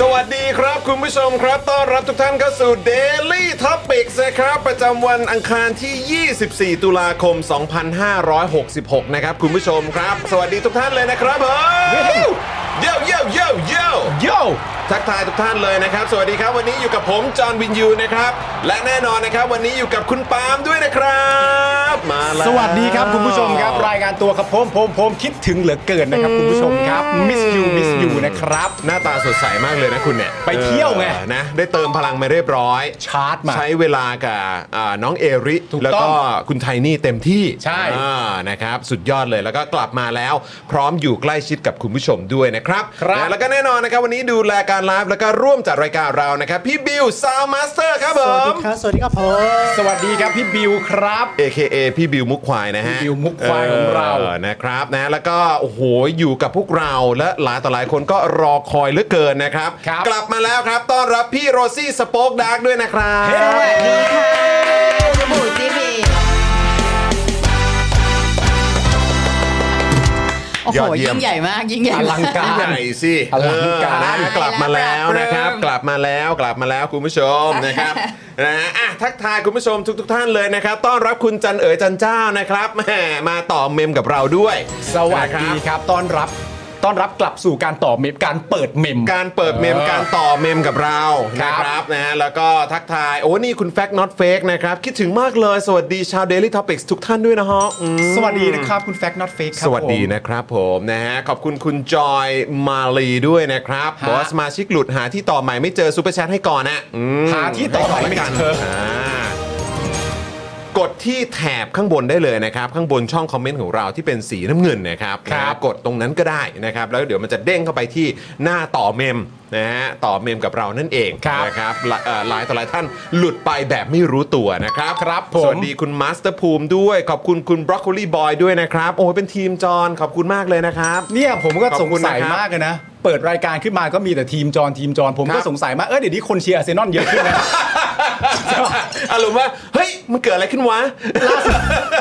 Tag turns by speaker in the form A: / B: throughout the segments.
A: สวัสดีครับคุณผู้ชมครับ ต้อนรับทุกท่านเข้าสู่ Daily Topics นะครับ ประจำวันอังคารที่ 24 ตุลาคม 2566 นะครับ คุณผู้ชมครับ สวัสดีทุกท่านเลยนะครับผมเย้เย้เย้เย้
B: โย่
A: ทักทายทุกท่านเลยนะครับ สวัสดีครับ วันนี้อยู่กับผม จอห์นวินยูนะครับ และแน่นอนนะครับ วันนี้อยู่กับคุณปาล์มด้วยนะครับ มาแล้ว
C: สวัสดีครับคุณผู้ชมครับ รายการตัวครับผมผมผมคิดถึงเหลือเกินนะครับ คุณผู้ชมครับมิสยูมิสยูนะครับ
A: หน้าตาสดใสมากเลยนะคุณเนี่ย
C: ไปเที่ยวไง
A: ออนะ ได้เติมพลังมาเรียบร้อย
C: ชาร์จมา
A: ใช้เวลากับอ่าน้องเอริ
C: ถูกต้อง
A: แล้วก็คุณไทนี่เต็มที่
C: ใช่
A: อ่านะครับ สุดยอดเลยแล้วก็กลับมาแล้ว พร้อมอยู่ใกล้ชิดกับคุณผู้ชมด้วยนะครับนะแล้วก็แน่นอนนะครับ วันนี้ดูแลการไลฟ์แล้วก็ร่วมจัดรายการเรานะครับ พี่บิวซาวมาสเตอร์ครับผ
D: สวัสดี
A: ม
D: ครับ สวัสดีครับผม
C: สวัสดีครับพี่บิวครับ
A: AKA พี่บิวมุกควายนะฮะ
C: พี่บิวมุกควายของเรา
A: ออนะครับนะแล้วก็โอ้โหอยู่กับพวกเราและหลายต่อหลายคนก็รอคอยเหลือเกินนะครับ
C: ครับ
A: กลับมาแล้วครับ ต้อนรับพี่โรซี่สป็อกดาร์กด้วยนะครับ
C: เฮ้ย
E: สวัสดีค่ะสบู่จีบี
F: โอ้โห ยิ่งใหญ่มาก ยิ่งใหญ่
C: อ
F: มาก
C: ลังการ
A: ใหญ่สิ
C: อลังการ
A: เออนะกลับมาแล้วนะครับ กลับมาแล้วกลับมาแล้วคุณผู้ชม นะครับนะฮะอ่ะทักทายคุณผู้ชมทุกทท่านเลยนะครับ ต้อนรับคุณจันเอ๋ยจันเจ้านะครับแหมมาต่อเมมกับเราด้วย
C: สวัสดี
A: นะครับ
C: ครับต้อนรับต้อนรับกลับสู่การต่อเมมการเปิดเมม
A: การเปิดเมม
C: เออ
A: การต่อเมมกับเรา
C: ครับ
A: นะครับนะฮะแล้วก็ทักทาย โอ้นี่คุณแฟกต์ not fake นะครับ คิดถึงมากเลย สวัสดีชาว Daily Topics ทุกท่านด้วยนะฮะอืม
C: สวัสดีนะครับคุณแฟกต์ not fake ครับ
A: สวัสดี
C: ผม
A: นะครับผมนะฮะขอบคุณคุณจอยมาลีด้วยนะครับ
C: ฮะ
A: บอสมาชิกหลุดหาที่ต่อใหม่ไม่เจอซูเปอร์แชทให้ก่อนนะอืม
C: หาที่ต่อไปไม่เจอ
A: อ่ากดที่แถบข้างบนได้เลยนะครับ ข้างบนช่องคอมเมนต์ของเราที่เป็นสีน้ำเงินนะครับ
C: ครับ
A: นะฮะกดตรงนั้นก็ได้นะครับ แล้วเดี๋ยวมันจะเด้งเข้าไปที่หน้าต่อเมมนะฮะต่อเมมกับเรานั่นเองนะครับละเอ่อหลายต่อหลายท่านหลุดไปแบบไม่รู้ตัวนะครับ
C: ครับผม
A: สวัสดีคุณมาสเตอร์ภูมิด้วย ขอบคุณคุณบรอกโคลีบอยด้วยนะครับ โอ้ยเป็นทีมจอนขอบคุณมากเลยนะครับ
C: เนี่ยผมก็
A: ขอบ
C: สง
A: คุณ
C: สัย
A: นะครับ
C: มากเลยนะ เปิดรายการขึ้นมาก็มีแต่ทีมจรทีมจรผม
A: ค
C: ก็
A: รับ
C: สงสัยมากเออเดี๋ยวนี้คนเชียร์อาร์เซนอลเยอะขึ้นนะ
A: อารมณ์ว่าเฮ้ยมันเกิดอะไรขึ้นวะ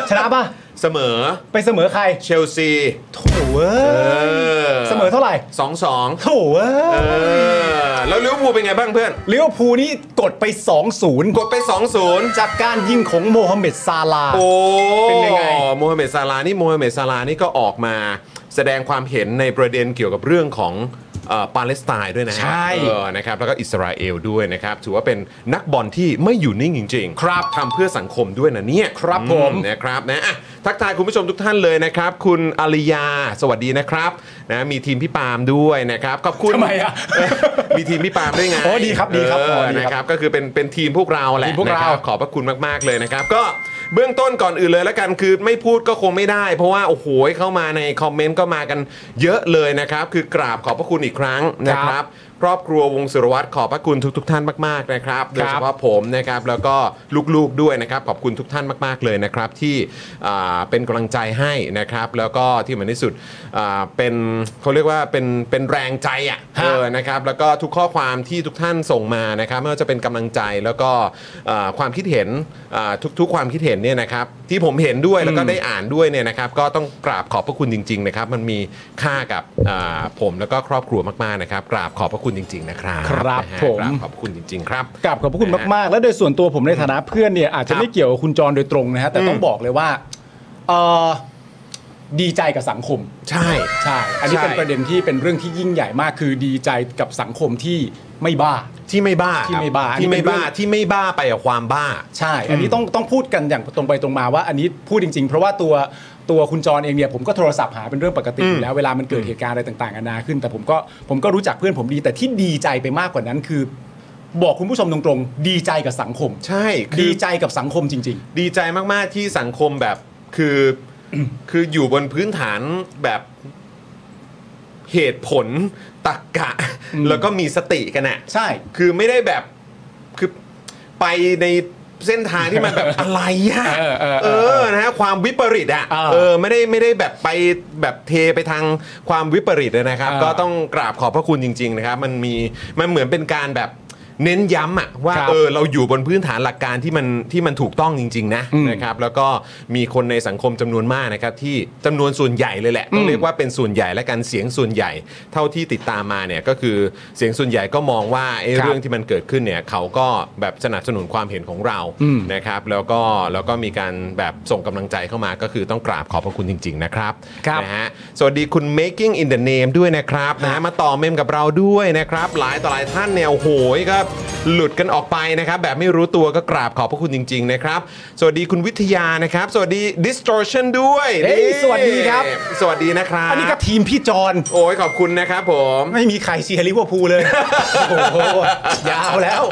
C: ชนะป่ะ
A: เสมอ
C: ไปเสมอใคร
A: เชลซี
C: โถเว้
A: เอย อ
C: เสมอเท่าไหร่
A: สองสอง
C: โถเว้ย
A: เออแล้วลิเวอร์พูลเป็นไงบ้างเพื่อน
C: ลิเวอร์พูลนี่กดไป 2-0
A: กดไป 2-0
C: จากการยิงของโมฮัมเหม็ดซาลาห์
A: โอ้
C: เป็นยังไง
A: โมฮัมเหม็ดซาลาห์นี่โมฮัมเหม็ดซาลาห์นี่ก็ออกมา แสดงความเห็นในประเด็นเกี่ยวกับเรื่องของเอ่อปาเลสไตน์ด้วยนะฮะ
C: ใช่
A: เออนะครับแล้วก็อิสราเอลด้วยนะครับ ถือว่าเป็นนักบอลที่ไม่อยู่นิ่งจริง ๆ ครับทำเพื่อสังคมด้วยนะเนี่ย
C: ครับผม
A: อืนะครับนะอ่ะทักทายคุณผู้ชมทุกท่านเลยนะครับ คุณอาริยาสวัสดีนะครับนะมีทีมพี่ปาล์มด้วยนะครับขอบคุณ
C: ทำไมอะ
A: เมีทีมพี่ปาล์มด้วยไง
C: โอ้ดีครับดีครับ
A: เอ
C: อ๋
A: อ
C: อดีครับ
A: นะครับก็คือเป็นเป็นทีมพวกเราแหละ
C: ทีมพวกเรา
A: นะคบขอบพระคุณมาก ๆ เลยนะครับ ก็เบื้องต้นก่อนอื่นเลยแล้วกันคือไม่พูดก็คงไม่ได้ เพราะว่า โอ้โหเข้ามาในคอมเมนต์ก็มากันเยอะเลยนะครับ คือกราบขอบพระคุณอีกครั้งนะครับ ครอบครัววงสุรวัตรขอบพระคุณทุกทท่านมากๆนะครับโดยเฉพาะผมนะครับแล้วก็ลูกๆด้วยนะครับขอบคุณทุกท่านมาก ๆเลยนะครับที่อ่าเป็นกำลังใจให้นะครับแล้วก็ที่เหมือนที่สุดอ่าเป็นเขาเรียกว่าเป็นเป็นแรงใจอ่ะเออนะครับแล้วก็ทุกข้อความที่ทุกท่านส่งมานะครับไม่ว่าจะเป็นกำลังใจแล้วก็อ่าความคิดเห็นอ่าทุกๆความคิดเห็นเนี่ยนะครับที่ผมเห็นด้วยแล้วก็ได้อ่านด้วยเนี่ยนะครับก็ต้องกราบขอบพระคุณจริงๆนะครับมันมีค่ากับอ่าผมแล้วก็ครอบครัวมากๆนะครับกราบขอบพระคุณจริง ๆ นะครับ
C: ครับ
A: นะฮะ
C: ผม
A: กราบขอบพระคุณจริง ๆ ครับ
C: กราบขอบพระคุณมากๆ และโดยส่วนตัวผมในฐานะเพื่อนเนี่ยอาจจะไม่เกี่ยวกับคุณจรโดยตรงนะฮะแต่ต้องบอกเลยว่าเอ่อดีใจกับสังคม
A: ใช่
C: ใช่ อันนี้
A: ใช่
C: เป็นประเด็นที่เป็นเรื่องที่ยิ่งใหญ่มาก คือดีใจกับสังคมที่ไม่บ้า
A: ที่ไม่บ้า
C: ที่ไม่บ้า
A: ที่ไม่บ้าที่ไม่บ้าไปกับความบ้า
C: ใช่ อันนี้ต้องต้องพูดกันอย่างตรงไปตรงมาว่าอันนี้พูดจริง ๆ เพราะว่าตัวตัวคุณจรเองเนี่ยผมก็โทรศัพท์หาเป็นเรื่องปกติอยู่แล้วเวลามันเกิดเหตุการณ์อะไรต่างๆนานาขึ้น แต่ผมก็ผมก็รู้จักเพื่อนผมดี แต่ที่ดีใจไปมากกว่านั้นคือ บอกคุณผู้ชมตรงๆ ดีใจกับสังคม
A: ใช่คือ
C: ดีใจกับสังคมจริง
A: ดีใจมาก ๆ ที่สังคมแบบคือ คืออยู่บนพื้นฐานแบบเหตุผลตรรกกะ
C: อืม
A: แล้วก็มีสติกันอะ
C: ๆ ใช่
A: คือไม่ได้แบบคือไปในเส้นทางที่มัน แบบ อะไรอะ
C: เออเออ
A: เอ
C: เออ
A: อนะฮะความวิปริตอะ
C: เออ
A: เออไม่ได้ไม่ได้แบบไปแบบเทไปทางความวิปริตเลยนะครับ
C: เออ
A: ก็ต้องกราบขอบพระคุณจริง ๆ นะครับ มันมีมันเหมือนเป็นการแบบเน้นย้ำอะว่า
C: ครับ
A: เออเราอยู่บนพื้นฐานหลักการที่มันที่มันถูกต้องจริง ๆ นะ
C: อืม
A: นะครับ แล้วก็มีคนในสังคมจำนวนมากนะครับ ที่จำนวนส่วนใหญ่เลยแหละต้อง
C: อืม
A: เรียกว่าเป็นส่วนใหญ่และกันเสียงส่วนใหญ่ เท่าที่ติดตามมาเนี่ยก็คือเสียงส่วนใหญ่ก็มองว่าไอ้
C: ครับ
A: เรื่อง ที่มันเกิดขึ้นเนี่ยเขาก็แบบสนับสนุนความเห็นของเรา
C: อืม
A: นะครับ แล้วก็แล้วก็มีการแบบส่งกำลังใจเข้ามาก็คือต้องกราบขอบพระคุณจริง ๆ นะครับ
C: ครับ
A: นะฮะสวัสดีคุณ making in the name ด้วยนะครับนะฮะมาต่อเมมกับเราด้วยนะครับ หลายต่อหลายท่านเนี่ยโอ้โหยก็หลุดกันออกไปนะครับ แบบไม่รู้ตัวก็กราบขอบพระคุณจริง ๆ นะครับ สวัสดีคุณวิทยานะครับ สวัสดี distortion ด้วย
C: เฮ้ย
A: นี่
C: สวัสดีครับ
A: สวัสดีนะครับ
C: อันนี้ก็ทีมพี่จร
A: โอ้ยขอบคุณนะครับผม
C: ไม่มีใครเชียร์ลิเวอร์พูลเลย โอ้โห ยาวแล้ว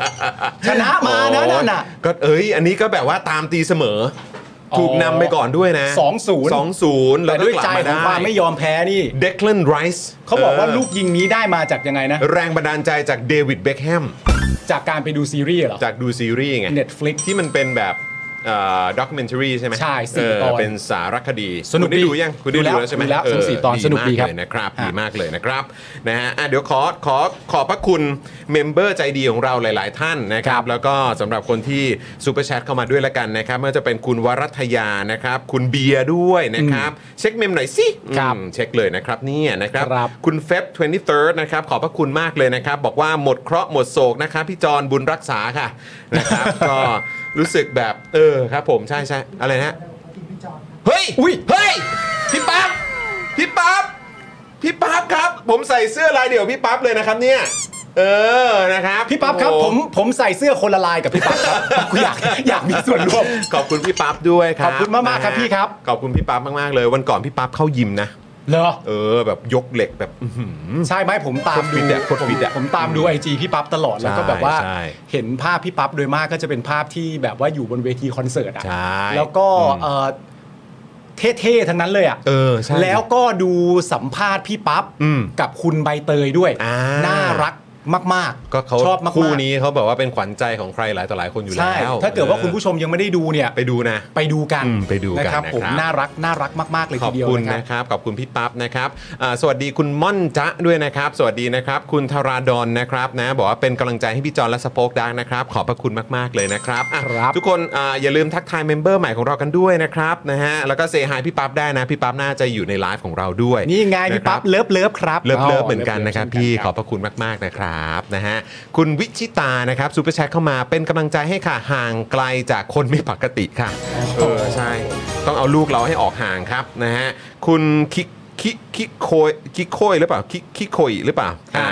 C: ชนะมานะนั่นน่ะ
A: โอ้ยก็เอ้ย อันนี้ก็แบบว่าตามตีเสมอ
C: อ๋อ
A: ถูกนำไปก่อนด้วยนะ
C: 2-0
A: สองศูนย์แล้
C: แต่
A: วก็
C: ด้วย
A: กลับ
C: ใจ
A: มา
C: ของ
A: ได้
C: ความไม่ยอมแพ้นี่
A: เดคลันไรส์
C: เขาบอกว่าลูกยิงนี้ได้มาจากยังไงนะ
A: แรงบันดาลใจจากเดวิดเบคแฮม
C: จากการไปดูซีรีส์เหรอ
A: จากดูซีรีส์ไง
C: Netflix
A: ที่มันเป็นแบบด็อกเมนทารีใช่ไหม
C: ใช่สี่ตอน
A: เเป็นสารคดี
C: สนุก
A: คุณได้
C: ดี
A: ดูยังคุณได้
C: ดูแล้
A: ดู
C: ว
A: แล้วใช่ไหม
C: ดูแล้วทั้งสี่ตอนสนุกดีครับ
A: มากเลยนะครับ
C: ฮะ
A: ดีมากเลยนะครับนะฮะอ่ะเดี๋ยวขอขอขอบพระคุณเมมเบอร์ใจดีของเราหลาย ๆ ท่านนะครับ แล้วก็สำหรับคนที่ซูเปอร์แชทเข้ามาด้วยละกันนะครับไม่ว่าจะเป็นคุณวรัตยานะครับ คุณเบียร์ด้วยนะครับ เช็คเมมหน่อยสิ
C: ครับ
A: อืมเช็คเลยนะครับเนี่ยนะครับ
C: ครับ
A: คุณเฟบ23นะครับขอบพระคุณมากเลยนะครับ บอกว่าหมดเคราะห์หมดโศกนะครับพี่จรบุญรักษาค่ะนะครับ ก็รู้สึกแบบเออครับผมใช่ใช่อะไรนะเฮ้ย
C: อุ๊ย
A: เฮ้ยพี่ปั๊บพี่ปั๊บพี่ปั๊บครับ ผมใส่เสื้อลายเดี่ยวพี่ปั๊บเลยนะครับเนี่ย เออนะครับ
C: พี่ปั๊บครับ
A: โอ้
C: ผมผมใส่เสื้อคนละลายกับพี่ปั๊บครับ อยากอยากมีส่วนร่วม
A: ขอบคุณพี่ปั๊บด้วยครับ
C: ขอบคุณมากๆครับ
A: นะฮะ
C: พี่ครับ
A: ขอบคุณพี่ปั๊บมากๆเลย วันก่อนพี่ปั๊บเข้ายิมนะ
C: เหรอ
A: เออแบบยกเหล็กแบบ
C: ใช่ไหมผมตามดู
A: โคตรฟิตอะโคตรฟิตอะ
C: ผมตามดูไอจีพี่ปั๊บตลอดแล้วก็แบบว่า
A: ใช่
C: เห็นภาพพี่ปั๊บโดยมากก็จะเป็นภาพที่แบบว่าอยู่บนเวทีคอนเสิร์ตอะ
A: ใช่
C: แล้วก็เอ่อเท่ๆทั้งนั้นเลยอะ
A: เออใช่
C: แล้วก็ดูสัมภาษณ์พี่ปั๊บ
A: อืม
C: กับคุณใบเตยด้วย
A: อ่า
C: น่ารักมากๆ
A: ก็เขา
C: ชอบมากๆ
A: คู่นี้เขาบอกว่าเป็นขวัญใจของใครหลายต่อหลายคนอยู่แล้
C: ใช่
A: ว
C: ถ้าเกิดว่าคุณผู้
A: อ
C: ชมยังไม่ได้ดูเนี่ย
A: อไปดูนะ
C: ไปดูกัน
A: อืมไปดูกัน
C: นะครับ
A: นะครับ
C: ผมน่ารักน่ารักมากๆเลย
A: ข
C: ที
A: อบ
C: เดียว
A: คุณ
C: นะครับ
A: นะครับ ขอบคุณพี่ปั๊บนะครับอ่าสวัสดีคุณม่อนจ๊ะด้วยนะครับ สวัสดีนะครับ คุณธาราดอนนะครับนะบอกว่าเป็นกำลังใจให้พี่จอนและสโปกดังนะครับ ขอบพระคุณมาก ๆ เลยนะครับอ่ะ
C: ครับ
A: ทุกคนอ่าอย่าลืมทักทายเมมเบอร์ใหม่ของเรากันด้วยนะครับนะฮะแล้วก็เซฮายพี่ปั๊บได้นะพี่ปั๊บน่าจะอยู่ในไลฟ์ของเราด้วย
C: นี่ไงพี่ปั๊
A: นะครับ
C: บเลิฟเลิฟครับ
A: เลิฟเลิฟเหมือนกันนะครับพี่ขอบพระคุณมาก ๆ นะครับนะฮะคุณวิชิตานะครับซูเปอร์แชทเข้ามาเป็นกำลังใจให้ค่ะ ห่างไกลจากคนไม่ปกติค่ะ เออ ใช่ ต้องเอาลูกเราให้ออกห่างครับนะฮะคุณคิกคิกคิกโคยคิกโคยหรือเปล่าคิกคิกโคยหรือเปล่าอ่า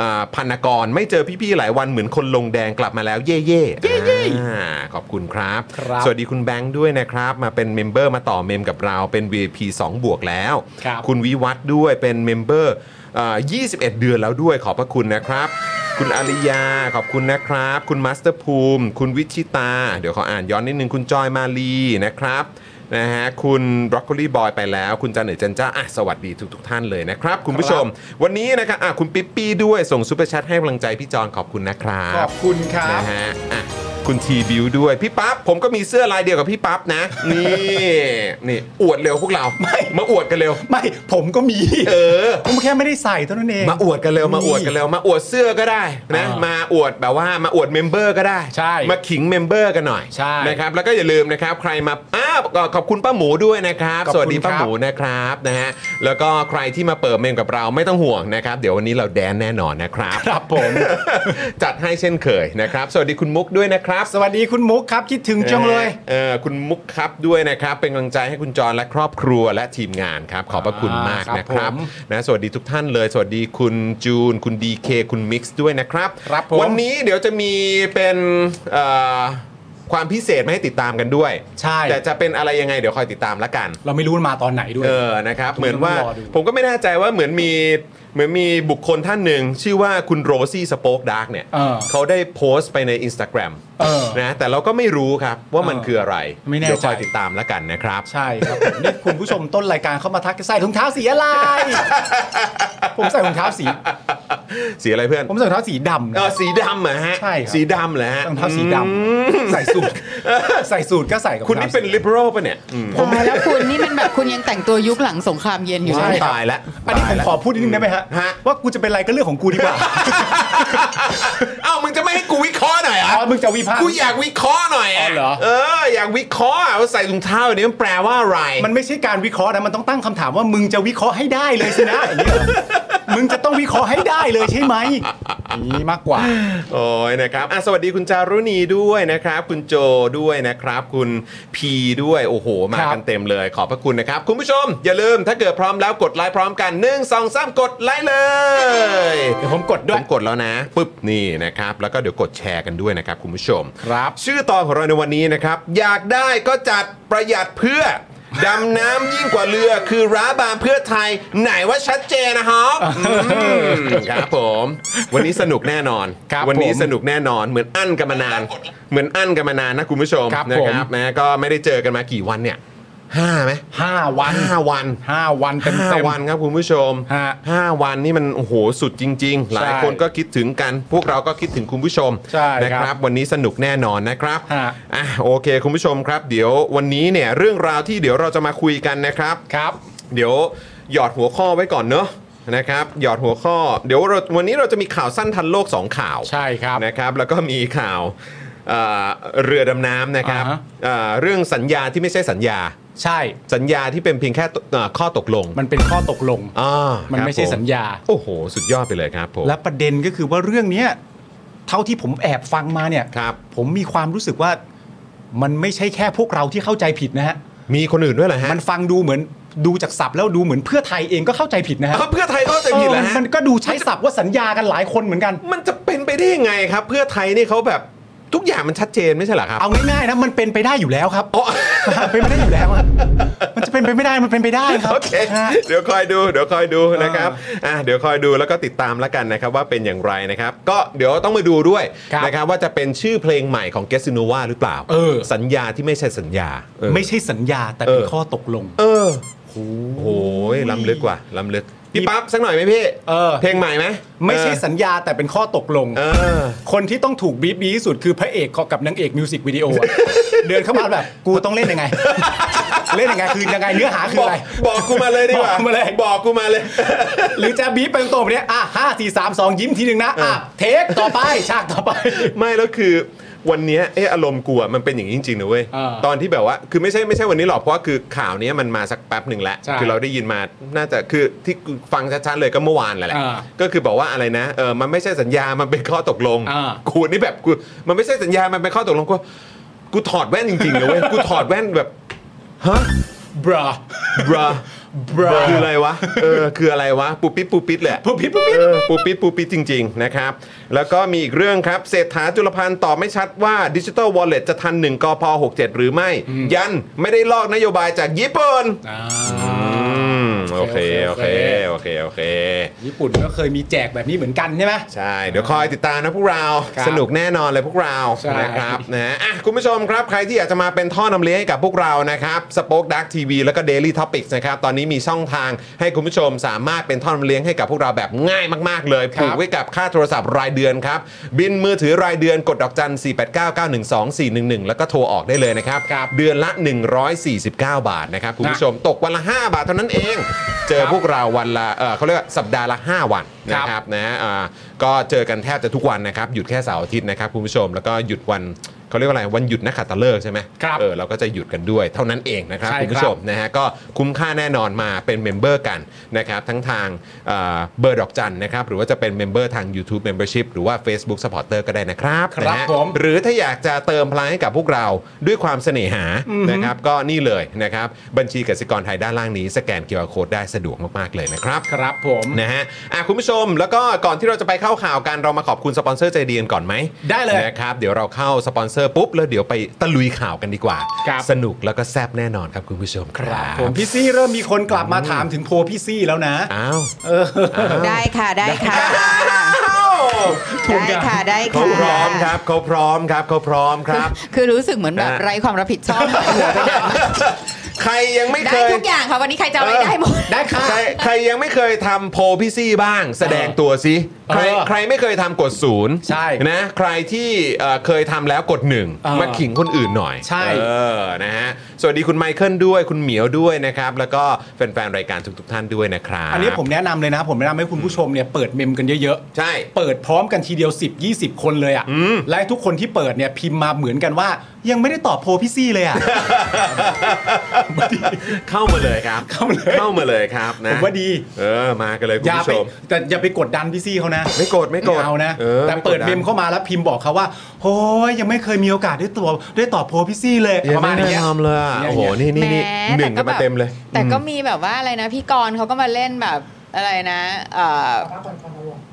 A: อ่าพันกรไม่เจอพี่ๆหลายวันเหมือนคนลงแดงกลับมาแล้วเย่ๆเย่อ่าขอบคุณครับ
C: ครับ
A: สวัสดีคุณแบงค์ด้วยนะครับ มาเป็นเมมเบอร์มาต่อเมมกับเราเป็น VIP 2 บวกแล้ว
C: ครับ
A: คุณวิวัฒน์ด้วยเป็นเมมเบอร์เอ่อ21 เดือนแล้วด้วยขอบพระคุณนะครับ คุณอาริยาขอบคุณนะครับ คุณมาสเตอร์ภูมิ คุณวิชิตา เดี๋ยวขออ่านย้อนนิดนึง คุณจอยมาลีนะครับ นะฮะคุณ Broccoli Boy ไปแล้ว คุณจันเหนือจันจ้าอ่ะสวัสดีทุกทท่านเลยนะครับ คุณผู้ชม วันนี้นะครับอ่ะคุณปิ๊ปปี้ด้วยส่งซูเปอร์แชทให้กำลังใจพี่จอนขอบคุณนะครั
C: ขอ
A: บบ
C: คุณครับ
A: นะฮะอ่ะคุณทีบิวด้วย พี่ปั๊บผมก็มีเสื้อลายเดียวกับพี่ปั๊บนะ นี่นี่อวดเร็วพวกเรามาอวดกันเร็ว
C: ไม่ผมก็มี
A: เออ
C: ผมแค่ไม่ได้ใส่เท่านั้นเอง
A: มาอวดกันเร็วมาอวดกันเร็วมาอวดเสื้อก็ได้นะ
C: อ่า
A: มาอวดแบบว่ามาอวดเมมเบอร์ก็ได้
C: ใช่
A: มาขิงเมมเบอร์กันหน่อย
C: ใช่
A: นะครับแล้วก็อย่าลืมนะครับใครมาอ้าวก็ขอบคุณป้าหมูด้วยนะครับ
C: ขอบคุณ
A: สวัสดีป้า
C: ครั
A: ห
C: บ
A: มูนะครับนะฮะแล้วก็ใครที่มาเปิดเมมกับเราไม่ต้องห่วงนะครับ เดี๋ยววันนี้เราแดนแน่นอนนะครับ
C: ครับผม
A: จัดให้เช่นเคยนะครับ สวัสดีคุณมุกด้วยนะครับ
C: สวัสดีคุณมุกครับคิดถึงจังเลย
A: เออคุณมุกครับด้วยนะครับ เป็นกำลังใจให้คุณจรและครอบครัวและทีมงานครับ ขอบพระคุณมาก
C: ครับ
A: นะครับ
C: ผม
A: นะสวัสดีทุกท่านเลย สวัสดีคุณจูน คุณดีเคคุณมิกซ์ด้วยนะครับ
C: ครับผม
A: วันนี้เดี๋ยวจะมีเป็นเอ่อความพิเศษมาให้ติดตามกันด้วย
C: ใช่
A: แต่จะเป็นอะไรยังไงเดี๋ยวคอยติดตามละกัน
C: เราไม่รู้มันมาตอนไหนด้วย
A: เออ นะครับ
C: ต้อง
A: เหมือนว่า
C: ต้องรอดู
A: ผมก็ไม่แน่ใจว่าเหมือนมี เหมือนมีบุคคลท่านหนึ่ง ชื่อว่าคุณโรซี่สป o อ e ดาร์กเนี่ย
C: เออ
A: เขาได้โพสต์ไปใน Instagram
C: เออ
A: นะ แต่เราก็ไม่รู้ครับว่ามัน
C: เออ
A: คืออะไร
C: ไม่แน่ใจ
A: เดี๋ยวคอยติดตามแล้วกันนะครับ
C: ใช่ครับผมนี่คุณผู้ชมต้นรายการเข้ามาทักใส่ถุงเท้าสีอะไร ผมใส่ถุงเท้าสี
A: สีอะไรเพื่อน
C: ผมใส่ถุงเท้าสีดำ
A: เอ
C: นะ
A: อสีดำเหรอฮะ
C: ใช่ครับ
A: สีดำเหรอฮะ
C: ถุงเท้าสีด
A: อืม
C: ำใส่สูตรใส่สูตรก็ใส่กับ
A: คุณนี่เป็น
C: ถุงท้าสี
A: liberal ป่ะเนี่ยอืม
F: ผมแล้วคุณนี่มันแบบคุณยังแต่งตัวยุคหลังสงครามเย็นอยู่ใช่
C: ใช่
F: ไหม
A: ตายแล้ว
C: อันนี้
A: ตาย
C: ผม
A: แล้ว
C: ขอพูดนิดนึงได้ไหมฮะ
A: ฮะ
C: ว่ากูจะเป็นอะไรก็เรื่องของกูดีกว่า
A: เอ้ามึงจะไม่ให้กูวิเคราะห์หน่อยเหร
C: อ๋อ
A: อ่ะ
C: มึงจะวิพากษ์
A: กูอยากวิเคราะห์หน่อย
C: อ๋
A: อะ
C: อเหรอ
A: เออ อยากวิเคราะห์อะว่าใส่ถุงเท้าอย่างนี้มันแปลว่าอะไร
C: มันไม่ใช่การวิเคราะห์นะมันต้องตั้งคำถามว่ามึงจะวิเคราะห์ให้ได้เลยสินะอย่างเงี้ยเหรอมึงจะต้องวิเคราะห์ให้ได้เลยใช่ไหมอย่างนี้มากกว่า
A: โอ้ยนะครับอ่ะสวัสดีคุณจารุณีด้วยนะครับ คุณโจด้วยนะครับ คุณพีด้วย โอ้โห มา
C: ครับ
A: กันเต็มเลย ขอบพระคุณนะครับ คุณผู้ชม อย่าลืมถ้าเกิดพร้อมแล้วกดไลค์พร้อมกัน 1 2 3 กดไลค์เลย
C: เดี๋ยวผมกดด้
A: ผ
C: วย
A: มกดแล้วนะปึ๊บนี่นะครับ แล้วก็เดี๋ยวกดแชร์กันด้วยนะครับ คุณผู้ชม
C: ครับ
A: ชื่อตอนของเราในวันนี้นะครับ อยากได้ก็จัดประหยัดเพื่อ ดำน้ำยิ่งกว่าเรือ คือร้าบานเพื่อไทย ไหนว่าชัดเจนนะครับอืมครับผม วันนี้สนุกแน่นอน
C: ครับ
A: วันนี้
C: ผม
A: สนุกแน่นอนเหมือนอั้นกันมานาน เหมือนอั้นกันมานานนะคุณผู้ชม
C: ครับ
A: นะ
C: ผม
A: นะก็ไม่ได้เจอกันมากี่วันเนี่ยห้าไหม
C: ห้าวัน
A: ห้าวัน
C: ห้าวันเต็ม
A: ห้า
C: เต็ม
A: วันครับคุณผู้ชม
C: ฮะ
A: ห้าวันนี่มันโอ้โหสุดจริง ๆ หลายคนก็คิดถึงกัน พวกเราก็คิดถึงคุณผู้ชม
C: ใช่ครับ
A: นะวันนี้สนุกแน่นอนนะครับ
C: ฮะ
A: อ่ะโอเคคุณผู้ชมครับ เดี๋ยววันนี้เนี่ยเรื่องราวที่เดี๋ยวเราจะมาคุยกันนะครับ
C: ครับ
A: เดี๋ยวหยอดหัวข้อไว้ก่อนเนอะนะครับ หยอดหัวข้อ เดี๋ยวเราวันนี้เราจะมีข่าวสั้นทันโลกสองข่าว
C: ใช่ครับ
A: นะครับแล้วก็มีข่าวเอ่อเรือดำน้ำนะครับ
C: อ่าฮะ
A: เอ่อเรื่องสัญญาที่ไม่ใช่สัญญา
C: ใช่
A: สัญญาที่เป็นเพียงแค่เอ่อข้อตกลง
C: มันเป็นข้อตกลง
A: อ่ามั
C: มันไม่ใช่สัญญา
A: โอ้โห สุดยอดไปเลยครับผม
C: และประเด็นก็คือว่าเรื่องเนี้ยเท่าที่ผมแอบฟังมาเนี่ย
A: ครับ
C: ผมมีความรู้สึกว่ามันไม่ใช่แค่พวกเราที่เข้าใจผิดนะฮะ
A: มีคนอื่นด้วยเหรอฮะ
C: มันฟังดูเหมือนดูจากศัพท์แล้วดูเหมือนเพื่อไทยเองก็เข้าใจผิดนะฮะ
A: อ้าวเพื่อไทยก็จะผิด
C: เออ
A: แล้ว
C: มัน
A: ฮะ
C: มันก็ดูใช้ศัพท์ว่าสัญญากันหลายคนเหมือนกัน
A: มันจะเป็นไปได้ยังไงครับ เพื่อไทยนี่เขาแบบทุกอย่างมันชัดเจนไม่ใช่เหรอครับ
C: เอาง่ายๆนะมันเป็นไปได้อยู่แล้วครับเป็นไปได้อยู่แล้วอะมันจะเป็นไปไม่ได้มันเป็นไปได้ครับ
A: โอเค
C: ฮะ
A: เดี๋ยวคอยดูเดี๋ยวคอยดูนะครับอ่ะเดี๋ยวคอยดูแล้วก็ติดตามแล้วกันนะครับว่าเป็นอย่างไรนะครับ ก็เดี๋ยวต้องมาดูด้วย
C: ครับ
A: นะครับว่าจะเป็นชื่อเพลงใหม่ของเกสิโนวาหรือเปล่า
C: เออ
A: สัญญาที่ไม่ใช่สัญญาเออ
C: ไม่ใช่สัญญาแต่เป็น
A: เออ
C: ข้อตกลง
A: เออโอ้โหล้ำลึกว่ะล้ำลึกพี่ปั๊บสักหน่อยไหมพี่
C: เออ
A: เพลงใหม่ไหม
C: ไม่ใช่สัญญาแต่เป็นข้อตกลง
A: เออ
C: คนที่ต้องถูกบีบดีที่สุดคือพระเอกกับนางเอกมิวสิกวิดีโออะ เดินเข้ามาแบบกูต้องเล่นยัง ไง เล่นยังไงคือยังไงเนื้อหาคืออะไร
A: บอกกูมาเลยดีกว่า
C: บอกกูมาเลย
A: บอกกูมาเลย
C: หรือจะบีบเป็นตรงแบบเนี้ยอ่ะห้าสี่สามสองยิ้มทีหนึ่งนะอ่ะเทคต่อไปฉากต่อไป
A: ไม่แล้วคือวันเนี้ยเอออารมณ์กูอะมันเป็นอย่างนี้จริงๆนะเว้ย
C: เออ
A: ตอนที่แบบว่าคือไม่ใช่ไม่ใช่วันนี้หรอกเพราะว่าคือข่าวเนี้ยมันมาสักแป๊บหนึ่งแล้ว
C: ใช่
A: คือเราได้ยินมาน่าจะคือที่กูฟังชัดๆเลยก็เมื่อวานแหละ
C: เออ
A: ก็คือบอกว่าอะไรนะเออมันไม่ใช่สัญญามันเป็นข้อตกลง
C: เออ
A: กูนี่แบบกูมันไม่ใช่สัญญามันเป็นข้อตกลงกูกูถอดแว่นจริงๆนะเว้ยกูถอดแว่นแบบฮะ
C: บรา
A: บรา
C: บรา
A: คืออะไรวะ เออ คืออะไรวะ ปูปิดปูปิดแหละ
C: ปุ๊บพิบปุ๊บพิบ
A: เออปูปิดปูปิดจริง ๆ นะครับ แล้วก็มีอีกเรื่องครับ เศรษฐาจุลพันธ์ตอบไม่ชัดว่าดิจิ t a ลวอลเล็ตจะทัน 1กพ67 หรือไม่ ยันไม่ได้ลอกนโยบายจากญี่ปุ่น อืม โอ โอเค โอเค โอเค โอเค
C: ญี่ปุ่นก็เคยมีแจกแบบนี้เหมือนกันใช่ไหม
A: ใช่ เดี๋ยวคอยติดตามนะพวกเรา
C: ครับ
A: สนุกแน่นอนเลยพวกเรา
C: ใช่
A: นะครับนะฮะอ่ะคุณผู้ชมครับ ใครที่อยากจะมาเป็นท่อนำเลี้ยงให้กับพวกเรานะครับสป็อคดักทีวีแล้วก็ Daily Topics นะครับ ตอนนี้มีช่องทางให้คุณผู้ชมสามารถเป็นท่อนำเลี้ยงให้กับพวกเราแบบง่ายมากๆ เลยผูกไว้กับค่าโทรศัพท์รายเดือนครับ บินมือถือรายเดือนกดดอกจัน 4 8 9 9 1 2 4 1 1 แล้วก็โทรออกได้เลยนะครับ
C: ครับ
A: เดือนละ 149 บาทนะครับคุณผู้ชมตกวันละ 5 บาทเท่านั้นเอง เจอ
C: ครับ
A: พวกเราวันละเอ่อเขาเรียกว่าสัปดาห์ละ 5 วันนะค
C: ครั
A: รับ
C: บ
A: นะฮะอ่าก็เจอกันแทบจะทุกวันนะครับ หยุดแค่เสาร์อาทิตย์นะครับคุณผู้ชม แล้วก็หยุดวันเขาเรียกว่าอะไร วันหยุดนักขัตฤกษ์ใช่ไหม
C: ครับ
A: เออเราก็จะหยุดกันด้วยเท่านั้นเองนะครับ
C: ใช่
A: คุณผู้ชมนะฮะก็คุ้มค่าแน่นอนมาเป็นเมมเบอร์กันนะครับทั้งทางเอ่อเบอร์ดอกจันนะครับหรือว่าจะเป็นเมมเบอร์ทาง YouTube Membership หรือว่า Facebook Supporter ก็ได้นะครับ
C: ครับ
A: นะฮะ
C: ผม
A: หรือถ้าอยากจะเติมพลังให้กับพวกเราด้วยความเสน่หานะครับก็นี่เลยนะครับบัญชีกสิกรไทยด้านล่างนี้สแกน QR Code ได้สะดวกมากๆเลยนะครับ
C: ครับผม
A: นะฮะอ่ะคุณผู้ชม แล้วก็ก่อนที่เราจะไปเข้าข่าวกัน เรามาขอบคุณสปอนเซอร์ใจดีกันก่อนไหม
C: ได้เลย
A: นะครับ เดี๋ยวเราเข้าสปอนเซอร์ปุ๊บ แล้วเดี๋ยวไปตะลุยข่าวกันดีกว่า
C: ครับ
A: สนุกแล้วก็แซ่บแน่นอนครับคุณผู้ชมค
C: ค
A: รั
C: รับบ ผมพี่ซี่เริ่มมีคนกลับมาถามถึงโพลพี่ซี่แล้วนะ
A: อ้าว
C: เออ
F: ได้ค่ะได้ค่ะ
C: ถูก
F: ได้
C: อ่ะ
F: ค่ะได้
A: เขาพ
F: ค่ะ
A: ร้อมครับเขาพร้อมครับเขาพร้อมครับ
F: คือรู้สึกเหมือนแบบ
A: นะ
F: ไร้ความรับผิดชอบ
A: ใครยังไม่
F: ได้
A: เคย
F: ทุกอย่างค่ะวันนี้ใครจะเอาอะไร
A: เออ
F: ได้หมด
C: ได้ค่ะ
A: ใครใครยังไม่เคยทำโพลพี่ซี่บ้าง แสดงตัวสิ ใคร
C: เออ
A: ใครไม่เคยทำกดศูนย์
C: ใช่
A: นะใครที่เอ่อเคยทำแล้วกดหนึ่ง
C: เออ
A: มาขิงคนอื่นหน่อย
C: ใช่
A: เออนะฮะสวัสดีคุณไมเคิลด้วยคุณเหมียวด้วยนะครับ แล้วก็แฟนๆ รายการทุกๆท่านด้วยนะครับ
C: อันนี้ผมแนะนำเลยนะ ผมแนะนำให้คุณผู้ชมเนี่ยเปิดเมมกันเยอะๆ
A: ใช่
C: เปิดพร้อมกันทีเดียว 10 20 คนเลยอะ่ะและทุกคนที่เปิดเนี่ยพิมพ์มาเหมือนกันว่า ยังไม่ได้ตอบโพลพี่ซี่ เลยอะ่ะ
A: เข้ามาเลยครับ
C: เข้ามาเลย
A: เข้ามาเลยครับนะ
C: ผมว่าดี
A: เออมากันเลยคุ
C: อ
A: ณ
C: ย่า
A: ผู้
C: ไป
A: ชม
C: แต่อย่าไปกดดันพี่ซี่เขานะ
A: ไม่โกรธไม่โกรธ
C: เอานะ
A: ออ
C: แต่เปิด
A: ไก
C: เม
A: ดัน
C: มเข้ามาแล้วพิมพ์บอกเขาว่าโอ้ยยังไม่เคยมีโอกาสได้ตัวได้ตอบโพลพี่ซี่เลย
A: ยัง
C: ประมา
A: ไม่
C: ณอ
A: ได้
C: ย่างเงี้ย
A: ทำเลยอะ
C: อย่างเงี้
A: โอ้
C: ย
A: โหนี่นี่นี่
F: แม้
A: หนึ่งกัน
F: แบ
A: มา
F: บ
A: เต็มเลย
F: แต่ก็มีแบบว่าอะไรนะ พี่กรณ์เขาก็มาเล่นแบบอะไรนะเอ่อ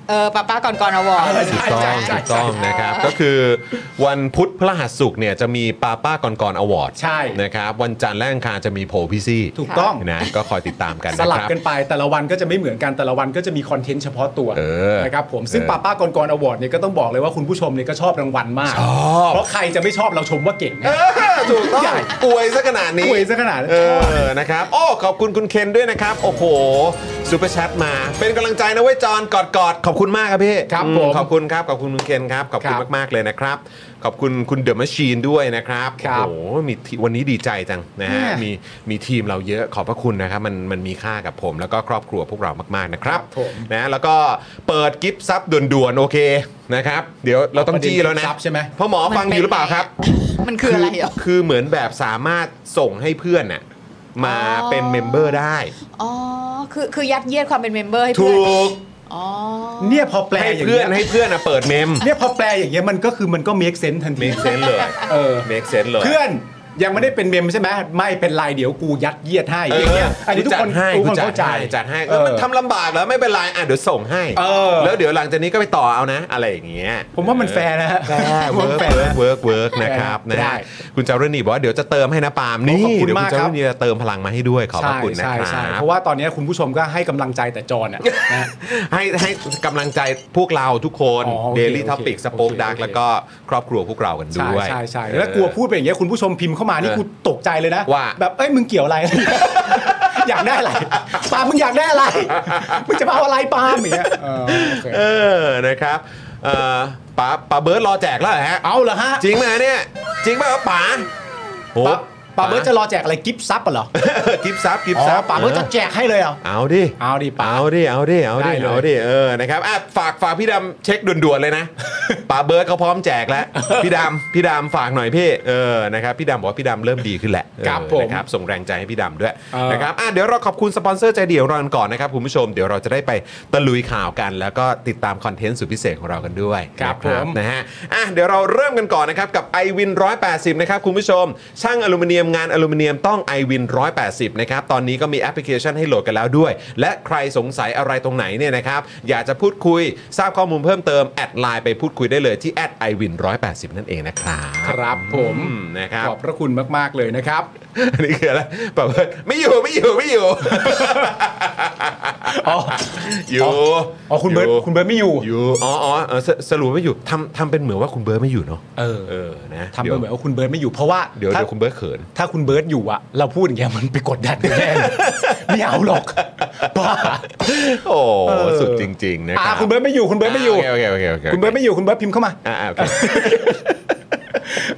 F: เออป้าป้าก่อนก่อนอวอร์ด
A: ถูกต้องถูกต้องนะครับ ก็คือวันพุธพระหัสศุกร์เนี่ยจะมีป้าป้าก่อนก่อนอวอร์ด
C: ใช่
A: นะครับวันจันทร์และอังคารจะมีโพลพี่ซี่
C: ถูกต้อง
A: นะก็คอยติดตามกันะค
C: ส
A: รับ
C: ลับกันไปแต่ละวันก็จะไม่เหมือนกันแต่ละวันก็จะมีคอนเทนต์เฉพาะตัว
A: เออ
C: นะครับผมซึ่ง
A: เออ
C: ป้าป้ากรกรอวอร์ดเนี่ยก็ต้องบอกเลยว่าคุณผู้ชมเนี่ยก็ชอบรางวัลมาก
A: ชอบ
C: เพราะใครจะไม่ชอบเราชมว่าเก่งนะ
A: เออถูกต้องอวยซะขนาดนี้
C: อวยซะขนาดนั้น
A: เออนะครับโอ้ขอบคุณคุณเคนด้วยนะครับ โอ้โหซูเปอร์แชทมา เป็นกำลังใจนะเว้ยจอนกอดกอดขอบคุณมากครับพี่
C: ครับ
A: อื
C: ผม
A: ขอบคุณครับขอบคุณคุณเคนครับขอบคุณ
C: ครับ
A: มาก ๆ เลยนะครับ ขอบคุณคุณเดอะม h ชชีนด้วยนะครับ
C: ครับ
A: โอ้โหมีทีวันนี้ดีใจจังนะฮะ
C: เนี่ย
A: มีมีทีมเราเยอะขอบพระคุณนะครับมันมันมีค่ากับผมแล้วก็ครอบครัวพวกเรามากๆนะครับนะแล้วก็เปิดกิฟต์ซับด่วนๆโอเคนะครับเดี๋ยวเราต้องจี้แล้วนะ
C: ซับใช่ไหม
A: พ่อหมอฟังอยู่หรือเปล่าครับ
F: มันคืออะไรเหรอ
A: คือเหมือนแบบสามารถส่งให้เพื่อนน่ะมา
F: อ๋อ
A: เป็นเมมเบอร์ได้
F: อ๋อ คือคือยัดเยียดความเป็นเมมเบอร์ให้เพื่
A: ถู
F: อน
A: ก
F: อ๋อ
C: เนี่ยพอแปล
A: ให้
C: อย่าง
A: เพื่
C: เงี้
A: อยนให้เพื่อนน่ะเปิดเมม
C: เนี่ยพอแปลอย่างเงี้ยมันก็คือมันก็ make sense ทัน
A: เมก
C: ที
A: เซนเลย
C: เออ
A: เมกเซนเลย
C: เพื่อนยังไม่ได้เป็นเมมใช่ไหมไม่เป็นไรเดี๋ยวกูยัดเยียดให้
A: เอ
C: อ
A: อย่าง
C: เงี้ยอันนี้ทุกคน
A: ให้
C: ทุกคนเข้าใจ
A: กูจัดให้
C: เอ
A: เออ
C: อ
A: มันทำลำบากแล้วไม่เป็นไรอ่ะเดี๋ยวส่งให้
C: เออ
A: แล้วเดี๋ยวหลังจากนี้ก็ไปต่อเอานะ อะไรอย่างเงี้ย
C: ผมว่ามันแฟร์นะฮะ
A: แฟร์
C: ผม
A: เวิ
C: ว่า
A: ร์ก
C: แฟร์
A: เวิร์กเวิ
C: นะ
A: ร์กเวิร์กนะครับนะ
C: ได้
A: ฮะคุณจารุณีบอกว่าเดี๋ยวจะเติมให้นะปาล์ม
C: ข
A: นี่
C: อบคุณ
A: เดี๋ยวคุ
C: มา
A: ณ
C: ก
A: จา
C: ครับ
A: รุณีจะเติมพลังมาให้ด้วยขอบพระคุณนะ
C: ใช่
A: ค
C: ใช่
A: รับ
C: เพราะว่าตอนเนี้ยคุณผู้ชมก็ให้กำลังใจแต่จอนอะนะ
A: ให้ให้กำลังใจพวกเราทุกคน
C: อ๋อโอเค
A: Daily
C: โอเค
A: Topic สป o อ e
C: โอเค
A: ดัก
C: โอเค
A: แล้วก็ครอบครัวพวกเรากัน
C: ใช่
A: ด้วย
C: ใช่ใช่
A: เออ
C: แล้วกลัวพูดไปอย่างเงี้ยคุณผู้ชมพิมพ์เข้ามานี่
A: เออ
C: กูตกใจเลยนะ
A: ว่า
C: แบบเอ้ยมึงเกี่ยวอะไร อยากได้อะไรปาล์มมึงอยากได้อะไร มึงจะมาเอาอะไรปาล์มอย่างเงี้ยเออโอเค
A: เออนะครับเอ่อป๋าป๋าเบิร์ดรอแจกแล้วเหรอฮะ
C: เอาเหรอฮะ
A: จริงไหมเนี่ย จริงป่ะครับป๋าโอ้
C: ปาปาเบิร์ตจะรอแจกอะไรกิฟต์ซับเหรอ
A: กิฟซับกิฟ
C: อ๋อ
A: ซับ
C: ปาเบิร์ตจะแจกให้เลยเหรอ
A: เอาดิ
C: เอาดิป๋า
A: เอาดิเอาดิเอา
C: ได้
A: ดิ
C: เลย
A: เอาดิเออนะครับอ่ะฝากฝากพี่ดำเช็คด่วนๆเลย นะ ป๋าเบิร์ดเขาพร้อมแจกแล้ว พี่ดำพี่ดำฝากหน่อยพี่เออนะครับพี่ดำบอกว่าพี่ดำเริ่มดีขึ้นแหละ
C: ครับ
A: เออ
C: ผม
A: นะครับส่งแรงใจให้พี่ดำด้วย
C: เออ
A: นะครับอ่ะเดี๋ยวเราขอบคุณสปอนเซอร์ใจเดียวเรากันก่อนนะครับคุณผู้ชมเดี๋ยวเราจะได้ไปตะลุยข่าวกัน แล้วก็ติดตามคอนเทนต์สุดพิเศษของเรากันด้วย
C: ครับ
A: นะ
C: ผม
A: นะฮะ อ่ะ เดี๋ยวเราเริ่มกันก่อนนะครับ กับ i w วิน180 นะครับ คุณผู้ชม ช่างอลูมิเนียมงานอลูมิเนียมต้อง i w วิน180 นะครับ ตอนนี้ก็มีแอปพลิเคชันให้โหลดกันแล้วด้วย และใครสงสัยอะไรตรงไหนเนี่ยนะครับ อยากจะพูดคุย ทราบข้อมูลเพิ่มเติม แอดไลน์ไปพูดคุยได้ ได้เลยที่ at i w i n 180 นั่นเองนะครับ
C: ครับผม
A: อืนะครับ
C: ขอบพระคุณมากๆเลยนะครับ
A: อันนี้คืออะไรแบบว่าไม่อยู่ไม่อยู่ไม่อยู่
C: อ๋อ
A: อยู่
C: อ๋อคุณเบิร์ต
A: ยู่
C: คุณเบิร์ตไม่อยู่
A: อยู่อ๋ออ๋อเออสสรุปไม่อยู่ทำทำเป็นเหมือนว่าคุณเบิร์ตไม่อยู่เนาะ
C: เออ
A: เออนะ
C: ทำเป็นเหมือนว่าคุณเบิร์ตไม่อยู่เพราะว่า
A: เดี๋ยว
C: ถ้า
A: เดี๋ยวคุณเบิร์ตเขิน
C: ถ้าคุณเบิร์ตอยู่อะเราพูดอย่างเงี้ยมันไปกดดันแน่ เลยไม่เอาหรอกบ้า
A: โอ้
C: เออ
A: สุดจริง ๆ นะค
C: อ่า
A: รับ
C: คุณเบิร์ตไม่อยู่คุณเบิร์ตไม่อยู่
A: าโอเคโอเคโอเคโอ
C: คุณเบิร์ตไม่อยู่คุณเบิร์ตพิมพ์เข้ามา
A: อ่าอ่าโอเค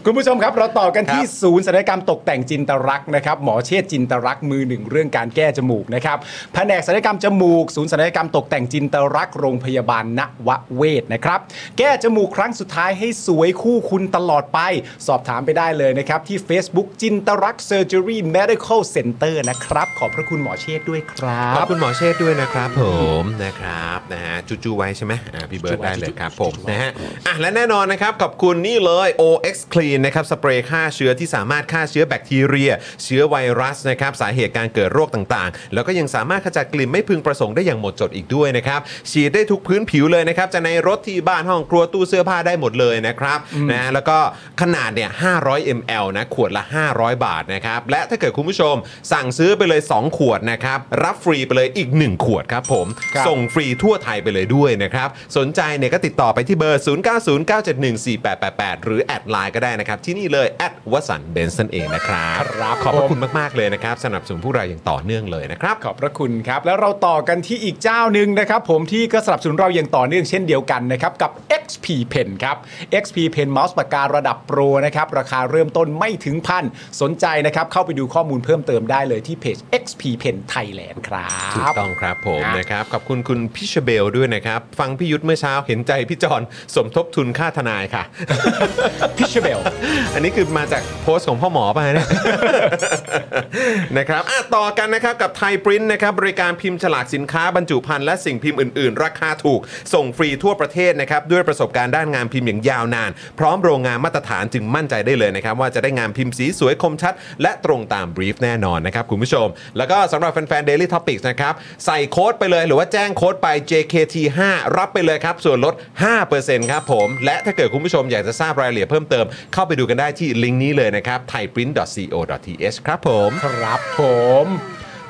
C: คุณผู้ชมครับ เราต่อกันที่
A: ครับ
C: ศูนย์ศัลยกรรมตกแต่งจินตรักษณ์นะครับ หมอเชษจินตรักษณ์มือหนึ่งเรื่องการแก้จมูกนะครับแผนกศัลยกรรมจมูก ศูนย์ศัลยกรรมตกแต่งจินตรักษณ์โรงพยาบาลนวเวศนะครับ แก้จมูกครั้งสุดท้ายให้สวยคู่คุณตลอดไป สอบถามไปได้เลยนะครับ ที่ Facebook จินตรักเซอร์เจอรี่เมดิคอลเซ็นเตอร์นะครับ ขอบพระคุณหมอเชษด้วยครั
A: ขอบบ คุณหมอเชษฐ์ด้วยนะครับผมนะครับนะฮะจูจูไว้ใช่ไหมอ่าพี่เบิร์ดได้เลยครับผมนะฮะอ่ะและแน่นอนนะครับขอบคุณนี่เลย OX Clean นะครับสเปรย์ฆ่าเชื้อที่สามารถฆ่าเชื้อแบคทีเรีย เชื้อไวรัสนะครับสาเหตุการเกิดโรคต่างๆ แล้วก็ยังสามารถขจัดกลิ่นไม่พึงประสงค์ได้อย่างหมดจดอีกด้วยนะครับฉีดได้ทุกพื้นผิวเลยนะครับจะในรถที่บ้านห้องครัวตู้เสื้อผ้าได้หมดเลยนะครับนะฮะแล้วก็ขนาดเนี่ย500 ml นะขวดละ 500 บาทนะครับและถ้าเกิดคุณผู้ชม สั่งซื้อไปเลย 2 ขวดนะครับ รับฟรีไปเลยอีก 1 ขวดครับผม
C: ครับ
A: ส่งฟรีทั่วไทยไปเลยด้วยนะครับ สนใจเนี่ยก็ติดต่อไปที่เบอร์ 0909714888 หรือ แอดไลน์ก็ได้นะครับ ที่นี่เลย แอดวสันเบนซ์นั่นเองนะครับ ขอบพระคุณมาก ๆ เลยนะครับ สนับสนุนพวกเราอย่างต่อเนื่องเลยนะครับ
C: ขอบพระคุณครับ แล้วเราต่อกันที่อีกเจ้าหนึ่งนะครับผมที่ก็สนับสนุนเราอย่างต่อเนื่องเช่นเดียวกันนะครับ กับ XP Pen ครับ XP Pen เมาส์ปากการะดับโปรนะครับ ราคาเริ่มต้นไม่ถึงพันสนใจนะครับ เข้าไปดูข้อมูลเพิ่มเติมได้เลยที่เพจ XP Pen Thailand ครับ
A: ถูกต้องครับผม
C: ครับ
A: นะครับขอบคุณคุณพิชเบลด้วยนะครับ ฟังพี่ยุทธเมื่อเช้าเห็นใจพี่จอนสมทบทุนค่าทนายค่ะ
C: พิชเบล
A: อันนี้คือมาจากโพสต์ของพ่อหมอป่ะเนี่ย นะครับอ่ะต่อกันนะครับกับไทยปริ้นนะครับบริการพิมพ์ฉลากสินค้าบรรจุภัณฑ์และสิ่งพิมพ์อื่น ๆ ราคาถูก ส่งฟรีทั่วประเทศนะครับด้วยประสบการณ์ด้านงานพิมพ์อย่างยาวนาน พร้อมโรงงานมาตรฐานจึงมั่นใจได้เลยนะครับ ว่าจะได้งานพิมพ์สีสวยคมชัด และตรงตามบรีฟแน่นอนนะครับคุณผู้ชม แล้วก็สำหรับแฟน ๆ Daily Topics นะครับใส่โค้ดไปเลยหรือว่าแจ้งโค้ดไป JKT5 รับไปเลยครับส่วนลด 5%ครับผม และถ้าเกิดคุณผู้ชมอยากจะทราบรายละเอียดเพิ่มเติม เข้าไปดูกันได้ที่ลิงก์นี้เลยนะครับ thaiprint.co.th ครับผม
C: ครับผม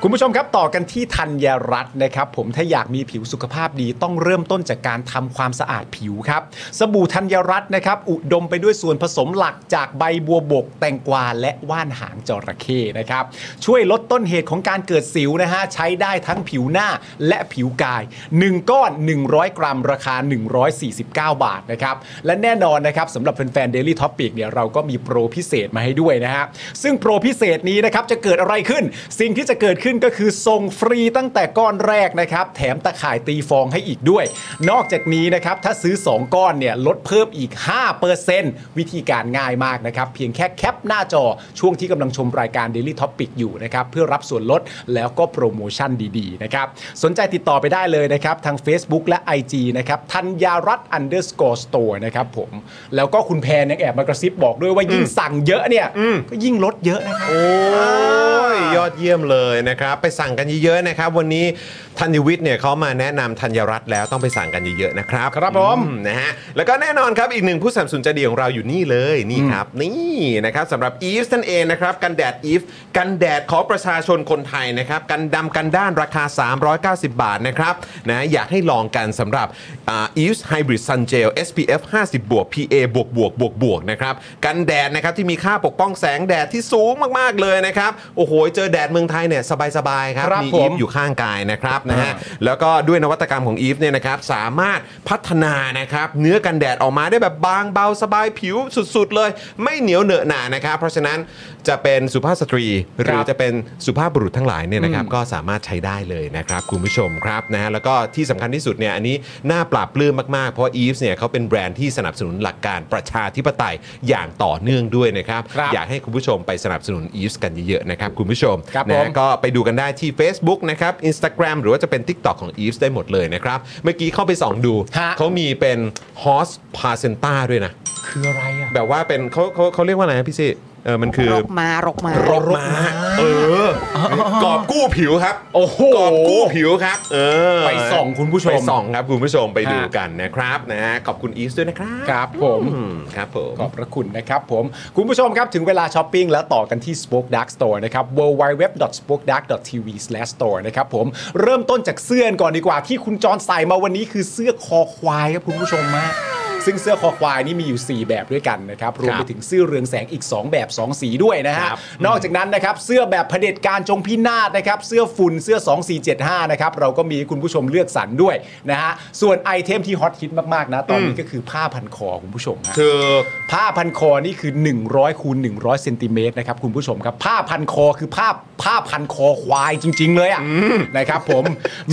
C: คุณผู้ชมครับต่อกันที่ธัญรัตน์นะครับ ผมถ้าอยากมีผิวสุขภาพดีต้องเริ่มต้นจากการทำความสะอาดผิวครับสบู่ธัญรัตน์นะครับ อุดมไปด้วยส่วนผสมหลักจากใบบัวบก แตงกวาและว่านหางจระเข้นะครับ ช่วยลดต้นเหตุของการเกิดสิวนะฮะ ใช้ได้ทั้งผิวหน้าและผิวกาย 1 ก้อน 100 กรัม ราคา 149 บาทนะครับ และแน่นอนนะครับสำหรับแฟนๆ Daily Topic เนี่ยเราก็มีโปรพิเศษมาให้ด้วยนะฮะ ซึ่งโปรพิเศษนี้นะครับจะเกิดอะไรขึ้น สิ่งที่จะเกิดขึ้นก็คือส่งฟรีตั้งแต่ก้อนแรกนะครับ แถมตะข่ายตีฟองให้อีกด้วย นอกจากนี้นะครับถ้าซื้อ 2 ก้อนเนี่ยลดเพิ่มอีก 5%วิธีการง่ายมากนะครับ เพียงแค่แคปหน้าจอช่วงที่กำลังชมรายการ Daily Topic อยู่นะครับ เพื่อรับส่วนลดแล้วก็โปรโมชั่นดีๆนะครับ สนใจติดต่อไปได้เลยนะครับ ทาง Facebook และ IG นะครับธัญญารัตน์ underscore store นะครับผม แล้วก็คุณแพนยังแอบมากระซิบบอกด้วยว่ายิ่งสั่งเยอะเนี่ย ก็ยิ่งลดเยอะนะครับ
A: โอ้ยยอดเยี่ยมเลยนะครับ ไปสั่งกันเยอะๆนะครับ วันนี้ธัญวิทย์เนี่ยเขามาแนะนำธัญรัตน์แล้วต้องไปสั่งกันเยอะๆนะครับ
C: ครับผม
A: อืนะฮะแล้วก็แน่นอนครับอีกหนึ่งผู้สนับสนุนใจดีของเราอยู่นี่เลยนี่ครับ นี่นะครับสำหรับอีฟนั่นเองนะครับ กันแดดอีฟกันแดดของประชาชนคนไทยนะครับ กันดำกันด้านราคา 390 บาทนะครับนะอยากให้ลองกันสำหรับอีฟไฮบริดซันเจล SPF 50บวก PA บวกบวกบวกบวกนะครับกันแดดนะครับที่มีค่าปกป้องแสงแดดที่สูงมากๆเลยนะครับโอ้โหเจอแดดเมืองไทยเนี่ยสบายๆครับ
C: ครับ
A: มี
C: ผ
A: อี
C: ม
A: ฟอยู่ อยู่ข้างกายนะครับนะฮะแล้วก็ด้วยนวัตกรรมของอีฟเนี่ยนะครับสามารถพัฒนานะครับเนื้อกันแดดออกมาได้แบบบางเบาสบายผิวสุดๆ เลย ไม่เหนียวเหนอะหนานะครับ เพราะฉะนั้นจะเป็นสุภาพสตรี หรือจะเป็นสุภาพบุรุษทั้งหลายเนี่ยนะครับก็สามารถใช้ได้เลยนะครับคุณผู้ชมครับนะฮะแล้วก็ที่สำคัญที่สุดเนี่ยอันนี้น่าปราบปลื้มมากๆ เพราะอีฟเนี่ยเขาเป็นแบรนด์ที่สนับสนุนหลักการประชาธิปไตยอย่างต่อเนื่องด้วยนะครับ
C: ครับ
A: อยากให้คุณผู้ชมไปสนับสนุนอีฟกันเยอะๆนะครับคุณผู้ชม
C: ครับ
A: นะ
C: ผ
A: ฮะ
C: ม
A: ก็ไปดูกันได้ที่ Facebook นะครับ Instagram หรือว่าจะเป็น TikTok ของ e v e s ได้หมดเลยนะครับ เมื่อกี้เข้าไปส่องดู
C: ฮะ
A: เขามีเป็น Horse Placenta ด้วยนะ
C: คืออะไรอ่ะ
A: แบบว่าเป็นเขาเขาเขาเรียกว่าอะไรนะพี่ซี่ เออมันคือ
F: รกมารกมาร
A: ถม้าเออกอบกู้ผิวครับ
C: โอ้โห
A: กอบกู้ผิวครับ เออ
C: ไปส่องคุณผู้ชม
A: ไปส่องครับคุณผู้ชมไปดู
C: ฮะ
A: กันนะครับนะฮะขอบคุณอีสด้วยนะครับ
C: ครับผม
A: อืมครับผม
C: ขอบพระคุณนะครับผม คุณผู้ชมครับ ถึงเวลาช้อปปิ้งแล้วต่อกันที่ Spoke Dark Store นะครับ www.spokedark.tv/store นะครับผมเริ่มต้นจากเสื้อก่อนดีกว่าที่คุณจอนใส่มาวันนี้คือเสื้อคอควายครับคุณผู้ชมมากซึ่งเสื้อคอควายนี่มีอยู่ 4 แบบด้วยกันนะครับรวมไปถึงเสื้อเรืองแสงอีก 2 แบบ 2 สีด้วยนะฮะ
A: ครับ
C: นอกจากนั้นนะครับเสื้อแบบเผด็จการจงพินาศนะครับเสื้อฝุ่นเสื้อ 2475 นะครับเราก็มีให้คุณผู้ชมเลือกสรรด้วยนะฮะส่วนไอเทมที่ฮอตฮิตมากๆนะตอนนี้ก็คือผ้าพันคอคุณผู้ชมฮะ
A: คือ
C: ผ้าพันคอนี่คือ 100คูณ100เซนติเมตรนะครับคุณผู้ชมครับ ผ้าพันคอคือผ้าผ้าพันคอควายจริง ๆ เลยอ่ะนะครับผม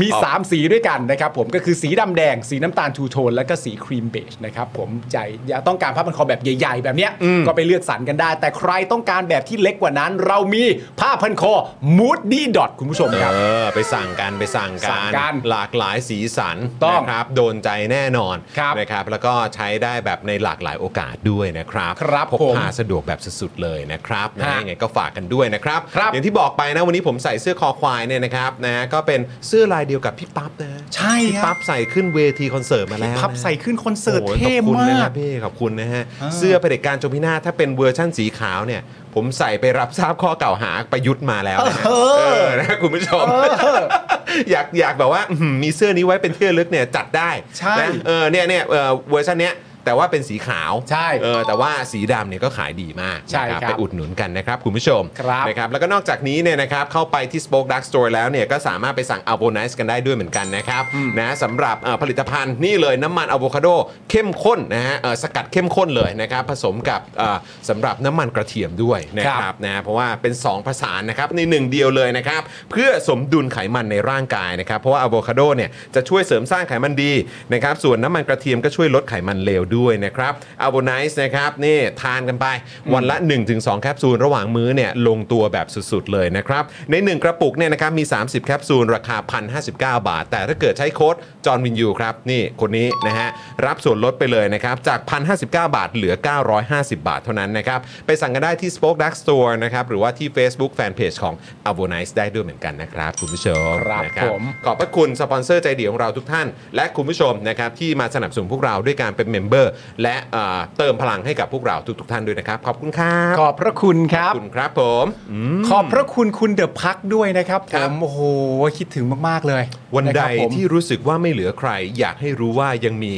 C: มี 3 สีด้วยกันนะครับผมก็คือสีดำแดง สีน้ำตาลทูโทน แล้วก็สีครีมเบจนะครับผมใจอยากต้องการผ้าพันคอแบบใหญ่ ๆ แบบเนี้ยก็ไปเลือกสรรกันได้ แต่ใครต้องการแบบที่เล็กกว่านั้น เรามีผ้าพันคอมูดดี้ดอทคุณผู้ชมครับ
A: เออไปสั่งกันไปสั่ง
C: สั่
A: กั
C: ง
A: น
C: กัน
A: หลากหลายสีสัน
C: ต้อง
A: นะครับโดนใจแน่นอน
C: ครับ
A: นะครับ แล้วก็ใช้ได้แบบในหลากหลายโอกาสด้วยนะครับ
C: ครับ
A: พก
C: ผม
A: พาสะดวกแบบสุดๆเลยนะครับนะ
C: ฮะ
A: ยังไงก็ฝากกันด้วยนะครับ
C: ครับ
A: อย่างที่บอกไปนะวันนี้ผมใส่เสื้อคอควายเนี่ยนะครับนะก็เป็นเสื้อลายเดียวกับพี่ปั๊บนะ
C: ใช่
A: พี่
C: ครับ
A: ปั๊บใส่ขึ้นเวทีคอนเสิร์ตมาแล้วนะ
C: พับใส่ขึ้นคอนเสิร์ตเท่
A: โอ้ยขอบคุณนะค
C: มาก
A: รับพี่ขอบคุณนะฮะ เสื้อเผด็จการจงพินาศถ้าเป็นเวอร์ชั่นสีขาวเนี่ย ผมใส่ไปรับทราบข้อกล่าวหาประยุทธ์มาแล้วนะฮะเออนะคุณผู้ชม อยากอยากแบบว่าอื้อหือมีเสื้อนี้ไว้เป็นเที่ยวลึกเนี่ยจัดได้
C: ใช่
A: นะเออเนี่ยเนี่ยเอ่อเวอร์ชันเนี้ยแต่ว่าเป็นสีขาว
C: ใช่
A: เออแต่ว่าสีดำเนี่ยก็ขายดีมาก
C: ใช่
A: นะครับ ไปอุดหนุนกันนะครับคุณผู้ชม
C: ครับ
A: นะครับแล้วก็นอกจากนี้เนี่ยนะครับเข้าไปที่ Spoke Dark Store แล้วเนี่ยก็สามารถไปสั่งอัลโบนิสกันได้ด้วยเหมือนกันนะครับนะสำหรับเอ่อผลิตภัณฑ์นี่เลยน้ำมันอะโวคาโดเข้มข้นนะฮะเอ่อสกัดเข้มข้นเลยนะครับผสมกับเอ่อสำหรับน้ำมันกระเทียมด้วยนะค
C: ค
A: รั
C: รับ บ
A: นะเพราะว่าเป็น 2 ผสานนะครับในหนึ่งเดียวเลยนะครับ เพื่อสมดุลไขมันในร่างกายนะครับ เพราะว่าอะโวคาโดเนี่ยจะช่วยเสริมสร้างไขมันดีนะครับ ส่วนน้ำมันกระเทียมก็ช่วยลดไขมันเลวด้วยนะครับอะโวไนซ์นะครับนี่ทานกันไปวันละ 1-2 แคปซูลระหว่างมื้อเนี่ยลงตัวแบบสุดๆเลยนะครับ ใน 1 กระปุกเนี่ยนะครับมี 30 แคปซูล ราคา 1,059 บาท แต่ถ้าเกิดใช้โค้ดจอห์นวินยูครับนี่คนนี้นะฮะรับส่วนลดไปเลยนะครับจาก 1,059 บาทเหลือ 950 บาทเท่านั้นนะครับไปสั่งกันได้ที่ Spoke Dark Store นะครับหรือว่าที่ Facebook Fanpage ของ a v o n i c e ได้ด้วยเหมือนกันนะครับ คุณผู้ชม
C: ครับ
A: นะ
C: ผม
A: ขอบพระคุณสปอนเซอร์ใจดีของเราทุกท่าน และคุณผู้ชมนะครับที่มาสนับสนุนพวกเราด้วยการเป็นเมมเบอร์และเอ่อเติมพลังให้กับพวกเราทุก ๆ ท่านด้วยนะครับขอบคุณครับ
C: ขอบพระคุณครั
A: ขอบ บคุณครับผม
C: ขอบพระคุณคุณเดอะพักด้วยนะครับ
A: ค
C: ผ
A: รับ
C: มโอ้โหคิดถึงมาก ๆ เลย
A: วันใด
C: ะครับผม
A: ที่รู้สึกว่าไม่เหลือใคร อยากให้รู้ว่ายังมี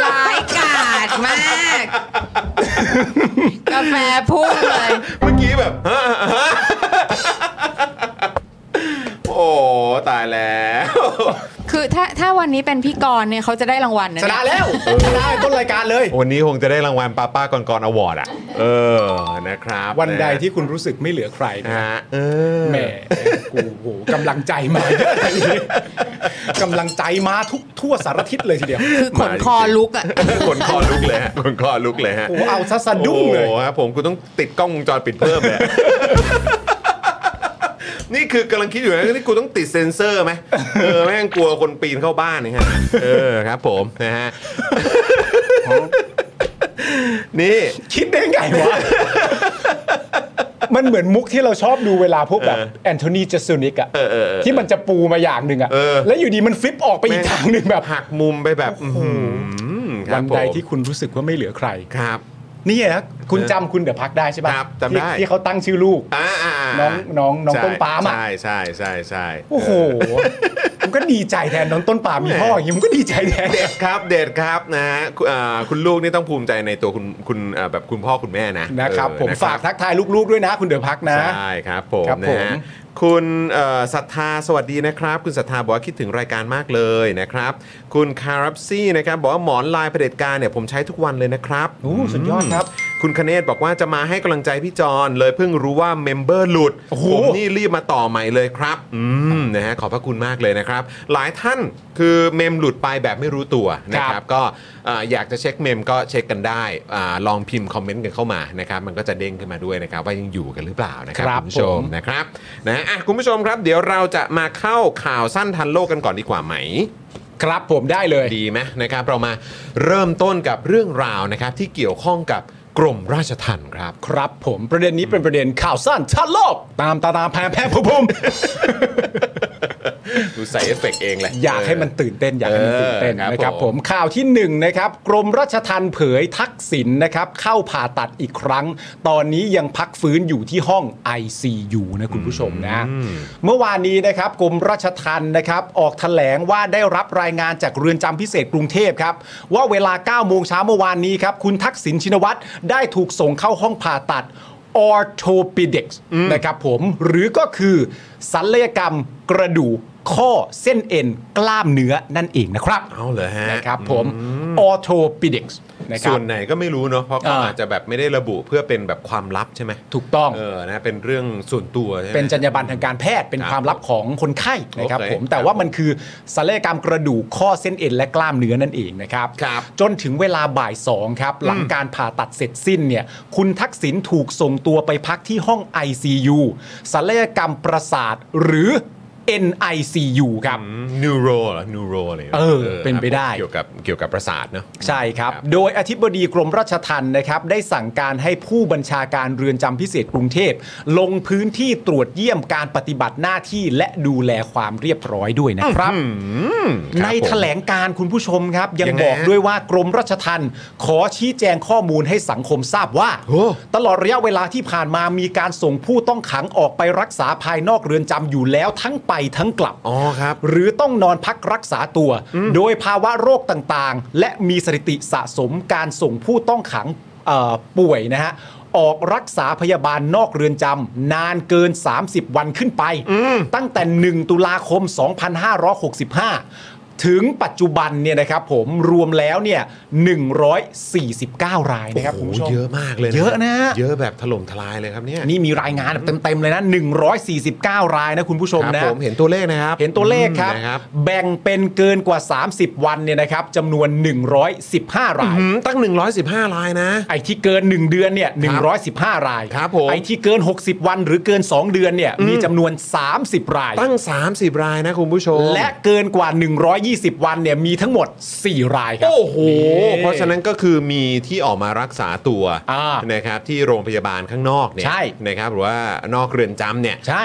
F: ร้ายกาดมาก กาแฟพุ่งเลย
A: เมื่อกี้แบบฮะฮะ โอ้ตายแล้ว
F: คือถ้าถ้าวันนี้เป็นพี่กรณ์เนี่ยเขาจะได้รางวัลนะ
C: ชนะแล้วชนะต้นรายการเลย
A: วันนี้คงจะได้รางวัลป้าป้าก่อนก่อนอวอร์ดอ่ะ เออนะครับ
C: วันใดที่คุณรู้สึกไม่เหลือใคร
A: นะ
C: นะ
A: ฮะ เออ
C: แหมกูโอ้โหกำลังใจมาเยอะเลยกำลังใจมาทุกทั่วสารทิศเลยทีเดียว
F: คือขนคอลุกอ่ะ
A: ขนคอลุกเลยฮะขนคอลุกเลยฮะ
C: โอ้เอาซะสะดุ้งเลย
A: โอ้ครับผมกูต้องติดกล้องวงจรปิดเพิ่ม เลย นี่คือกำลังคิดอยู่นะนี่กูต้องติดเซ็นเซอร์ไหมเออแม่งกลัวคนปีนเข้าบ้านนี่ฮะเออครับผมนะ ฮะ นี่
C: คิดได้ไงวะ มันเหมือนมุกที่เราชอบดูเวลาพวกแบบแอนโทนีเจสุนิกอะที่มันจะปูมาอย่างหนึ่งอะ
A: เออ
C: แล้วอยู่ดีมันฟลิปออกไปอีกทางหนึ่งแบบ
A: หักมุมไปแบบอื้อหือครั
C: วั
A: บ
C: น
A: ผม
C: ใดที่คุณรู้สึกว่าไม่เหลือใคร
A: ครับ
C: นี่นะคุณจำคุณเดอะพักได้ใช่ปะ
A: ครับจำได้
C: ที่ที่เขาตั้งชื่อลูก
A: อ่าาา
C: น้องน้องน้อง
A: ใช่
C: ต้นปาล์มอะ
A: ใช่ใช่ใช่ใช่
C: โอ้โหผมก็ดีใจแทนน้องต้นป่ามีพ่ออย่างนี้ผมก็ดีใจแทน
A: เด็ดครับเด็ดครับนะฮะคุณอ่าคุณลูกนี่ต้องภูมิใจในตัวคุณคุณอ่าแบบคุณพ่อคุณแม่นะ
C: นะครับ
A: เออ
C: ผม
A: นะ
C: ฝากทักทายลูกๆด้วยนะคุณเดอะพักนะ
A: ใช่ครับผม
C: ครับ
A: นะ
C: ผม
A: ฮะคุณเอ่อศรัทธาสวัสดีนะครับ คุณศรัทธาบอกว่าคิดถึงรายการมากเลยนะครับ คุณคารับซี่นะครับบอกว่าหมอนลายเผด็จการเนี่ยผมใช้ทุกวันเลยนะครับ
C: โอ้สุดยอดครับ
A: คุณคเนศบอกว่าจะมาให้กำลังใจพี่จอนเลยเพิ่งรู้ว่าเมมเบอร์หลุด
C: โอ้โห
A: ผมนี่รีบมาต่อใหม่เลยครับ อืมนะฮะขอบพระคุณมากเลยนะครับ หลายท่านคือเมมหลุดไปแบบไม่รู้ตัวนะครับ ก็เอ่ออยากจะเช็คเมมก็เช็คกันได้อาลองพิมพ์คอมเมนต์กันเข้ามานะครับมันก็จะเด้งขึ้นมาด้วยนะครับ ว่ายังอยู่กันหรือเปล่านะครับ
C: ครับ
A: คุณผู้ชม
C: ผม
A: นะครับนะอ่ะคุณผู้ชมครับ เดี๋ยวเราจะมาเข้าข่าวสั้นทันโลกกันก่อนดีกว่าไหม
C: ครับผมได้เลย
A: ดีไหมนะครับเรามาเริ่มต้นกับเรื่องราวนะครับที่เกี่ยวข้องกับกรมราชทัณฑ์ครับ
C: ครับผมประเด็นนี้เป็นประเด็นข่าวสั้นทันโลก ตามตาตามแพม แพมพุ่มพุ่ม
A: ดูใส่เอฟเฟกต์เองเลย
C: อยากให้มันตื่นเต้นอยากให้มันตื่นเต้น
A: เออครับ
C: นะครับ
A: ผ
C: ผม มข่าวที่หนึ่งนะครับกรมราชทัณฑ์เผยทักษิณนะครับเข้าผ่าตัดอีกครั้ง ตอนนี้ยังพักฟื้นอยู่ที่ห้อง ICU นะคุณผู้ชมนะเมื่อวานนี้นะครับกรมราชทัณฑ์นะครับออกแถลงว่าได้รับรายงานจากเรือนจำพิเศษกรุงเทพครับว่าเวลา 9 โมงเช้าเมื่อวานนี้ครับคุณทักษิณชินวัตรได้ถูกส่งเข้าห้องผ่าตัด orthopedics นะครับผมหรือก็คือศัลยกรรมกระดูกข้อเส้นเอ็นกล้ามเนื้อนั่นเองนะครับ
A: เอาเหรอฮะ
C: นะครับผม orthopedics นะค
A: ส่
C: รั
A: ว
C: บ
A: นไหนก็ไม่รู้เนาะเพราะเขา
C: อ่า
A: อาจจะแบบไม่ได้ระบุเพื่อเป็นแบบความลับใช่ไหม
C: ถูกต้อง
A: เออนะเป็นเรื่องส่วนตัวใช่ไหม
C: เป็นจรรยาบรรณทางการแพทย์เป็น
A: ครับ
C: ความลับของคนไข้นะครับ
A: โอเค
C: ผมแต่ว่ามันคือศัลยกรรมกระดูกข้อเส้นเอ็นและกล้ามเนื้อนั่นเองนะครับ
A: ครับ
C: จนถึงเวลาบ่ายสองครับ หลังการผ่าตัดเสร็จสิ้นเนี่ยคุณทักษิณถูกส่งตัวไปพักที่ห้อง ICU ศัลยกรรมประสาทหรือ NICU ครับ
A: อืม neuro เหรอ neuro อะไรงี้ย
C: เออเป็นไปได้
A: เกี่ยวกับเกี่ยวกับประสาทเนาะ
C: ใช่ครับ
A: ครับ
C: โดยอธิบดีกรมราชทัณฑ์นะครับ ได้สั่งการให้ผู้บัญชาการเรือนจำพิเศษกรุงเทพ ลงพื้นที่ตรวจเยี่ยมการปฏิบัติหน้าที่และดูแลความเรียบร้อยด้วยนะครับ
A: ค
C: ใน
A: รับผม
C: แถลงการณ์คุณผู้ชมครับ ยัง
A: ยังไง
C: บอก
A: ฮะ
C: ด้วยว่ากรมราชทัณฑ์ขอชี้แจงข้อมูลให้สังคมทราบว่า
A: โอ้
C: ตลอดระยะเวลาที่ผ่านมามีการส่งผู้ต้องขังออกไปรักษาภายนอกเรือนจำอยู่แล้วทั้งไปทั้งกลับ
A: อ๋อครับ
C: หรือต้องนอนพักรักษาตัว โดยภาวะโรคต่างๆ และมีสถิติสะสมการส่งผู้ต้องขังเอ่อป่วยนะฮะ ออกรักษาพยาบาลนอกเรือนจำนานเกิน 30 วันขึ้นไป ตั้งแต่ 1 ตุลาคม 2565 ถึงปัจจุบันเนี่ยนะครับผมรวมแล้วเนี่ย149 รายนะครับคุณ
A: โอ้
C: ผู้ชม
A: เยอะมากเลย
C: เยอะนะ
A: เยอะแบบถล่มทลายเลยครับเนี่ย
C: นี่มีรายงานแบบเต็ม ๆ เลยนะ 149 รายนะคุณผู้ชม
A: ครับ
C: นะ
A: ผมเห็นตัวเลขนะครับ
C: เห็นตัวเลขครับ
A: อืมนะครับ
C: แบ่งเป็นเกินกว่า 30 วันเนี่ยนะครับจำนวน 115 ราย
A: อืมตั้ง 115ลายนะ
C: ไอ้ที่เกิน 1 เดือนเนี่ย115 ราย
A: ครับผม
C: ไอ้ที่เกิน 60 วันหรือเกิน 2 เดือนเนี่ยมีจำนวน 30 ราย
A: ตั้ง 30 รายนะคุณผู้ชม
C: และเกินกว่า 120 วันเนี่ยมีทั้งหมด 4 รายครับ
A: โอ้โห เพราะฉะนั้นก็คือมีที่ออกมารักษาตัว
C: อ่า
A: นะครับที่โรงพยาบาลข้างนอกเนี่ย
C: ใช่
A: นะครับหรือว่านอกเรือนจำเนี่ย
C: ใช่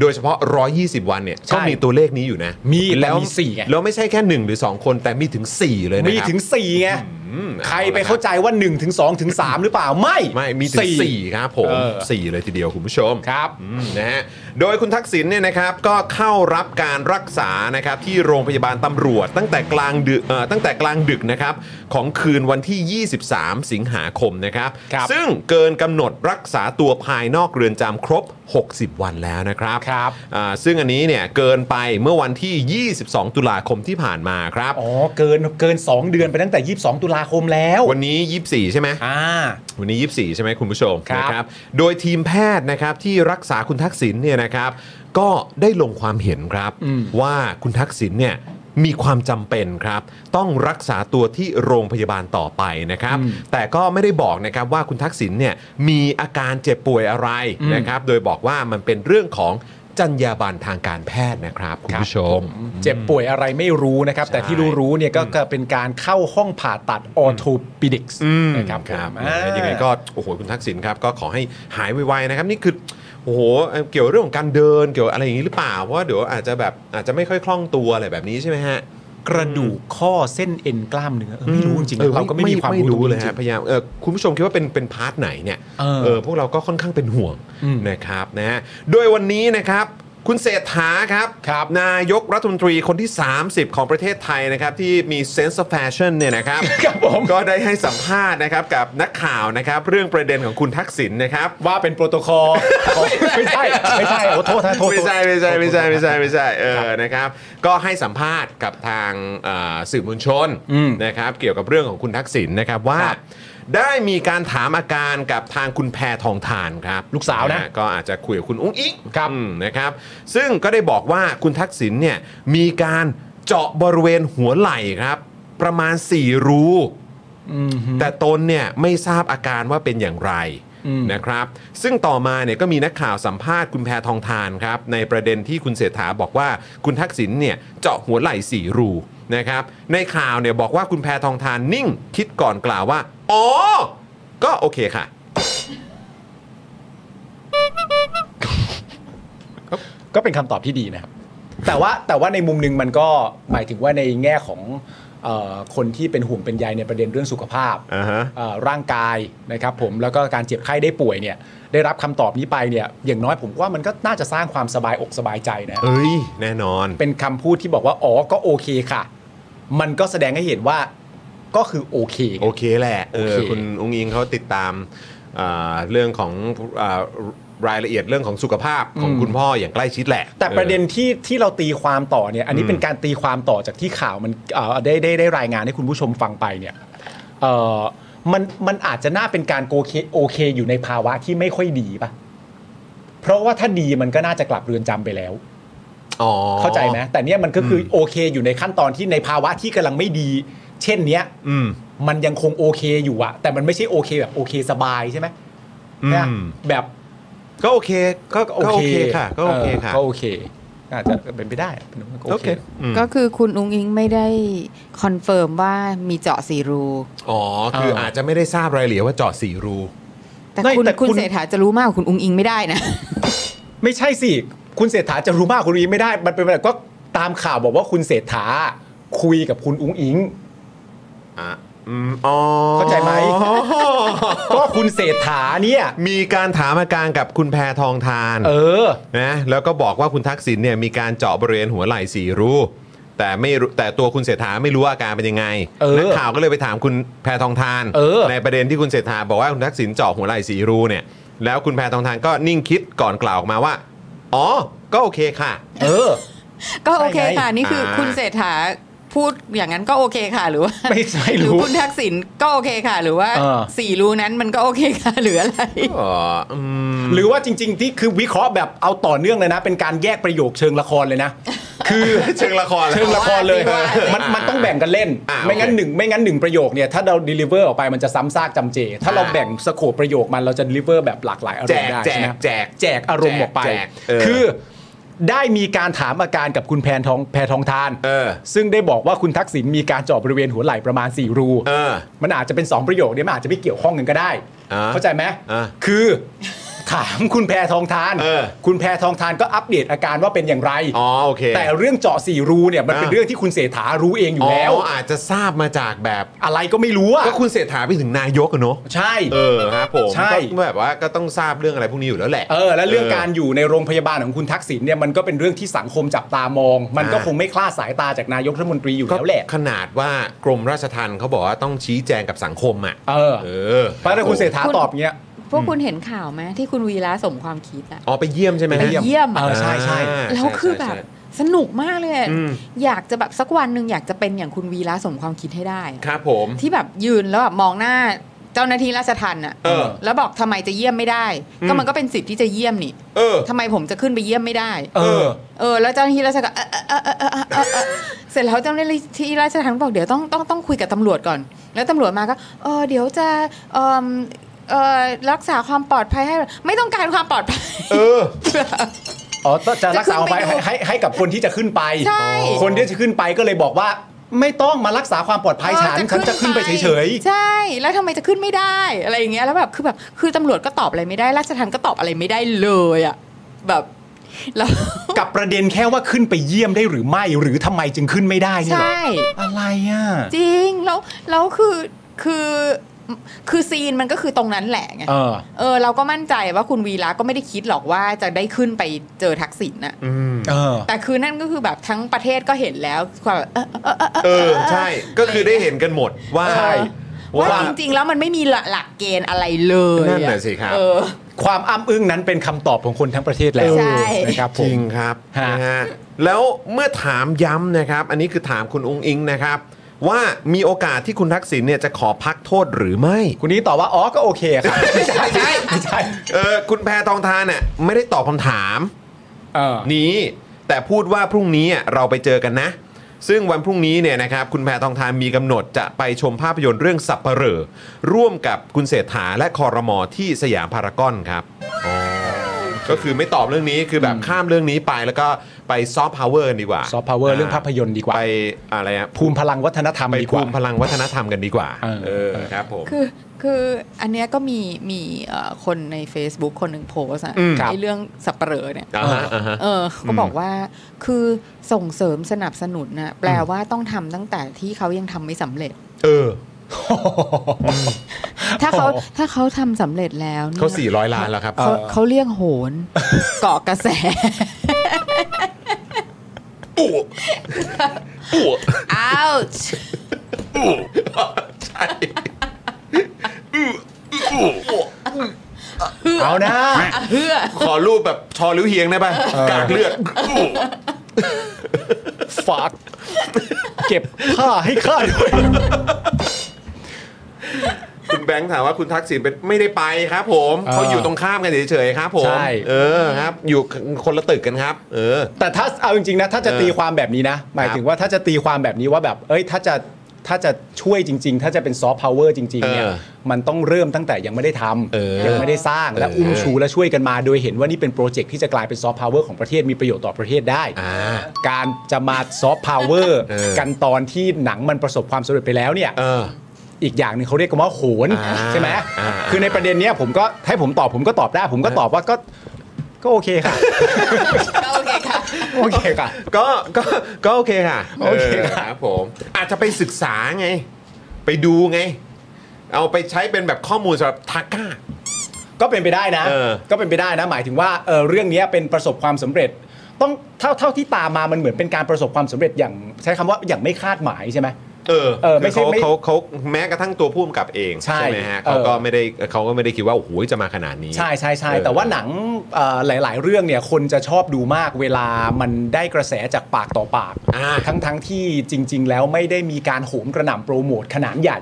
A: โดยเฉพาะ 120 วันเนี่ย
C: ใช่
A: ก็มีตัวเลขนี้อยู่นะ
C: มีแต่
A: แล้ว
C: มีสี่ไง
A: แล้วไม่ใช่แค่ 1 หรือ 2 คนแต่มีถึง 4 เลยนะ
C: มี
A: ครับ
C: ถึง 4 ไง
A: อืม
C: ใครไปเข้าใจว่า 1 ถึง 2 ถึง 3 หรือเปล่าไม่
A: ไม่มีถึง
C: สี่
A: 4 ครับผม
C: เออ
A: สี่เลยทีเดียวคุณผู้ชม
C: ครับ
A: อืมนะฮะโดยคุณทักษิณเนี่ยนะครับก็เข้ารับการรักษานะครับที่โรงพยาบาลตำรวจ ตั้งแต่กลางดึกเอ่อตั้งแต่กลางดึกนะครับของคืนวันที่ 23 สิงหาคมนะครับ
C: ครับ
A: ซึ่งเกินกำหนดรักษาตัวภายนอกเรือนจำครบ 60 วันแล้วนะครับ
C: ครับ
A: อ่าซึ่งอันนี้เนี่ยเกินไปเมื่อวันที่ 22 ตุลาคมที่ผ่านมาครับ
C: อ๋อเกินเกิน 2 เดือนไปตั้งแต่ 22 ตุลาคมแล้ว
A: วันนี้ 24 ใช่ไหม
C: อ่า
A: วันนี้ 24 ใช่ไหมคุณผู้ชม
C: ครับ
A: นะครับ โดยทีมแพทย์นะครับที่รักษาคุณทักษิณเนี่ยนะครับ ก็ได้ลงความเห็นครับ ว่าคุณทักษิณเนี่ยมีความจำเป็นครับ ต้องรักษาตัวที่โรงพยาบาลต่อไปนะครับ แต่ก็ไม่ได้บอกนะครับว่าคุณทักษิณเนี่ยมีอาการเจ็บป่วยอะไรนะครับ โดยบอกว่ามันเป็นเรื่องของจรรยาบรรณทางการแพทย์นะครับ คุณผู้ชม
C: เจ็บป่วยอะไรไม่รู้นะครับ
A: ใช่
C: แต่ที่รู้รู้ๆเนี่ยก็ก็เป็นการเข้าห้องผ่าตัดออโทปิดิกส์นะครับ
A: ครับ
C: ผม
A: นะฮะ
C: อ่า
A: ยังไงก็โอ้โหคุณทักษิณครับก็ขอให้หายไวๆนะครับนี่คือโอ้โหเกี่ยวเรื่องของการเดินเกี่ยวอะไรอย่างนี้หรือเปล่าเพราะว่าเดี๋ยวอาจจะแบบอาจจะไม่ค่อยคล่องตัวอะไรแบบนี้ใช่ไหมฮะ
C: กระดูกข้อเส้นเอ็นกล้ามเนื้อเออไม่รู้จริงๆนะเราก็ไม่มีความ
A: ไม่
C: รู้
A: รู้เลย
C: จง
A: ฮะ
C: ๆ
A: พยายามเออคุณผู้ชมคิดว่าเป็นเป็นพาร์ทไหนเนี่ย
C: เออ
A: พวกเราก็ค่อนข้างเป็นห่วง
C: อืม
A: นะครับนะฮะโดยวันนี้นะครับ คุณเศรษฐาครับ
C: ครับ
A: นายกรัฐมนตรีคนที่ 30 ของประเทศไทยนะครับที่มี sense of fashion เนี่ยนะครับ
C: ครับผม
A: ก็ได้ให้สัมภาษณ์นะครับกับนักข่าวนะครับ เรื่องประเด็นของคุณทักษิณนะครับ
C: ว่าเป็นโปรโตคอล ไม่ใช่ ไม่ใช่โอ้โทษนะโทษ
A: ไม่ใช่ไม่ใช่ไม่ใช่ไม่ใช่ไม่ใช่เออนะครับ ก็ให้สัมภาษณ์กับทางเอ่อสื่อมวลชน
C: อืม
A: นะครับ เกี่ยวกับเรื่องของคุณทักษิณนะครับว่า
C: ครับ
A: ได้มีการถามอาการกับทางคุณแพทองทานครับ
C: ลูกสาวนะ
A: ฮก็อาจจะคุยกับคุณอุ้งอิงอืมนะครับ ซึ่งก็ได้บอกว่าคุณทักษิณเนี่ยมีการเจาะบริเวณหัวไหล่ครับ ประมาณ 4 รู แต่ตนเนี่ยไม่ทราบอาการว่าเป็นอย่างไรนะครับ ซึ่งต่อมาเนี่ยก็มีนักข่าวสัมภาษณ์คุณแพทองทานครับ ในประเด็นที่คุณเศรษฐาบอกว่าคุณทักษิณเนี่ยเจาะหัวไหล่สี่รูนะครับในข่าวเนี่ยบอกว่าคุณแพทองทานนิ่งคิดก่อนกล่าวว่า อ๋อ ก็โอเคค่ะ
C: ก็เป็นคำตอบที่ดีนะครับ แต่ว่าแต่ว่าในมุมหนึ่งมันก็หมายถึงว่าในแง่ของเอ่อคนที่เป็นห่วงเป็นใยในประเด็นเรื่องสุขภาพ
A: อ่าฮะ
C: เอ่อร่างกายนะครับผมแล้วก็การเจ็บไข้ได้ป่วยเนี่ยได้รับคำตอบนี้ไปเนี่ยอย่างน้อยผมว่ามันก็น่าจะสร้างความสบายอกสบายใจนะ
A: เฮ้ย แน่นอน
C: เป็นคำพูดที่บอกว่าอ๋อก็โอเคค่ะ มันก็แสดงให้เห็นว่าก็คือโอเคไง
A: โอเคแหละเออ
C: โอเค
A: คุณอุ้งอิงเขาติดตามอ่าเรื่องของอ่ารายละเอียดเรื่องของสุขภาพของคุณพ่ออย่างใกล้ชิดแหละ
C: แต่ประเด็น
A: ออ
C: ที่ที่เราตีความต่อเนี่ยอันนี้
A: อืม
C: เป็นการตีความต่อจากที่ข่าวมันเอ่อได้ได้ได้รายงานให้คุณผู้ชมฟังไปเนี่ยเอ่อมันมันอาจจะน่าเป็นการโอเคโอเคอยู่ในภาวะที่ไม่ค่อยดีป่ะ เพราะว่าถ้าดีมันก็น่าจะกลับเรือนจำไปแล้ว
A: อ๋อ
C: เข้าใจไหมแต่เนี่ยมันก็คืออโอเคอยู่ในขั้นตอนที่ในภาวะที่กำลังไม่ดี เช่นเนี้ย
A: อืม
C: มันยังคงโอเคอยู่อะแต่มันไม่ใช่โอเคแบบโอเคสบายใช่ไหม
A: อืม
C: นะแบบ
A: ก็โอเคก็ก็โอเคค่ะ ก็โอเคค่ะ
C: ก็โอเคอาจจะเป็นไปได้เป็นไปได้ก็โอเค
F: ก็คือคุณอุ้งอิงไม่ได้คอนเฟิร์มว่ามีเจาะสีรู
A: อ๋อ คือ
C: เอออ
A: อาจจะไม่ได้ทราบรายละเอียดว่าเจาะสีรู
F: แต่
C: ไม่
F: คุณ
C: แต่
F: คุณ
C: คุณ
F: เศรษฐาจะรู้มากกว่าคุณอุ้งอิงไม่ได้นะ
C: ไม่ใช่สิ คุณเศรษฐาจะรู้มากคุณอุ้งอิงไม่ได้ มันเป็นแบบก็ตามข่าวบอกว่าคุณเศรษฐาคุยกับคุณอุ้งอิง
A: อ่ะอืมอ๋อ
C: เข้าใจไหม
A: อ๋อ
C: ก็คุณเศรษฐาเนี่ย
A: มีการถามอาการกับคุณแพทองทาน
C: เออ
A: นะแล้วก็บอกว่าคุณทักษิณเนี่ยมีการเจาะบริเวณหัวไหล่สีรู แต่ไม่รู้แต่ตัวคุณเศรษฐาไม่รู้ว่าอาการเป็นยังไง
C: เออ
A: นักข่าวก็เลยไปถามคุณแพทองทาน
C: เออ
A: ในประเด็นที่คุณเศรษฐาบอกว่าคุณทักษิณเจาะหัวไหล่สีรูเนี่ย แล้วคุณแพทองทานก็นิ่งคิดก่อนกล่าวออกมาว่า อ๋อ ก็โอเคค่ะ
C: เอ อ
F: ก็โอเค
C: ใช่ไง
F: ค่ะ นี่คืออา คุณเศรษฐาพูดอย่างนั้นก็โอเคค่ะหรือว่า
C: ไม่ใช่
F: หรือ
C: รู้
F: คุณทักษิณก็โอเคค่ะ หรือว่า
C: เออ
F: สี่รูนั้นมันก็โอเคค่ะ หรืออะไร
A: อ๋ออืม
C: หรือว่าจริง ๆ ที่คือวิเคราะห์แบบเอาต่อเนื่องเลยนะ เป็นการแยกประโยคเชิงละครเลยนะ คือ
A: เชิงละครเลย
C: เชิงละครเลย
F: ว่าสิว่าสิ
C: มันมันต้องแบ่งกันเล่น
A: อ่า
C: ไม่งั้น
A: โอเค
C: หนึ่งไม่งั้นหนึ่งประโยคเนี่ยถ้าเรา deliver ออกไปมันจะซ้ำซากจำเจ ถ้าเรา
A: อ่า
C: แบ่งสโคปประโยคมันเราจะ deliver แบบหลากหลายอารมณ์ได้
A: แจก
C: ใช่ไหม
A: แจก
C: แจกอารมณ์ออกไป
A: แจกเออ
C: คือได้มีการถามอาการกับคุณแพนทองแพทองทาน
A: เออ
C: ซึ่งได้บอกว่าคุณทักษิณมีการเจาะบริเวณหัวไหล่ประมาณ4รู
A: เออ
C: มันอาจจะเป็น 2 ประโยคเนี่ยมันอาจจะไม่เกี่ยวข้องกันก็ได้
A: อ่า
C: เข้าใจไหม
A: อ่า
C: คือ ถามคุณแพทองทาน
A: เออ
C: คุณแพทองทานก็อัปเดตอาการว่าเป็นอย่างไร
A: อ๋อโอเค
C: แต่เรื่องเจาะสี่รูเนี่ยมันเป็น
A: อ่า
C: เรื่องที่คุณเศรษฐารู้เองอยู่แล้ว
A: อาจจะทราบมาจากแบบ
C: อะไรก็ไม่รู้อะ
A: ก็คุณเศรษฐาไปถึงนายกอะเนาะ
C: ใช่
A: เออครับผม
C: ใช่
A: ก็แบบว่าก็ต้องทราบเรื่องอะไรพวกนี้อยู่แล้วแหละ
C: เออแล้วเรื่องการอยู่ในโรงพยาบาลของคุณทักษิณเนี่ยมันก็เป็นเรื่องที่สังคมจับตามอง มันก็
A: อ่า
C: คงไม่คลาดสายตาจากนายกรัฐมนตรีอยู่
A: ก็
C: แล้วแหละ
A: ขนาดว่ากรมราชทัณฑ์เขาบอกว่าต้องชี้แจงกับสังคมอ่ะ
C: เออ
A: เออ
C: เพราะถ้าคุณเศรษฐาตอบเงี้ย
F: พวกคุณเห็นข่าวไหมที่คุณวีระส่งความคิดอะ
A: อ๋อไปเยี่ยมใช่ไหม
F: ไป
A: ฮะ
F: เยี่ยม
C: เอ
F: อะ
C: อใช่ใช่
A: อ่า
F: แล้วคือแบบ
A: ใช่ใช่
F: สนุกมากเลยอะ
A: อืม
F: อยากจะแบบสักวันหนึ่งอยากจะเป็นอย่างคุณวีระส่งความคิดให้ได้อะ
A: ครับผม
F: ที่แบบยืนแล้วแบบมองหน้าเจ้าหน้าที่ราชทัณฑ์อะ
A: เออ
F: แล้วบอกทำไมจะเยี่ยมไม่ได้ ก็มันก็เป็นสิทธิ์ที่จะเยี่ยมนี่
A: เออ
F: ทำไมผมจะขึ้นไปเยี่ยมไม่ได้
C: เออ
F: เออแล้วเจ้าหน้าที่ราชการเออเออเออเออเออเออเออเสร็จแล้วเจ้าหน้าที่ราชการบอกเดี๋ยวต้องต้องต้องคุยกับตำรวจก่อน แล้วตำรวจมาก็เออเดี๋ยวจะเอมเออรักษาความปลอดภัยให้ไม่ต้องการความปลอดภัย
A: เอ อ
C: อ๋อต้องจะรัก
F: จะ
C: ษา
F: ขึ้น
C: ไป
F: ไปดู
C: ให้ให้ให้กับคนที่จะขึ้นไป
F: ใช่
C: คนที่จะขึ้นไปก็เลยบอกว่า ไม่ต้องมารักษาความปลอดภัย
F: เออจะ
C: ฉันฉันจะ
F: ขึ้
C: ขึ้
F: น
C: น
F: ไป
C: ไปเฉย
F: ใช่แล้วทำไมจะขึ้นไม่ได้อะไรอย่างเงี้ยแล้วแบบคือแบบคือตำรวจก็ตอบอะไรไม่ได้ราชทัณฑ์ก็ตอบอะไรไม่ได้เลยอ่ะแบบแล้ว
C: ๆ กับประเด็นแค่ว่าขึ้นไปเยี่ยมได้หรือไม่หรือทำไมจึงขึ้นไม่ได้เนี่ยเหรอ
F: ใช่
C: อะไรอ่ะ
F: จริงแล้วแล้วคือคือคือซีนมันก็คือตรงนั้นแหละไง
C: เออ
F: เออเราก็มั่นใจว่าคุณวีระก็ไม่ได้คิดหรอกว่าจะได้ขึ้นไปเจอทักษิณน่ะ
C: เออ
F: แต่คือนั่นก็คือแบบทั้งประเทศก็เห็นแล้วความแบบเออเออเออเออ
A: เออ ใช่ ก็คือได้เห็นกันหมดว่า
C: ใช่
A: ว่า
F: ว่าจริงๆแล้วมันไม่มีหลักหลักเกณฑ์อะไรเลย
A: นั่นน่ะ
F: อะ
A: สิครับ
F: เออ
C: ความอ้ำอึ้งนั้นเป็นคำตอบของคนทั้งประเทศแล้ว
F: ใช่
C: นะครับผ
A: จ
C: ม
A: ริงครับ
C: ฮะ
A: นะฮะแล้วเมื่อถามย้ำนะครับ อันนี้คือถามคุณองค์อิงนะครับ ว่ามีโอกาสที่คุณทักษิณเนี่ยจะขอพักโทษหรือไม่
C: คุณนี้ตอบว่าอ๋อก็โอเคครับไม่ใช่ไม่ใช่ไม่ใช่
A: เออคุณแพทองทานเนี่ยไม่ได้ตอบคำถาม
C: เออ
A: นี้แต่พูดว่าพรุ่งนี้อ่ะเราไปเจอกันนะ ซึ่งวันพรุ่งนี้เนี่ยนะครับคุณแพทองทานมีกำหนดจะไปชมภาพยนตร์เรื่องสับเปเหร่อร่วมกับคุณเศรษฐาและคอรมอที่สยามพารากอนครับก็คือไม่ตอบเรื่องนี้คือแบบข้ามเรื่องนี้ไปแล้วก็ไปซอฟต์พาวเวอร์กันดีกว่า
C: soft power เรื่องภาพยนตร์ดีกว่า
A: ไปอะไรอะ
C: ภูมิพลังวัฒนธรรม
A: ไป
C: ดีก
A: ภู
C: ว่า
A: มิพลังวัฒนธรรมกันดีกว่า
C: เออ
A: เออครับผม
F: คือคืออันเนี้ยก็มีมีเอ่อคนใน Facebook คนหนึ่งโพสอะ
A: อืมครับ
F: ไอเรื่องสับเปะเหรอเนี่ย
A: อ่าฮะอ่าฮะ
F: เออเขาก็บอกว่าคือส่งเสริมสนับสนุนนะแปลว่าต้องทำตั้งแต่ที่เขายังทำไม่สำเร็จ
A: เออ
F: ถ้าเขา
C: โอ้
F: ถ้าเขาทำสำเร็จแล้วนี่ย
A: เขา400ล้านแล้วครับ
F: เขาเขาเรียกโหน เกาะ กระแส อ้าว
C: เอานะ
A: ขอรูปแบบชอริ้วเฮียงได้ป่ะกากเลือด
C: ฝาก เก็บผ้าให้ข้าด้วย
A: คุณแบงค์ถามว่าคุณทักษิณเป็นไม่ได้ไปครับ ผม
C: เออ
A: เขาอยู่ตรงข้ามกันเฉยๆครับ ผม
C: ใช่
A: เออครับ อยู่คนละตึกกันครับ เออ
C: แต่ถ้าเอาจริงๆนะ ถ้าจะ
A: เออ
C: ตีความแบบนี้นะ หมาย
A: ครับ
C: ถึงว่าถ้าจะตีความแบบนี้ว่าแบบ เอ้ยถ้าจะถ้าจะช่วยจริง ๆ ถ้าจะเป็นซอฟต์พาวเวอร์จริงๆเนี่ย
A: เออ
C: มันต้องเริ่มตั้งแต่ยังไม่ได้ท
A: เออ
C: ำยังไม่ได้สร้างและ
A: เออ
C: อุ้มชูและช่วยกันมา โดยเห็นว่านี่เป็นโปรเจกต์ที่จะกลายเป็นซอฟต์พาวเวอร์ของประเทศมีประโยชน์ต่อประเทศได้
A: อ่า
C: การจะมาซอฟต์พาวเวอร์
A: เออ
C: กันตอนที่หนังมันประสบความสำเร็จไปแล้วเนี่ย
A: เออ
C: อีกอย่างหนึ่งเขาเรียกกันว่าโหน
A: อ่า
C: ใช่ไหม
A: อ่า
C: คือในประเด็นเนี้ยผมก็ให้ผมตอบผมก็ตอบได้ ผมก็ตอบว่าก็ก็โอเคค่ะ
F: โอเคค่ะ
C: โอเคค่ะ
A: ก็ก็ก็โอเคค่ะ
C: โอเค
A: ครับผม อาจจะไปศึกษาไง ไปดูไง เอาไปใช้เป็นแบบข้อมูลสำหรับทาก้า
C: ก็เป็นไปได้นะ
A: เออ
C: ก็เป็นไปได้นะ หมายถึงว่าเออเรื่องเนี้ยเป็นประสบความสำเร็จ ต้องเท่าเท่าที่ตามมามันเหมือนเป็นการประสบความสำเร็จอย่างใช้คำว่าอย่างไม่คาดหมายใช่ไหม
A: เออ
C: เออไม่ใช่
A: คือ
C: ไม่
A: เขาเขาเขาแม้กระทั่งตัวผู้กำกับเอง
C: ใช่
A: ไหมฮะ
C: เออ
A: เขาก็ไม่ได้เขาก็ไม่ได้คิดว่าโอ้โหจะมาขนาดนี้
C: ใช่ใช่ใช่
A: เออ
C: แต่ว่าหนังเอ่อหลาย ๆ เรื่องเนี่ยคนจะชอบดูมากเวลามันได้กระแสจากปากต่อปาก
A: อ่า
C: ทั้งทั้งที่จริง ๆ แล้วไม่ได้มีการโหมกระหน่ำโปรโมทขนาดใหญ่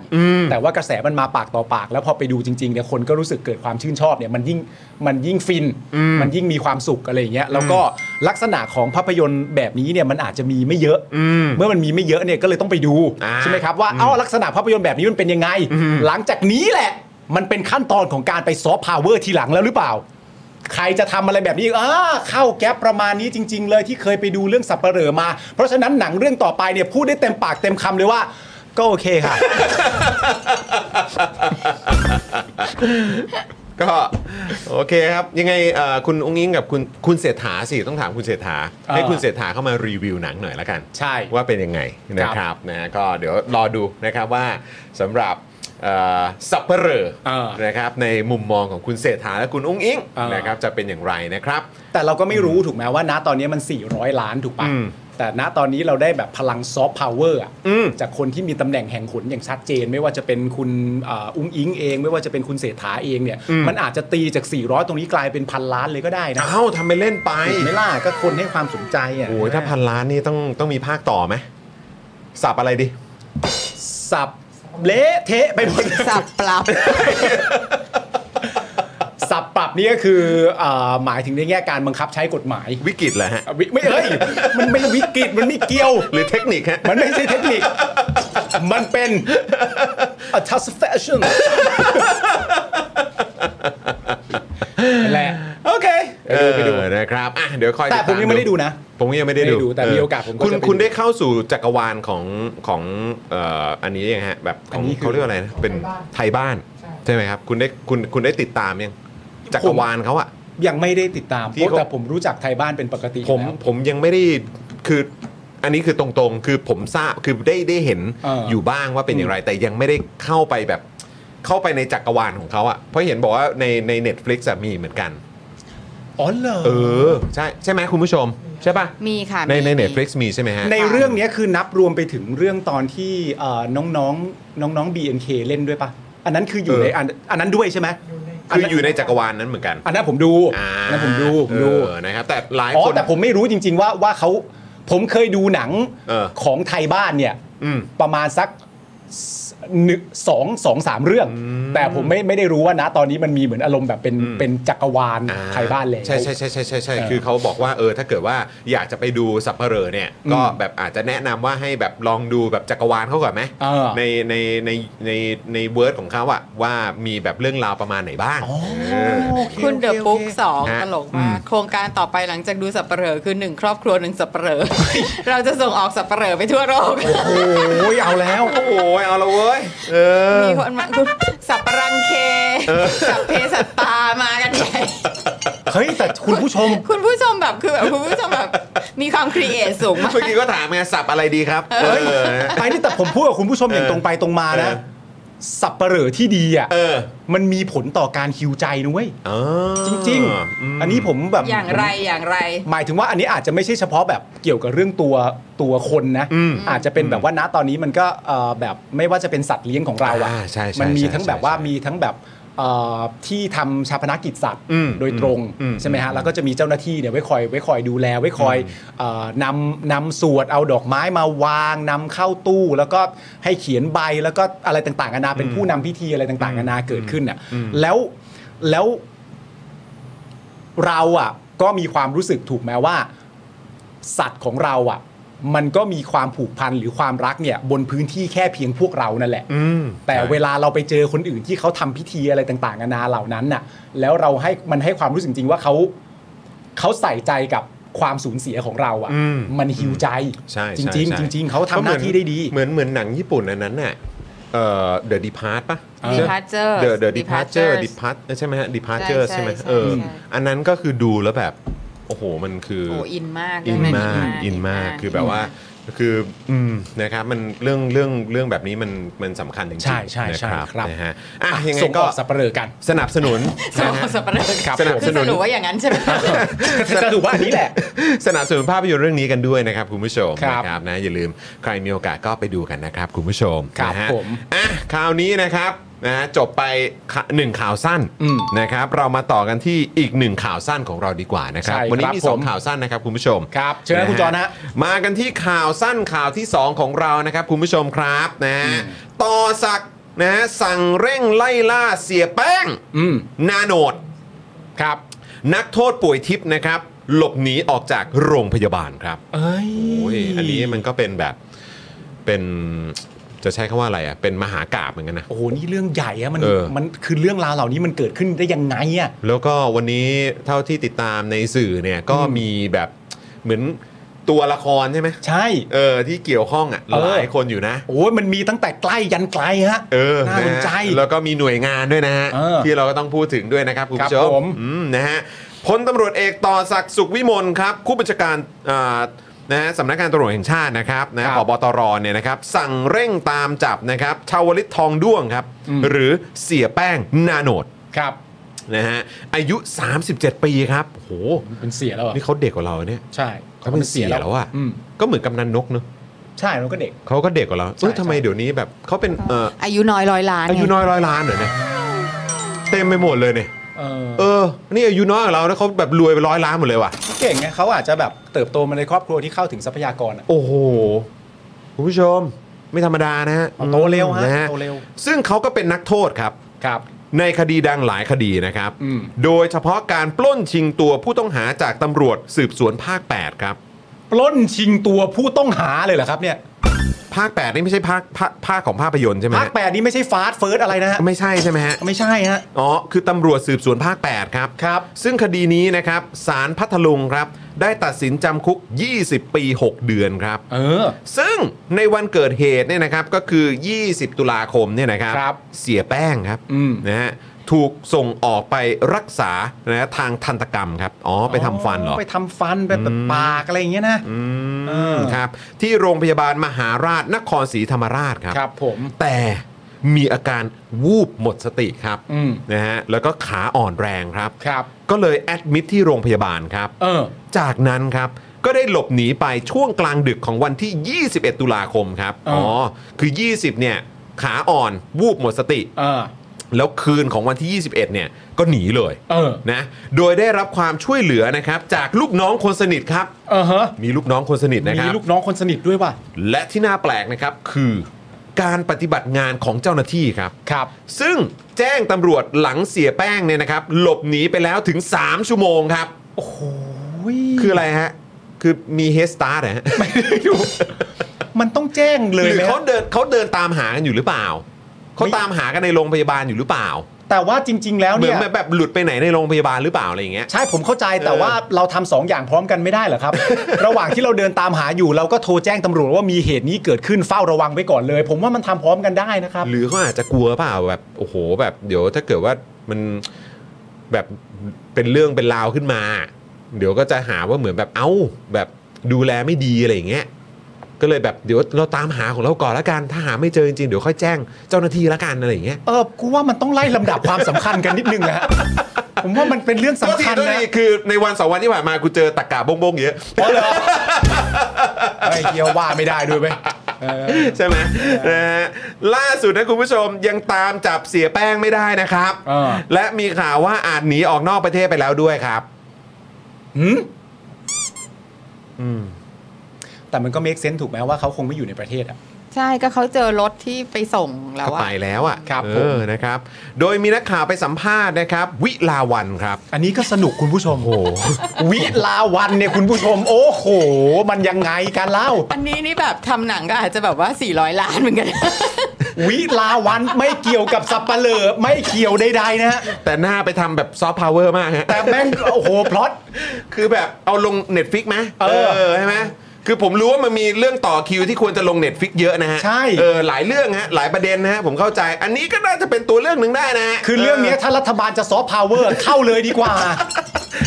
C: แต่ว่ากระแสมันมาปากต่อปาก แล้วพอไปดูจริง ๆ เนี่ยคนก็รู้สึกเกิดความชื่นชอบเนี่ยมันยิ่งมันยิ่งฟิน มันยิ่งมีความสุขอะไรอย่างเงี้ยแล้วก็ลักษณะของภาพยนตร์แบบนี้เนี่ยมันอาจจะมีไม่เยอะเมื่อมันมีไม่เยอะเนี่ยก็เลยต้องไปดู
A: อ่า
C: ใช่ไหมครับว่าเอ้าลักษณะภาพยนตร์แบบนี้มันเป็นยังไง หลังจากนี้แหละ มันเป็นขั้นตอนของการไปซอฟต์พาวเวอร์ทีหลังแล้วหรือเปล่า ใครจะทำอะไรแบบนี้อีกอ่าเข้าแก๊ปประมาณนี้จริง ๆ เลยที่เคยไปดูเรื่องสับเปะเหร่อมา เพราะฉะนั้นหนังเรื่องต่อไปเนี่ยพูดได้เต็มปากเต็มคำเลยว่า ก็โอเคค่ะ
A: ก็โอเคครับ ยังไงเอ่อคุณองค์อิงกับคุณคุณเศรษฐาสิต้องถามคุณเศรษฐา
C: เออ
A: ให้คุณเศรษฐาเข้ามารีวิวหนังหน่อยละกัน
C: ใช่
A: ว่าเป็นยังไงนะค
C: ครั
A: รับบ นะฮะก็เดี๋ยวรอดูนะครับว่าสำหรับเอ่อสับเปะเหรอ
C: เออ
A: นะครับในมุมมองของคุณเศรษฐาและคุณองค์อิง
C: เออ
A: นะครับจะเป็นอย่างไรนะครับ
C: แต่เราก็ไม่รู้ถูกไหมว่าณตอนนี้มัน 400 ล้านถูกปะ
A: อืม
C: แต่ณตอนนี้เราได้แบบพลังซอฟต์พาวเวอร์อะ
A: อืม
C: จากคนที่มีตำแหน่งแห่งหนอย่างชัดเจน ไม่ว่าจะเป็นคุณเอ่ออุ้งอิงเอง ไม่ว่าจะเป็นคุณเศรษฐาเองเนี่ยมันอาจจะตีจาก 400 ตรงนี้กลายเป็นพันล้านเลยก็ได้นะ
A: เอ้าทำไปเล่นไป
C: ถูกไหม่ล่ะก็คนให้ความสนใจอ่ะ
A: โอ้ยถ้าพันล้านนี่ต้องต้องมีภาคต่อไหมสับอะไรดิ
C: สับเละเทะไปหมด
F: สับป รับ
C: สับปรับนี่ก็คือเอ่อหมายถึงในแง่การบังคับใช้กฎหมาย
A: วิกฤตเหรอฮะ
C: วิไม่เอ้ยมันไม่วิกฤตมันไม่เกี่ยว
A: หรือเทคนิคฮะ
C: มันไม่ใช่เทคนิค มันเป็น a t t a s f a s h i o n แหละ
A: โอเค
C: ไปดูไปดู
A: เออนะครับอ่ะเดี๋ยวคอย
C: แต่ผมยังไม่ได้ดูนะ
A: ผมก็ยังไม่ได้
C: ไม่
A: ดู
C: ได้ดูแต่มีโอกาสผมก็
A: คุณ
C: จะไป
A: คุณ
C: ดู
A: ได้เข้าสู่จักรวาลของของเอ่ออันนี้ยังฮะแบบข
C: อั
A: อง
C: นนี้คือ
A: เขาเรียกว่าอะไรนะเป็นไทยบ้าน ใช่ไหมครับ คุณได้คุณคุณได้ติดตามยังจักรวาลเขาอะ
C: ยังไม่ได้ติดตาม
A: ที่เขา
C: แต่ผมรู้จักไทยบ้านเป็นปกติอยู่
A: ผม
C: แล้ว
A: ผมยังไม่ได้คืออันนี้คือตรงๆ คือผมทราบคือได้ได้เห็น
C: เอออ
A: ยู่บ้างว่าเป็นอย่างไร แต่ยังไม่ได้เข้าไปแบบเข้าไปในจักรวาลของเขาอะเพราะเห็นบอกว่าในใน Netflix อะมีเหมือนกัน
C: อ๋อเหรอ
A: เออใช่ใช่ไหมคุณผู้ชมใช่ปะ
F: มีค่ะ
A: ใน
F: มี
A: ใน
F: มี
A: Netflix มีใช่ไหมฮะ
C: ในเรื่องเนี้ยคือนับรวมไปถึงเรื่องตอนที่เอ่อน้องๆน้องๆ BNK เล่นด้วยปะอันนั้นคืออยู่
A: เออ
C: ในอันอันนั้นด้วยใช่ไหม
A: คืออยู่ในจักรวาลนั้นเหมือนกัน
C: อันนั้นผมดู
A: อ่า
C: อันนั้นผมดูผมดู
A: เออนะครับแต่หลาย
C: อ๋
A: ค
C: อน แต่ผมไม่รู้จริง ๆ ว่าว่าเขา ผมเคยดูหนัง
A: เออ
C: ของไทยบ้านเนี่ย
A: อืม
C: ประมาณสักหนึ่งสองสองสามเรื่อง แต่ผมไม่ไม่ได้รู้ว่านะตอนนี้มันมีเหมือนอารมณ์แบบเป็นเป็นจักรวาลไทยบ้านแล้ว
A: ใช่ใช่ใช่ใช่ใช่ใช่
C: เออ
A: คือเขาบอกว่าเออถ้าเกิดว่าอยากจะไปดูสับเปลอเนี่ยก็แบบอาจจะแนะนำว่าให้แบบลองดูแบบจักรวาลเขาก่อนไหม
C: เออ
A: ในในในในในเวิร์ดของเขาอะว่ามีแบบเรื่องราวประมาณไหนบ้างเออ
F: คุณเดอะปุ๊กสอง
A: ฮะ
F: ตลกมากโครงการต่อไปหลังจากดูสับเปะเหร่อคือหนึ่งครอบครัวหนึ่งสับเปะเห ร่อเราจะส่งออกสับเปะเหร่อไปทั่วโลก
C: โอ้ยเอาแล้ว
A: โอ้โหเอาละเว้ยเออ
F: มีคนมาคุณสับปะรัง เค สับเพสัตตามากันใหญ่
C: เฮ้ย แต่คุณผู้ชม
F: คุณผู้ชมแบบคือแบบคุณผู้ชมแบบมีความครีเอทสูงมาก
A: เมื่อกี้ก็ถามไงสับอะไรดีครับ เออ
C: ไอ้นี่แต่ผมพูดกับคุณผู้ชมอย่างตรงไปตรงมานะ
A: เออ
C: สับเปะเหร่อที่ดีอ่ะ
A: เออ
C: มันมีผลต่อการฮิวใจนะเว้ย
A: อ๋อ
C: จริง ๆ อันนี้ผมแบบ
F: อย่างไรอย่างไร
C: หมายถึงว่าอันนี้อาจจะไม่ใช่เฉพาะแบบเกี่ยวกับเรื่องตัวตัวคนนะ อาจจะเป็นแบบว่าณตอนนี้มันก็เอ่อแบบไม่ว่าจะเป็นสัตว์เลี้ยงของเราอ่ะ
A: อ่ใช่ใช่
C: มันมี
A: ใช่
C: ทั้งแบบ
A: ใช่
C: ว่า
A: ใช่
C: มีทั้งแบบเอ่อที่ทำชาปนกิจสัตว์
A: อืม
C: โดยตรง
A: อืม
C: ใช่ไหมฮะแล้วก็จะมีเจ้าหน้าที่เนี่ยไว้คอยไว้คอยดูแลไว้คอยเอ่อนำนำสวดเอาดอกไม้มาวางนำเข้าตู้ แล้วก็ให้เขียนใบแล้วก็อะไรต่างๆนานาเป็นผู้นำพิธีอะไรต่างๆนานาเกิดขึ้นอ่ะแล้วแล้วเราอ่ะก็มีความรู้สึกถูกไหมว่า สัตว์ของเราอ่ะ มันก็มีความผูกพันหรือความรักเนี่ย บนพื้นที่แค่เพียงพวกเรานั่นแหละ
A: อืม
C: แต่เวลาเราไปเจอคนอื่นที่เขาทำพิธีอะไรต่างๆนานาเหล่านั้นน่ะ แล้วเราให้มันให้ความรู้สึกจริงๆว่าเขาเขาใส่ใจกับความสูญเสียของเรา
A: อืม
C: อะ่ะมันฮิวใจ
A: ใช่
C: จ
A: ใช่
C: ริง
A: ใช่
C: ๆจริง ๆเขาทำหน้าที่ได้ดี
A: เหมือนเหมือนหนังญี่ปุ่นอันนั้นน่ะเอ่อ The Depart ป่ะ
F: Departure
A: The The Departure
F: Departures
A: Depart ใช่ไหมฮะ Departure
F: ใช่
A: ใช่ไหม
F: ใช่
A: เออ
F: ใช่
A: อันนั้นก็คือดูแล้วแบบ โอ้โห มันคือ
F: โอ้อินมาก
A: อิน
F: เรื่ง
A: มากอินมากคือแบบว่าคืออืมนะครับมันเรื่องเรื่องเรื่องแบบนี้มันมันสำคัญจริงๆ
C: ใช่ใช่ใช่
A: นะครับ
C: ครับ
A: นะฮะอ่ะยังไง
C: ส่งอ
A: ก็
C: อกสับเปลือกัน
A: สนับสนุน
F: ส่ง
A: นะฮะ
F: สับปะเหร่อ
A: ครับ
F: คือสรุปว่าอย่างนั้นใช่ไหม
C: สรุปว่าอันนี้แหละ
A: สนับสนุนภาพยนตร์เรื่องนี้กันด้วยนะครับคุณผู้ชม
C: ครับ
A: นะครับนะอย่าลืมใครมีโอกาสก็ไปดูกันนะครับคุณผู้ชม
C: ครับ
A: นะฮะ
C: ผม
A: อ่ะคราวนี้นะครับนะฮะจบไปข่าหนึ่งข่าวสั้น
C: อืม
A: นะครับ เรามาต่อกันที่อีกหนึ่งข่าวสั้นของเราดีกว่านะครับ
C: ใช่
A: วันี้
C: ครับ
A: มีสอง
C: ผม
A: ข่าวสั้นนะครับคุณผู้ชม
C: ครับเชิญครับคุณจอนะฮะ
A: มากันที่ข่าวสั้นข่าวที่สองของเรานะครับคุณผู้ชมครับนะฮะต่อสักดิ์นะฮะสั่งเร่งไล่ล่าเสียแป้ง
C: อืม
A: นาโนด
C: ครับ
A: นักโทษป่วยทิพย์นะครับ หลบหนีออกจากโรงพยาบาลครับ
C: เอ้ย
A: โอ้ยอันนี้มันก็เป็นแบบเป็นจะใช้คำว่าอะไรอ่ะ เป็นมหากาบเหมือนกันนะ
C: โอ้โหนี่เรื่องใหญ่อะมัน
A: เออ
C: มันคือเรื่องราวเหล่านี้มันเกิดขึ้นได้ยังไงอะ
A: แล้วก็วันนี้เท่าที่ติดตามในสื่อเนี่ยก็มีแบบเหมือนตัวละครใช่ไหม
C: ใช่
A: เออที่เกี่ยวข้องอ่ะ
C: เออ
A: หลายคนอยู่นะ
C: โอ้ยมันมีตั้งแต่ใกล้ยันไกลฮะ
A: เออ
C: น่าสนใจ
A: ะฮะแล้วก็มีหน่วยงานด้วยนะฮะ
C: เออ
A: ที่เราก็ต้องพูดถึงด้วยนะครับ คุณผู้ช
C: ครับผม ม
A: อืมนะฮะพลตำรวจเอกต่อศักดิ์สุขวิมลครับผู้บัญชาการอ่านะฮะสำนักงานตำรวจแห่งชาตินะครับนะ
C: ครั
A: ผ
C: บ
A: บตรเนี่ยนะครับ สั่งเร่งตามจับนะครับ ชาวลิตทองด้วงครับ หรือเสียแป้งนาโนด
C: ครับ
A: นะฮะอายุ 37 ปีครับโอ้โห
C: เป็นเสียแล้วเหรอ
A: นี่เขาเด็กกว่าเราเนี่ย
C: ใช่
A: เขาเป็นเสียแล้วอ่ะ
C: อืม
A: ก็เหมือนกำนันนกเนอะ
C: ใช่แล้วก็เด็ก
A: เขาก็เด็กกว่าเราเอ้ย
C: ใช่
A: ทำไมเดี๋ยวนี้แบบเขาเป็นเอ่อ
F: อายุน้อยร้อยล้าน
A: อายุ
F: ไง
A: น้อยร้อยล้านเหรอเนี่ยเต็มไปหมดเลยเนี่ย
C: เออ
A: เออ นี่อายุน้อยกว่าเรานะเขาแบบรวยไปร้อยล้านหมดเลยว่ะ
C: เก่งไงเขาอาจจะแบบเติบโตมาในครอบครัวที่เข้าถึงทรัพยากรอะ
A: โอ้โห คุณผู้ชม ไม่ธรรมดานะฮะ
C: โตเร็วฮะ
A: น
C: โตเร็ว
A: ซึ่งเขาก็เป็นนักโทษครับ
C: ครับ
A: ในคดีดังหลายคดีนะครับ
C: อืม
A: โดยเฉพาะการปล้นชิงตัวผู้ต้องหาจากตำรวจสืบสวนภาค 8 ครับ
C: ปล้นชิงตัวผู้ต้องหาเลยเหรอครับเนี่ย
A: ภาค 8 นี่ไม่ใช่ภาคภาคภาคของภาพยนตร์ใช่ไหม
C: ภาค
A: ฮะ
C: แปดนี่ไม่ใช่ฟาสต์เฟิร์สอะไรนะฮะ
A: ไม่ใช่ใช่ไหมฮะ
C: ไม่ใช่ฮะ
A: อ๋อ คือตำรวจสืบสวนภาค 8 ครับ
C: ครับ
A: ซึ่งคดีนี้นะครับสารพัทลุงครับ ได้ตัดสินจำคุก 20 ปี 6 เดือนครับ
C: เออ
A: ซึ่งในวันเกิดเหตุเนี่ยนะครับก็คือ 20 ตุลาคมเนี่ยนะครับ
C: ครับ
A: เสียแป้งครับ
C: อืม
A: นะฮะถูกส่งออกไปรักษานะฮะทางทันตกรรมครับ อ๋อ ไปทำฟันเหรอ
C: ไปทำฟันไปแบบปากอะไรอย่างเงี้ยนะเอ
A: อื
C: อ
A: มครับ ที่โรงพยาบาลมหาราชนครศรีธรรมราชครับ
C: ครับผม
A: แต่มีอาการวูบหมดสติครับ
C: อืม
A: นะฮะแล้วก็ขาอ่อนแรงครับ
C: ครับ
A: ก็เลยแอดมิดที่โรงพยาบาลครับ
C: เออ
A: จากนั้นครับก็ได้หลบหนีไปช่วงกลางดึกของวันที่ 21 ตุลาคมครับ
C: อ่า
A: คือ 20 เนี่ย ขาอ่อนวูบหมดสติ
C: เออ
A: แล้วคืนของวันที่ 21 เนี่ยก็หนีเลย
C: เออ
A: นะโดยได้รับความช่วยเหลือนะครับจากลูกน้องคนสนิทครับ
C: เออฮะ
A: มีลูกน้องคนสนิทนะค
C: มี
A: รับ
C: ลูกน้องคนสนิทด้วยว่ะ
A: และที่น่าแปลกนะครับคือการปฏิบัติงานของเจ้าหน้าที่ครับ
C: ครับ
A: ซึ่งแจ้งตำรวจหลังเสียแป้งเนี่ยนะครับ หลบหนีไปแล้วถึง 3 ชั่วโมงครับ คืออะไรฮะ คือมีเฮสตาร์นะฮะ
C: ไม่ได้ดู มันต้องแจ้ง
A: ห
C: เลย
A: รือ
C: ไหม
A: เขาเดินเขาเดินตามหากันอยู่หรือเปล่า เขาตามหากันในโรงพยาบาลอยู่หรือเปล่า
C: แต่ว่าจริง ๆ แล้ว
A: เหมือ
C: เนี่
A: น
C: ย
A: แบบหลุดไปไหนในโรงพยาบาลหรือเปล่าอะไรอย่างเงี้ย
C: ใช่ผมเข้าใจแต่
A: เออ
C: ว่าเราทำสองอย่างพร้อมกันไม่ได้เหรอ ครับ ระหว่างที่เราเดินตามหาอยู่เราก็โทรแจ้งตำรวจว่ามีเหตุนี้เกิดขึ้นเฝ้าระวังไว้ก่อนเลย ผมว่ามันทำพร้อมกันได้นะครับ
A: หรือเขาอาจจะกลัวเปล่าแบบโอ้โห แบบเดี๋ยวถ้าเกิดว่ามันแบบเป็นเรื่องเป็นราวขึ้นมา เดี๋ยวก็จะหาว่าเหมือนแบบเอ้า แบบดูแลไม่ดีอะไรอย่างเงี้ยก็เลยแบบเดี๋ยวเราตามหาของเราก่อนละกัน ถ้าหาไม่เจอจริงๆเดี๋ยวค่อยแจ้งเจ้าหน้าที่ละกันอะไรอย่างเงี้ย
C: เออกูว่ามันต้องไล่ลำดับความสำคัญกันนิดนึงนะ ฮะผมว่ามันเป็นเรื่องสำคัญ
A: โทษทีโทษ
C: นะ
A: ทีคือในวันสองวันที่ผ่านมากูเจอตะกกาบงบงๆเยอะ
C: ไอ้เกียวว่าไม่ได้ด้วยไหมเออ
A: ใช่ไหมนะฮะล่าสุดนะคุณผู้ชมยังตามจับเสียแป้งไม่ได้นะครับ
C: เออ
A: และมีข่าวว่าอาจหนีออกนอกประเทศไปแล้วด้วยครับ
C: หืมแต่มันก็ make sense ถูกไหมว่าเขาคงไม่อยู่ในประเทศอ่ะ
F: ใช่ก็เขาเจอรถที่ไปส่งแล้ว
A: ก็
F: อะ
A: ไปแล้วอ่ะ
C: ครับ
A: เอ
C: ผม
A: อนะครับ โดยมีนักข่าวไปสัมภาษณ์นะครับ วิลาวันครับ
C: อันนี้ก็สนุกคุณผู้ชมโอ้ วิลาวันเนี่ยคุณผู้ชม โอ้โห มันยังไงกันเล่า
F: อันนี้นี่แบบทำหนังก็อาจจะแบบว่า 400 ล้านเหมือนกัน
C: วิลาวันไม่เกี่ยวกับสับปะเลอไม่เกี่ยวใดๆนะฮะ
A: แต่หน้าไปทำแบบซอฟต์พาวเวอร์มากฮะ
C: แต่แม่งโอ้โหพล็อต
A: คือแบบเอาลง Netflix ไหม
C: เออ
A: ใช่ไหมคือผมรู้ว่ามันมีเรื่องต่อคิวที่ควรจะลง Netflix เยอะนะฮะ
C: ใช่
A: เออหลายเรื่องฮะหลายประเด็นนะฮะผมเข้าใจ อันนี้ก็น่าจะเป็นตัวเรื่องหนึ่งได้นะฮะ
C: คือเรื่องเนี้ยถ้ารัฐบาลจะซอฟต์พาวเวอร์เข้าเลยดีกว่า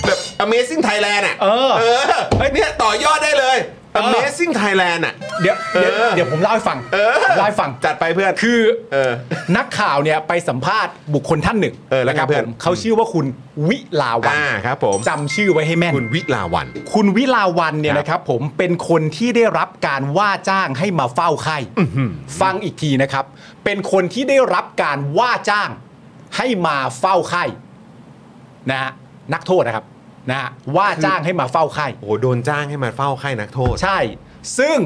A: แบบ Amazing Thailand อ่ะ
C: เออ
A: เออไอเนี้ยต่อยอดได้เลย Amazing Thailand อ่ะ
C: เดี๋ยวเดี๋ยว
A: เออ
C: เดี๋ยวผมเล่าให้ฟังผมเล่าให้ฟัง
A: จัดไปเพื่อน
C: คือ
A: เออ
C: นักข่าวเนี่ยไปสัมภาษณ์บุคคลท่านหนึ่ง
A: เออแล้วไง
C: นะครับ
A: เพื่
C: ผ
A: อน
C: มเขาชื่อว่าคุณวิลาวัน
A: อ่าครับผม
C: จำชื่อไว้ให้แม่น
A: คุณวิลาวัน
C: คุณวิลาวันเนี่ย
A: ครับ
C: นะครับ ผมเป็นคนที่ได้รับการว่าจ้างให้มาเฝ้าไข้ฟังอีกทีนะครับ เป็นคนที่ได้รับการว่าจ้างให้มาเฝ้าไข้นะฮะนักโทษนะครับนะฮะว่าจ้างให้มาเฝ้าไข้
A: โอ้โหโดนจ้างให้มาเฝ้าไข้นักโทษ
C: ใช่ ซึ่ง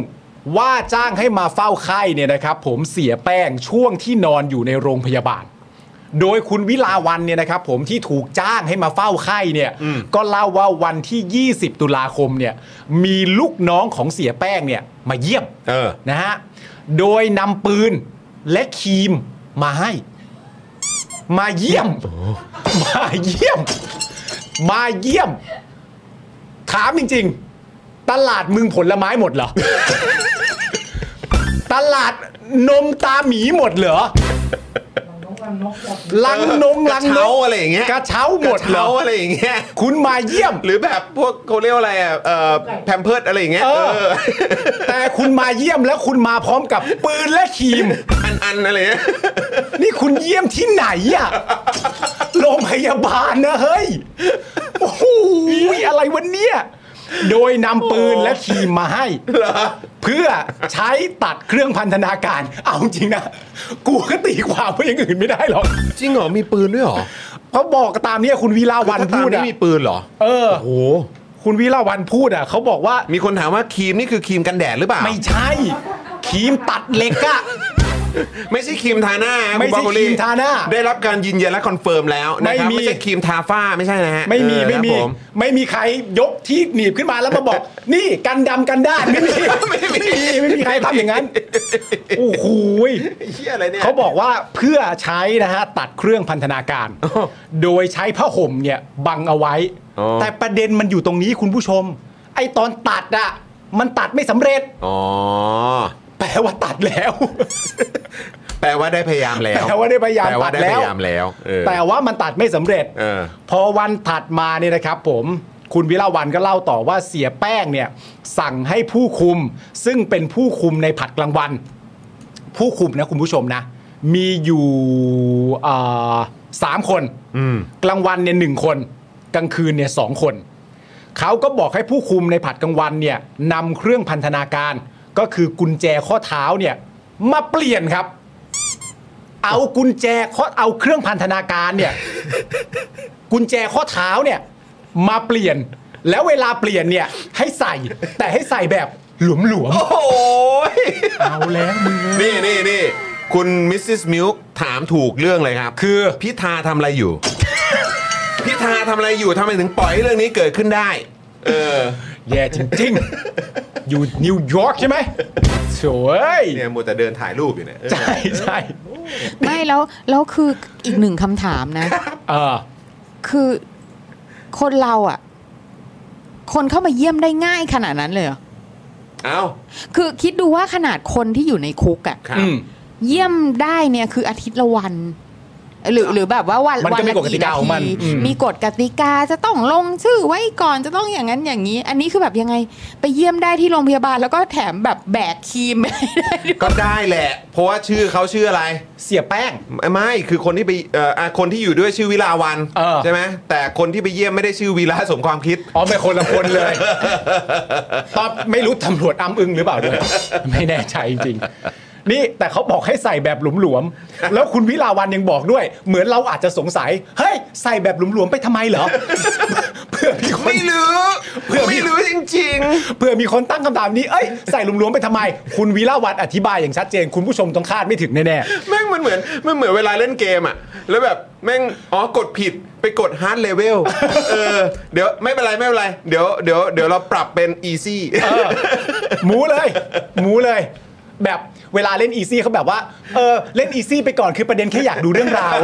C: ว่าจ้างให้มาเฝ้าไข้เนี่ยนะครับผมเสียแป้งช่วงที่นอนอยู่ในโรงพยาบาล โดยคุณวิลาวันเนี่ยนะครับผมที่ถูกจ้างให้มาเฝ้าไข้เนี่ยก็เล่าว่าวันที่ 20 ตุลาคมเนี่ยมีลูกน้องของเสียแป้งเนี่ยมาเยี่ยม
A: เออ
C: นะฮะ โดยนำปืนและครีมมาให้ มาเยี่ยม มาเยี่ยม มาเยี่ยม ถามจริง ๆ ตลาดมึงผลไม้หมด เหรอ ตลาดนมตาหมีหมดเหร อ ลังนงลังน
A: เช้าก อะไรอย่างเงี้ย
C: กระเช้าหมด
A: กระ
C: เหร
A: เช้า
C: อ
A: อะไรอย่างเงี้ย
C: คุณมาเยี่ยม
A: หรือแบบพวกเขาเรียกว่าอะไรอ่ะเอ่อแพมเพิร์ดอะไรอย่างเงี้ย
C: เออ
A: เออ
C: แต่คุณมาเยี่ยมแล้วคุณมาพร้อมกับปืนและครีม
A: อันอันอะไรเงี้ย
C: นี่คุณเยี่ยมที่ไหนอะโรงพยาบาลนะเฮ้ย โอ้โหอะไรวันเนี้ยโดยนำปืนและครีมมาให้
A: เหรอ
C: เพื่อใช้ตัดเครื่องพันธนาการ เอาจริงนะ กูก็ตีความว่าอย่างอื่นไม่ได้หรอก
A: จริงเหรอ มีปืนด้วยเหรอ
C: เพราะบอกตามเนี้ยคุณวีลาวัน
A: ถ้าตา
C: พู
A: ม
C: ด
A: นี้
C: อะ
A: มีปืนเหรอ
C: เออ
A: โอ้โห
C: คุณวีลาวันพูดอะเขาบอกว่า
A: มีคนถามว่าครีมนี่คือครีมกันแดดหรือเปล่า
C: ไม่ใช่ครีมตัดเหล็กอะ
A: ไม่ใช่ครีมทาหน้านะ
C: ไม่ใช่
A: ณบาโกลี่
C: ครีมทาหน้า
A: ได้รับการยืนยันและคอนเฟิร์มแล้วนะครับ
C: ไม่มี
A: ไม่ใช่ครีมทาฝ้าไม่ใช่นะฮะ
C: ไม่มี
A: เออ
C: ไม่มี
A: ครับผ
C: ไม่มีใครยกที่หนีบขึ้นมาแล้วมาบอก นี่กันดำกันด้าน ไม่มี
A: ไม่
C: ไม่
A: มี
C: มีไม่มีใครทำอย่า งนั้นโอ้โหย
A: เฮียอะไรเนี่ย
C: เขาบอกว่าเพื่อใช้นะฮะตัดเครื่องพันธนาการ โดยใช้ผ้าห่มเนี่ยบังเอาไว้
A: อ๋อ
C: แต่ประเด็นมันอยู่ตรงนี้คุณผู้ชม ไอตอนตัดอะมันตัดไม่สำเร็จ
A: อ๋อ
C: แปลว่าตัดแล้ว
A: แปลว่าได้พยายามแล้ว
C: แปลว่าได้พยายาม
A: แปลว่า
C: ตัด
A: ได้
C: แล้
A: พ
C: ว
A: ยายามแล้วเออ
C: แต่ว่ามันตัดไม่สำเร็จ
A: เออ
C: พอวันถัดมาเนี่ยนะครับผมคุณวิลาวันก็เล่าต่อว่าเสียแป้งเนี่ยสั่งให้ผู้คุม ซึ่งเป็นผู้คุมในผัดกลางวัน ผู้คุมนะคุณผู้ชมนะ มีอยู่เอ่อสามคน กลางวันเนี่ยหนึ่งคน กลางคืนเนี่ยสองคน เขาก็บอกให้ผู้คุมในผัดกลางวันเนี่ยนำเครื่องพันธนาการ ก็คือกุญแจข้อเท้าเนี่ยมาเปลี่ยนครับ เอากุญแจข้อเอาเครื่องพันธนาการเนี่ย กุญแจข้อเท้าเนี่ย มาเปลี่ยน แล้วเวลาเปลี่ยนเนี่ย ให้ใส่ แต่ให้ใส่แบบหลวมหลวม
A: โอ้ย
C: ๆเอาแล้วมึง
A: นี่นี่นี่คุณมิสซิสมิวถามถูกเรื่องเลยครับ คือพิธาทำอะไรอยู่ พิธาทำอะไรอยู่ทำไมถึงปล่อยให้เรื่องนี้เกิดขึ้นได้ เออ
C: แย่จริงๆ อยู่นิวยอร์กใช่ไหมสวย
A: เนี่ยมัวแต่เดินถ่ายรูปอยู่เนี่ยเออ
C: ใช่ใช่
F: ไม่แล้วแล้วคืออีกหนึ่งคำถามนะ
C: เออ
F: คือคนเราอ่ะ คนเข้ามาเยี่ยมได้ง่ายขนาดนั้นเลยเหรอ
A: เอ้า
F: คือคิดดูว่าขนาดคนที่อยู่ในคุกอ่ะ
A: ครับ
C: อืม
F: เยี่ยมได้เนี่ยคืออาทิตย์ละวัน หรือหรือแบบว่าวัน
C: มันก็มี
F: วัละ
C: กฎกติกาของมัน
F: ที
C: อืม
F: มีกฎกติกาจะต้องลงชื่อไว้ก่อนจะต้องอย่างนั้นอย่างนี้ อันนี้คือแบบยังไง ไปเยี่ยมได้ที่โรงพยาบาลแล้วก็แถมแบบแบกครีม
A: ก็ได้แหละ เพราะว่าชื่อเขาชื่ออะไร
C: เสียแป้ง
A: ไม่ไม่คือคนที่ไปเอ่ออ่ะคนที่อยู่ด้วยชื่อวิลาวัน
C: เออ
A: ใช่ไหมแต่คนที่ไปเยี่ยมไม่ได้ชื่อวีระสมความคิด
C: อ๋อเป็นคนละคนเลย ตอนไม่รู้ตำรวจอ้ำอึงหรือเปล่าด้วยไม่แน่ใจจริงๆ นี่แต่เขาบอกให้ใส่แบบหลวมๆ แล้วคุณวิลาวันยังบอกด้วย เหมือนเราอาจจะสงสัย เฮ้ย ใส่แบบหลวมๆ ไปทำไมเหรอ เพื่อมีคน
A: ไม่รู้
C: เพื่อ
A: ไม่รู้จริง
C: เพื่อมีคนตั้งคำถามนี้ เอ้ย ใส่หลวมๆ ไปทำไม คุณวิลาวันอธิบายอย่างชัดเจน คุณผู้ชมต้องคาดไม่ถึงแน่
A: ๆ แม่งมันเหมือนมันเหมือนเวลาเล่นเกมอ่ะ แล้วแบบแม่งอ๋อกดผิดไปกดฮาร์ดเลเวลเออเดี๋ยวไม่เป็นไรไม่เป็นไรเดี๋ยวเดี๋ยวเดี๋ยวเราปรับเป็นอีซี่
C: ๆหมูเลยหมูเลย แบบเวลาเล่นอีซี่เขาแบบว่า เออ เล่นอีซี่ไปก่อนคือประเด็นแค่อยากดูเรื่องราว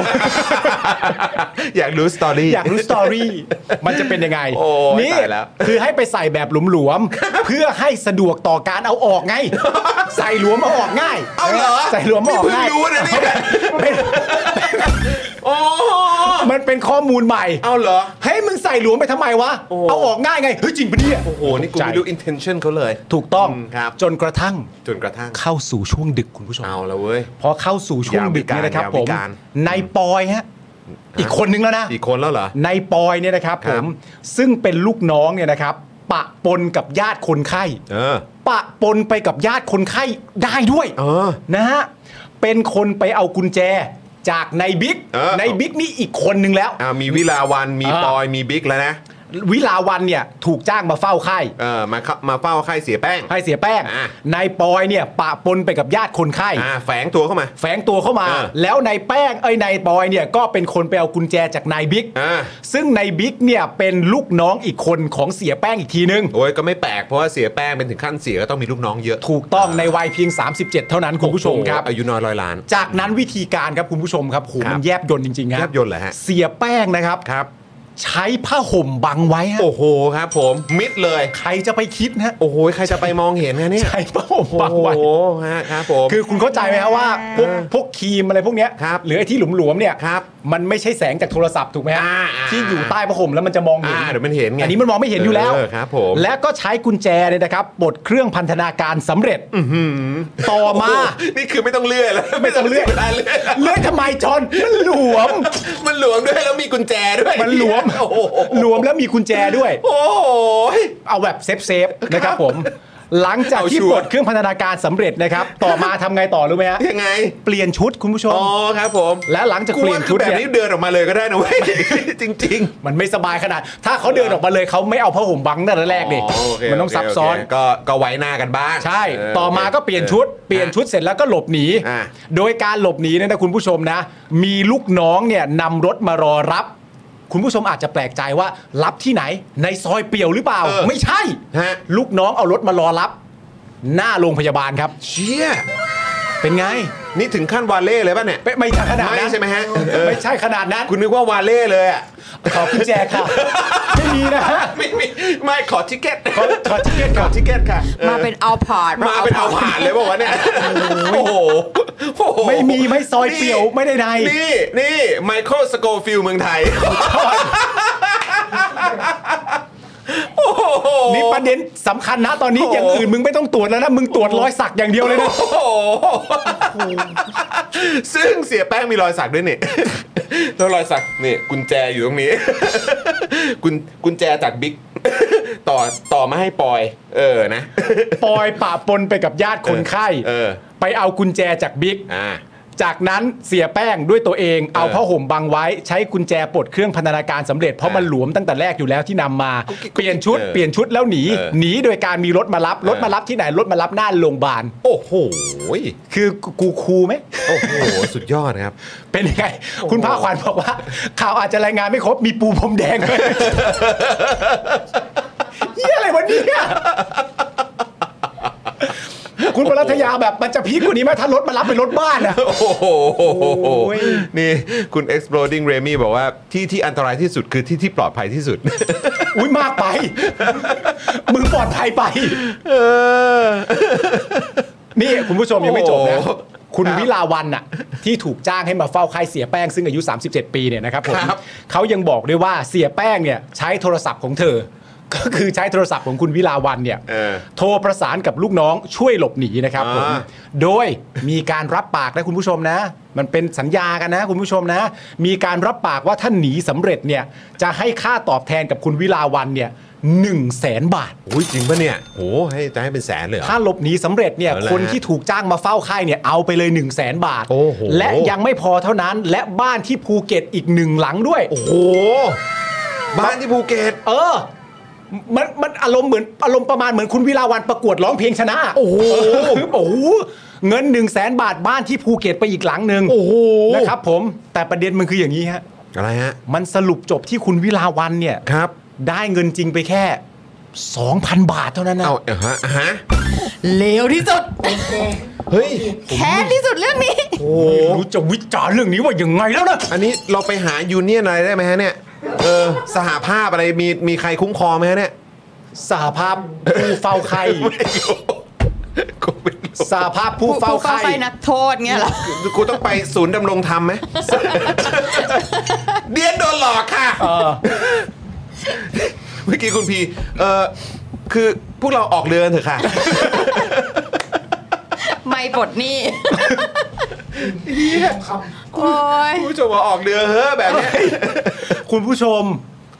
A: อยากรู้สตอรี่
C: อยากรู้สตอรี่ มันจะเป็นยังไง
A: โอ้ย
C: นี่
A: ตายแล้ว
C: คือให้ไปใส่แบบหลวมๆ เพื่อให้สะดวกต่อการเอาออกไง ใส่หลวมเอาออกง่าย
A: เอาเหรอ
C: ใส่หลวมเอาออก
A: นี่
C: ง่าย
A: เพิ่งรู้นะเนี่ยโอ้
C: มันเป็นข้อมูลใหม่
A: เอาเหรอ
C: เฮ้ยมึงใส่หลวมไปทำไมวะ
A: โอ้
C: เอาออกง่ายไง เฮ้ยจริงปะเนี่ย
A: โอ้โหนี่กูไม่รู้ intention เขาเลย
C: ถูกต้อง
A: อืมครับ
C: จนกระทั่ง
A: จนกระทั่ง
C: เข้าสู่ช่วงดึกคุณผู้ชม
A: เอาละเว้ย
C: พอเข้าสู่ช่วงดึกเนี่ยนะครับ
A: ยาม
C: ผ
A: วิ
C: ม
A: กาล
C: นายปอยฮะ อีกคนนึงแล้วนะ
A: อีกคนแล้วเหรอ
C: ในายปอยเนี่ยนะครับ
A: ค
C: ผ
A: รับ
C: มซึ่งเป็นลูกน้องเนี่ยนะครับ ปะปนกับญาติคนไข้
A: เออ
C: ปะปนไปกับญาติคนไข้ได้ด้วย
A: เออ
C: นะฮะเป็นคนไปเอากุญแจจากในายบิ๊ก
A: เออ
C: ในายบิ๊กนี่อีกคนนึงแล้ว
A: อ่ามีวิลาวันมี
C: อ่า
A: ปอยมีบิ๊กแล้วนะ
C: วิลาวันเนี่ยถูกจ้างมาเฝ้าไข้
A: เออมาเข้ามาเฝ้าไข้เสียแป้ง
C: ให้เสียแป้ง
A: อ่ะ
C: นายปอยเนี่ยปะปนไปกับญาติคนไข้
A: อ่าแฝงตัวเข้ามา
C: แฝงตัวเข้ามา
A: อ่า
C: แล้วนายแป้งเอ้ยนายปอยเนี่ยก็เป็นคนไปเอากุญแจจากนายบิ๊ก
A: อ่า
C: ซึ่งนายบิ๊กเนี่ยเป็นลูกน้องอีกคนของเสียแป้งอีกทีนึง
A: โอ้ยก็ไม่แปลกเพราะว่าเสียแป้งเป็นถึงขั้นเสียก็ต้องมีลูกน้องเยอะ
C: ถูกต้องในวัยเพียง 37 เท่านั้นคุณผู้ชมครับ
A: โอ้โหอายุน้อยร้อยล้าน
C: จากนั้นวิธีการครับคุณผู้ชมครับโห
A: ครั
C: มั
A: บ
C: นแยบยนจริงๆครับ
A: แยบยลเหรอฮะ
C: เสียแป้งนะครับ
A: ครับ
C: ใช้ผ้าห่มบังไว้ฮะ
A: โอ้โหครับผม มิดเลย
C: ใครจะไปคิดนะ
A: โอ้โหใครจะไปมองเห็นนะเนี่ย
C: ใช้ผ้าห่ม
A: โอ้
C: บัง
A: โห
C: ไว้
A: ฮะครับผม
C: คือคุณเข้าใจไหมฮะว่าพวกพวกครีมอะไรพวกเนี้ย
A: ครับ
C: หรือไอ้ที่หลุมๆเนี่ย
A: ครับ
C: มันไม่ใช่แสงจากโทรศัพท์ถูกไหมฮะ
A: อ่าอ่า
C: ที่อยู่ใต้ผ้าห่มแล้วมันจะมองเห็น
A: อ่าเดี๋ยวมันเห็นไง
C: อันนี้มันมองไม่เห็นอยู่แล้ว
A: เออครับผม
C: และก็ใช้กุญแจเนี่ยนะครับปลดเครื่องพันธนาการสำเร็จต่อมา
A: โโหนี่คือไม่ต้องเลื่อยแล้ว
C: ไม่ต้องเลื่อย
A: สีวาเลื่อย
C: เลื่อยทำไมจอนมันหลวม
A: มันหลวมด้วยแล้วมีกุญแจด้วย
C: มันหลวม
A: โอ้โห
C: หลวมแล้วมีกุญแจด้วย
A: โอ้โห
C: เอาแบบเซฟเซฟๆนะครับผม หลังจากที่
A: เอาชัวร์
C: ปลดเครื่องพันธนาการสำเร็จนะครับ ต่อมาทำไงต่อรู้ไหมฮะ
A: ยังไง
C: เปลี่ยนชุดคุณผู้ชม
A: อ๋อครับผม
C: และหลังจาก
A: กู
C: เปลี่ย
A: ว่าน คื
C: ชุ
A: อ
C: ด
A: แบบ
C: เนี่ย
A: นี้เดินออกมาเลยก็ได้นะเว้ย จริง ๆ
C: มันไม่สบายขนาด ถ้าเขาเดินออกมาเลยเขาไม่เอาผ้าห่มบังตั้งแต่แรกดิ
A: อ๋อโเค
C: มันต้อง
A: โเค
C: ซับซ้อน
A: โเคก็ก็ไว้หน้ากันบ้าง
C: ใช่
A: เ
C: ต่อมาก็เปลี่ยนชุด
A: ออ
C: เปลี่ยนชุดเสร็จแล้วก็หลบหนี
A: อ่ะ
C: โดยการหลบหนีเนี่ยนะคุณผู้ชมนะ มีลูกน้องเนี่ยนำรถมารอรับ คุณผู้ชมอาจจะแปลกใจว่ารับที่ไหน ในซอยเปี่ยวหรือเปล่า
A: เออ
C: ไม่ใช่
A: ฮะ
C: ลูกน้องเอารถมารอรับ หน้าโรงพยาบาลครับ
A: เชี่ย
C: เป็นไง
A: นี่ถึงขั้นวาเล่เลยป่ะเนี่ย
C: ไม่ไม่ใช่ขนาดนั้น
A: ไม่ใช่ไหมฮะเออ
C: ไม่ใช่ขนาดนั้น
A: คุณนึกว่าวาเล่เลยอ่ะ
C: ขอกุญแจ ค่ะ ไม่มีนะฮะ
A: ไม่ไม่ไม่ขอทิเก็ต
C: ขอขอทิเก็ต
A: ข
C: ก่อ
A: อน ทิเก็ตค่ะออ
F: มาเป็นเอาพอร์ต
A: มาเป็นเอาผ่านเลยป่าวะเนี่ยโอ้โหโอ้โห
C: ไม่มีไม่ซอยเปี่ยวไม่ได้ใด
A: นี่นี่ไมเคิลสโกฟิลเมืองไทยโอ้โห
C: นี่ประเด็นสำคัญนะตอนนี้
A: โอ้โห
C: อย่างอื่นมึงไม่ต้องตรวจแล้วนะมึงตรวจรอยสักอย่างเดียวเลยนะ
A: โอ้โห ซึ่งเสียแป้งมีรอยสักด้วยนี่ แล้วรอยสักนี่กุญแจอยู่ตรงนี้ กุญกุญแจจากบิ๊ก ต่อต่อมาให้ปอย เออนะ
C: ปอยปะปนไปกับญาติคนไข้
A: เออ
C: ไปเอากุญแจจากบิ๊ก
A: อ่า
C: จากนั้นเสียแป้งด้วยตัวเองเอาผ้าห่มบังไว้ ใช้กุญแจปลดเครื่องพันธนาการสำเร็จเพราะมันหลวมตั้งแต่แรกอยู่แล้วที่นำมาเปลี่ยนชุด
A: เออ
C: เปลี่ยนชุดแล้วหนี
A: เออ
C: หนีโดยการมีรถมารับรถ
A: เออ
C: มารับที่ไหนรถมารับหน้าโรงพยาบาล
A: โอ้โห
C: คือกูคูลไหม
A: โอ้โห สุดยอดครับ
C: เป็นยังไง คุณภาคขวัญบอกว่า ข่าวอาจจะรายงานไม่ครบมีปูพรมแดงด้วย เยี่ยอะไรวะเนี่ยคุณปรัตยาแบบมันจะพีคกว่านี้ไหมถ้ารถมารับเป็นรถบ้านอะ
A: โอ้โห
C: โอ้ย
A: นี่คุณ exploding Remy บอกว่าที่ที่อันตรายที่สุดคือที่ที่ปลอดภัยที่สุด
C: อุ้ยมากไป มึงปลอดภัยไป
A: เออ
C: นี่ คุณผู้ชมยังไม่จบนะ
A: โอ้โห
C: คุณ
A: ครับ
C: วิลาวันน่ะที่ถูกจ้างให้มาเฝ้าค่ายเสียแป้งซึ่งอายุ 37 ปีเนี่ยนะครับผม
A: ครับ
C: เขายังบอกด้วยว่าเสียแป้งเนี่ยใช้โทรศัพท์ของเธอ ก็คือใช้โทรศัพท์ของคุณวิลาวันเนี่ย
A: เออ
C: โทรประสานกับลูกน้องช่วยหลบหนีนะครับผม
A: อ่า
C: โดยมีการรับปากนะคุณผู้ชมนะ มันเป็นสัญญากันนะ คุณผู้ชมนะ มีการรับปากว่าถ้าหนีสำเร็จเนี่ยจะให้ค่าตอบแทนกับคุณวิลาวันเนี่ยหนึ่งแสนบาท
A: อุ้ยจริงปะเนี่ยโอ้โหให้จะให้เป็นแสนเลยเหรอ
C: ถ้าหลบหนีสำเร็จเนี่ย
A: เอาละ
C: คนที่ถูกจ้างมาเฝ้าค่ายเนี่ยเอาไปเลย 1 0 0 0 0แสนบาท
A: โอ้โห
C: และยังไม่พอเท่านั้นและบ้านที่ภูเก็ตอีกหนึ่งหลังด้วย
A: โอ้โห บ้านที่ภูเก็ต
C: เออ มันมันอารมณ์เหมือนอารมณ์ประมาณเหมือนคุณวิลาวันประกวดร้องเพลงชนะ โอ้โหคือโอ้โหเงิน1นึ่งแสนบาทบ้านที่ภูเก็ตไปอีกหลังหนึ่งนะครับผมแต่ประเด็นมันคืออย่างนี้ฮะ
A: อะไรฮะ
C: มันสรุปจบที่คุณวิลาวันเนี่ย
A: ครับ
C: ได้เงินจริงไปแค่ 2,000 บาทเท่านั้นนะ
A: เอาเอาฮะอ่ะฮะ
F: เลวที่สุด
A: เฮ้ย
F: แค้นที่สุดเรื่องนี้
A: โอ้โห
C: ไม่รู้จะวิจารณ์เรื่องนี้ว่ายังไงแล้วนะ
A: อันนี้เราไปหายูเนียนอะไรได้ไหมฮะเนี่ย เออ สหภาพอะไรมีมีใครคุ้มครองไหมฮะเนี่ย
C: สหภาพผู้เฝ้าไข่
A: กูไม่รู้
C: สหภาพผู้เฝ้า
F: ผู้เฝ้า
C: ไข่
F: ไข้นักโทษเงี้ยเหรอ
A: กูต้องไปศูนย์ดำรงธรรมไหม เดียนโดนหลอกค่ะ
C: เออ
A: เมื่อกี้คุณพีเออคือพวกเราออกเรือกันเถอะค่ะ
F: ไม่ปลดหนี้โอ้ย
A: คุณผู้ชมว่าออกเรือเฮ้อะแบบเนี้ย
C: คุณผู้ชม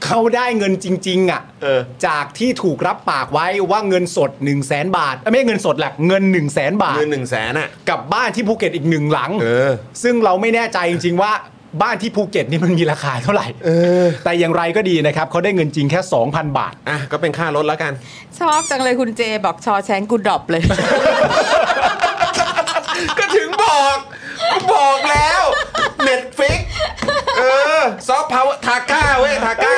C: เขาได้เงินจริง ๆ อ่ะ
A: เออ
C: จากที่ถูกรับปากไว้ว่าเงินสด 1 0 0 0 0แสนบาทเอ้ยไม่ใช่เงินสดหลักเงิน 1 0 0 0 0แสนบาท
A: เรือหนึ่งแสนอ่ะ
C: กับบ้านที่ภูเก็ตอีกหนึ่งหลัง
A: เออ
C: ซึ่งเราไม่แน่ใจจริง ๆ ว่าบ้านที่ภูเก็ตนี่มันมีราคาเท่าไหร่แต่อย่างไรก็ดีนะครับเขาได้เงินจริงแค่ 2,000 บาท
A: อ่ะ ก็เป็นค่ารถแล้วกัน
F: ชอบจังเลยคุณเจบอกชอแชงกูดรอปเลย
A: ก็ถึงบอกก็บอกแล้วเน็ตฟิกเออซอฟพาวทาก้าเว้ยทาก้า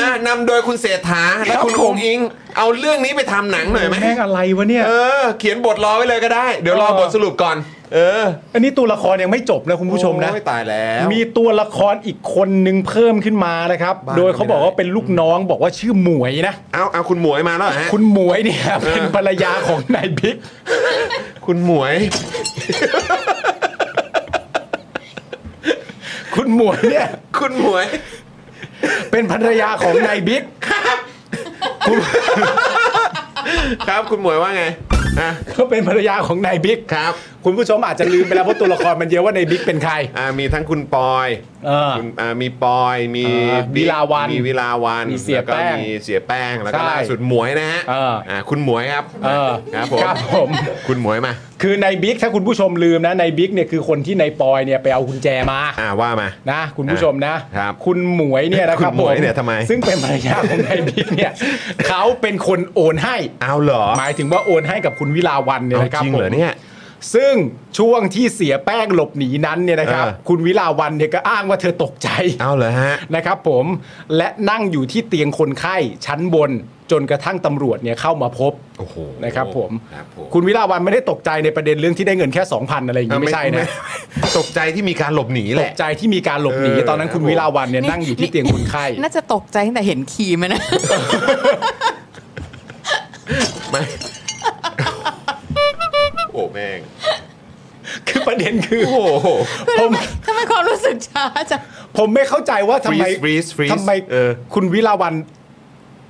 A: อ่ะนำโดยคุณเศรษฐาและคุณ
C: ครับผ
A: ค
C: ม
A: งอิง เอาเรื่องนี้ไปทำหนังหน่อยไหม
C: แม่งอะไรวะเนี่ย
A: เออ เขียนบทรอไว้เลยก็ได้ เดี๋ยวรอบทสรุปก่อน เออ
C: อันนี้ตัวละครยังไม่จบนะคุณผู้ชมนะ
A: โอ้ยตายแล้ว
C: มีตัวละครอีกคนนึงเพิ่มขึ้นมานะครับ
A: บ้าน
C: โดยเขาบอกว่าเป็นลูกน้องบอกว่าชื่อหมวย นะ
A: เอาเอาคุณหมวยมาแล้วเหรอฮะ
C: คุณหมวยเนี่ยเป็นภรรยาของนายบิ๊ก
A: คุณหมวย
C: คุณหมวยเนี่ย
A: คุณหมวย
C: เป็นภรรยาของนายบิ๊ก
A: ครับคุณหมวยว่าไงอ่ะ
C: ก็เป็นภรรยาของนายบิ๊ก
A: ครับ
C: คุณผู้ชมอาจจะลืมไปแล้วเพราะตัวละครมันเยอะว่านายบิ๊กเป็นใคร
A: อ่ามีทั้งคุณปอย
C: เออ
A: คุณอ่ามีปอย มี
C: เออ
A: บิ๊ก
C: วิลาวัน
A: มีวิลาวัน
C: มีเสีย
A: ล้วก็
C: แป้ง
A: มีเสียแป้ง แล้วก็
C: ใช่
A: ล่าสุดหมวยนะฮะ
C: เอออ่
A: าคุณหมวยครับ
C: เออ
A: ครับผม
C: ครับผม
A: คุณหมวยมา
C: คือนายบิ๊กถ้าคุณผู้ชมลืมนะนายบิ๊กเนี่ยคือคนที่นายปอยเนี่ยไปเอากุญแจมา
A: อ่าว่ามา
C: นะคุณผู้ชมนะครับ ณหมวยเนี่ยนะครับ
A: คุณหมวยเนี่ย
C: ผ
A: ทำไม
C: ซึ่งเป็นภรรยาของนายบิ๊กเนี่ยเขาเป็นคนโอนให้
A: เอาเหรอ
C: หมายถึงว่าโอนให้กับคุณวิลาวันเนี่ย
A: เอา
C: นะครับ
A: จริง
C: ผม
A: เหรอเนี่ย
C: ซึ่งช่วงที่เสียแป้งหลบหนีนั้นเนี่ยนะครับ
A: เออ
C: คุณวิลาวันเนี่ยก็อ้างว่าเธอตกใจ
A: เอาเหรอฮะ
C: นะครับผมและนั่งอยู่ที่เตียงคนไข้ชั้นบนจนกระทั่งตำรวจเนี่ยเข้ามาพบ
A: โอ้โห
C: นะครับผม
A: ครับผม
C: คุณวิลาวันไม่ได้ตกใจในประเด็นเรื่องที่ได้เงินแค่ 2,000 อะไรอย่างงี้ไม่ใช่นะ
A: ตกใจที่ มีการหลบหนี
C: ต
A: แหละ
C: กใจที่มีการหลบหนี
A: เออ
C: ตอนนั้นคุณ
A: ครับผม
C: วิลาวันเนี่ยนั่งอยู่ที่เตียงคนไข้
F: น่าจะตกใจตั้งแต่เห็นครีมอะนะ
A: ไม่ โอ้แม่ง
C: คือประเด็นคือ
A: โอ้โห
C: ผม
F: ทำไมความรู้สึกช้าจัง
C: ผมไม่เข้าใจว่าทำไม
A: Freeze, freeze, freeze
C: ทำไม
A: เออ
C: คุณวิลาวัน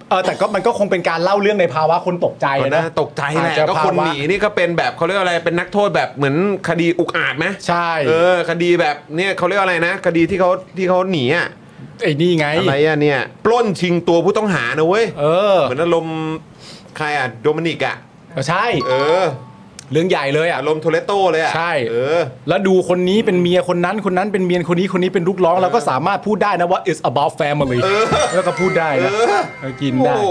C: เออแต่ก็มันก็คงเป็นการเล่าเรื่องในภาวะคนตกใจ
A: ก็
C: นะ
A: น่าตกใจแหละ
C: อาะ
A: ก็คน
C: ภาวะ
A: หนีนี่ก็เป็นแบบเขาเรียกว่าอะไรเป็นนักโทษแบบเหมือนคดีอุกอาจไหม
C: ใช่
A: เออ คดีแบบเนี่ยเขาเรียกว่าอะไรนะ คดีที่เขาที่เขาหนีอะ
C: ไอ้นี่ไง
A: อะไรอะเนี่ย ปล้นชิงตัวผู้ต้องหานะเว้ย
C: เออ
A: เหมือนอารมณ์ใครอะโดมินิกอะ
C: ใช่
A: เออ
C: เรื่องใหญ่เลยอ่ะ
A: อารมณ์โทเลโต้เลยอ่ะ
C: ใช่
A: เออ
C: แล้วดูคนนี้เป็นเมียคนนั้นคนนั้นเป็นเมียคนนี้คนนี้เป็นลูกร้องเราก็สามารถพูดได้นะว่า it's about family แล้วก็พูดได้นะ
A: เออ
C: เออกิน
A: โอ้
C: ได้
A: โห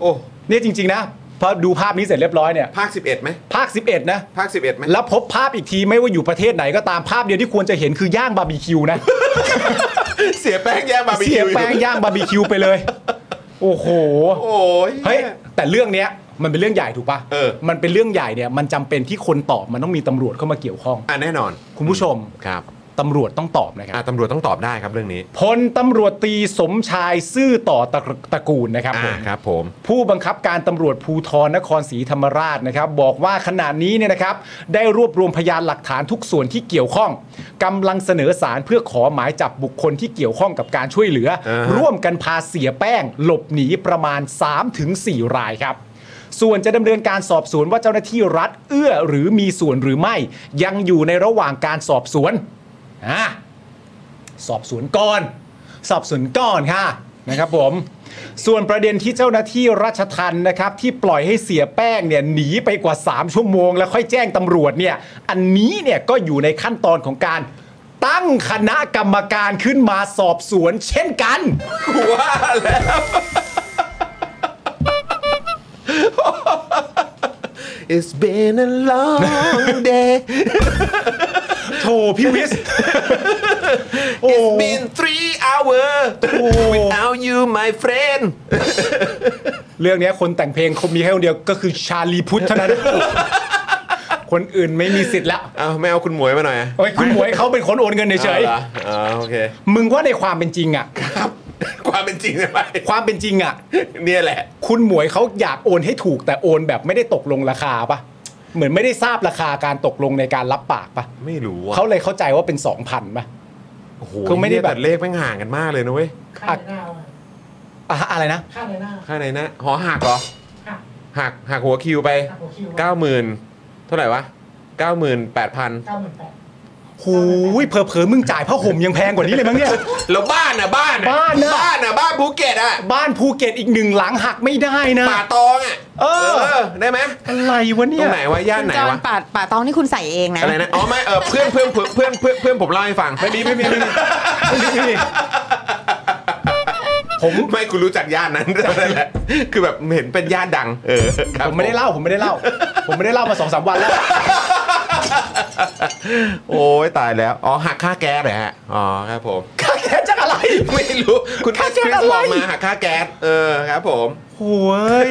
A: โอ้
C: เนี่ยจริง ๆ นะพอดูภาพนี้เสร็จเรียบร้อยเนี่ย
A: ภาค 11ไหม
C: ภาค 11 นะ
A: ภาค 11ไหม
C: แล้วพบภาพอีกทีไม่ว่าอยู่ประเทศไหนก็ตามภาพเดียวที่ควรจะเห็นคือย่างบาร์บีคิวนะ
A: เสียแป้งแย่งบาร์บี
C: เสีย
A: คิว
C: แป้งย่างบาร์บีคิวไปเลย โอ้โห
A: โอ้ย
C: เฮ้ยแต่เรื่องเนี้ยมันเป็นเรื่องใหญ่ถูกปะ
A: เออ
C: มันเป็นเรื่องใหญ่เนี่ยมันจำเป็นที่คนตอบมันต้องมีตำรวจเข้ามาเกี่ยวข้อง
A: อ่ะแน่นอน
C: คุณผู้ชม
A: ครับ
C: ตำรวจต้องตอบนะครั
A: อ่ะ
C: บ
A: ตำรวจต้องตอบได้ครับเรื่องนี้
C: พลตำรวจตรีสมชายซื่อต่อตระตระกูลนะครับผ
A: อ่าม ครับผม
C: ผู้บังคับการตำรวจภูธรนครศรีธรรมราชนะครับ บอกว่าขณะนี้เนี่ยนะครับ ได้รวบรวมพยานหลักฐานทุกส่วนที่เกี่ยวข้องกำลังเสนอสารเพื่อขอหมายจับบุคคลที่เกี่ยวข้องกับการช่วยเหลือ
A: อ่าฮะ
C: ร่วมกันพาเสียแป้ง หลบหนีประมาณ 3-4 รายครับ ส่วนจะดำเนินการสอบสวนว่าเจ้าหน้าที่รัฐเอื้อหรือมีส่วนหรือไม่ ยังอยู่ในระหว่างการสอบสวนอ่ะ สอบสวนก่อน สอบสวนก่อนค่ะนะครับผม ส่วนประเด็นที่เจ้าหน้าที่ราชทันนะครับ ที่ปล่อยให้เสียแป้งเนี่ยหนีไปกว่า 3 ชั่วโมง แล้วค่อยแจ้งตำรวจเนี่ย อันนี้เนี่ยก็อยู่ในขั้นตอนของการตั้งคณะกรรมการขึ้นมาสอบสวนเช่นกัน
A: ว่าแล้ว It's been a long day
C: โถพี่วิส โอ้
A: It's been three hour without you my friend
C: เรื่องเนี้ยคนแต่งเพลงคงมีแค่คนเดียวก็คือชาลีพุทธเท่านั้น คนอื่นไม่มีสิทธิ์ละ
A: เอาไม่เอาคุณหมวยมาหน่อย
C: โอ้ยคุณหมวยเขาเป็นคนโอนเงินเฉย
A: อาหรออ๋อโอเค
C: ๆมึงว่าในความเป็นจริงอะ
A: ความเป็นจริงใช่ไหม
C: ความเป็นจริงอะ
A: เนี่ยแหละ
C: คุณหมวยเขาอยากโอนให้ถูกแต่โอนแบบไม่ได้ตกลงราคาปะเหมือนไม่ได้ทราบราคาการตกลงในการรับปากปะ
A: ไม่รู้อ่ะ
C: เขาเลยเข้าใจว่าเป็น 2,000ปะ
A: โอ้โห
C: เขาไม่ได้
A: เนี่ยแต่
C: แบบ
A: เลขแม่งห่างกันมากเลยนะเว้ย
D: ข้างในหน้าวะ
C: อ่ะอะไรนะ
D: ข้างในหน้า
A: ค่าไหนนะ หอหักเหรอ
D: ค่ะ
A: หักหักหัวคิวไป
D: หักหัวคิว
A: 90,000 เท่าไหร่วะ 98,000
D: เก้าหมื่นแปด
C: หูยเผลอๆมึงจ่ายผ้าห่มยังแพงกว่านี้เลยมั้งเนี่ย
A: แล้วบ้านอ่ะบ้าน
C: บ้านน่ะ
A: บ้านอ่ะบ้านภูเก็ตอ่ะ
C: บ้านภูเก็ตอีกหนึ่งหลังหักไม่ได้นะ
A: ป่าตองอ่ะ
C: เออ
A: ได้ไหม
C: อะไรวะ
A: ต
C: เนี่
A: ร
C: ย
A: งไหนวะย่านไหน
F: จอน
A: วะ
F: ป่าป่าตองนี่คุณใส่เองนะ
A: อะไรนะอ๋อไม่เออเพื่อนเพื่อนเพื่อนเพื่อนเพื่อนเพื่อนผมเล่าให้ฟังไม่มีไม่มีไม่มี
C: ผม
A: ไม่คุณรู้จักย่านนั้น เท่านั่นแหละคือแบบเห็นเป็นย่านดัง เออครับ
C: ผมไม่ได้เล่าผมไม่ได้เล่า ผมไม่ได้เล่ามาสองสามวันแล้ว
A: โอ้ยตายแล้วอ๋อหักค่าแก๊สเหรอฮะอ๋อครับผม
C: ค่าแก๊สจากอะไร
A: ไม่รู้คุณ
C: ค่าแก๊ส
A: คริสบอก
C: อะไร
A: มาหักค่าแก๊สเออครับผม
C: โอ้ย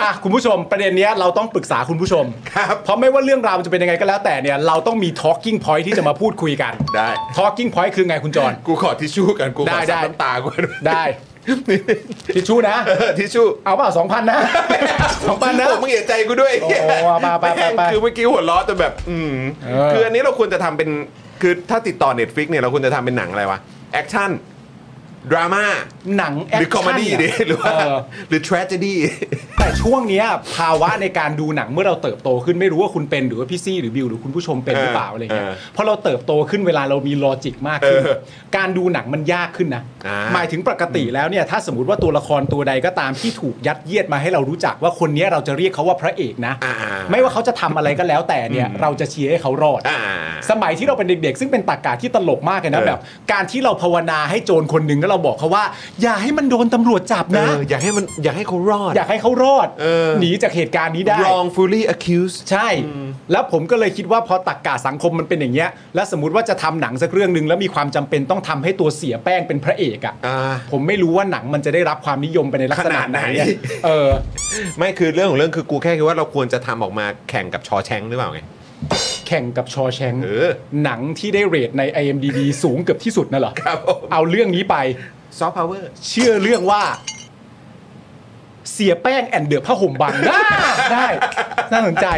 C: อ่ะคุณผู้ชมประเด็นเนี้ยเราต้องปรึกษาคุณผู้ชม
A: ครับ
C: เพราะไม่ว่าเรื่องราวมันจะเป็นยังไงก็แล้วแต่เนี่ยเราต้องมี talking point ที่จะมาพูดคุยกัน
A: ได้
C: talking point คือไงคุณจอน
A: กูขอทิชชู่กันกูข
C: ได้
A: อ
C: ได้
A: ซับน้ำตากูด้วย
C: ได้ ทิชชู่นะ
A: เออทิชชู่
C: เอาเปล่าสองพันนะ สองพันนะ
A: โอ้มึงเห็นใจกูด้วย
C: โอ้เอาไปไปไปไป
A: แม่งคือเมื่อกี้หัวล้อแต่แบบ อืม
C: เออ
A: คืออันนี้เราควรจะทำเป็น คือถ้าติดต่อ Netflix เนี่ยเราควรจะทำเป็นหนังอะไรวะ แอคชั่น ดราม่า
C: หนังแอ
A: ห
C: ค
A: รือคอ
C: ชั่
A: ม
C: น
A: เมดี้ดิ หรือว่า
C: เอ
A: หรือทร a จ e d y
C: แต่ช่วงเนี้ยภาวะในการดูหนังเมื่อเราเติบโตขึ้นไม่รู้ว่าคุณเป็นหรือว่าพี่ซี่หรือบิวหรือคุณผู้ชมเป็นหรือเปล่าอะไรเงี้ย
A: เออ
C: พอเราเติบโตขึ้นเวลาเรามีลอจิกมากขึ้น
A: เออ
C: การดูหนังมันยากขึ้นนะ
A: อ่า
C: หมายถึงปกติแล้วเนี่ยถ้าสมมติว่าตัวละครตัวใดก็ตามที่ถูกยัดเยียดมาให้เรารู้จักว่าคนเนี้ยเราจะเรียกเขาว่าพระเอกนะ
A: อ่า
C: ไม่ว่าเขาจะทำอะไรก็แล้วแต่เนี่ยเราจะเชียร์ให้เขารอด
A: อ่า
C: สมัยที่เราเป็นเด็กๆ ซึ่งเป็นตากาที่ตลกมากเลยนะ
A: เออ
C: แบบ การที่เราภาวนาให้โจรคนหนึ่งแล้วเราบอกเขาว่า อย่าให้มันโดนตำรวจจับ
A: เอ
C: นะ
A: อ อยากให้มัน อยากให้เขารอด
C: อยากให้เขารอด
A: เออ
C: หนีจากเหตุการณ์นี้ได้
A: wrongfully accused
C: ใช่ แล้วผมก็เลยคิดว่าพอตักกาสังคมมันเป็นอย่างเงี้ย แล้วสมมติว่าจะทำหนังสักเรื่องหนึ่งแล้วมีความจำเป็นต้องทำให้ตัวเสียแป้งเป็นพระเอกอะ
A: อ่า
C: ผมไม่รู้ว่าหนังมันจะได้รับความนิยมไปในลักษณะไหนอะ
A: ขนาดไหน
C: เออ
A: ไม่คือเรื่องของเรื่องคือกูแค่คิดว่าเราควรจะทำออกมาแข่งกับชอแชงหรือเปล่าไง
C: แข่งกับชอแชง
A: เออ
C: หนังที่ได้เรทใน IMDb สูงเกือบที่สุดน่ะเหรอ
A: ครับผม
C: เอาเรื่องนี้ไป
A: ซอฟต์พาวเวอร์
C: เชื่อเรื่องว่า เสียแป้งแอนเดอร์ผ้าห่มบังน่าได้ น่าสนใจ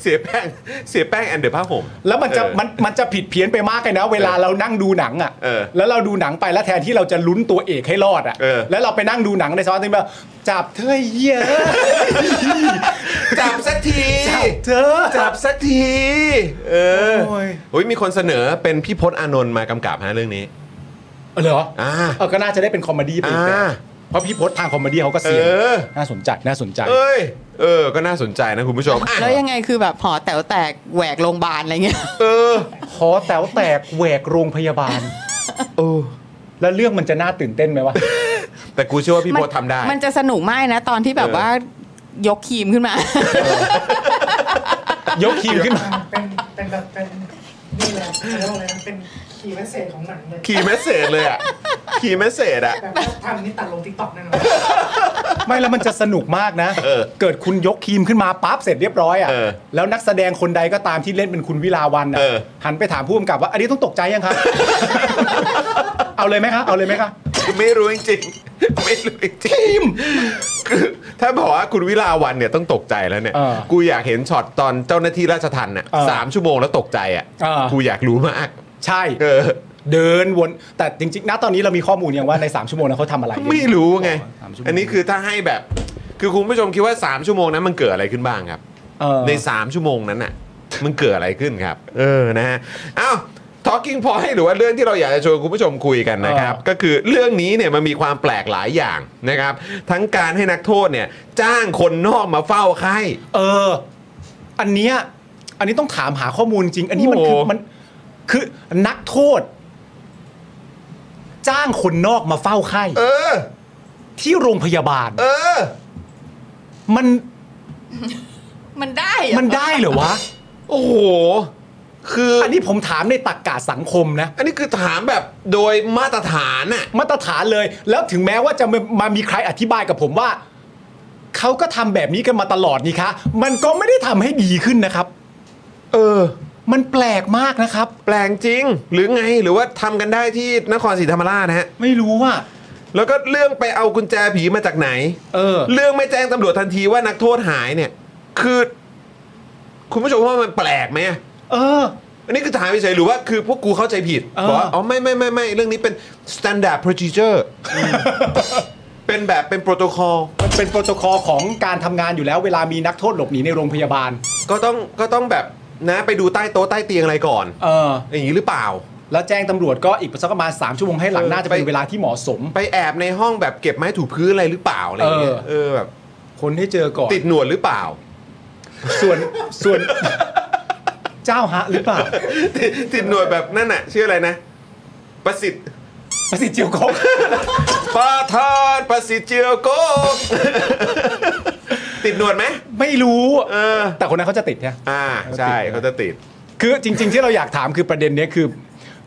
A: เสียแป้ง เสียแป้งแอนเดอร์ผ้าห่ม
C: แล้วมันจะ
A: เออ
C: มันมันจะผิดเพี้ยนไปมากเลยนะ เวลาเรานั่งดูหนังอ่ะ
A: เออ
C: แล้วเราดูหนังไปแล้วแทนที่เราจะลุ้นตัวเอกให้รอดอ่ะ
A: เออ
C: แล้วเราไปนั่งดูหนังในซอนที่แบบจับเธอเหี้ย เอะ
A: จับสักที
C: จับเธอ
A: จับสักที เออ
C: โอ้ย
A: โอ้ยมีคนเสนอเป็นพี่พจน์อานนท์มากำกับฮะเรื่องนี้
C: เหรอ
A: อ่า
C: เออก็น่าจะได้เป็นคอมเมดี้ไปอีก
A: อ่า
C: แบบ เพราะพี่พศทางคอมเมดี้เขาก็
A: เอ
C: เสียง
A: อ
C: น่าสนใจน่าสนใจ
A: เอ้ย เออ ก็น่าสนใจนะคุณผู้ชมอ่ะ
F: แล้วยังไงคือแบบหอแต๋วแตกแหวกโรงพยาบาลอะไรเงี้ย
A: เออ
C: ขอแต๋วแตกแหวกโรงพยาบาล
A: เออ
C: แล้วเรื่องมันจะน่าตื่นเต้นไหมวะ
A: แต่กูเชื่อว่าพี่โพสทำได้
F: มันจะสนุกมากนะ ตอนที่แบบ
A: เออ
F: ว่ายกครีมขึ้นมา
C: ยกคีมขึ้นมา
D: เป็นเป็นแบบเป็นนี่แหละเขาเรียกว่าอะไรนะเป็นคีย์เมสเซจของหนังเลย
A: ขี่เมสเซจเลยอ่ะ ขี่เมสเซจอ่ะ
D: แบบว่าทำนี้ตัดลงทิกตอกแน่นอน
C: ไม่แล้วมันจะสนุกมากนะ
A: เออ
C: เกิดคุณยกครีมขึ้นมาปั๊บเสร็จเรียบร้อยอ่ะ
A: เออ
C: แล้วนักแสดงคนใดก็ตามที่เล่นเป็นคุณวิลาวัน
A: เออ
C: หันไปถามผู้กำกับว่า อันนี้ต้องตกใจยังครับ เอาเลยไหมคะเอาเลยไหมคะ
A: ไม่รู้จริง ๆไม่รู้จริงๆคือถ้าบอกว่าคุณวิลาวันเนี่ยต้องตกใจแล้วเนี่ย
C: เออ
A: กูอยากเห็นช็อตตอนเจ้าหน้าที่ราชทัณฑ์น่ะ
C: เออ
A: สามชั่วโมงแล้วตกใจอ่ะ
C: เออ
A: กูอยากรู้มาก
C: ใช่
A: เออ
C: เดินวน แต่จริงๆ ณ ตอนนี้เรามีข้อมูลยังว่าใน 3 ชั่วโมงนั้นเขาทำอะไรกัน
A: ไม่รู้ไง
C: สามชั่วโมง
A: อันนี้คือถ้าให้แบบ คือคุณผู้ชมคิดว่า 3 ชั่วโมงนั้นมันเกิดอะไรขึ้นบ้างครับ
C: เออ
A: ใน 3 ชั่วโมงนั้นน่ะ มันเกิดอะไรขึ้นครับ เออนะฮะอ้าว Talking Point หรือว่าเรื่องที่เราอยากจะชวนคุณผู้ชมคุยกันนะครับ
C: เออ
A: ก็คือเรื่องนี้เนี่ยมันมีความแปลกหลายอย่างนะครับ ทั้งการให้นักโทษเนี่ย จ้างคนนอกมาเฝ้าไข้
C: เออ อันเนี้ย อันนี้ต้องถามหาข้อมูลจริง อันนี้มันคือ
A: โอ้
C: มันคือนักโทษ จ้างคนนอกมาเฝ้าไข้
A: เออ
C: ที่โรงพยาบาล
A: เออ
C: มัน
F: มันได้เหรอ
C: มันได้เหรอวะ
A: โอ้โห คือ
C: อันนี้ผมถามในตักกะสังคมนะ
A: อันนี้คือถามแบบโดยมาตรฐานน่ะ
C: มาตรฐานเลย แล้วถึงแม้ว่าจะมามามีใครอธิบายกับผมว่า เขาก็ทำแบบนี้กันมาตลอดนี่คะ มันก็ไม่ได้ทำให้ดีขึ้นนะครับ
A: เออ
C: มันแปลกมากนะครับ
A: แปลงจริง หรือไงหรือว่าทำกันได้ที่นครศรีธรรมราชนะฮะ
C: ไม่รู้ว่า
A: แล้วก็เรื่องไปเอากุญแจผีมาจากไหน
C: เออ
A: เรื่องไม่แจ้งตำรวจทันทีว่านักโทษหายเนี่ย คือ คุณผู้ชมว่ามันแปลกไหมอะ
C: เออ
A: อันนี้คือถามเฉยๆหรือว่าคือพวกกูเข้าใจผิด
C: เออ
A: บอกว่าอ๋อไม่ไม่ไม่ไม่เรื่องนี้เป็น standard procedure เป็นแบบเป็นโปรโตคอล
C: มันเป็นโปรโตคอลของการทำงานอยู่แล้วเวลามีนักโทษหลบหนีในโรงพยาบาล
A: ก็ต้องก็ต้องแบบนะไปดูใต้โต๊ะใต้เตียงอะไรก่อน
C: เออ
A: อย่างนี้หรือเปล่า
C: แล้วแจ้งตำรวจก็อีกสักประมาณ 3 ชั่วโมงให้หลังน่าจะเป็น
A: ไป
C: เวลาที่เหมาะสม
A: ไปแอบในห้องแบบเก็บไม้ถูพื้นอะไรหรือเปล่าอะไรอย่างเงี้ย
C: เออ
A: เออแบบ
C: คนให้เจอก่อน
A: ติดหนวดหรือเปล่า
C: ส่วนส่วน เจ้าฮะหรือเปล่า
A: ติดติดหนวดแบบนั่นน่ะชื่ออะไรนะ ประสิทธิ์
C: ประสิทธิ์เจียวกก
A: ประธานประสิทธิ์เจียวโกก ติดหนวดไหม
C: ไม่รู้
A: เออ
C: แต่คนนั้นเขาจะติดใช่ไหม
A: อ่า ใช่เขาจะติด
C: คือจริง ๆ ที่เราอยากถามคือประเด็นเนี้ยคือ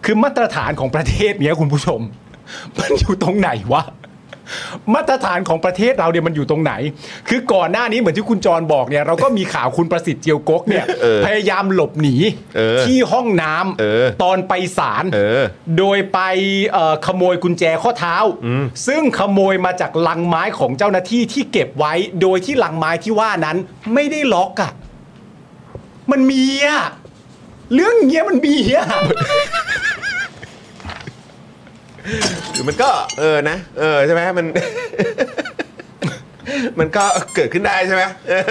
C: คือมาตรฐานของประเทศเนี้ยคุณผู้ชม มันอยู่ตรงไหนวะมาตรฐานของประเทศเราเนี่ยมันอยู่ตรงไหน คือก่อนหน้านี้เหมือนที่คุณจรบอกเนี่ยเราก็มีข่าวคุณประสิทธิ์เจียวกกเนี่ย
A: เออ
C: พยายามหลบหนี
A: เออ
C: ที่ห้องน้ำ
A: เออ
C: ตอนไปศาล
A: เออ
C: โดยไปเอ่อขโมยกุญแจข้อเท้า ซึ่งขโมยมาจากลังไม้ของเจ้าหน้าที่ที่เก็บไว้ โดยที่ลังไม้ที่ว่านั้นไม่ได้ล็อกอะ่ะ มันมีอะ่ะ เรื่องเงี้ยมันมีอะ่ะ
A: หรือมันก็ เออนะ เออใช่ไหมมัน มันก็เกิดขึ้นได้ใช่ไหมเออ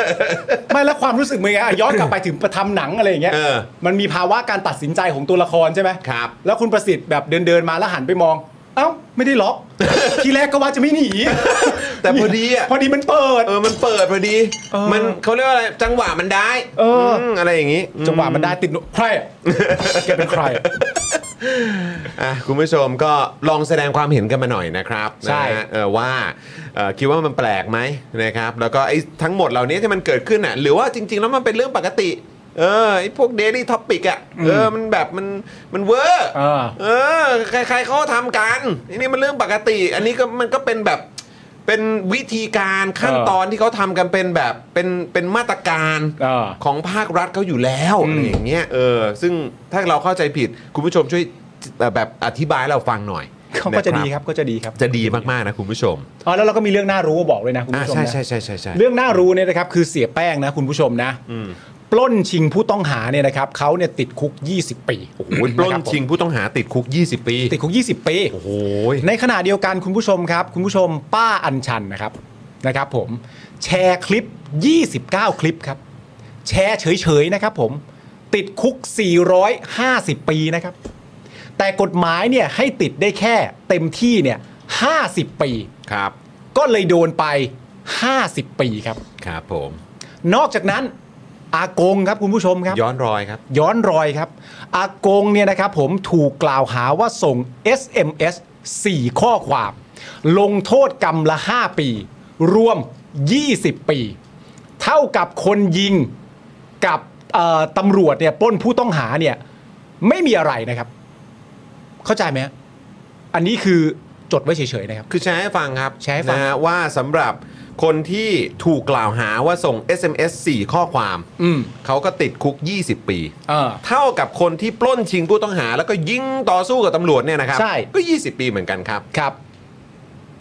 C: ไม่แล้วความรู้สึกมึงไงอะย้อนกลับไปถึงประทำหนังอะไรอย่างเงี้ย
A: เออ
C: มันมีภาวะการตัดสินใจของตัวละครใช่ไหม
A: ครับ
C: แล้วคุณประสิทธิ์แบบเดินเดินๆมาแล้วหันไปมอง เอ้าไม่ได้ล็อก ทีแรกก็ว่าจะไม่หนี
A: แต่พอดีอ่ะ
C: พอดีมันเปิด
A: เออ มันเปิดพอดี
C: เออ
A: มันเขาเรียกว่าอะไร จังหวะมันได้
C: เอออื
A: มอะไรอย่างงี้
C: จังหวะมันได้ติดหนวดใคร อะแกเป็นใคร
A: อ่ะคุณผู้ชมก็ลองแสดงความเห็นกันมาหน่อยนะครับ
C: ใช่
A: นะฮะเออว่าเอ่อคิดว่ามันแปลกไหมนะครับแล้วก็ไอ้ทั้งหมดเหล่านี้ที่มันเกิดขึ้นอ่ะหรือว่าจริง ๆ แล้วมันเป็นเรื่องปกติ เออไอ้พวก daily topic อ่ะเออมันแบบมันมันเวอร์
C: เออ
A: เออใครๆเขาทำกันอันนี้มันเรื่องปกติ อันนี้ก็มันก็เป็นแบบเป็นวิธีการขั้นตอนที่เขาทำกันเป็นแบบเป็นเป็นมาตรการ
C: เออ
A: ของภาครัฐเขาอยู่แล้ว
C: อืม
A: อะไรอย่างเงี้ยเออซึ่งถ้าเราเข้าใจผิด คุณผู้ชมช่วยแบบอธิบายให้เราฟังหน่อย
C: เขาก็จะ
A: น
C: ดีครับก็จะดีครับ
A: จะดีมากๆนะคุณผู้ชม
C: อ๋อแล้วเราก็มีเรื่องน่ารู้มาบอกเลยนะคุณ
A: อ่า
C: ผู้ชม
A: ใช่
C: นะ
A: ใช่ใช่ใช่ใช่
C: เรื่องน่ารู้เนี่ยนะครับคือเสียแป้งนะคุณผู้ชมนะ
A: อืม
C: ปล้นชิงผู้ต้องหาเนี่ยนะครับเขาเนี่ยติดคุก 20 ปี
A: โอ้โหปล้นชิงผู้ต้องหาติดคุก 20 ปี
C: ติดคุก 20 ปี
A: โอ้โห
C: ในขณะเดียวกันคุณผู้ชมครับ คุณผู้ชมป้าอัญชันนะครับนะครับ ผมแชร์คลิป 29 คลิปครับ แชร์เฉยๆนะครับ ผมติดคุก 450 ปีนะครับ แต่กฎหมายเนี่ยให้ติดได้แค่เต็มที่เนี่ย50 ปี
A: ครับ
C: ก็เลยโดนไป 50 ปีครับ
A: ครับผม
C: นอกจากนั้นอากงครับคุณผู้ชมครับ
A: ย้อนรอยครับ
C: ย้อนรอยครับ อากงเนี่ยนะครับผมถูกกล่าวหาว่าส่ง SMS 4 ข้อความ ลงโทษกรรมละ 5 ปี รวม 20 ปี เท่ากับคนยิงกับเอ่อตำรวจเนี่ยปล้นผู้ต้องหาเนี่ยไม่มีอะไรนะครับ เข้าใจไหมฮะอันนี้คือจดไว้เฉยๆนะครับ
A: คือแชร์ให้ฟังครับ
C: แชร์ให้ฟัง
A: นะฮะว่าสำหรับคนที่ถูกกล่าวหาว่าส่ง SMS 4 ข้อความ
C: อืม
A: เขาก็ติดคุก 20 ปี
C: เออ
A: เท่ากับคนที่ปล้นชิงผู้ต้องหา แล้วก็ยิงต่อสู้กับตำรวจเนี่ยนะครับ
C: ใช่
A: ก็ 20 ปีเหมือนกันครับ
C: ครับ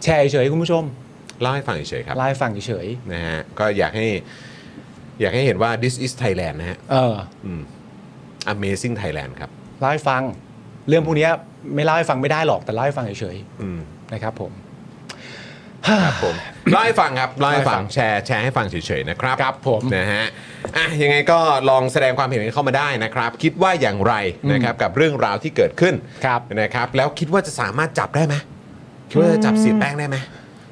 C: แชร์เฉยๆคุณผู้ชม
A: เล่าให้ฟังเฉยๆครับ
C: ไลฟ์ฟังเฉย
A: นะฮะก็อยากให้อยากให้เห็นว่า this is Thailand นะฮะ
C: ๆเออ
A: อืม amazing Thailand ครับ
C: เล่าให้ฟังเรื่องพวกเนี้ยไม่เล่าให้ฟังไม่ได้หรอกแต่เล่าให้ฟังเฉย
A: อืม
C: ๆนะครับผม
A: ผม เล่าให้ฟังครับเล่าให้ฟัง
C: เล่าให้ฟัง
A: แชร์แชร์ให้ฟังเฉยๆนะครับ
C: ครับผม
A: นะฮะอ่ะยังไงก็ลองแสดงความเห็นกันเข้ามาได้นะครับ คิดว่าอย่างไรนะครับกับเรื่องราวที่เกิดขึ้น
C: ครับ
A: นะครับ แล้วคิดว่าจะสามารถจับได้ไหมคิดว่าจะจับเสียแป้งได้ไหม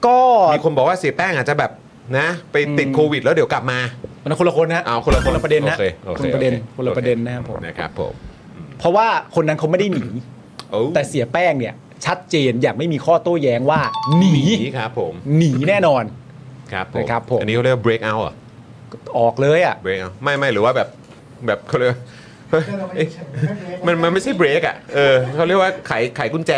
C: ก็
A: มีคนบอกว่าเสียแป้งอาจจะแบบนะ ไปติดโควิดแล้วเดี๋ยวกลับมา
C: มันคนละคนนะ
A: เอาคนละคน
C: ประเด็นนะ
A: โอคโอ
C: คนละประเด็น
A: โอ
C: คนละประเด็นนะครับผม
A: นะครับผม
C: เพราะว่าคนนั้นเขาไม่ได้หนี
A: โอ้
C: แต่เสียแป้งเนี่ย ชัดเจนอย่างไม่มีข้อโต้แย้งว่าหนี
A: หนีครับผม
C: หนีแน่นอน
A: ครับผม
C: นะครับผม
A: อันนี้เขาเรียกว่า break out เหรอ่ะ
C: ออกเลยอ่ะ
A: break out ไม่ไม่หรือว่าแบบแบบเขาเรียกว่าเฮ้ย
D: เดินออกไป
A: เอ๊ะ
D: เฉยๆไม่เบรก
A: มันมันไม่ใช่ break อ่ะเออเขาเรียกว่าไขไขกุญแจ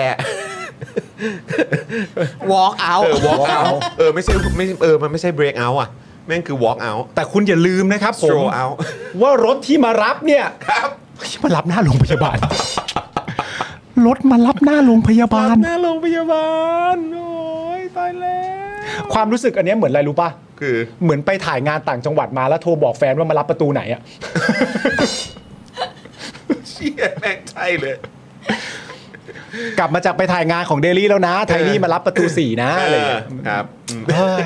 F: walk
A: เอ
F: out
A: อ walk out เออไม่ใช่ไม่เออมันไม่ใช่ break out อ่ะแม่งคือ walk out
C: แต่คุณอย่าลืมนะครับผม
A: stroll out
C: ว่ารถที่มารับเนี่ย
A: ครับ
C: เฮ้ยมารับหน้าโรงพยา บาล รถมารับหน้าโรงพยาบาล
A: ห น้าโรงพยาบาลโอ้ยตายแล้ว
C: ความรู้สึกอันเนี้ยเหมือนอะไรรู้ป่ะ
A: คือ
C: เหมือนไปถ่ายงานต่างจังหวัดมาแล้วโทรบอกแฟนว่ามารับประตูไหนอะ
A: เชี่ยแม่งใช่เลย
C: กลับมาจากไปถ่ายงานของเดลี่แล้วนะไทยนี่มารับประตูสี่นะอะไรอย่างเงี้ย
A: เออครับอืม
C: เฮ้ย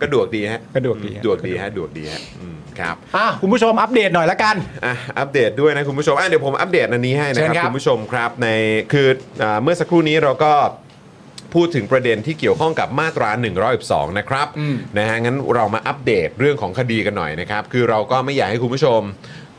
A: ก็ดวกดีฮะ
C: ก็ดวกดีฮะ
A: ดวกดีฮะดวกดีฮะอืมครับ
C: อ่ะคุณผู้ชมอัปเดตหน่อยละกัน
A: อ่ะอัปเดตด้วยนะคุณผู้ชมอ่ะเดี๋ยวผมอัปเดตอันนี้ให้นะครั
C: เชิญครับ บ
A: คุณผู้ชมครับในคืออ่าเมื่อสักครู่นี้เราก็พูดถึงประเด็นที่เกี่ยวข้องกับมาตรา112นะครับ
C: อืม
A: นะฮะงั้นเรามาอัปเดตเรื่องของคดีกันหน่อยนะครับ คือเราก็ไม่อยากให้คุณผู้ชม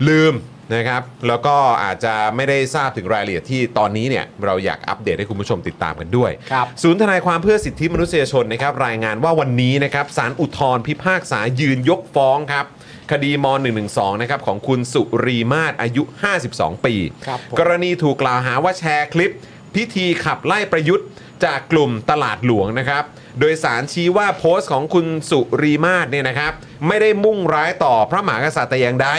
A: ลืมนะครับ แล้วก็อาจจะไม่ได้ทราบถึงรายละเอียดที่ตอนนี้เนี่ยเราอยากอัปเดตให้คุณผู้ชมติดตามกันด้วย
C: ครับ
A: ศูนย์ทนายความเพื่อสิทธิมนุษยชนนะครับรายงานว่าวันนี้นะครับสารอุทธรพิพากษายืนยกฟ้องครับ คดีม .112 นะครับของคุณสุรีมาศอายุ 52 ปี
C: ครับผม
A: กรณีถูกกล่าวหาว่าแชร์คลิป พิธีขับไล่ประยุทธ์จากกลุ่มตลาดหลวงนะครับ โดยสารชี้ว่าโพสต์ของคุณสุรีมาศเนี่ยนะครับ ไม่ได้มุ่งร้ายต่อพระมหากษัตริย์แต่อย่างใด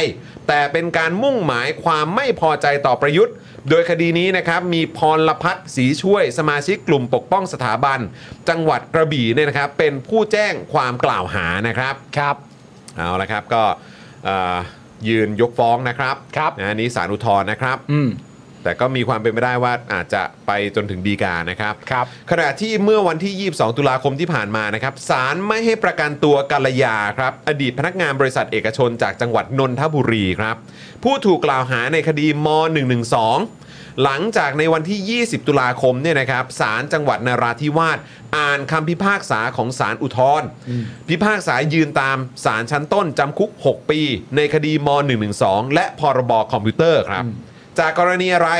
A: แต่เป็นการมุ่งหมายความไม่พอใจต่อประยุทธ์ โดยคดีนี้นะครับมีพรลพัฒน์สีช่วยสมาชิกกลุ่มปกป้องสถาบัน จังหวัดกระบี่เนี่ยนะครับ เป็นผู้แจ้งความกล่าวหานะครับ
C: ครับ
A: เอาละครับก็เอ่อยืนยกฟ้องนะครับ
C: ครับ
A: นะอันนี้สารอุทธรณ์นะครับ
C: อืม
A: แต่ก็มีความเป็นไปได้ว่าอาจจะไปจนถึงดีกานะครับ
C: ครับ
A: ขณะที่เมื่อวันที่ 22 ตุลาคมที่ผ่านมานะครับศาลไม่ให้ประกันตัวกัลยาครับ อดีตพนักงานบริษัทเอกชนจากจังหวัดนนทบุรีครับ ผู้ถูกกล่าวหาในคดีม 112 หลังจากในวันที่ 20 ตุลาคมเนี่ยนะครับศาลจังหวัดนราธิวาสอ่านคำพิพากษาของศาลอุทธรณ์พิพากษายืนตามศาลชั้นต้นจำคุก 6 ปี ในคดีม 112 และพรบคอมพิวเตอร์ครับ จากกรณีอะไร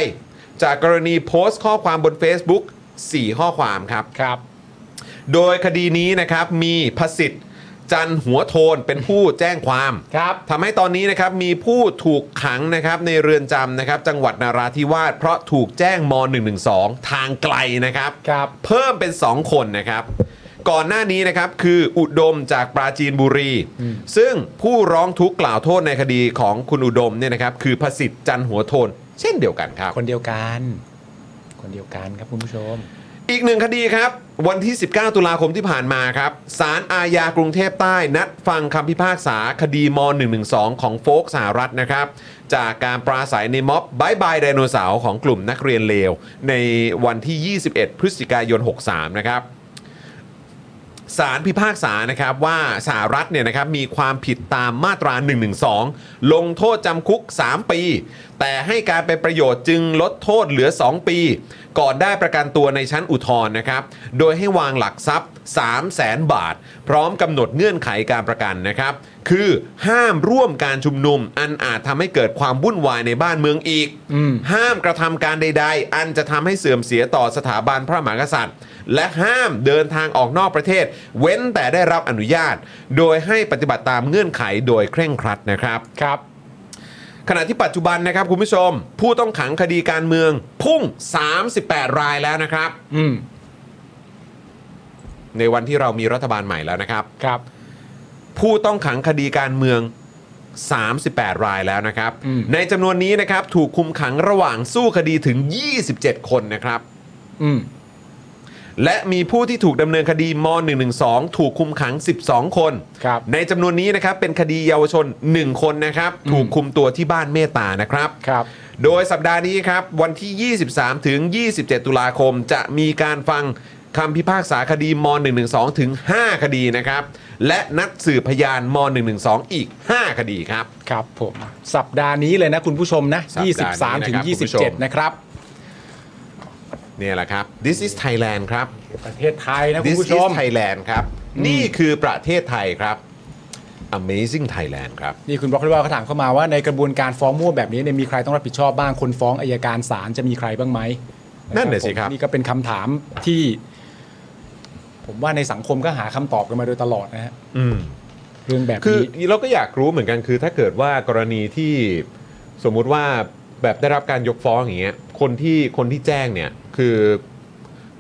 A: จากกรณีโพสต์ข้อความบน Facebook 4 ข้อความครับ
C: ครับ
A: โดยคดีนี้นะครับมีพสิทธิ์จันหัวโทนเป็นผู้แจ้งความ
C: ครับ
A: ทำให้ตอนนี้นะครับมีผู้ถูกขังนะครับในเรือนจำนะครับจังหวัดนาราธิวาสเพราะถูกแจ้งม .112 ทางไกลนะครับ
C: ครับ
A: เพิ่มเป็น 2 คนนะครับ ก่อนหน้านี้นะครับคืออุดมจากปราจีนบุรี ซึ่งผู้ร้องทุกข์กล่าวโทษในคดีของคุณอุดมเนี่ยนะครับคือพสิทธิ์จันหัวโทน เช่นเดียวกันครับ
C: คนเดียวกัน คนเดียวกันครับคุณผู้ชม
A: อีกหนึ่งคดีครับ วันที่ 19 ตุลาคมที่ผ่านมาครับศาลอาญากรุงเทพใต้นัดฟังคำพิพากษาคดีม .112 ของโฟกสหรัฐนะครับ จากการปราศัยในม็อบบายบายไดโนเสาร์ของกลุ่มนักเรียนเลว ในวันที่ 21 พฤศจิกายน 63 นะครับ สารพิพากษานะครับว่าสหรัฐเนี่ยนะครับมีความผิดตามมาตรา 112 ลงโทษจำคุก 3 ปี แต่ให้การเป็นประโยชน์จึงลดโทษเหลือ 2 ปี ก่อนได้ประกันตัวในชั้นอุทธรณ์นะครับ โดยให้วางหลักทรัพย์ 3 0 0แสนบาท พร้อมกำหนดเงื่อนไขการประกันนะครับ คือห้ามร่วมการชุมนุม อันอาจทำให้เกิดความวุ่นวายในบ้านเมืองอีก
C: อืม
A: ห้ามกระทำการใด ๆ อันจะทำให้เสื่อมเสียต่อสถาบันพระมหากษัตริย์ และห้ามเดินทางออกนอกประเทศ เว้นแต่ได้รับอนุญาต โดยให้ปฏิบัติตามเงื่อนไขโดยเคร่งครัดนะครับ
C: ครับ
A: ขณะที่ปัจจุบันนะครับคุณผู้ชม ผู้ต้องขังคดีการเมืองพุ่ง 38 รายแล้วนะครับ
C: อืม
A: ในวันที่เรามีรัฐบาลใหม่แล้วนะครับ
C: ครับ
A: ผู้ต้องขังคดีการเมือง 38 รายแล้วนะครับ
C: อืม
A: ในจำนวนนี้นะครับถูกคุมขังระหว่างสู้คดีถึง 27 คนนะครับ
C: อืม
A: และมีผู้ที่ถูกดำเนินคดีม .112 ถูกคุมขัง 12 คน
C: ครับ
A: ในจำนวนนี้นะครับเป็นคดีเยาวชน 1 คนนะครับ ถูกคุมตัวที่บ้านเมตตานะครับ
C: ครับ
A: โดยสัปดาห์นี้ครับ วันที่ 23 ถึง 27 ตุลาคม จะมีการฟังคำพิพากษาคดีม .112 ถึง 5 คดีนะครับ และนัดสืบพยานม .112 อีก 5 คดีครับ
C: ครับผม สัปดาห์นี้เลยนะคุณผู้ชมนะ
A: สัปดาห์นี้นะครับ
C: 23 ถึง
A: คุณผู้ชม
C: 27 นะครับ
A: เนี่ยแหละครับ this is Thailand ครับ
C: ประเทศไทยนะคุณ
A: this
C: ผู้ช
A: is
C: ม
A: Thailand ครับ นี่คือประเทศไทยครับ amazing Thailand ครับ
C: นี่คุณบล็อกเรียกว่าเขาถามเข้ามาว่าในกระบวนการฟ้องมั่วแบบนี้เนี่ยมีใครต้องรับผิดชอบบ้างคนฟ้องอายการศาลจะมีใครบ้างไหม
A: นั่นน่ะสิครับ
C: ผมนี่ก็เป็นคำถามที่ ผมว่าในสังคมก็หาคำตอบกันมาโดยตลอดนะฮะ
A: อืม
C: เรื่องแบบ
A: คือ
C: นี้
A: เราก็อยากรู้เหมือนกันคือถ้าเกิดว่ากรณีที่สมมุติว่าแบบได้รับการยกฟ้องอย่างเงี้ยคนที่คนที่แจ้งเนี่ยคือ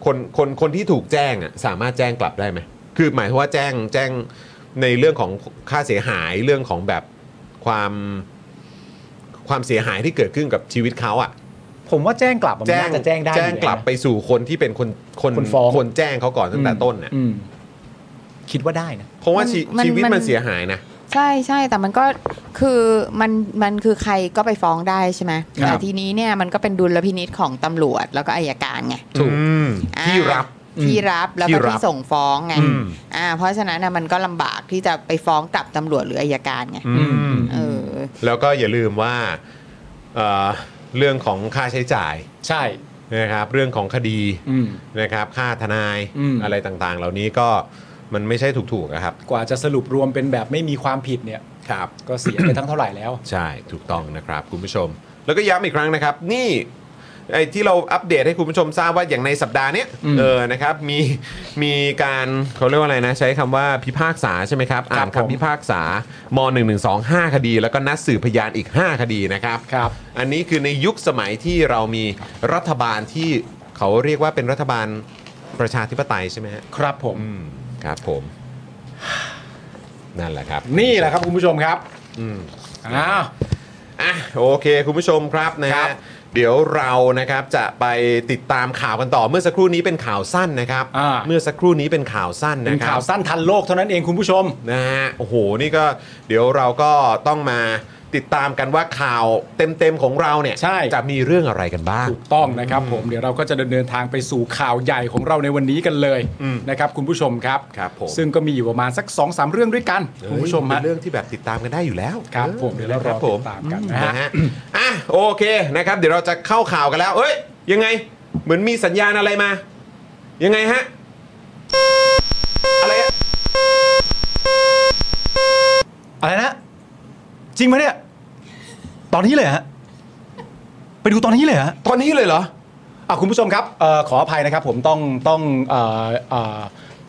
A: คนคนคนที่ถูกแจ้งอ่ะสามารถแจ้งกลับได้ไหมคือหมายถึงว่าแจ้งแจ้งในเรื่องของค่าเสียหายเรื่องของแบบความความเสียหายที่เกิดขึ้นกับชีวิตเขาอ่ะ
C: ผมว่าแจ้งกลับอะมันน่าจะแจ้งได้อยู่
A: แจ้งกลับ
C: นะ
A: ไปสู่คนที่เป็นคนคน
C: คนฟ้อง
A: คนแจ้งเขาก่อนตั้งแต่ต้นน่ะ
C: อืมคิดว่าได้นะ
A: เพราะว่าชี
F: มัน
A: ชีวิต
F: มัน
A: มันเสียหายนะ
F: ใช่ใช่แต่มันก็คือมันมันคือใครก็ไปฟ้องได้ใช่ไหม
C: ครับ
F: แต่ทีนี้เนี่ยมันก็เป็นดุลพินิษของตำรวจแล้วก็อายการไง
A: ถูกที่รับ
F: อ่าที่รับแล้ว
A: ที่
F: ก็
A: รับ
F: ที่ส่งฟ้องไง
A: อืม
F: อ่าเพราะฉะนั้นน่ะมันก็ลำบากที่จะไปฟ้องกลับตำรวจหรืออายการไง
A: อืม
F: เออ
A: แล้วก็อย่าลืมว่าเอ่อเรื่องของค่าใช้จ่าย
C: ใช่
A: นะครับ เรื่องของคดี
C: อืม
A: นะครับ ค่าทนาย
C: อืม
A: อะไรต่างๆ เหล่านี้ก็มันไม่ใช่ถูกๆนะครับ
C: กว่าจะสรุปรวมเป็นแบบไม่มีความผิดเนี่ย
A: ครับ
C: ก็เสียไปทั้งเท่าไหร่แล้ว
A: ใช่ถูกต้องนะครับคุณผู้ชม แล้วก็ย้ำอีกครั้งนะครับ นี่ไอ้ที่เราอัปเดตให้คุณผู้ชมทราบว่าอย่างในสัปดาห์เนี้ย
C: อืม
A: เออนะครับมีมีการเขาเรียกว่าอะไรนะ ใช้คำว่าพิพากษาใช่ไหมครับ อ่าน
C: ผม
A: คำพิพากษาม1 1 2 5 คดี แล้วก็นัดสืบพยานอีก 5 คดีนะครับ
C: ครับ
A: อันนี้คือในยุคสมัยที่เรามีรัฐบาลที่เขาเรียกว่าเป็นรัฐบาลประชาธิปไตยใช่ไหมฮะ
C: ครับผม
A: อืมครับผม นั่นแหละครับ
C: นี่แหละครับคุณผู้ชมครับ
A: อืม
C: อ้าว
A: อ่ะโอเคคุณผู้ชมครับนะ
C: ครั
A: ฮะ
C: บ
A: เดี๋ยวเรานะครับจะไปติดตามข่าวกันต่อเมื่อสักครู่นี้เป็นข่าวสั้นนะครับ
C: อ่า
A: เมื่อสักครู่นี้เป็นข่าวสั้น
C: เป็
A: นะ
C: น
A: ครั
C: ข่า
A: บ
C: วสั้นทันโลกเท่านั้นเองคุณผู้ชม
A: นะฮะโอ้โหนี่ก็เดี๋ยวเราก็ต้องมาติดตามกันว่าข่าวเต็มๆของเราเนี่ย
C: ใช่
A: จะมีเรื่องอะไรกันบ้าง
C: ถูกต้องนะครับผมเดี๋ยวเราก็จะดำเนินทางไปสู่ข่าวใหญ่ของเราในวันนี้กันเลย
A: อืม
C: นะครับคุณผู้ชมครับ
A: ครับผม
C: ซึ่งก็มีอยู่ประมาณสัก2อสเรื่องด้วยกัน คุณผู้ชม
A: เฮ้ย
C: ฮะ
A: เป็นเรื่องที่แบบติดตามกันได้อยู่แล้ว
C: ครับ
A: ออ
C: ผมเดี๋ยวเรารอ
A: คบผม
C: ติดตามกัน
A: อื
C: นะฮะ
A: ฮะ อ่ะโอเคนะครับเดี๋ยวเราจะเข้าข่าวกันแล้ว เอ้ยยังไงเหมือนมีสัญญาณอะไรมา ยังไงฮะอะไรอะ
C: อะไรนะ จริงไหมเนี่ย ตอนนี้เลยฮะไปดูตอนนี้เลยฮะ
A: ตอนนี้เลยเหรอ
C: อ่ะคุณผู้ชมครับเอ่อขออภัยนะครับผมต้องต้องเอ่อเอ่อ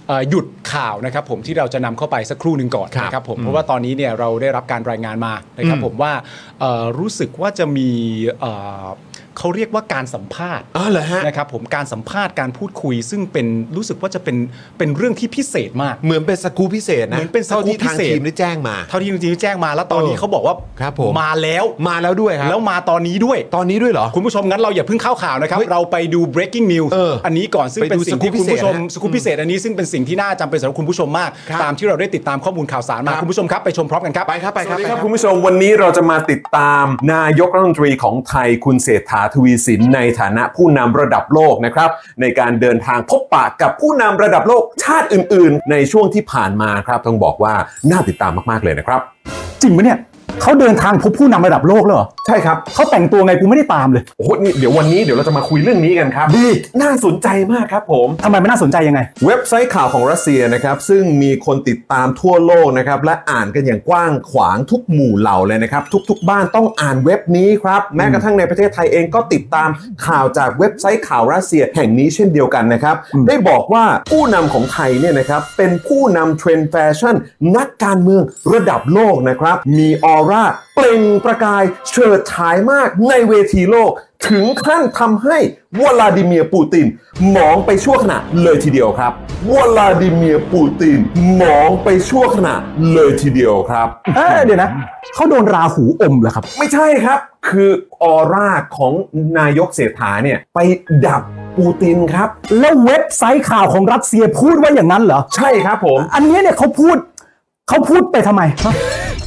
C: เอ่อหยุดข่าวนะครับผมที่เราจะนำเข้าไปสักครู่หนึ่งก่อน
A: ครับ
C: นะครับผมเพราะว่าตอนนี้เนี่ยเราได้รับการรายงานมานะครับ
A: อืม
C: ผมว่าเอ่อรู้สึกว่าจะมีเอ่อเขาเรียกว่าการสัมภาษณ์
A: อ๋อเหรอฮะ
C: นะครับผมการสัมภาษณ์การพูดคุย ซึ่งเป็นรู้สึกว่าจะเป็นเป็นเรื่องที่พิเศษมาก
A: เหมือนเป็นสกู๊ปพิเศษนะ
C: เหมือนเป็นส
A: ท่า
C: กู๊ป
A: ที่ทาง
C: พิเศษ
A: ทีมได้แจ้งมา
C: เท่าที่จริงๆแจ้งมาแล้วตอนนี้
A: เออ
C: เขาบอกว่า
A: ครับผม
C: แล้ว
A: มาแล้วด้วยครับ
C: แล้วมาตอนนี้ด้วย
A: ตอนนี้ด้วยเหรอ
C: คุณผู้ชมงั้นเราอย่าเพิ่งเข้าข่าวนะครับ เราไปดู breaking news
A: เอออั
C: นนี้ก่อนซึ่ง
A: ไป
C: เป็น
A: ดู
C: สิ่งที่
A: สกู๊ป
C: คุณผู้ชม
A: พิเศษนะ
C: สกู๊ปพิเศษอันนี้ซึ่งเป็นสิ่งที่น่าจำเป็นสำหรับคุณผู้ชมมาก
A: ครับ
C: ตามที่เราได้ติดตามข้อมูลข่าวสารมา
A: ครับ
C: คุณผู้ชมครับไปชมพร้อมกันครับ
A: ไปครับไปครับไป
G: ครับคุณผู้ชมวันนี้เราจะมาติดตามนายกรัฐมนตรีของไทยคุณเศรษฐาทวีสินในฐานะผู้นำระดับโลกนะครับในการเดินทางพบปะกับผู้นำระดับโลกชาติอื่น ๆ ในช่วงที่ผ่านมาครับต้องบอกว่าน่าติดตามมากๆเลยนะครับ
C: จริงปะเนี่ย
H: เขาเดินทางพบผู้นำระดับโลกแล้วเหรอ
G: ใช่ครับ
H: เขาแต่งตัวไงกูไม่ได้ตามเลย
G: โอ้โหนี่เดี๋ยววันนี้เดี๋ยวเราจะมาคุยเรื่องนี้กันครับ
H: ดี
G: น่าสนใจมากครับผม
H: ทำไมมันน่าสนใจยังไง
G: เว็บไซต์ข่าวของรัสเซียนะครับ ซึ่งมีคนติดตามทั่วโลกนะครับ และอ่านกันอย่างกว้างขวางทุกหมู่เหล่าเลยนะครับ ทุกๆ บ้านต้องอ่านเว็บนี้ครับ แม้กระทั่งในประเทศไทยเองก็ติดตามข่าวจากเว็บไซต์ข่าวรัสเซียแห่งนี้เช่นเดียวกันนะครับ ได้บอกว่าผู้นำของไทยเนี่ยนะครับเป็นผู้นำเทรนด์แฟชั่น นักการเมืองระดับโลกนะครับ มีออร่าเปล่งประกายเฉิดฉายมากในเวทีโลก ถึงขั้นทำให้วลาดิเมียร์ปูตินหมองไปชั่วขณะเลยทีเดียวครับวลาดิเมียร์ปูตินหมองไปชั่วขณะเลยทีเดียวครับ
H: เอ้ยเดี๋ยวนะเขาโดนราหูอมเหรอครับ
G: ไม่ใช่ครับ คือออร่าของนายกเศรษฐาเนี่ยไปดับปูตินครับ
H: แล้วเว็บไซต์ข่าวของรัสเซียพูดว่าอย่างนั้นเหรอ
G: ใช่ครับผม
H: อันเนี้ยเนี่ยเขาพูดเขาพูดไปทำไมฮะ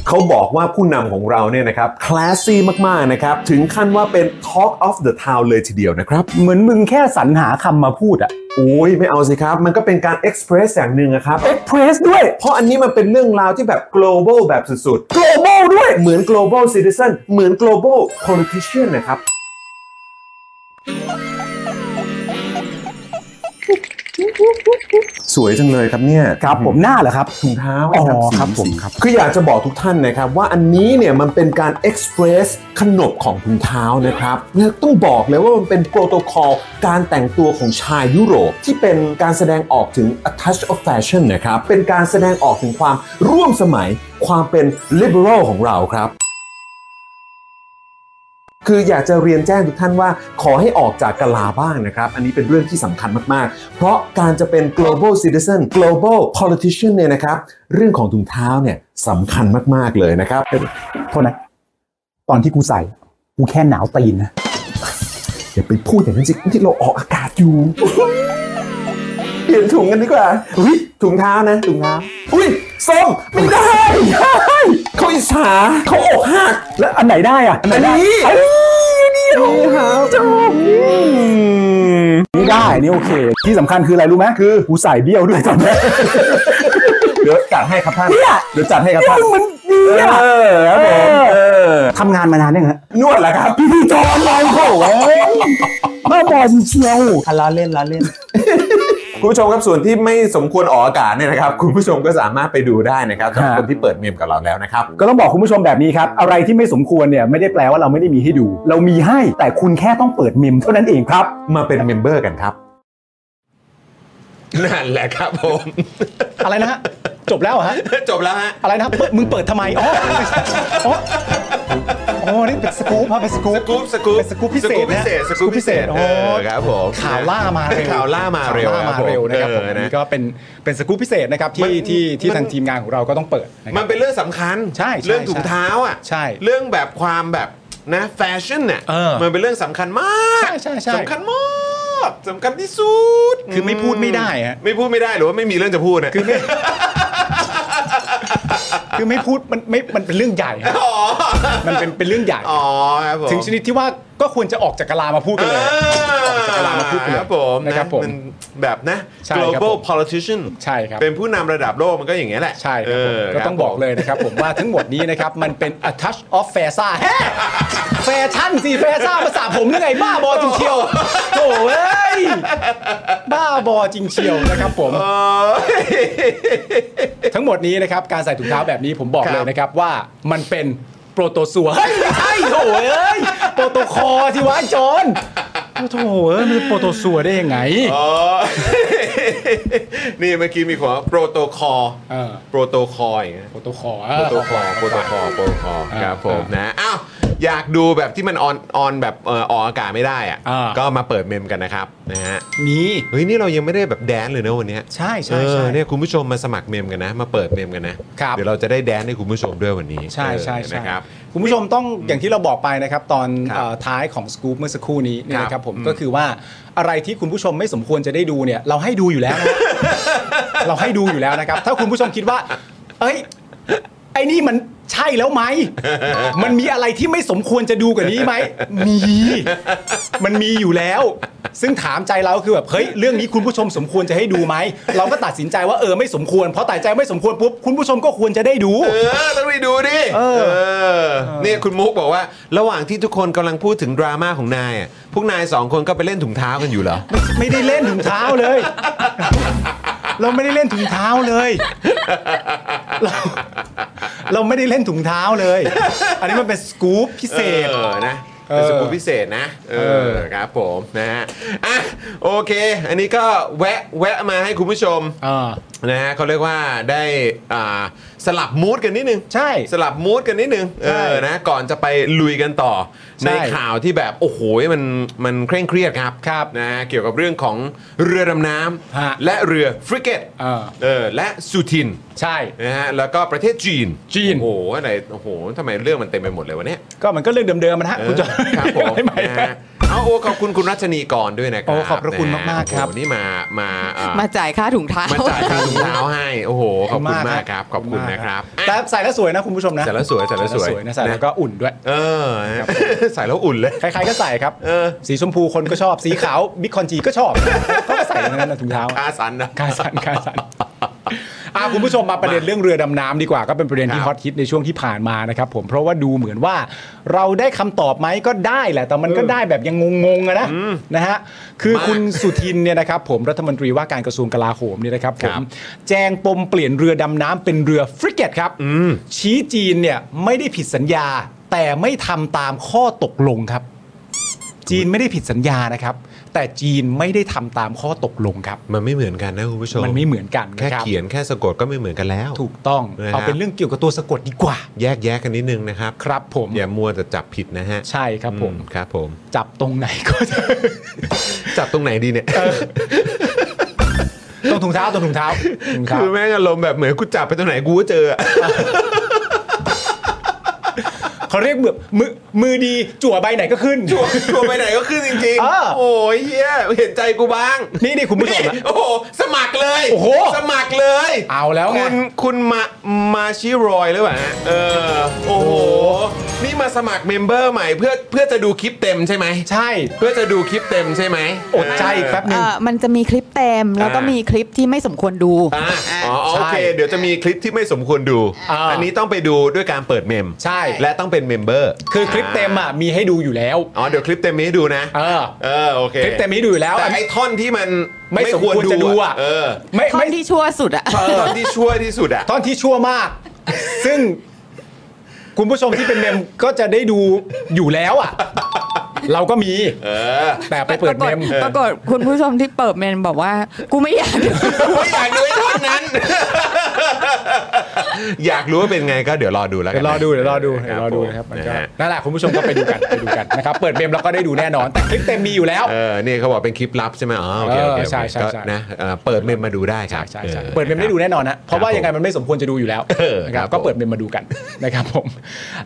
G: เขาบอกว่าผู้นำของเราเนี่ยนะครับคลาสซี่มากๆนะครับ ถึงขั้นว่าเป็น Talk of the Town เลยทีเดียวนะครับ
H: เหมือนมึงแค่สรรหาคำมาพูดอะ
G: โอ้ยไม่เอาสิครับ มันก็เป็นการเอ็กซ์เพรสอย่างหนึ่งอะครับ
H: เอ็กเพรสด้วย
G: เพราะอันนี้มันเป็นเรื่องราวที่แบบ global แบบสุด
H: global ด้วย
G: ๆ เหมือน global citizen เหมือน global politician นะครับ สวยจังเลยครับเนี่ย
H: ครับผมหน้าเหรอครับ
G: ถุงเท้า
H: อ๋อ
G: สี
H: ครับผม
G: สี
H: ครับ
G: คืออยากจะบอกทุกท่านนะครับ ว่าอันนี้เนี่ยมันเป็นการ express ขนบของถุงเท้านะครับและต้องบอกเลยว่ามันเป็นโปรโตคอลการแต่งตัวของชายยุโรป ที่เป็นการแสดงออกถึง a touch of fashion นะครับ เป็นการแสดงออกถึงความร่วมสมัยความเป็น liberal ของเราครับ คืออยากจะเรียนแจ้งทุกท่านว่า ขอให้ออกจากกะลาบ้างนะครับ อันนี้เป็นเรื่องที่สำคัญมาก ๆ เพราะการจะเป็น global citizen global politician เนี่ยนะครับ เรื่องของถุงเท้าเนี่ยสำคัญมาก ๆ เลยนะครับ
H: โทษนะ ตอนที่กูใส่กูแค่หนาวตีนนะ
G: อย่าไปพูดอย่างนั้นสิที่เราออกอากาศอยู่ เปลี่ยนถุงกันดีกว่าอุ้ยถุงเท้านะถุงเท้าอุ้ยส้มไม่ได้ไม่ได้เขาอิจฉาเขาอกหัก
H: แล้วอันไหนได้อะอันไหน
G: อัน
H: ได้
G: นี้
H: เอ้ย
G: นี่ครับจบ
H: นี่ได้นี่โอเค ที่สำคัญคืออะไรรู้ไหมคือกูใส่เบี้ยวด้วยตอนนี้
G: เดี๋ยวจัดให้ครับท่าน
H: เนี่ย
G: เดี๋ยวจัดให้ครับท่าน
H: มันดีอะ
G: เออครับผมเออ
H: ทำงานมานานยังฮะ
G: นวดแหละครับ
H: พิธีกรเราโอ้โหบ้าบอลเชียว
C: ล้อเล่นล้อเล่น
G: คุณผู้ชมครับส่วนที่ไม่สมควรออกอากาศเนี่ยนะครับ คุณผู้ชมก็สามารถไปดูได้นะครับ
H: ครับ
G: สำหรับคนที่เปิดเมมกับเราแล้วนะครับ
H: ก็ต้องบอกคุณผู้ชมแบบนี้ครับ อะไรที่ไม่สมควรเนี่ยไม่ได้แปลว่าเราไม่ได้มีให้ดู เรามีให้แต่คุณแค่ต้องเปิดเมมเท่านั้นเองครับ
G: มาเป็นเมมเบอร์กันครับ
A: นั่นแหละครับผม
C: อะไรนะฮะจบแล้วเหรอฮะ
A: จบแล้วฮะ
C: อะไรนะเปิดมึงเปิดทำไมอ๋อไม่ใช่อ๋อโอ้นี่เป็นสกู๊ปฮะเป็นสกู๊ป
A: สกู๊ปสกู๊ป
C: เป็นสกู๊ปพิเศษนะ
A: สกู๊ปพิเศษสกู๊ปพิเศษ
C: โอ้
A: เออครับผม
C: ข่าวล่ามาเร็ว
A: ข่าวล่ามาเร็ว
C: ข่ล่มาเร็วนะครับ
A: เอ
C: ผ
A: อ
C: ม
A: นะ
C: นี่ก็เป็นเป็นสกู๊ปพิเศษนะครับ
A: มัน
C: ที่ที่ที่
A: มัน
C: ทางทีมงานของเราก็ต้องเปิดนะครับ
A: มันเป็นเรื่องสำคัญ
C: ใช่ใช่
A: เรื่องถุงเท้าอ่ะ
C: ใช่
A: เรื่องแบบความแบบนะแฟชั่นเนี่ย
C: เออ
A: มันเป็นเรื่องสำคัญมาก
C: ใช่ใช่ใช่
A: สำคัญมากสำคัญที่สุด
C: คือไม่พูดไม่ได้ฮะ
A: ไม่พูดไม่ได้หรือว่าไม่มีเรื่องจะพูดนะคือไม่
C: คือไม่พูดมันไม่มันเป็นเรื่องใหญ่ฮะมันเป็นเป็นเรื่องใหญ่
A: อ๋อครับผม
C: ถึงชนิดที่ว่าก็ควรจะออกจากกะลามาพูด
A: เอ
C: กันเลยออกจากกะลามาพูด
A: อ
C: กันเลย
A: ครับผม
C: นะครับผม
A: นแบบนะ
C: ใช่ครับผม
A: global politician
C: ใช่ครับ
A: เป็นผู้นำระดับโลกมันก็อย่างเงี้ยแหละ
C: ใช่ครับผมก็ต้องบอกเลยนะครับผมว่าทั้งหมดนี้นะครับ มันเป็น a touch of f a s a แฮะแฟชั่นสิแฟซ่าภาษาผมยังไงบ้าบอจริงเชียวโถ่เอ้ยบ้าบอจริงเชียวนะครับผม
A: เออ
C: ทั้งหมดนี้นะครับ การใส่ถุงเท้าแบบนี้ผมบอก
A: ครับ
C: เลยนะครับว่ามันเป็นโปรโตซัวเฮ้ยไม่ใช่โถเอ้ยโปรโตคอร์สิวะจอนโถเอ้ยมันเป็นโปรโตซัวได้ยังไง
A: อ๋อ นี่เมื่อกี้มีของโปรโตคอล
C: เออ
A: โปรโตคอลอย่างเงี้ย
C: โปรโตคอร์
A: โปรโตคอลโปรโตคอลโปรโตคอลครับผมนะ อ้าว อยากดูแบบที่มันออนออนแบบเอ่อออกอากาศไม่ได้อะ
C: า
A: ก็มาเปิดเมมกันนะครับนะฮะ
C: มี
A: เฮ้ย นี่เรายังไม่ได้แบบแดนเลยนะวันเนี้ย
C: ใช่ใช่ใช่
A: เออเนี่ยคุณผู้ชมมาสมัครเมมกันนะ มาเปิดเมมกันนะ
C: ครับ
A: เดี๋ยวเราจะได้แดนให้คุณผู้ชมด้วยวันนี้
C: ใช่ใช่
A: เออ
C: ใช่
A: นะครับ
C: คุณผู้ชมต้องอย่างที่เราบอกไปนะครับตอน
A: ครับ
C: เอ่อท้ายของสกู๊ปเมื่อสักครู่นี้เนี่ยนะ
A: ค
C: ค
A: รั
C: รั
A: บบ
C: ผม
A: อืม
C: ก็คือว่าอะไรที่คุณผู้ชมไม่สมควรจะได้ดูเนี่ยเราให้ดูอยู่แล้วนะ เราให้ดูอยู่แล้วนะครับ ถ้าคุณผู้ชมคิดว่า เอ้ยไอ้นี่มัน ใช่แล้วไหม มันมีอะไรที่ไม่สมควรจะดูกว่านี้ไหม มี มันมีอยู่แล้ว ซึ่งถามใจเราคือแบบเฮ้ยเรื่องนี้คุณผู้ชมสมควรจะให้ดูไหม เราก็ตัดสินใจว่าเออไม่สมควรเพราะตัดใจไม่สมควรปุ๊บคุณผู้ชมก็ควรจะได้ดู
A: เออต้องไปดูดิเออเนี่ยคุณมุกบอกว่า ระหว่างที่ทุกคนกำลังพูดถึงดราม่าของนายอ่ะพวกนายสองคนก็ไปเล่นถุงเท้ากันอยู่เหรอ
C: ไม่ได้เล่นถุงเท้าเลย เราไม่ได้เล่นถุงเท้าเลยเราเราไม่ได้เล่นถุงเท้าเลย อันนี้มันเป็นสกู๊ปพิเศษ
A: เออนะเป็นสกูปพิเศษนะ เออครับผมนะฮะอ่ะโอเค อันนี้ก็แวะแวะมาให้คุณผู้ชม
C: เออ
A: นะฮะเขาเรียกว่าได้อ่าสลับมูดกันนิดนึง
C: ใช่
A: สลับมูดกันนิดนึงเอ
C: ใช่
A: อนะก่อนจะไปลุยกันต่อ
C: ใช่
A: ในข่าวที่แบบโอ้โหมันมันเคร่งเครียดครับ
C: ครับ
A: นะฮะเกี่ยวกับเรื่องของเรือดำน้
C: ฮะ
A: ำและเรือฟริเกต
C: เออ
A: เออและสุทิน
C: ใช่
A: นะฮะแล้วก็ประเทศจีน
C: จีน
A: โอ้โหอะไรโอ้โหทำไมเรื่องมันเต็มไปหมดเลยวะเนี่ย
C: ก็มันก็เรื่องเดิมๆมันฮะ
A: เอ
C: คุณ
A: อ
C: จอ
A: ครับผม
C: ไม่ใหม่
A: นะ
C: ฮะ
A: ฮะเอาโอ้ขอบคุณคุณรัชนีกรด้วยนะครับ
C: โอ้ขอบพระคุณ
A: นฮ
C: มากๆครับ
A: โอ้โหนี่มามาเอ่อ
F: มาจ่ายค่าถุงเท้า
A: มาจ่ายค่าถุงเท้าให้โอ้โหขอบคุณมากครับขอบคุณ
C: มาก
A: นะครับ
C: แต่ใส่แล้วสวยนะคุณผู้ชมนะ
A: แต่ละสวยแต่ละสวย
C: นะใส่แล้วก็อุ่นด้วย
A: เออ ใส่แล้วอุ่นเลย
C: ใครๆก็ใส่ครับ
A: เออ
C: สีชมพูคนก็ชอบ สีขาวบิ๊กคอนจีก็ชอบเขาก็ใส่ทั้งนั้นนะถุงเท้า
A: คาสันนะ
C: กาสันกาสัน อาคุณผู้ชมมาประเด็นเรื่องเรือดำน้ำดีกว่าก็เป็นประเด็น
A: ค
C: ที่
A: รับ
C: ฮอตฮิตในช่วงที่ผ่านมานะครับผมเพราะว่าดูเหมือนว่าเราได้คำตอบไหมก็ได้แหละ แต่มันก็ได้แบบยังงงๆอะนะนะฮะคือ
A: มาก
C: คุณสุทินเนี่ยนะครับผมรัฐมนตรีว่าการกระทรวงกลาโหมเนี่ยนะครับผ
A: ค
C: ม
A: รับ
C: แจงปมเปลี่ยนเรือดำน้ำเป็นเรือฟริเกตครับชี้จีนเนี่ยไม่ได้ผิดสัญญา แต่ไม่ทำตามข้อตกลงครับ จีนไม่ได้ผิดสัญญานะครับ แต่จีนไม่ได้ทำตามข้อตกลงครับ
A: มันไม่เหมือนกันนะคุณผู้ชม
C: มันไม่เหมือนกัน
A: แค่
C: รับ
A: เขียนแค่สะกดก็ไม่เหมือนกันแล้ว
C: ถูกต้อง
A: นะฮะ
C: เอาเป็นเรื่องเกี่ยวกับตัวสะกดดีกว่า
A: แยกแยะกันนิดนึงนะครับ
C: ครับผม
A: อย่ามัวแต่จับผิดนะฮะ
C: ใช่ครับผม
A: อืครับผม
C: จับตรงไหนก็ได้
A: จับตรงไหนดีเนี่ย
C: ตรงถุงเท้าตรงถุงเท้าถุงเท้า
A: คือแม่งอารมณ์แบบเหมือนกูจับไปตรงไหนกูก็เจออะ
C: เขาเรียกมือมือมือดีจั่วใบไหนก็ขึ้น
A: ชัวร์ชัวร์ไปไหนก็ขึ้นจริง
C: เออ
A: ๆ โอ้ยเฮียเห็นใจกูบ้าง
C: นี่นี่คุณผู้ช
A: นี่
C: มนะ
A: โอ้โห สมัครเลย
C: โอ้โห
A: สมัครเลย
C: เอาแล้วไง
A: คุณคุณมามาชิรอยหรือเปล่าฮะเออ โอ้โห นี่มาสมัครเมมเบอร์ใหม่เพื่อเพื่อจะดูคลิปเต็มใช่ไหม
C: ใช่
A: เพื่อจะดูคลิปเต็มใช่ไหม
C: อดใจอีกแป๊บหนึ่ง
F: เอ่อมันจะมีคลิปเต็มแล้วก็มีคลิปที่ไม่สมควรดู
A: อ่ะอ๋อโอเค
C: ใช่
A: เดี๋ยวจะมีคลิปที่ไม่สมควรดู
C: อ่า
A: อันนี้ต้องไปดูด้วยการเปิดเมม
C: ใช่
A: และต้องเป็นเมมเบอร์
C: คือคลิปเต็มอ่ะมีให้ดูอยู่แล้ว
A: อ๋อเดี๋ยวคลิปเต็มมีให้ดูนะ
C: เออ
A: เออโอเค
C: คลิปเต็มมีให้ดูอยู่แล้ว
A: แต่
C: อัน
A: ไอ้ท่อนที่มัน
C: ไม่สมควรจะดูอะ
A: เออ
C: ไม่
F: ข้อ
C: ไม่
F: ที่ชั่วสุดอะ
A: ตอนที่ชั่วที่สุดอะ
C: ท่อนที่ชั่วมาก ซึ่งคุณผู้ชมที่เป็นเมมก็จะได้ดูอยู่แล้วอ่ะ เราก็มี
A: เออ
C: แต่ไปเปิดเมม
F: ปรากฏคุณผู้ชมที่เปิดเมมบอกว่า กูไม่อยากดู
A: ไม่อยากดูไอ้ท่อนนั้น อยากรู้ว่าเป็นไงก็เดี๋ยวรอดูแล้วกั
C: เดี๋
A: น
C: ยวรอดูเดี๋ยวรอดูเดี๋ยวรอดู
A: ผม
C: นะครับมัน
A: นะ
C: ก็
A: ฮะ
C: นั่นแหละคุณผู้ชมก็ไปดูกันไปดูกันนะครับเปิดเมมแล้วก็ได้ดูแน่นอน แต่คลิปเต็มมีอยู่แล้ว
A: เออนี่เขาบอกเป็นคลิปลับใช่ไหมอ๋อโอเคโอเค
C: เออใช่ใช่
A: ก็
C: ใช่
A: นะเออเปิดเมมมาดูได้ครับ
C: ใช่ใช่
A: ออ
C: เปิดเมมได้ดูแน่นอนนะเพราะว่ายังไงมันไม่สมควรจะดูอยู่แล้ว
A: เออ
C: นะครับ
A: ครับผม
C: ก็เปิดเมมมาดูกัน นะครับผม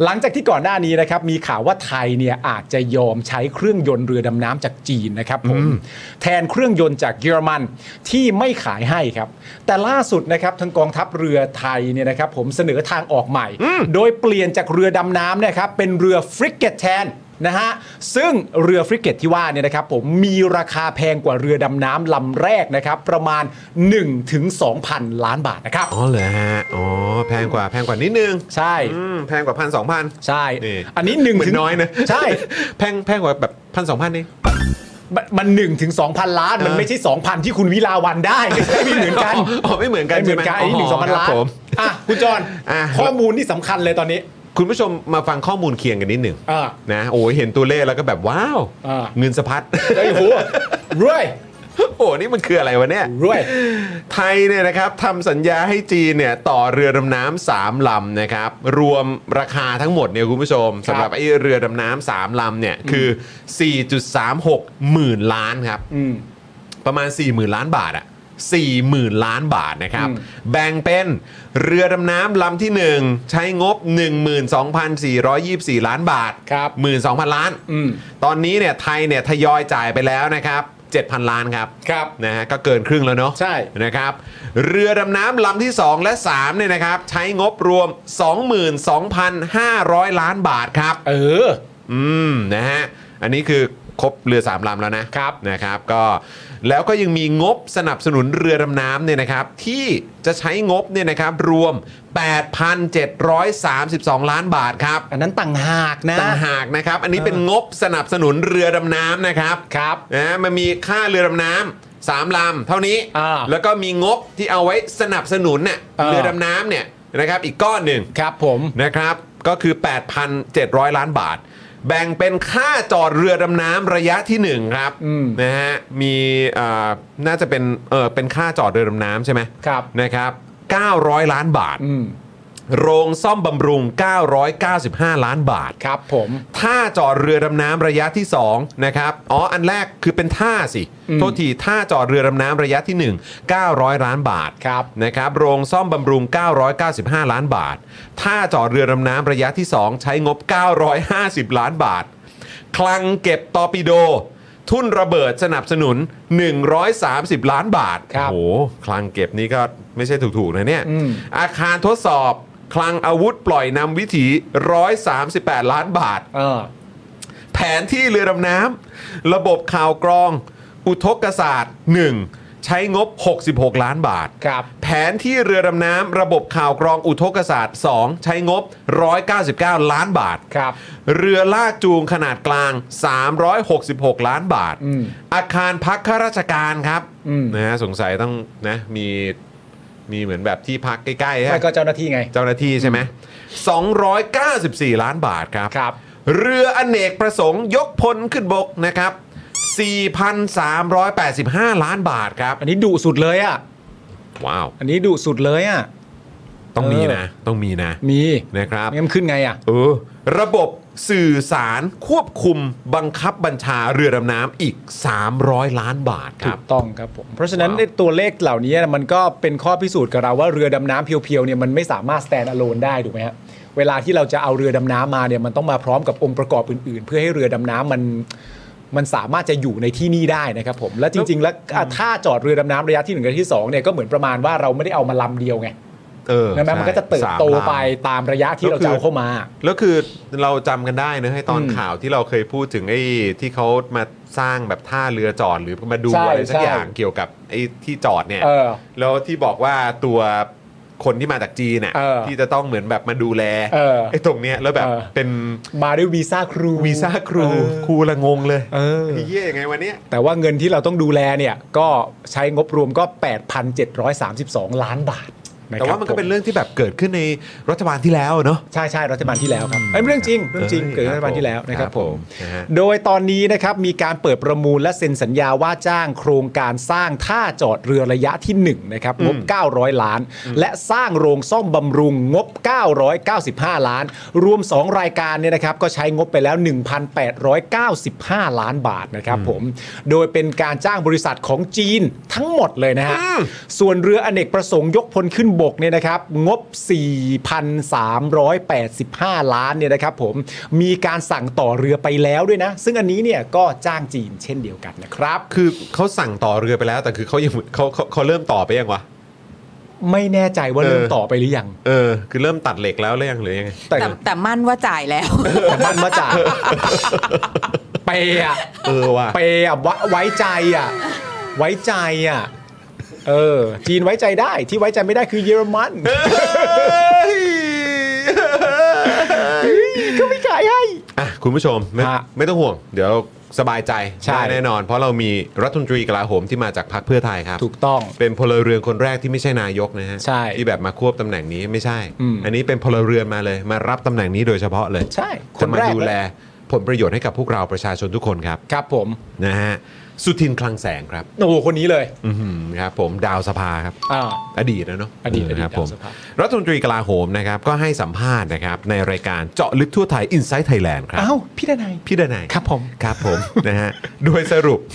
C: หลังจากที่ก่อนหน้านี้นะครับมีข่าวว่าไทยเนี่ยอาจจะยอมใช้เครื่องยนต์เรือดำน้ำจากจีนนะครับผมแทนเครื่องยนต์จากเยอรมันที่ไม่ขายให้ครับ แต่ล่าสุดนะครับทางกองทัพเรือไทยเนี่ยนะครับผมเสนอทางออกใหม่ โดยเปลี่ยนจากเรือดำน้ำนะครับเป็นเรือฟริกเกตแทน นะฮะซึ่งเรือฟริเกตที่ว่าเนี่ยนะครับผมมีราคาแพงกว่าเรือดำน้ำลำแรกนะครับประมาณ 1-2,000ถึง2,000 ล้านบาทนะครับ
A: อ๋อเหรอฮะอ๋อแพงกว่าแพงกว่านิดนึง
C: ใช่
A: อืมแพงกว่าพันสองพัน
C: ใช่
A: นี่
C: อันนี้หนึ่ง
A: เหมือ
C: ถึ
A: น
C: ง
A: น้อยนะ
C: ใช่
A: แพงแพงกว่าแบบพันสองพันเอง
C: มันมันหนึ่งถึงสองพันล้าน มันไม่ใช่ 2,000 ที่คุณวิลาวันได้ ไม่ใช่ไม่เหมือนกัน
A: อ๋ออ๋อไม่เหมือนกัน
C: ไม่เหมือนกัน
A: ใช่
C: อัน
A: ไหม
C: นี้หนึ่งสองพัน
A: อ๋อ
C: ล้า
A: คน รับผม
C: อ่ะคุณจอน
A: อ่ะ
C: ข้อมูลที่สำคัญเลยตอนนี้
A: คุณผู้ชมมาฟังข้อมูลเคียงกันนิดหนึ่ง
C: อ่า
A: นะโอ้ยเห็นตัวเลขแล้วก็แบบว้าว
C: อ่า
A: เงินสะพัด
C: ไอ้ยโหรวย
A: โอ้นี่มันคืออะไรวะเนี่ย
C: รวย
A: ไทยเนี่ยนะครับทำสัญญาให้จีนเนี่ยต่อเรือดำน้ำสามลำนะครับ รวมราคาทั้งหมดเนี่ยคุณผู้ชมสำหรับไอ้เรือดำน้ำสามลำเนี่ยคือ 4.36 หมื่นล้านครับ
C: อืม
A: ประมาณ 40,000 ล้านบาทอะ40,000 ล้านบาทนะครับ
C: อืม
A: แบ่งเป็นเรือดำน้ำลำที่ 1 ใช้งบ 12,424 ล้านบาท
C: ครับ
A: 12,000 ล้าน
C: อืม
A: ตอนนี้เนี่ยไทยเนี่ยทยอยจ่ายไปแล้วนะครับ 7,000 ล้านครับ
C: ครับ
A: นะฮะก็เกินครึ่งแล้วเนาะ
C: ใช่
A: นะครับ เรือดำน้ำลำที่ 2 และ3เนี่ยนะครับ ใช้งบรวม 22,500 ล้านบาทครับ
C: เออ
A: อืมนะฮะอันนี้คือครบเรือสามลำแล้วนะครับ นะครับก็แล้วก็ยังมีงบสนับสนุนเรือดำน้ำเนี่ยนะครับที่จะใช้งบเนี่ยนะครับรวม 8,732 ล้านบาทครับ
C: อันนั้นต่างหากนะ
A: ต่างหากนะครับ อันนี้เป็นงบสนับสนุนเรือดำน้ำนะครับ
C: ครับ
A: นะมันมีค่าเรือดำน้ำสามลำเท่านี้
C: อ่า
A: แล้วก็มีงบที่เอาไว้สนับสนุนเนี่ย
C: อ่า
A: เรือดำน้ำเนี่ยนะครับอีกก้อนหนึ่ง
C: ครับผม
A: นะครับ ก็คือ 8,700 ล้านบาท แบ่งเป็นค่าจอดเรือดำน้ำระยะที่ 1 ครับ
C: อืม
A: นะฮะมีเอ่อน่าจะเป็นเออเป็นค่าจอดเรือดำน้ำใช่ไหม
C: ครับ
A: นะครับ 900 ล้านบาท
C: อืม
A: โรงซ่อมบำรุง 995 ล้านบาท
C: ครับผม
A: ท่าจอดเรือดำน้ำระยะที่2นะครับอ๋ออันแรกคือเป็นท่าสิ โทษทีท่าจอดเรือดำน้ำระยะที่ 1 900 ล้านบาท
C: ครับ
A: นะครับโรงซ่อมบำรุง 995 ล้านบาท ท่าจอดเรือดำน้ำระยะที่ 2 ใช้งบ 950 ล้านบาท คลังเก็บตอร์ปิโด ทุนระเบิดสนับสนุน 130 ล้านบาท
C: ครับ
A: โอ้โหคลังเก็บนี่ก็ไม่ใช่ถูกๆนะเนี่ย
C: อืม
A: อาคารทดสอบ คลังอาวุธปล่อยนำวิถี 138 ล้านบาท
C: เออ
A: แผนที่เรือดำน้ำระบบข่าวกรอง อุทกศาสตร์ 1 ใช้งบ 66 ล้านบาท
C: ครับ
A: แผนที่เรือดำน้ำระบบข่าวกรองอุทกศาสตร์ 2 ใช้งบ 199 ล้านบาท
C: ครับ
A: เรือลากจูงขนาดกลาง 366 ล้านบาท
C: อืม
A: อาคารพักข้าราชการครับ
C: อืม
A: นะฮะสงสัยต้องนะมีมีเหมือนแบบที่พักใกล้ๆฮะ
C: ไม่ก็เจ้าหน้าที่ไง
A: เจ้าหน้าที่ใช่ไหม294 ล้านบาทครับ
C: ครับ
A: เรืออเนกประสงค์ยกพลขึ้นบกนะครับ 4,385 ล้านบาทครับ
C: อันนี้ดุสุดเลยอ่ะ
A: ว้าว
C: อันนี้ดุสุดเลยอ่ะ
A: ต้องมี
C: เออ
A: นะ ต้องมีนะ
C: มี
A: นะครับ
C: งั้นขึ้นไงอ่ะ
A: เออ ระบบสื่อสารควบคุมบังคับบัญชาเรือดำน้ำอีก 300 ล้านบาทค
C: ถู
A: รับ
C: กต้องครับผม เพราะฉะนั้น
A: ว้าว
C: ไอ้ตัวเลขเหล่านี้มันก็เป็นข้อพิสูจน์กับเราว่าเรือดำน้ำเพียวๆเนี่ยมันไม่สามารถ stand alone ได้ถูกไหมฮะเวลาที่เราจะเอาเรือดำน้ำมาเนี่ยมันต้องมาพร้อมกับองค์ประกอบอื่นๆ เพื่อให้เรือดำน้ำมันมันสามารถจะอยู่ในที่นี่ได้นะครับผมและจริง ๆ แล้วอ่ะถ้าจอดเรือดำน้ำระยะที่หนึ่งระยะที่สองเนี่ยก็เหมือนประมาณว่าเราไม่ได้เอามาลำเดียวไง
A: เออ
C: ใช่ไหมมันก็จะเติบ
A: สาม
C: โต
A: ล้าน
C: ไปตามระยะที่เราจะเอาเข้ามา
A: แล้วคือเราจำกันได้นะให้ตอน
C: อืม
A: ข่าวที่เราเคยพูดถึงไอ้ที่เขามาสร้างแบบท่าเรือจอดหรือมาดู
C: ใช่
A: อะไรสัก
C: ใช่
A: อย่างเกี่ยวกับไอ้ที่จอดเนี่ย
C: เออ
A: แล้วที่บอกว่าตัวคนที่มาจากจีนน่ะ
C: เออ
A: ที่จะต้องเหมือนแบบมาดูแล
C: เออ
A: ไอ้ตรงเนี้ยแล้วแบบ
C: เออ
A: เป็น
C: มาด้วยวีซ่าครู
A: วีซ่าครู
C: เออ
A: ครูละงงเลย
C: เออ
A: ไเหี้ยยังไงวันเนี้ย
C: แต่ว่าเงินที่เราต้องดูแลเนี่ยก็ใช้งบรวมก็ 8,732 ล้านบาทะครับ
A: แต่ว่ามันก็เป็น
C: ผ
A: เรื่องที่แบบเกิดขึ้นในรัฐบาลที่แล้วเนอะ
C: ใช่ใช่รัฐบาลที่แล้วครับเอ้ยเรื่องจริงเรื่องจริง
A: เอ้ย
C: เกิดขึ้นรัฐบาลที่แล้ว
A: ครับ
C: นะครับ
A: ผ
C: ผม ม
A: นะฮะ
C: โดยตอนนี้นะครับมีการเปิดประมูลและเซ็นสัญญาว่าจ้างโครงการสร้างท่าจอดเรือระยะที่1นะครับงบ 900 ล้าน และสร้างโรงซ่อมบำรุงงบ 995 ล้าน รวม 2 รายการเนี่ยนะครับก็ใช้งบไปแล้ว 1,895 ล้านบาทนะครับผมโดยเป็นการจ้างบริษัทของจีนทั้งหมดเลยนะฮะ ส่วนเรืออเนกประสงค์ยกพลขึ้นบกเนี่ยนะครับ งบ 4,385 ล้านเนี่ยนะครับผมมีการสั่งต่อเรือไปแล้วด้วยนะ ซึ่งอันนี้เนี่ยก็จ้างจีนเช่นเดียวกันนะครับ
A: คือเขาสั่งต่อเรือไปแล้ว แต่คือเขายังเขาเขาเขาเริ่มต่อไปยังวะ
C: ไม่แน่ใจว่าเริ่มต่อไปหรือยัง
A: เออคือเริ่มตัดเหล็กแล้วหรือยังหรือยังไง
C: แต่
F: แต่แต่มั่นว่าจ่ายแล้ว
C: แต่มันมาจาก เปย์อะ
A: เออว่ะ
C: เปย์อะวะไว้ใจอะไว้ใจอะเออ จีนไว้ใจได้ที่ไว้ใจไม่ได้คือเยอรมันก็ไม่ขายให้
A: อ่ะคุณผู้ชมไม่
C: ฮะ
A: ไม่ต้องห่วง เดี๋ยวเราสบายใจ
C: ใช่
A: ได้แน่นอน เพราะเรามีรัฐมนตรีกลาโหมที่มาจากพรรคเพื่อไทยครับ
C: ถูกต้อง
A: เป็นพลเรือนคนแรกที่ไม่ใช่นายกนะฮะ
C: ใช่
A: ที่แบบมาควบตำแหน่งนี้ไม่ใช่
C: อืม
A: อันนี้เป็นพลเรือนมาเลย มารับตำแหน่งนี้โดยเฉพาะเลย
C: ใช่
A: จะมาดู
C: เย
A: แลผลประโยชน์ให้กับพวกเราประชาชนทุกคนครับ
C: ครับผม
A: นะฮะสุทินคลังแสงครับ
C: โอ้โหคนนี้เลย
A: อื้อหือครับ ผมดาวสภาครับ
C: อ่า
A: อดีตนะเนาะ
C: อดีตอดีต
A: นะครับผม
C: ดาวสภา
A: รัฐมนตรีกลาโหมนะครับก็ให้สัมภาษณ์นะครับในรายการเจาะลึกทั่วไทย Inside Thailand ครับ
C: อ้าวพี่ดนัย
A: พี่ดนาย
C: ครับผม
A: ครับผม นะฮะโดยสรุป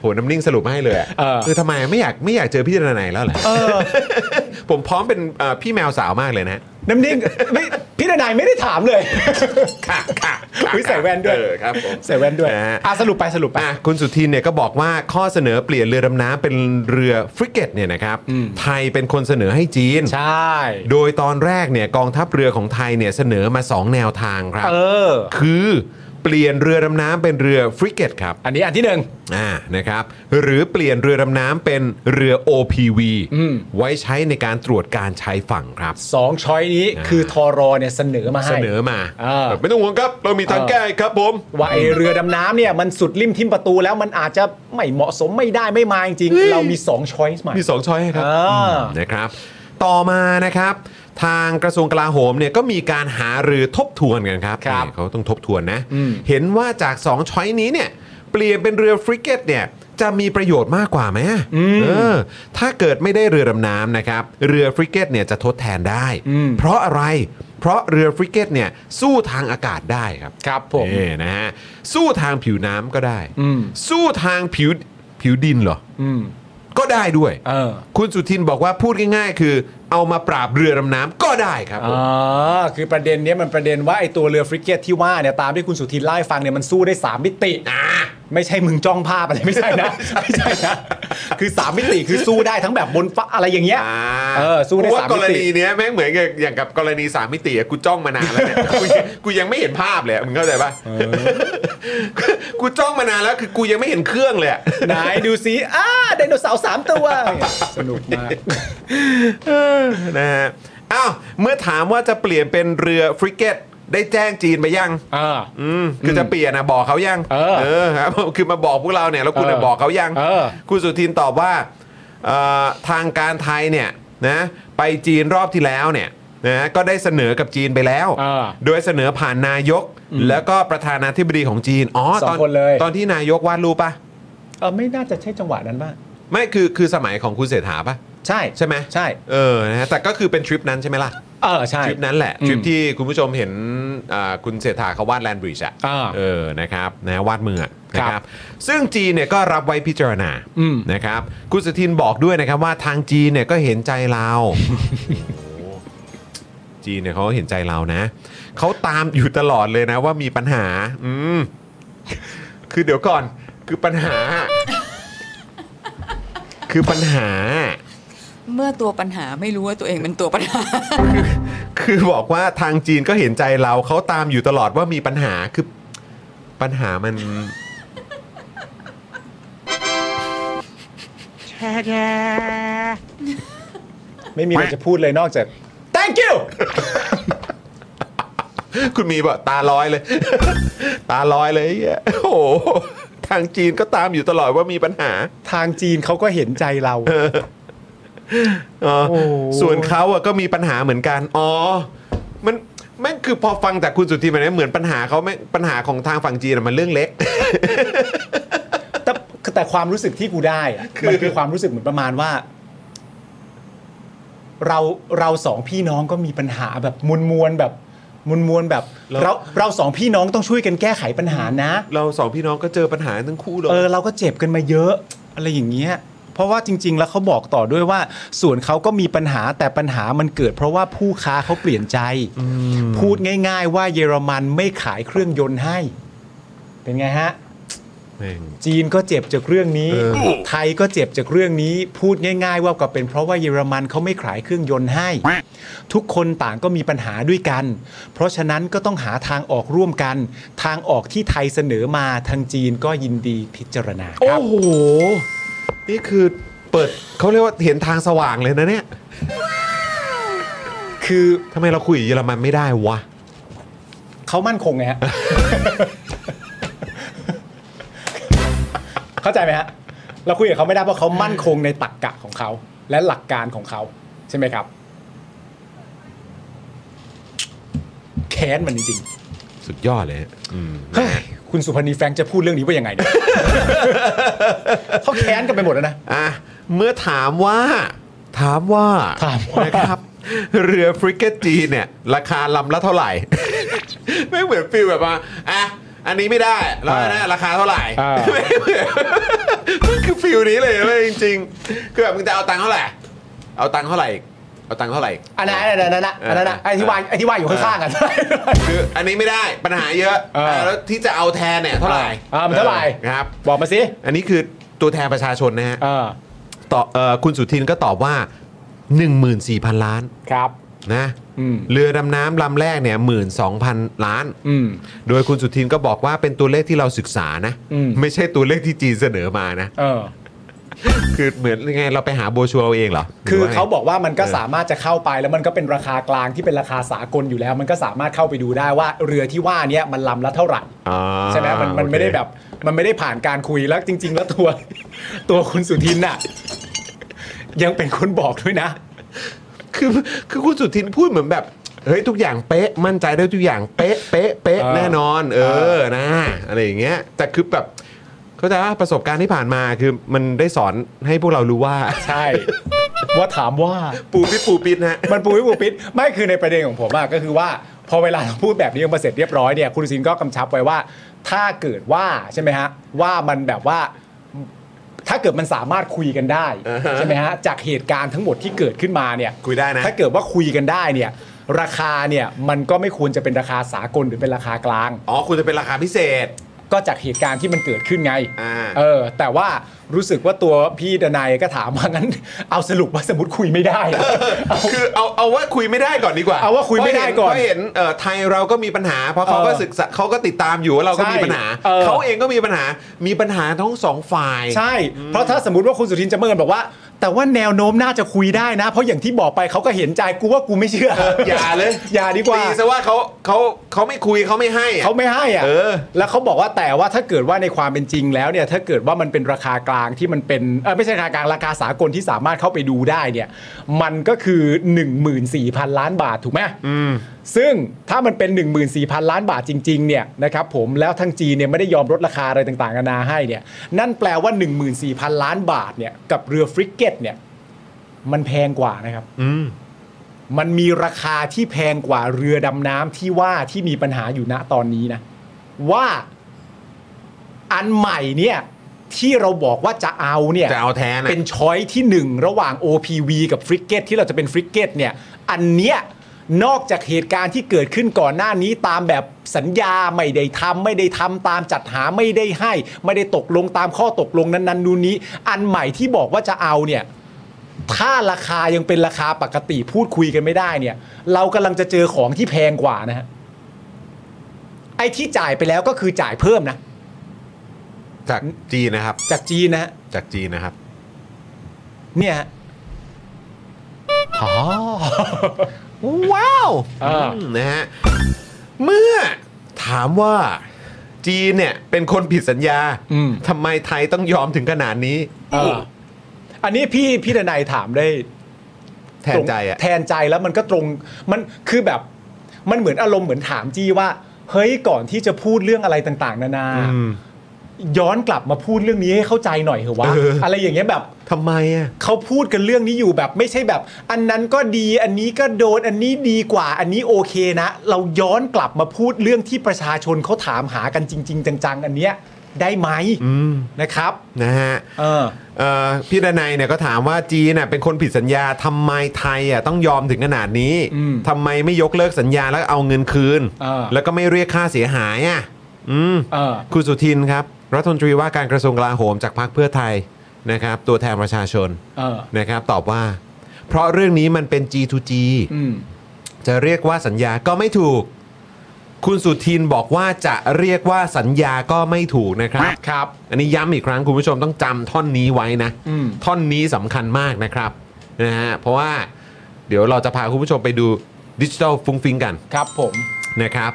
A: โหน้ำนิ่งสรุปมาให้เลยอะ
C: เออ
A: คือทำ ไมไม่อยากไม่อยากเจอพี่ดนายแล้วเหรอ
C: เออ
A: ผมพร้อมเป็นเอ่อพี่แมวสาวมากเลยนะ
C: น้ำนิ่ง นี่พี่นายไม่ได้ถามเลย
A: ค่ะ ค่ะค่ะ
C: อุ๊ยใส่แว่นด้วย
A: เออครับผม
C: ใส่แว่นด้วย
A: นะฮะ
C: อ่ะสรุปไปสรุปไป
A: อ่ะคุณสุทินเนี่ยก็บอกว่าข้อเสนอเปลี่ยนเรือดำน้ำเป็นเรือฟริเกตเนี่ยนะครับ
C: อืม
A: ไทยเป็นคนเสนอให้จีน
C: ใช่
A: โดยตอนแรกเนี่ยกองทัพเรือของไทยเนี่ยเสนอมา 2 แนวทางครับ
C: เออ
A: คือเปลี่ยนเรือดำน้ำเป็นเรือฟริเกตครับ
C: อันนี้อันที่หนึ่ง
A: อ่านะครับหรือเปลี่ยนเรือดำน้ำเป็นเรือ OPV
C: อืม
A: ไว้ใช้ในการตรวจการชายฝั่งครับ
C: สองช้อยนี้คือทอรอเนี่ยเสนอมาให้
A: เสนอมา
C: อ่า
A: แบบไม่ต้องห่วงครับ เรามีทางแก้ครับผม
C: ว่าไอเรือดำน้ำเนี่ยมันสุดริมทิมประตูแล้วมันอาจจะไม่เหมาะสมไม่ได้ไม่มาจริงๆเรามีสองช้อยส์ใหม่
A: มี 2 ช้อยให้ครับ
C: อ่า
A: อืมนะครับ ต่อมานะครับ ทางกระทรวงกลาโหมเนี่ยก็มีการหารือทบทวนกันครับ
C: ครับ
A: นี่เขาต้องทบทวนนะ เห็นว่าจาก 2 ช้อยนี้เนี่ย เปลี่ยนเป็นเรือฟริเกตเนี่ย จะมีประโยชน์มากกว่าไหมเออถ้าเกิดไม่ได้เรือดำน้ำนะครับ เรือฟริเกตเนี่ยจะทดแทนได้
C: อืม
A: เพราะอะไร เพราะเรือฟริเกตเนี่ยสู้ทางอากาศได้ครับ
C: ครับผม
A: เออนะฮะสู้ทางผิวน้ำก็ได้
C: อืม
A: สู้ทางผิวผิวดินเหรอ
C: อืม
A: ก็ได้ด้วย
C: เออ
A: คุณสุทินบอกว่าพูดง่ายๆ คือ เอามาปราบเรือดำน้ำก็ได้ครับผม
C: อ๋อคือประเด็นเนี้ยมันประเด็นว่าไอตัวเรือฟริเกตที่ว่าเนี่ยตามที่คุณสุทินเล่าให้ฟังเนี่ยมันสู้ได้ 3 มิติไม่ใช่มึงจ้องภาพอะไรไม่ใช่นะ ไม่ใช่นะคือ 3 มิติคือสู้ได้ทั้งแบบบนฟ้าอะไรอย่างเงี้ย
A: อ่า
C: เออสู้ได้
A: เพระว่
C: สาม
A: กร
C: มิติ
A: ณีเนี้ยแม่งเหมือนกับอย่างกับกรณีสามมิติอะกูจ้องมานานแล้วเนี่ย กูยังกูยังไม่เห็นภาพเลยอะมึงเข้าใจปะกูจ้องมานานแล้วคือกูยังไม่เห็นเครื่องเลยอะ
C: ไหนดูสิอ้าไดโนเสาร์สามตัว สนุกมาก
A: เออนะฮะอ้าวเมื่อถามว่าจะเปลี่ยนเป็นเรือฟริเกตได้แจ้งจีนไปยัง
C: อ่า
A: อืมคือจะเปลี่ยนนะบอกเขายัง
C: เออ
A: ครับ คือมาบอกพวกเราเนี่ยแล้วคุณน่ะ
C: เออ
A: บอกเขายัง
C: เออ
A: คุณสุทินตอบว่าเอ่อทางการไทยเนี่ยนะไปจีนรอบที่แล้วเนี่ยนะก็ได้เสนอกับจีนไปแล้ว
C: เออ
A: โดยเสนอผ่านนายกแล้วก็ประธานาธิบดีของจีนอ๋อตอน
C: สองคนเลย
A: ตอนที่นายกวาดรูปปะ
C: เออไม่น่าจะใช่จังหวะนั้นป่ะ
A: ไม่คือคือสมัยของคุณเศรษฐาปะ
C: ใช่
A: ใช่ไหม
C: ใช่
A: เออนะฮะแต่ก็คือเป็นทริปนั้นใช่ไหมล่ะ
C: เออใช่
A: ทริปนั้นแหละ
C: อืม
A: ทริปที่คุณผู้ชมเห็นอ่าคุณเศรษฐาเขาวาดแลนบริดจ์อะ
C: อ่า
A: เออนะครับนะวาดมืออะ
C: ค
A: นะ
C: รับ
A: ครับ ซึ่งจีนเนี่ยก็รับไว้พิจารณา
C: อืม
A: นะครับคุณสุทินบอกด้วยนะครับว่าทางจีนเนี่ยก็เห็นใจ เราโอ้โหจีนเนี่ยเขาเห็นใจเรานะเขาตามอยู่ตลอดเลยนะว่ามีปัญหา อืม คือเดี๋ยวก่อนคือปัญหา คือปัญหา
F: เมื่อตัวปัญหาไม่รู้ว่าตัวเองเป็นตัวปัญหา
A: คือบอกว่าทางจีนก็เห็นใจเราเขาตามอยู่ตลอดว่ามีปัญหาคือปัญหามัน
C: ไม่มีอะไรจะพูดเลยนอกจาก thank you
A: คุณมีแบบตาลอยเลย ตาลอยเลยไอ้เหี้ยโอ้โหทางจีนก็ตามอยู่ตลอดว่ามีปัญหา
C: ทางจีนเขาก็เห็นใจเรา
A: เออ
C: โอ้โห
A: ส่วนเขาอะก็มีปัญหาเหมือนกันอ๋อมันแม่งคือพอฟังจากคุณสุธีแบบนี้เหมือนปัญหาเขาแม่งปัญหาของทางฝั่งจีนอะมันเรื่องเล็ก
C: แต่แต่ความรู้สึกที่กูได้อะมันคือความรู้สึกเหมือนประมาณว่า เราเราสองพี่น้องก็มีปัญหาแบบมวลมวลๆแบบมวลมวลๆแบบ เราเราสองพี่น้องต้องช่วยกันแก้ไขปัญหานะ
A: เราสองพี่น้องก็เจอปัญหาทั้งคู่เลย
C: เออเราก็เจ็บกันมาเยอะอะไรอย่างเงี้ย เพราะว่าจริง ๆ แล้วเขาบอกต่อด้วยว่า ส่วนเขาก็มีปัญหาแต่ปัญหามันเกิด เพราะว่าผู้ค้าเขาเปลี่ยนใจ พูดง่าย ๆ ว่าเยอรมันไม่ขายเครื่องยนต์ให้ เป็นไงฮะ จีนก็เจ็บจากเรื่องนี้
A: เออ
C: ไทยก็เจ็บจากเรื่องนี้ พูดง่าย ๆ ว่าก็เป็นเพราะว่าเยอรมันเขาไม่ขายเครื่องยนต์ให้ ทุกคนต่างก็มีปัญหาด้วยกัน เพราะฉะนั้นก็ต้องหาทางออกร่วมกัน ทางออกที่ไทยเสนอมาทางจีนก็ยินดีพิจารณาครับ
A: โอ้โห นี่คือเปิดเขาเรียกว่าเห็นทางสว่างเลยนะเนี่ย คือทำไมเราคุยกับเยอรมันไม่ได้วะ
C: เขามั่นคงไงฮะ เข้าใจไหมฮะ เราคุยกับเขาไม่ได้เพราะเขามั่นคงในตรรกกะของเขา และหลักการของเขา ใช่ไหมครับ แค้นมันจริง
A: สุดยอดเลยฮะอืม
C: ๆเฮ้ยคุณสุพนีแฟรงค์จะพูดเรื่องนี้ว่ายังไง เนี่ย เขาแค้นกันไปหมดแล้วนะ
A: อ่ะ เมื่อถามว่า ถามว่า
C: ถามว่า
A: นะครับ เรือฟริเกตจีนเนี่ย ราคาลำละเท่าไหร่ ไม่เหมือนฟิลแบบว่าอ่ะ อันนี้ไม่ได้แล้วอันนนราคาเท่าไหร่
C: อ่า
A: ไม่เหมือน มันคือฟิลนี้เลยเลยจริงๆคือแบบมึงจะเอาตังค์เท่าไหร่ เอาตังค์เท่าไหร่อีก เอาตังค์เท่าไหร่
C: อันนั้นอันนั้นอันนั้นอันนั้นไอ้ที่วางไอ้ที่วางอยู่ข้างๆกัน
A: คืออันนี้ไม่ได้ปัญหาเยอะ
C: เออ
A: เออแล้วที่จะเอาแทนเนี่ยเท่าไหร่
C: อ่ามันเท่าไหร่
A: ครับ
C: บอกมาสิ
A: อันนี้คือตัวแทนประชาชนนะฮะ
C: เออ
A: ตอบเอ่อคุณสุทินก็ตอบว่า 14,000 ล้าน
C: ครับ
A: นะ
C: อืม
A: เรือดำน้ำลำแรกเนี่ย12,000 ล้าน
C: อืม
A: โดยคุณสุทินก็บอกว่าเป็นตัวเลขที่เราศึกษานะ
C: อืม
A: ไม่ใช่ตัวเลขที่จีนเสนอมานะ
C: เออ
A: คือเหมือนยังไงเราไปหาโบรชัวร์เอาเองเหรอ
C: คือ
A: หรืว่ไง
C: เขาบอกว่ามันก็
A: เออ
C: สามารถจะเข้าไปแล้วมันก็เป็นราคากลางที่เป็นราคาสากลอยู่แล้ว มันก็สามารถเข้าไปดูได้ว่าเรือที่ว่าเนี้ยมันลำละเท่าไหร่
A: อ่า
C: ใช่ไหมมันมัน
A: โอเค
C: ไม่ได้แบบมันไม่ได้ผ่านการคุยแล้วจริง ๆ แล้วตัว ตัวคุณสุทินน่ะ ยังเป็นคนบอกด้วยนะ
A: คือคือคุณสุทินพูดเหมือนแบบ เฮ้ยทุกอย่างเป๊ะ มั่นใจได้ทุกอย่างเป๊ะเป๊ะเป๊ะ
C: เออ
A: แน่นอน เอ
C: เอ
A: อ
C: อ
A: นะอะไรอย่างเงี้ยแต่คือแบบเข้าใจว่าประสบการณ์ที่ผ่านมาคือมันได้สอนให้พวกเรารู้ว่า
C: ใช่ ว่าถามว่า
A: ปูปิดปูปิดนะฮะ
C: มันปูไม่ปูปิดไม่คือในประเด็นของผมอะก็คือว่า พอเวลาเราพูดแบบนี้ออกมาเสร็จเรียบร้อยเนี่ยคุณซินก็กำชับไว้ว่า ถ้าเกิดว่าใช่ไหมฮะว่ามันแบบว่า ถ้าเกิดมันสามารถคุยกันได้
A: อ่าฮะ
C: ใช่ไหมฮะจากเหตุการณ์ทั้งหมดที่เกิดขึ้นมาเนี่ย
A: คุยได้นะ
C: ถ้าเกิดว่าคุยกันได้เนี่ย ราคาเนี่ยมันก็ไม่ควรจะเป็นราคาสากลหรือเป็นราคากลาง
A: อ๋อคุณจะเป็นราคาพิเศษ
C: ก็จากเหตุการณ์ที่มันเกิดขึ้นไง
A: อ่า
C: เออ แต่ว่ารู้สึกว่าตัวพี่ดนายก็ถามว่างั้น เอาสรุปว่าสมมติคุยไม่ได้ อะเอา
A: คือเอาเอาว่าคุยไม่ได้ก่อนดีกว่า
C: เอาว่าคุยไม่ได้ก่อน
A: เพราะเห็นเอ่อไทยเราก็มีปัญหา เพราะเขาก็
C: เออ
A: ศึกษาเขาก็ติดตามอยู่ว่าเราก็
C: ใช่
A: มีปัญหา
C: เออ
A: เขาเองก็มีปัญหามีปัญหาทั้งสองฝ่าย
C: ใช่ เพราะถ้าสมมติว่าคุณสุทินจะเมินบอกว่า แต่ว่าแนวโน้มน่าจะคุยได้นะ เพราะอย่างที่บอกไปเขาก็เห็นใจกูว่ากูไม่เชื่อ
A: อย่าเลย
C: อย่าดีกว่า
A: ตีซะว่าเขาเขาเขาไม่คุยเขาไม่ให้อะ
C: เขาไม่ให้อ่ะ
A: เออ
C: แล้วเขาบอกว่าแต่ว่าถ้าเกิดว่าในความเป็นจริงแล้วเนี่ย ถ้าเกิดว่ามันเป็นราคากลางที่มันเป็นเออไม่ใช่ราคากลางราคาสากลที่สามารถเข้าไปดูได้เนี่ย มันก็คือ 14,000 ล้านบาทถูกไหมซึ่งถ้ามันเป็น 14,000 ล้านบาทจริงๆเนี่ยนะครับผมแล้วทางจีนเนี่ยไม่ได้ยอมลดราคาอะไรต่างๆนานาให้เนี่ย นั่นแปลว่า 14,000 ล้านบาทเนี่ยกับเรือฟริกเกตเนี่ย มันแพงกว่านะครับ มันมีราคาที่แพงกว่าเรือดำน้ำที่ว่าที่มีปัญหาอยู่ณตอนนี้นะ ว่าอันใหม่เนี่ย ที่เราบอกว่าจะเอาเนี่ย
A: จะเอาแทนอะ
C: เป็นช้อยที่หนึ่งระหว่าง OPV กับฟริกเกตที่เราจะเป็นฟริกเกตเนี่ย อันเนี้ยนอกจากเหตุการณ์ที่เกิดขึ้นก่อนหน้านี้ตามแบบสัญญาไม่ได้ทำไม่ได้ทำตามจัดหาไม่ได้ให้ ไม่ได้ตกลงตามข้อตกลงนั้นๆนู่นนี้ อันใหม่ที่บอกว่าจะเอาเนี่ย ถ้าราคายังเป็นราคาปกติพูดคุยกันไม่ได้เนี่ย เรากำลังจะเจอของที่แพงกว่านะฮะไอ้ที่จ่ายไปแล้วก็คือจ่ายเพิ่มนะ
A: จากจีนนะครับ
C: จากจีนนะฮะ
A: จากจีนนะครับ
C: เนี่ยฮะ
A: ว้าว
C: เอออื
A: มนะฮะเมื่อถามว่า จีนเนี่ย เป็นคนผิดสัญญาทำไมไทยต้องยอมถึงขนาดนี้
C: อันนี้พี่พี่ดนายถามได้
A: แทนใจอะ
C: ตรงแทนใจแล้วมันก็ตรงมันคือแบบ มันเหมือนอารมณ์เหมือนถามจีว่า เฮ้ยก่อนที่จะพูดเรื่องอะไรต่างๆ นานา ย้อนกลับมาพูดเรื่องนี้ให้เข้าใจหน่อยเหอะวะ
A: เอออ
C: อะไรอย่างเงี้ยแบบ
A: ทำไมอ่ะ
C: เขาพูดกันเรื่องนี้อยู่แบบไม่ใช่แบบ อันนั้นก็ดีอันนี้ก็โดนอันนี้ดีกว่า อันนี้โอเคนะ เราย้อนกลับมาพูดเรื่องที่ประชาชนเขาถามหากันจริง ๆ จัง ๆ อันเนี้ยได้ไหมนะครับ
A: นะฮะ
C: เออ
A: เอ่อพี่ดนัยเนี่ยก็ถามว่าจีนน่ะเป็นคนผิดสัญญาทำไมไทยอ่ะต้องยอมถึงขนาดนี้
C: อืม
A: ทำไมไม่ยกเลิกสัญญาแล้วเอาเงินคืน
C: เออ
A: แล้วก็ไม่เรียกค่าเสียหายอ่ะอืม
C: เออ
A: คุณสุทินครับ รัฐมนตรีว่าการกระทรวงกลาโหมจากพรรคเพื่อไทยนะครับ ตัวแทนประชาชน
C: เออ
A: นะครับ ตอบว่า เพราะเรื่องนี้มันเป็น G2G
C: อืม
A: จะเรียกว่าสัญญาก็ไม่ถูก คุณสุทินบอกว่าจะเรียกว่าสัญญาก็ไม่ถูกนะครับ
C: ครับ
A: อันนี้ย้ำอีกครั้งคุณผู้ชมต้องจำท่อนนี้ไว้นะ
C: อืม
A: ท่อนนี้สำคัญมากนะครับนะฮะเพราะว่าเดี๋ยวเราจะพาคุณผู้ชมไปดูดิจิทัลฟุ้งฟิ้งกัน
C: ครับผม
A: นะครับ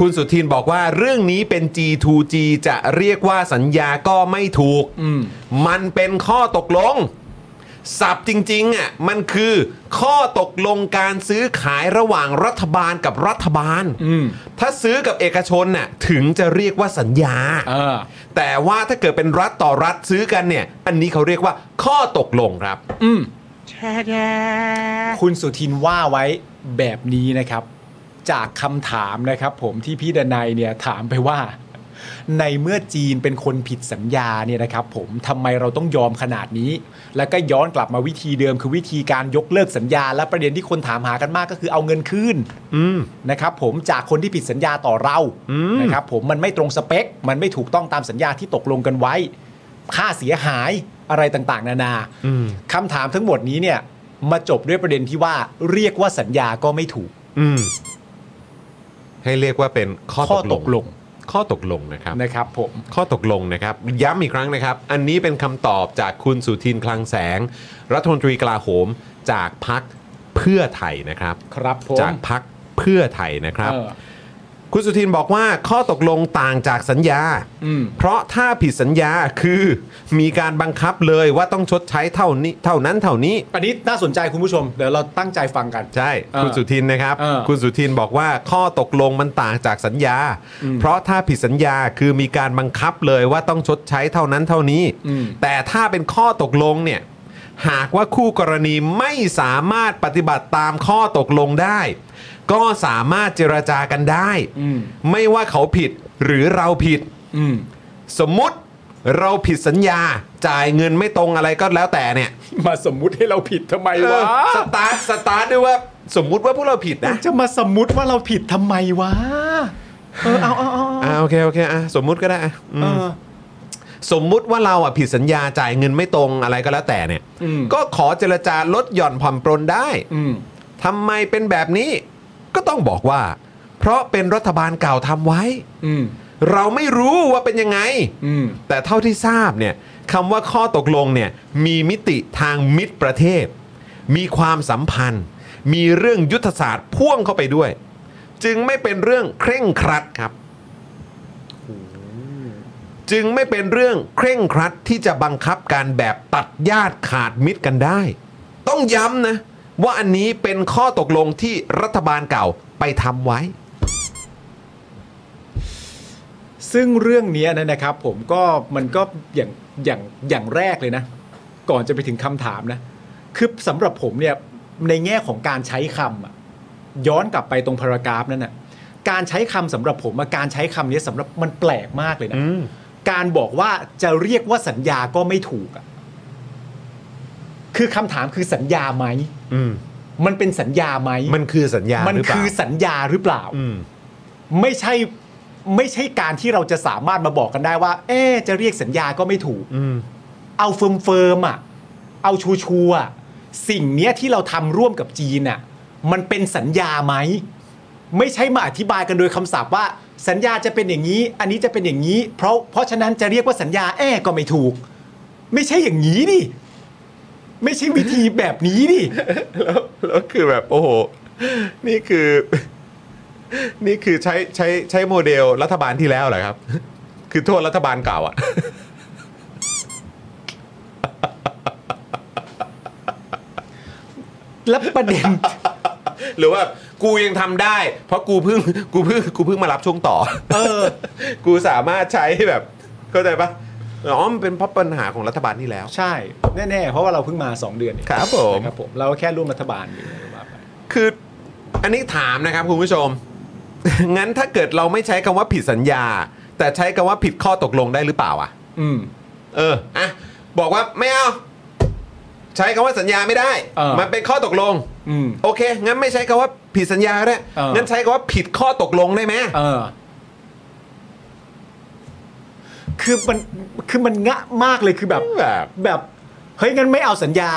A: คุณสุทินบอกว่าเรื่องนี้เป็น G2G จะเรียกว่าสัญญาก็ไม่ถูก
C: อืม
A: มันเป็นข้อตกลง สับจริงๆอ่ะมันคือข้อตกลงการซื้อขายระหว่างรัฐบาลกับรัฐบาล
C: อืม
A: ถ้าซื้อกับเอกชนน่ะถึงจะเรียกว่าสัญญา
C: เออ
A: แต่ว่าถ้าเกิดเป็นรัฐต่อรัฐซื้อกันเนี่ย อันนี้เขาเรียกว่าข้อตกลงครับ
C: อืมคุณสุทินว่าไว้แบบนี้นะครับ จากคำถามนะครับ ผมที่พี่ดนัยเนี่ยถามไปว่า ในเมื่อจีนเป็นคนผิดสัญญาเนี่ยนะครับผมทำไมเราต้องยอมขนาดนี้ แล้วก็ย้อนกลับมาวิธีเดิมคือวิธีการยกเลิกสัญญา และประเด็นที่คนถามหากันมากก็คือเอาเงินคืนนะครับผมจากคนที่ผิดสัญญาต่อเรานะครับผมมันไม่ตรงสเปค มันไม่ถูกต้องตามสัญญาที่ตกลงกันไว้ ค่าเสียหายอะไรต่างๆ นานาคำถามทั้งหมดนี้เนี่ยมาจบด้วยประเด็นที่ว่าเรียกว่าสัญญาก็ไม่ถูก
A: อืม ให้เรียกว่าเป็นข้อ
C: ข้อ
A: ต
C: ต
A: ก
C: ก
A: ล
C: ล
A: ง
C: ง
A: ข้อตกลงนะครับ
C: นะครับผม
A: ข้อตกลงนะครับ ย้ำอีกครั้งนะครับ อันนี้เป็นคำตอบจากคุณสุทินคลังแสง รัฐมนตรีกลาโหมจากพักเพื่อไทยนะครับ
C: ครับผม
A: จากพักเพื่อไทยนะครับ
C: เออ
A: คุณสุทินบอกว่าข้อตกลงต่างจากสัญญา
C: อืม
A: เพราะถ้าผิดสัญญาคือมีการบังคับเลยว่าต้องชดใช้เท่านี้เท่านั้นเท่านี้
C: อันนี้น่าสนใจคุณผู้ชม เดี๋ยวเราตั้งใจฟังกัน
A: ใช่
C: เออ
A: คุณสุทินนะครับ
C: เออ
A: คุณสุทินบอกว่าข้อตกลงมันต่างจากสัญญา เพราะถ้าผิดสัญญาคือมีการบังคับเลยว่าต้องชดใช้เท่านั้นเท่านี้
C: อืม
A: แต่ถ้าเป็นข้อตกลงเนี่ย หากว่าคู่กรณีไม่สามารถปฏิบัติตามข้อตกลงได้ ก็สามารถเจรจากันได้
C: อืม
A: ไม่ว่าเขาผิดหรือเราผิด
C: อืม
A: สมมติเราผิดสัญญาจ่ายเงินไม่ตรงอะไรก็แล้วแต่เนี่ย
C: มาสมมุติให้เราผิดทำไม
A: เอ
C: วะ
A: อสตาร์ทสตาร์ทด้วยว่าสมมุติว่าพวกเราผิดนะ
C: จะมาสมมุติว่าเราผิดทำไมวะเออเอาเอาเอาเอา
A: อ่าโอเคโอเคอ่ะสมมุติก็ได้อ่ะอืม
C: เออ
A: สมมุติว่าเราอ่ะผิดสัญญาจ่ายเงินไม่ตรงอะไรก็แล้วแต่เนี่ย
C: อืม
A: ก็ขอเจรจาลดหย่อนผ่อนปรนได้
C: อืม
A: ทำไมเป็นแบบนี้ ก็ต้องบอกว่า เพราะเป็นรัฐบาลเก่าทำไว้
C: อืม
A: เราไม่รู้ว่าเป็นยังไง
C: อืม
A: แต่เท่าที่ทราบเนี่ยคำว่าข้อตกลงเนี่ยมีมิติทางมิตรประเทศ มีความสัมพันธ์ มีเรื่องยุทธศาสตร์พ่วงเข้าไปด้วย จึงไม่เป็นเรื่องเคร่งครัดครับ จึงไม่เป็นเรื่องเคร่งครัดที่จะบังคับการแบบตัดญาติขาดมิตรกันได้ ต้องย้ำนะ ว่าอันนี้เป็นข้อตกลงที่รัฐบาลเก่าไปทำไว้
C: ซึ่งเรื่องเนี้ยนะครับ ผมก็มันก็อย่างอย่างอย่างแรกเลยนะ ก่อนจะไปถึงคำถามนะ คือสำหรับผมเนี่ยในแง่ของการใช้คำอะย้อนกลับไปตรงพารากราฟนั้นน่ะการใช้คำสำหรับผมอะการใช้คำเนี้ยสำหรับมันแปลกมากเลยนะ การบอกว่าจะเรียกว่าสัญญาก็ไม่ถูกอะคือคำถามคือสัญญาไหม
A: อืม
C: มันเป็นสัญญาไหม
A: มันคือสัญญา
C: มัน
A: หรือเปล่า
C: คือสัญญาหรือเปล่า
A: อืม
C: ไม่ใช่ไม่ใช่การที่เราจะสามารถมาบอกกันได้ว่า เอ๊ะจะเรียกสัญญาก็ไม่ถูก
A: อืม
C: เอาเฟิร์มเฟิร์มๆอ่ะ เอาชัวชัวร์ๆอ่ะสิ่งเนี้ยที่เราทำร่วมกับจีนอ่ะ มันเป็นสัญญาไหม ไม่ใช่มาอธิบายกันโดยคำศัพท์ว่า สัญญาจะเป็นอย่างนี้ อันนี้จะเป็นอย่างนี้ เพราะเพราะฉะนั้นจะเรียกว่าสัญญาแอ้ก็ไม่ถูก ไม่ใช่อย่างนี้ดิไม่ใช่วิธีแบบนี้ดิ
A: แล้วแล้วคือแบบโอ้โห นี่คือ นี่คือใช้ใช้ใช้โมเดลรัฐบาลที่แล้วเหรอครับ คือโทษรัฐบาลเก่าอะ
C: และประเด็น
A: หรือว่ากูยังทำได้ เพราะกูเพิ่งกูเพิ่งกูเพิ่งมารับช่วงต่อ
C: เออ
A: กูสามารถใช้แบบเข้าใจปะอ๋อมันเป็นเพราะปัญหาของรัฐบาลที่แล้ว
C: ใช่แน่ๆเพราะว่าเราเพิ่งมา 2 เดือนเอง
A: ครับผม
C: นะครับผมเราก็แค่ร่วมรัฐบาลอยู่นะครับ
A: คืออันนี้ถามนะครับคุณผู้ชม งั้นถ้าเกิดเราไม่ใช้คำว่าผิดสัญญา แต่ใช้คำว่าผิดข้อตกลงได้หรือเปล่าอะ
C: อืม
A: เออ อ่ะ บอกว่าไม่เอา ใช้คำว่าสัญญาไม่ได้
C: เออ
A: มันเป็นข้อตกลง
C: อืม
A: โอเค งั้นไม่ใช้คำว่าผิดสัญญาก็ได้
C: เออ
A: งั้นใช้คำว่าผิดข้อตกลงได้ไหม
C: เออ คือมันคือมันงะมากเลยคือแบบ
A: แบบ
C: แบบเฮ้ยงั้นไม่เอาสัญญา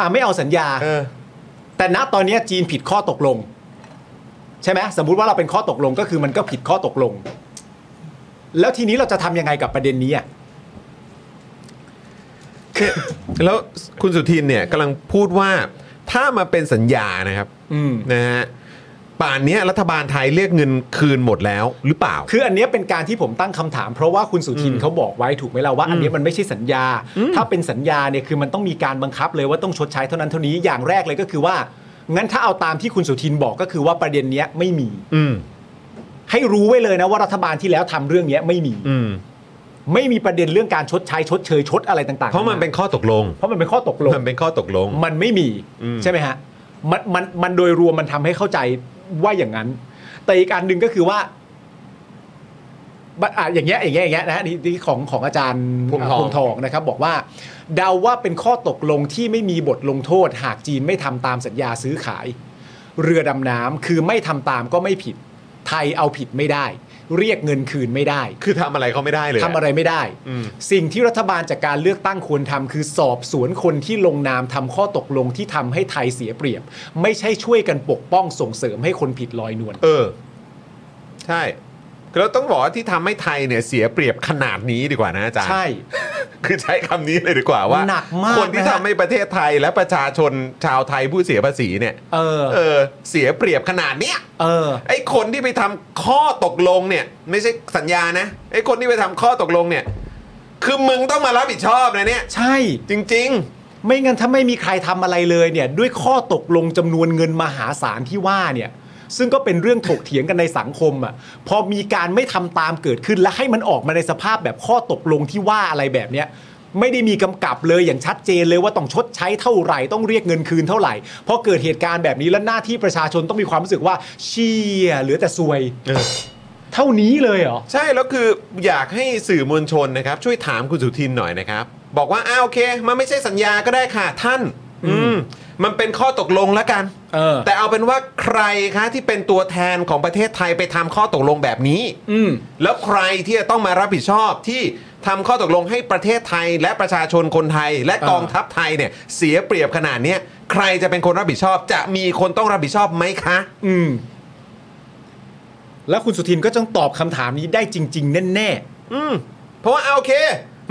C: อ่ะไม่เอาสัญญา
A: เออ
C: แต่ณตอนเนี้ยจีนผิดข้อตกลง ใช่ไหมสมมุติว่าเราเป็นข้อตกลงก็คือมันก็ผิดข้อตกลง แล้วทีนี้เราจะทำยังไงกับประเด็นนี้อ่ะ
A: แล้วคุณสุทินเนี่ยกำลังพูดว่าถ้ามาเป็นสัญญานะครับ
C: อืม
A: นะฮะ ป่านเนี้ยรัฐบาลไทยเรียกเงินคืนหมดแล้วหรือเปล่า
C: คืออันเนี้ยเป็นการที่ผมตั้งคำถาม เพราะว่าคุณสุทินเขาบอกไว้ถูกไหมล่ะว่าอันเนี้ยมันไม่ใช่สัญญา ถ้าเป็นสัญญาเนี่ยคือมันต้องมีการบังคับเลยว่าต้องชดใช้เท่านั้นเท่านี้อย่างแรกเลยก็คือว่า งั้นถ้าเอาตามที่คุณสุทินบอกก็คือว่าประเด็นเนี้ยไม่มี
A: อืม
C: ให้รู้ไว้เลยนะว่ารัฐบาลที่แล้วทำเรื่องเนี้ยไม่มี
A: อืม
C: ไม่มีประเด็นเรื่องการชดใช้ชดเชยชดอะไรต่างๆ
A: เพราะมันเป็นข้อตกลง
C: เพราะมันเป็นข้อตกลง
A: มันเป็นข้อตกลง
C: มันไม่มี
A: อืม
C: ใช่ไหมฮะมันมันมันโดยรวมมันทำให้เข้าใจว่าอย่างนั้น แต่อีกอันหนึ่งก็คือว่า บะอ่ะอย่างเงี้ยอย่างเงี้ยอย่างเงี้ยนะฮะนี่นี่ของของอาจารย์
A: พวงทอง
C: พวงทองนะครับ บอกว่า เดาว่าเป็นข้อตกลงที่ไม่มีบทลงโทษ หากจีนไม่ทำตามสัญญาซื้อขาย เรือดำน้ำคือไม่ทำตามก็ไม่ผิด ไทยเอาผิดไม่ได้ เรียกเงินคืนไม่ได้
A: คือทำอะไรเขาไม่ได้เลย
C: ทำอะไรไม่ได้
A: อืม
C: สิ่งที่รัฐบาลจากการเลือกตั้งควรทำคือสอบสวนคนที่ลงนามทำข้อตกลงที่ทำให้ไทยเสียเปรียบ ไม่ใช่ช่วยกันปกป้องส่งเสริมให้คนผิดลอยนวล
A: เออ ใช่แล้วต้องบอกว่าที่ทำให้ไทยเนี่ยเสียเปรียบขนาดนี้ดีกว่านะอาจารย์
C: ใช่
A: คือใช้คำนี้เลยดีกว่าว่า
C: หนักมาก
A: คนที่
C: นะ
A: ทำ
C: ฮะ
A: ให้ประเทศไทยและประชาชนชาวไทยผู้เสียภาษีเนี่ย
C: เออ
A: เออ เสียเปรียบขนาดเนี้ย
C: เออ
A: ไอ้คนที่ไปทำข้อตกลงเนี่ย ไม่ใช่สัญญานะ ไอ้คนที่ไปทำข้อตกลงเนี่ย คือมึงต้องมารับผิดชอบนะเนี่ย
C: ใช่
A: จริง
C: ไม่งั้นถ้าไม่มีใครทำอะไรเลยเนี่ย ด้วยข้อตกลงจำนวนเงินมหาศาลที่ว่าเนี่ย ซึ่งก็เป็นเรื่องถกเถียงกันในสังคมอ่ะพอมีการไม่ทำตามเกิดขึ้นและให้มันออกมาในสภาพแบบข้อตกลงที่ว่าอะไรแบบเนี้ยไม่ได้มีกำกับเลยอย่างชัดเจนเลยว่าต้องชดใช้เท่าไหร่ต้องเรียกเงินคืนเท่าไหร่พอเกิดเหตุการณ์แบบนี้แล้วหน้าที่ประชาชนต้องมีความรู้สึกว่าเชี่ยเหลือแต่ซวย
A: เออ
C: เท่านี้เลยเหรอ
A: ใช่แล้วคืออยากให้สื่อมวลชนนะครับ ช่วยถามคุณสุทินหน่อยนะครับ บอกว่าอ้าวโอเค มันไม่ใช่สัญญาก็ได้ค่ะท่าน อืม มันเป็นข้อตกลงแล้วกัน
C: เออ
A: แต่เอาเป็นว่าใครคะที่เป็นตัวแทนของประเทศไทยไปทำข้อตกลงแบบนี้
C: อืม
A: แล้วใครที่จะต้องมารับผิดชอบที่ทำข้อตกลงให้ประเทศไทยและประชาชนคนไทย และกองทัพไทยเนี่ย เสียเปรียบขนาดเนี้ยใครจะเป็นคนรับผิดชอบ จะมีคนต้องรับผิดชอบไหมคะ
C: อืม แล้วคุณสุทินก็ต้องตอบคำถามนี้ได้จริง ๆ แน่ๆ
A: อืม เพราะว่าเอาโอเค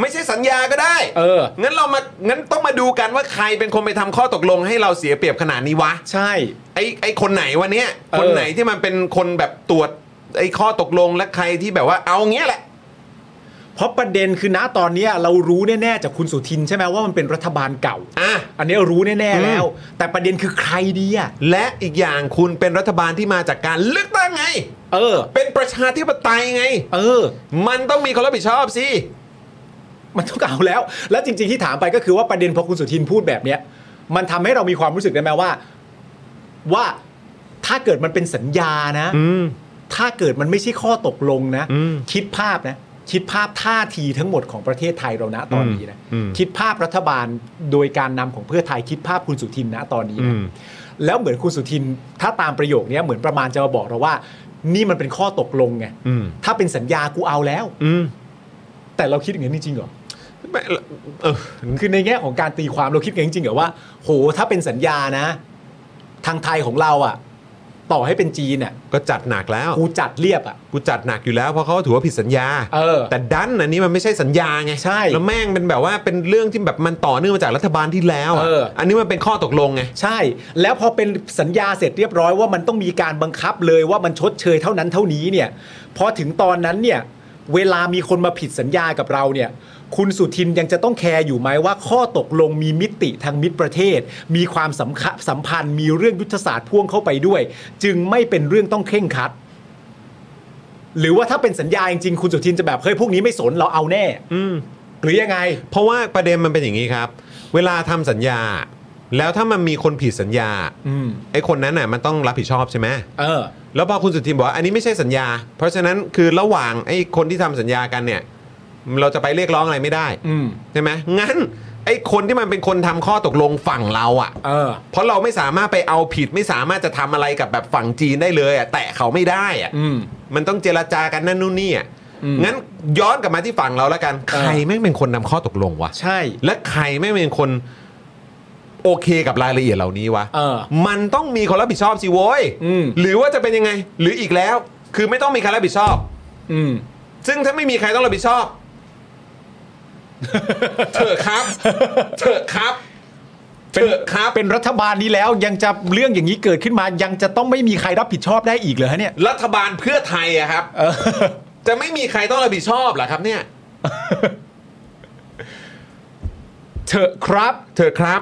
A: ไม่ใช่สัญญาก็ได้
C: เออ
A: งั้นเรามางั้นต้องมาดูกันว่าใครเป็นคนไปทำข้อตกลงให้เราเสียเปรียบขนาดนี้วะ
C: ใช่
A: ไอ้ไอ้คนไหนวะเนี้ย
C: เออ
A: คนไหนที่มันเป็นคนแบบตรวจไอ้ข้อตกลงและใครที่แบบว่าเอาเงี้ยแหละ
C: เพราะประเด็นคือณตอนเนี้ยเรารู้แน่ๆจากคุณสุทินใช่ไหมว่ามันเป็นรัฐบาลเก่า
A: อ่ะ
C: อันเนี้ยรู้แน่ๆแล้ว แต่ประเด็นคือใครดีอ่ะ
A: และอีกอย่างคุณเป็นรัฐบาลที่มาจากการเลือกตั้งไง
C: เออ
A: เป็นประชาธิปไตยไง
C: เออ
A: มันต้องมีคนรับผิดชอบสิ
C: มันต้องเอาแล้ว แล้วจริงๆที่ถามไปก็คือว่าประเด็นพอคุณสุทินพูดแบบเนี้ย มันทำให้เรามีความรู้สึกได้ไหมว่า ว่าถ้าเกิดมันเป็นสัญญานะ ถ้าเกิดมันไม่ใช่ข้อตกลงนะ
A: อืม
C: คิดภาพนะ คิดภาพท่าทีทั้งหมดของประเทศไทยเรานะตอนนี้นะ
A: อืม
C: คิดภาพรัฐบาลโดยการนำของเพื่อไทยคิดภาพคุณสุทินนะตอนนี้นะ แล้วเหมือนคุณสุทินถ้าตามประโยคเนี้ยเหมือนประมาณจะมาบอกเราว่า นี่มันเป็นข้อตกลงไง
A: อืม
C: ถ้าเป็นสัญญากูเอาแล้ว
A: อืม
C: แต่เราคิดอย่างนี้นจริงๆเหรอ
A: ไม่เออ
C: คือในแง่ของการตีความเราคิดกันจริงๆเหรอว่า โหถ้าเป็นสัญญานะ ทางไทยของเราอะ่ะ ต่อให้เป็นจีนอะ่ะ
A: ก็จัดหนักแล้ว
C: กูจัดเรียบอะ่ะ
A: กูจัดหนักอยู่แล้วเพราะเขาถือว่าผิดสัญญา
C: เออ
A: แต่ดันอันนี้มันไม่ใช่สัญญาไง
C: ใช่
A: แล้วแม่งเป็นแบบว่าเป็นเรื่องที่แบบมันต่อเนื่องมาจากรัฐบาลที่แล้วะ
C: เออ
A: นนี้มันเป็นข้อตกลงไง
C: ใช่ แล้วพอเป็นสัญญาเสร็จเรียบร้อยว่ามันต้องมีการบังคับเลยว่ามันชดเชยเท่านั้นเท่านี้เนี่ยพอถึงตอนนั้นเนี่ย เวลามีคนมาผิดสัญญากับเราเนี่ย คุณสุทินยังจะต้องแคร์อยู่ไหมว่า ข้อตกลงมีมิติทางมิตรประเทศ มีความสำคัญสัมพันธ์มีเรื่องยุทธศาสตร์พ่วงเข้าไปด้วย จึงไม่เป็นเรื่องต้องเคร่งครัด หรือว่าถ้าเป็นสัญญาจริงๆคุณสุทินจะแบบเฮ้ยพวกนี้ไม่สนเราเอาแน่หรือยังไง
A: เพราะว่าประเด็นมันเป็นอย่างนี้ครับ เวลาทำสัญญา แล้วถ้ามันมีคนผิดสัญญา
C: อืม
A: ไอ้คนนั้นน่ะมันต้องรับผิดชอบใช่ไหม
C: เออ
A: แล้วพอคุณสุทินบอกว่าอันนี้ไม่ใช่สัญญา เพราะฉะนั้นคือระหว่างไอ้คนที่ทำสัญญากันเนี่ย เราจะไปเรียกร้องอะไรไม่ได้
C: อืม
A: ใช่ไหมงั้น ไอ้คนที่มันเป็นคนทำข้อตกลงฝั่งเราอะ่ะ
C: เออ
A: เพราะเราไม่สามารถไปเอาผิดไม่สามารถจะทำอะไรกับแบบฝั่งจีนได้เลยอะ่ะแตะเขาไม่ได้อะ่ะ
C: อืม
A: มันต้องเจรจากันนั่นนู่นนี่อะ่ะ
C: อืม
A: งั้นย้อนกลับมาที่ฝั่งเราแล้วกัน
C: เออ
A: ใครแม่งเป็นคนนำข้อตกลงวะ
C: ใช่
A: และใครแม่งเป็นคนโอเคกับรายละเอียดเหล่านี้วะ
C: เออ
A: มันต้องมีคนรับผิดชอบสิโว้ย
C: อืม
A: หรือว่าจะเป็นยังไง หรืออีกแล้ว คือไม่ต้องมีใครรับผิดชอบ
C: อืม
A: ซึ่งถ้าไม่มีใครต้องรับผิดชอบ เถอะ ครับ เถอะครับ เถอะครับ
C: เป็นรัฐบาลนี้แล้วยังจะเรื่องอย่างนี้เกิดขึ้นมา ยังจะต้องไม่มีใครรับผิดชอบได้อีกเหรอฮะเนี่ย
A: รัฐบาลเพื่อไทยอะครับ
C: เออ
A: จะไม่มีใครต้องรับผิดชอบเหรอครับ เนี่ย
C: เถอะครับ
A: เถอะครับ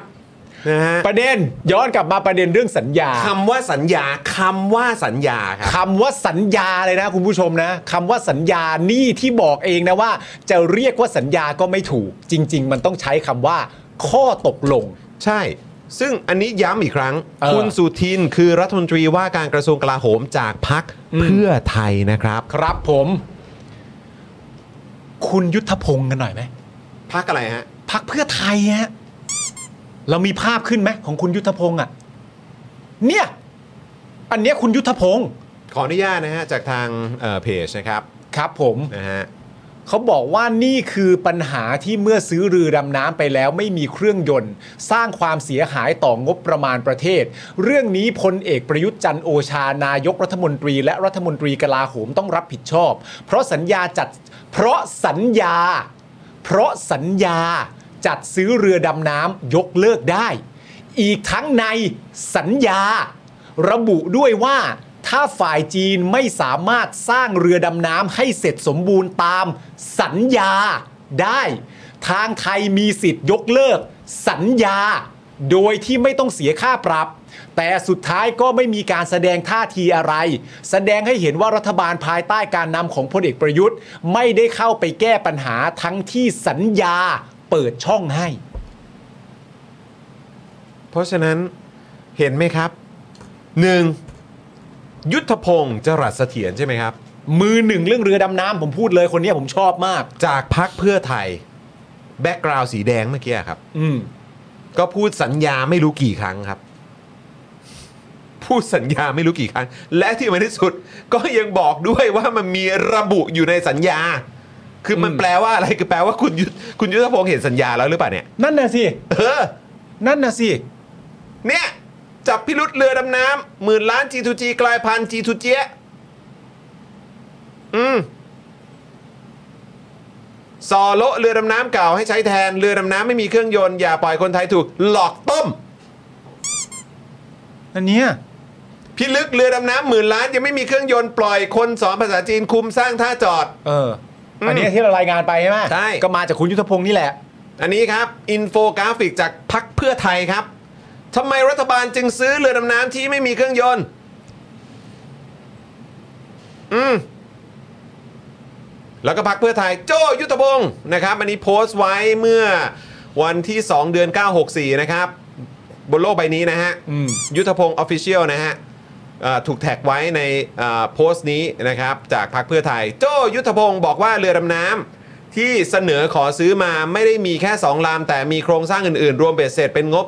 A: นะฮะ
C: ประเด็นย้อนกลับมาประเด็นเรื่องสัญญา
A: คำว่าสัญญาคำว่าสัญญาครับ
C: คำว่าสัญญาเลยนะคุณผู้ชมนะคำว่าสัญญานี่ที่บอกเองนะว่า จะเรียกว่าสัญญาก็ไม่ถูก จริง ๆ มันต้องใช้คำว่า ข้อตกลง
A: ใช่ ซึ่งอันนี้ย้ำอีกครั้ง
C: เออ
A: คุณสุทินคือรัฐมนตรีว่าการกระทรวงกลาโหมจากพัก
C: อืม
A: เพื่อไทยนะครับ
C: ครับผม
A: ค
C: คุณยุทธพงศ์กันหน่อยไหม
A: พักอะไรฮะ
C: พักเพื่อไทยฮะเรามีภาพขึ้นไหมของคุณยุทธพงศ์อ่ะ เนี่ย อันเนี้ยคุณยุทธพงศ์
A: ขออนุญาตนะฮะ จากทางเอ่อเพจนะครับ
C: ครับผม
A: นะฮะ
C: เขาบอกว่านี่คือปัญหาที่เมื่อซื้อเรือดำน้ำไปแล้วไม่มีเครื่องยนต์ สร้างความเสียหายต่องบประมาณประเทศ เรื่องนี้พลเอกประยุทธ์จันทร์โอชานายกรัฐมนตรี และรัฐมนตรีกลาโหมต้องรับผิดชอบ เพราะสัญญาจัด เพราะสัญญา เพราะสัญญาจัดซื้อเรือดำน้ำยกเลิกได้ อีกทั้งในสัญญา ระบุด้วยว่าถ้าฝ่ายจีนไม่สามารถสร้างเรือดำน้ำให้เสร็จสมบูรณ์ตามสัญญาได้ ทางไทยมีสิทธิ์ยกเลิก สัญญา โดยที่ไม่ต้องเสียค่าปรับ แต่สุดท้ายก็ไม่มีการแสดงท่าทีอะไร แสดงให้เห็นว่ารัฐบาลภายใต้การนำของพลเอกประยุทธ์ ไม่ได้เข้าไปแก้ปัญหาทั้งที่สัญญาเปิดช่องให้
A: เพราะฉะนั้นเห็นไหมครับ 1. ยุทธพงศ์จรัสเสถียรใช่ไหมครับ
C: มือหนึ่งเรื่องเรือดำน้ำผมพูดเลยคนเนี้ยผมชอบมาก
A: จากพักเพื่อไทย แบ็กกราวสีแดงเมื่อกี้ครับ
C: อืม
A: ก็พูดสัญญาไม่รู้กี่ครั้งครับ พูดสัญญาไม่รู้กี่ครั้ง และที่มันที่สุด ก็ยังบอกด้วยว่ามันมีระบุอยู่ในสัญญา คือมัน
C: อืม
A: แปลว่าอะไรคือแปลว่าคุณยุทธคุณยุทธพงศ์เห็นสัญญาแล้วหรือเปล่าเนี่ย
C: นั่นน่ะสิ
A: เออ
C: นั่นน่ะสิ
A: เนี่ยจับพิรุษเรือดำน้ำหมื่นล้าน G2G กลายพันธุ์ G2G อืมสอโละเรือดำน้ำเก่าให้ใช้แทนเรือดำน้ำไม่มีเครื่องยนต์อย่าปล่อยคนไทยถูกหลอกต้ม
C: อันเนี้ย
A: พิลึกเรือดำน้ำหมื่นล้านยังไม่มีเครื่องยนต์ปล่อยคนสอนภาษาจีนคุมสร้างท่าจอด
C: เออ อันเนี้ยที่เรารายงานไปใช่ไหม
A: ใช่
C: ก็มาจากคุณยุทธพงศ์นี่แหละ
A: อันนี้ครับ อินโฟกราฟิกจากพักเพื่อไทยครับทำไมรัฐบาลจึงซื้อเรือดำน้ำที่ไม่มีเครื่องยนต์ อืม แล้วก็พักเพื่อไทยโจยุทธพงศ์นะครับ อันนี้โพสต์ไว้เมื่อวันที่ 2 เดือน 964 นะครับ บนโลกใบนี้นะฮะ
C: อืม
A: ยุทธพงศ์ออฟฟิเชียลนะฮะเอ่อถูกแท็กไว้ในเอ่อโพสต์นี้นะครับ จากพรรคเพื่อไทย โจยุทธพงศ์บอกว่าเรือดำน้ำที่เสนอขอซื้อมาไม่ได้มีแค่ 2 ลำ แต่มีโครงสร้างอื่น ๆ รวมเบ็ดเสร็จเป็นงบ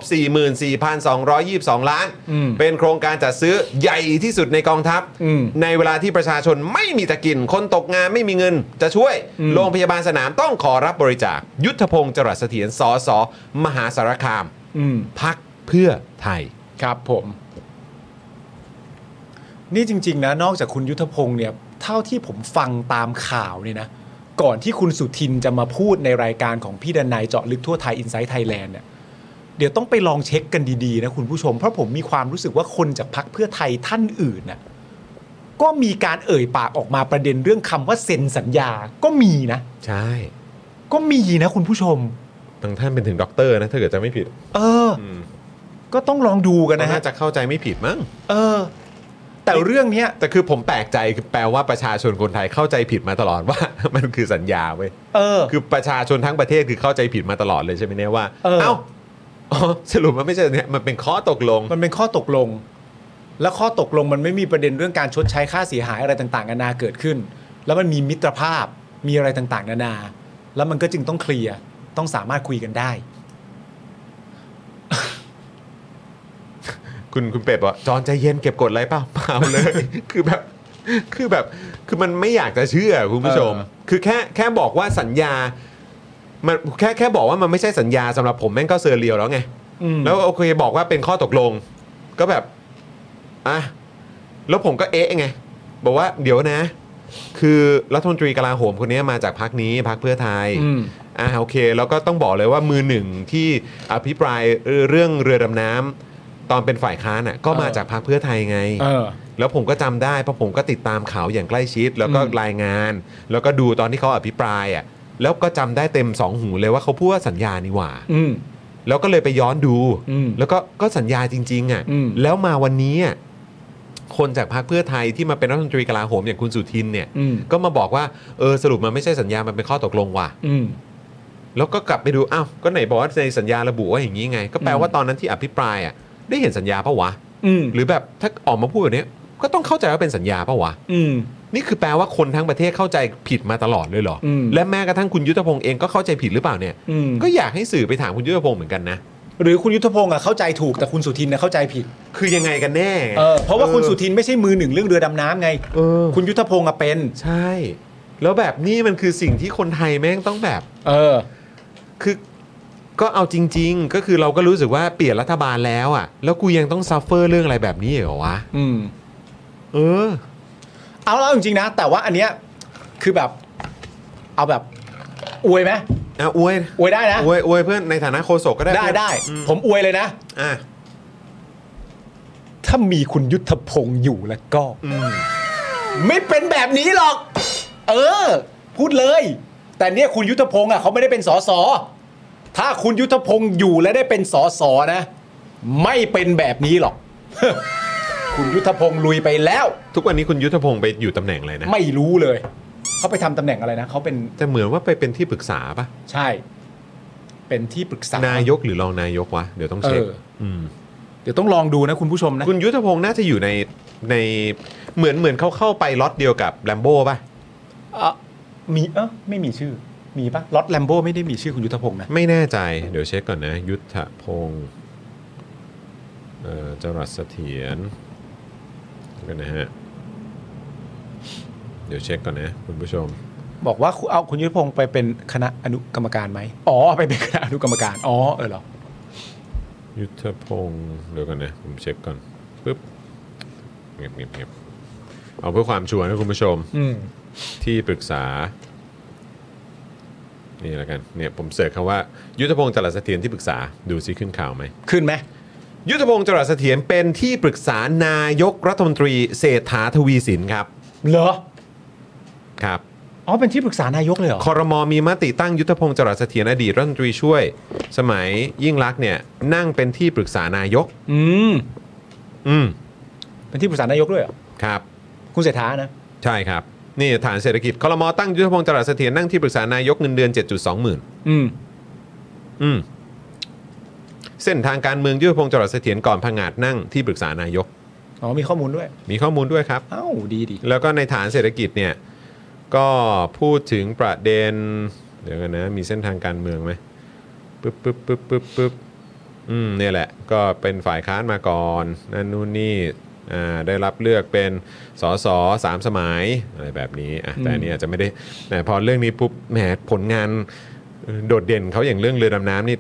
A: 44,222 ล้าน
C: อืม
A: เป็นโครงการจัดซื้อใหญ่ที่สุดในกองทัพ
C: อืม
A: ในเวลาที่ประชาชนไม่มีจะกิน คนตกงานไม่มีเงิน จะช่วย
C: อืม
A: โรงพยาบาลสนามต้องขอรับบริจาค ยุทธพงศ์จรัสเสถียรสสมหาสารคาม
C: อืม
A: พักเพื่อไทย
C: ครับผม นี่จริง ๆ นะ นอกจากคุณยุทธพงศ์เนี่ย เท่าที่ผมฟังตามข่าวเนี่ยนะ ก่อนที่คุณสุทินจะมาพูดในรายการของพี่ดันายเจาะลึกทั่วไทยอินไซต์ไทยแลนด์เนี่ย เดี๋ยวต้องไปลองเช็คกันดี ๆ นะคุณผู้ชม เพราะผมมีความรู้สึกว่าคนจากพักเพื่อไทยท่านอื่นน่ะ ก็มีการเอ่ยปากออกมาประเด็นเรื่องคำว่าเซ็นสัญญา ก็มีนะ
A: ใช่
C: ก็มีนะคุณผู้ชม
A: บางท่านเป็นถึงด็อกเตอร์นะถ้าเกิดจะไม่ผิด
C: เออ ก็ต้องลองดูกันนะ
A: น่า
C: ฮะ
A: จะเข้าใจไม่ผิดมั้ง
C: เออ แต่เรื่องเนี้ย
A: แต่คือผมแปลกใจคือแปลว่าประชาชนคนไทยเข้าใจผิดมาตลอดว่า มันคือสัญญาเว้ย
C: เออ
A: คือประชาชนทั้งประเทศคือเข้าใจผิดมาตลอดเลยใช่ไหมเนี่ยว่า
C: เออ
A: อ๋อสรุปมันไม่ใช่เนี่ยมันเป็นข้อตกลง
C: มันเป็นข้อตกลง และข้อตกลงมันไม่มีประเด็นเรื่องการชดใช้ค่าเสียหายอะไรต่างๆนานาเกิดขึ้น แล้วมันมีมิตรภาพ มีอะไรต่างๆนานา แล้วมันก็จึงต้องเคลียร์ ต้องสามารถคุยกันได้
A: คุณคุณเป็ดบอกว่าจอนใจเย็นเก็บกดอะไรเปล่า เปล่าเลย คือแบบคือแบบคือมันไม่อยากจะเชื่อคุณผู้ชม
C: เออ
A: คือแค่แค่บอกว่าสัญญา มันแค่แค่บอกว่ามันไม่ใช่สัญญาสำหรับผมแม่งก็เซอร์เรียลแล้วไง
C: อืม
A: แล้วโอเคบอกว่าเป็นข้อตกลง ก็แบบอ่ะแล้วผมก็เอ๊ะไง บอกว่าเดี๋ยวนะ คือรัฐมนตรีกลาโหมคนนี้มาจากพักนี้พักเพื่อไทย
C: อืม
A: อ่ะโอเค แล้วก็ต้องบอกเลยว่ามือหนึ่งที่อภิปรายเรื่องเรือดำน้ำตอนเป็นฝ่ายค้านอ่ะก็มาจากพักเพื่อไทยไง
C: เออ
A: แล้วผมก็จำได้เพราะผมก็ติดตามข่าวอย่างใกล้ชิด แล้วก็
C: อืม
A: รายงาน แล้วก็ดูตอนที่เขาอภิปรายอ่ะแล้วก็จำได้เต็มสองหูเลยว่าเขาพูดว่าสัญญานี่หว่า
C: อืม
A: แล้วก็เลยไปย้อนดู
C: อืม
A: แล้วก็ก็สัญญาจริง ๆ อ่ะ
C: อืม
A: แล้วมาวันนี้อ่ะคนจากพรรคเพื่อไทยที่มาเป็นรัฐมนตรีกลาโหมอย่างคุณสุทินเนี่ย
C: อืม
A: ก็มาบอกว่าเออสรุปมันไม่ใช่สัญญา มันเป็นข้อตกลงว่ะ
C: อืม
A: แล้วก็กลับไปดูอ้าวก็ไหนบอกว่าในสัญญาระบุว่าอย่างนี้ไง ก็แปลว่าตอนนั้นที่อภิปรายอ่ะได้เห็นสัญญาปะวะ
C: อืม
A: หรือแบบถ้าออกมาพูดแบบเนี้ยก็ต้องเข้าใจว่าเป็นสัญญาปะวะ
C: อืม
A: นี่คือแปลว่าคนทั้งประเทศเข้าใจผิดมาตลอดเลยเหรอ
C: อืม
A: และแม้กระทั่งคุณยุทธพงศ์เองก็เข้าใจผิดหรือเปล่าเนี่ย
C: อืม
A: ก็อยากให้สื่อไปถามคุณยุทธพงศ์เหมือนกันนะ
C: หรือคุณยุทธพงศ์อะเข้าใจถูกแต่คุณสุทินนะเข้าใจผิด
A: คือยังไงกันแน่
C: เออเพราะว่าคุณสุทินไม่ใช่มือหนึ่งเรื่องเรือดำน้ำไง
A: เออ
C: คุณยุทธพงศ์อะเป็น
A: ใช่ แล้วแบบนี้มันคือสิ่งที่คนไทยแม่งต้องแบบ
C: เออ
A: คือก็เอาจริง ๆ ก็คือเราก็รู้สึกว่าเปลี่ยนรัฐบาลแล้วอ่ะ แล้วกูยังต้องซัฟเฟอร์เรื่องอะไรแบบนี้เหรอวะ
C: อืม
A: เออ
C: เอาแล้วจริงๆนะ แต่ว่าอันเนี้ยคือแบบเอาแบบอวยไหม
A: เอาอวย
C: อวยได้นะ
A: อวยอวยเพื่อนในฐานะโฆษกก็ได้
C: ได้
A: เพื่อน
C: ได้
A: อืม
C: ผมอวยเลยนะ
A: อ่ะ
C: ถ้ามีคุณยุทธพงศ์อยู่แล้วก็
A: อืม
C: ไม่เป็นแบบนี้หรอก เออ พูดเลย แต่เนี่ยคุณยุทธพงศ์อ่ะเขาไม่ได้เป็นสสถ้าคุณยุทธพงศ์อยู่และได้เป็นสสนะ ไม่เป็นแบบนี้หรอก คุณยุทธพงศ์ลุยไปแล้ว
A: ทุกวันนี้คุณยุทธพงศ์ไปอยู่ตำแหน่งอะไรนะ
C: ไม่รู้เลย เขาไปทำตำแหน่งอะไรนะเขาเป็น
A: แต่เหมือนว่าไปเป็นที่ปรึกษาปะ
C: ใช่ เป็นที่ปรึกษา
A: นายกหรือรองนายกวะ เดี๋ยวต้องเช็ค
C: เออ
A: ม
C: เดี๋ยวต้องลองดูนะคุณผู้ชมนะ
A: คุณยุทธพงศ์น่าจะอยู่ในในเหมือนเหมือนเขาเข้าไปล็อตเดียวกับแลมโบ้ปะ
C: เอ่อมีเออไม่มีชื่อ มีปะล็อตแลมโบ้ไม่ได้มีชื่อคุณยุทธพงศ์นะ
A: ไม่แน่ใจ เดี๋ยวเช็คก่อนนะ ยุทธพงศ์เอ่อจรัสเสถียรเดี๋ยวกันนะฮะเดี๋ยวเช็คก่อนนะคุณผู้ชม
C: บอกว่าคุณเอาคุณยุทธพงศ์ไปเป็นคณะอนุกรรมการไหมอ๋อไปเป็นคณะอนุกรรมการอ๋อเออเหรอ
A: ยุทธพงศ์เดี๋ยวกันนะ ผมเช็คก่อนปึ๊บเงียบเงียบเงียบเอาเพื่อความชัวร์นะคุณผู้ชม
C: อืม
A: ที่ปรึกษา นี่แล้วกันเนี่ยผมเสิร์ชคำว่า ยุทธพงศ์จรัสเสถียรที่ปรึกษาดูซิขึ้นข่าวไหม
C: ขึ้นไหม
A: ยุทธพงศ์จรัสเสถียรเป็นที่ปรึกษานายกรัฐมนตรีเศรษฐาทวีสินครับ
C: เหรอ
A: ครับ
C: อ๋อเป็นที่ปรึกษานายกเลยเหรอ
A: คอรมอมีมติตั้งยุทธพงศ์จรัสเสถียรอดีตรัฐมนตรีช่วย สมัยยิ่งลักษณ์เนี่ยนั่งเป็นที่ปรึกษานายก
C: อืม
A: อืม
C: เป็นที่ปรึกษานายกด้วยเหรอ
A: ครับ
C: คุณเศรษฐานะ
A: ใช่ครับ นี่ฐานเศรษฐกิจคอรมอตั้งยุทธพงศ์จรัสเสถียรนั่งที่ปรึกษานายกเงินเดือน 7.2 หมื่น
C: อืม
A: อืมเส้นทางการเมืองยุทธพงศ์จรัสเสถียรก่อนพังงาดนั่งที่ปรึกษานายก
C: อ๋อมีข้อมูลด้วย
A: มีข้อมูลด้วยครับ
C: เอ้าดีดี
A: แล้วก็ในฐานเศรษฐกิจเนี่ย ก็พูดถึงประเด็น เดี๋ยวกันนะ มีเส้นทางการเมืองไหมปึ๊บปึ๊บปึ๊บปึ๊บปึ๊บอืมเนี่ยแหละ ก็เป็นฝ่ายค้านมาก่อนนั่นนู่นนี่อ่าได้รับเลือกเป็นสสสามสมัยอะไรแบบนี้อ่ะแต่อันนี้อาจจะไม่ได้แต่พอเรื่องนี้ปุ๊บแหมผลงานเออโดดเด่นเขาอย่างเรื่องเรือดำน้ำนี่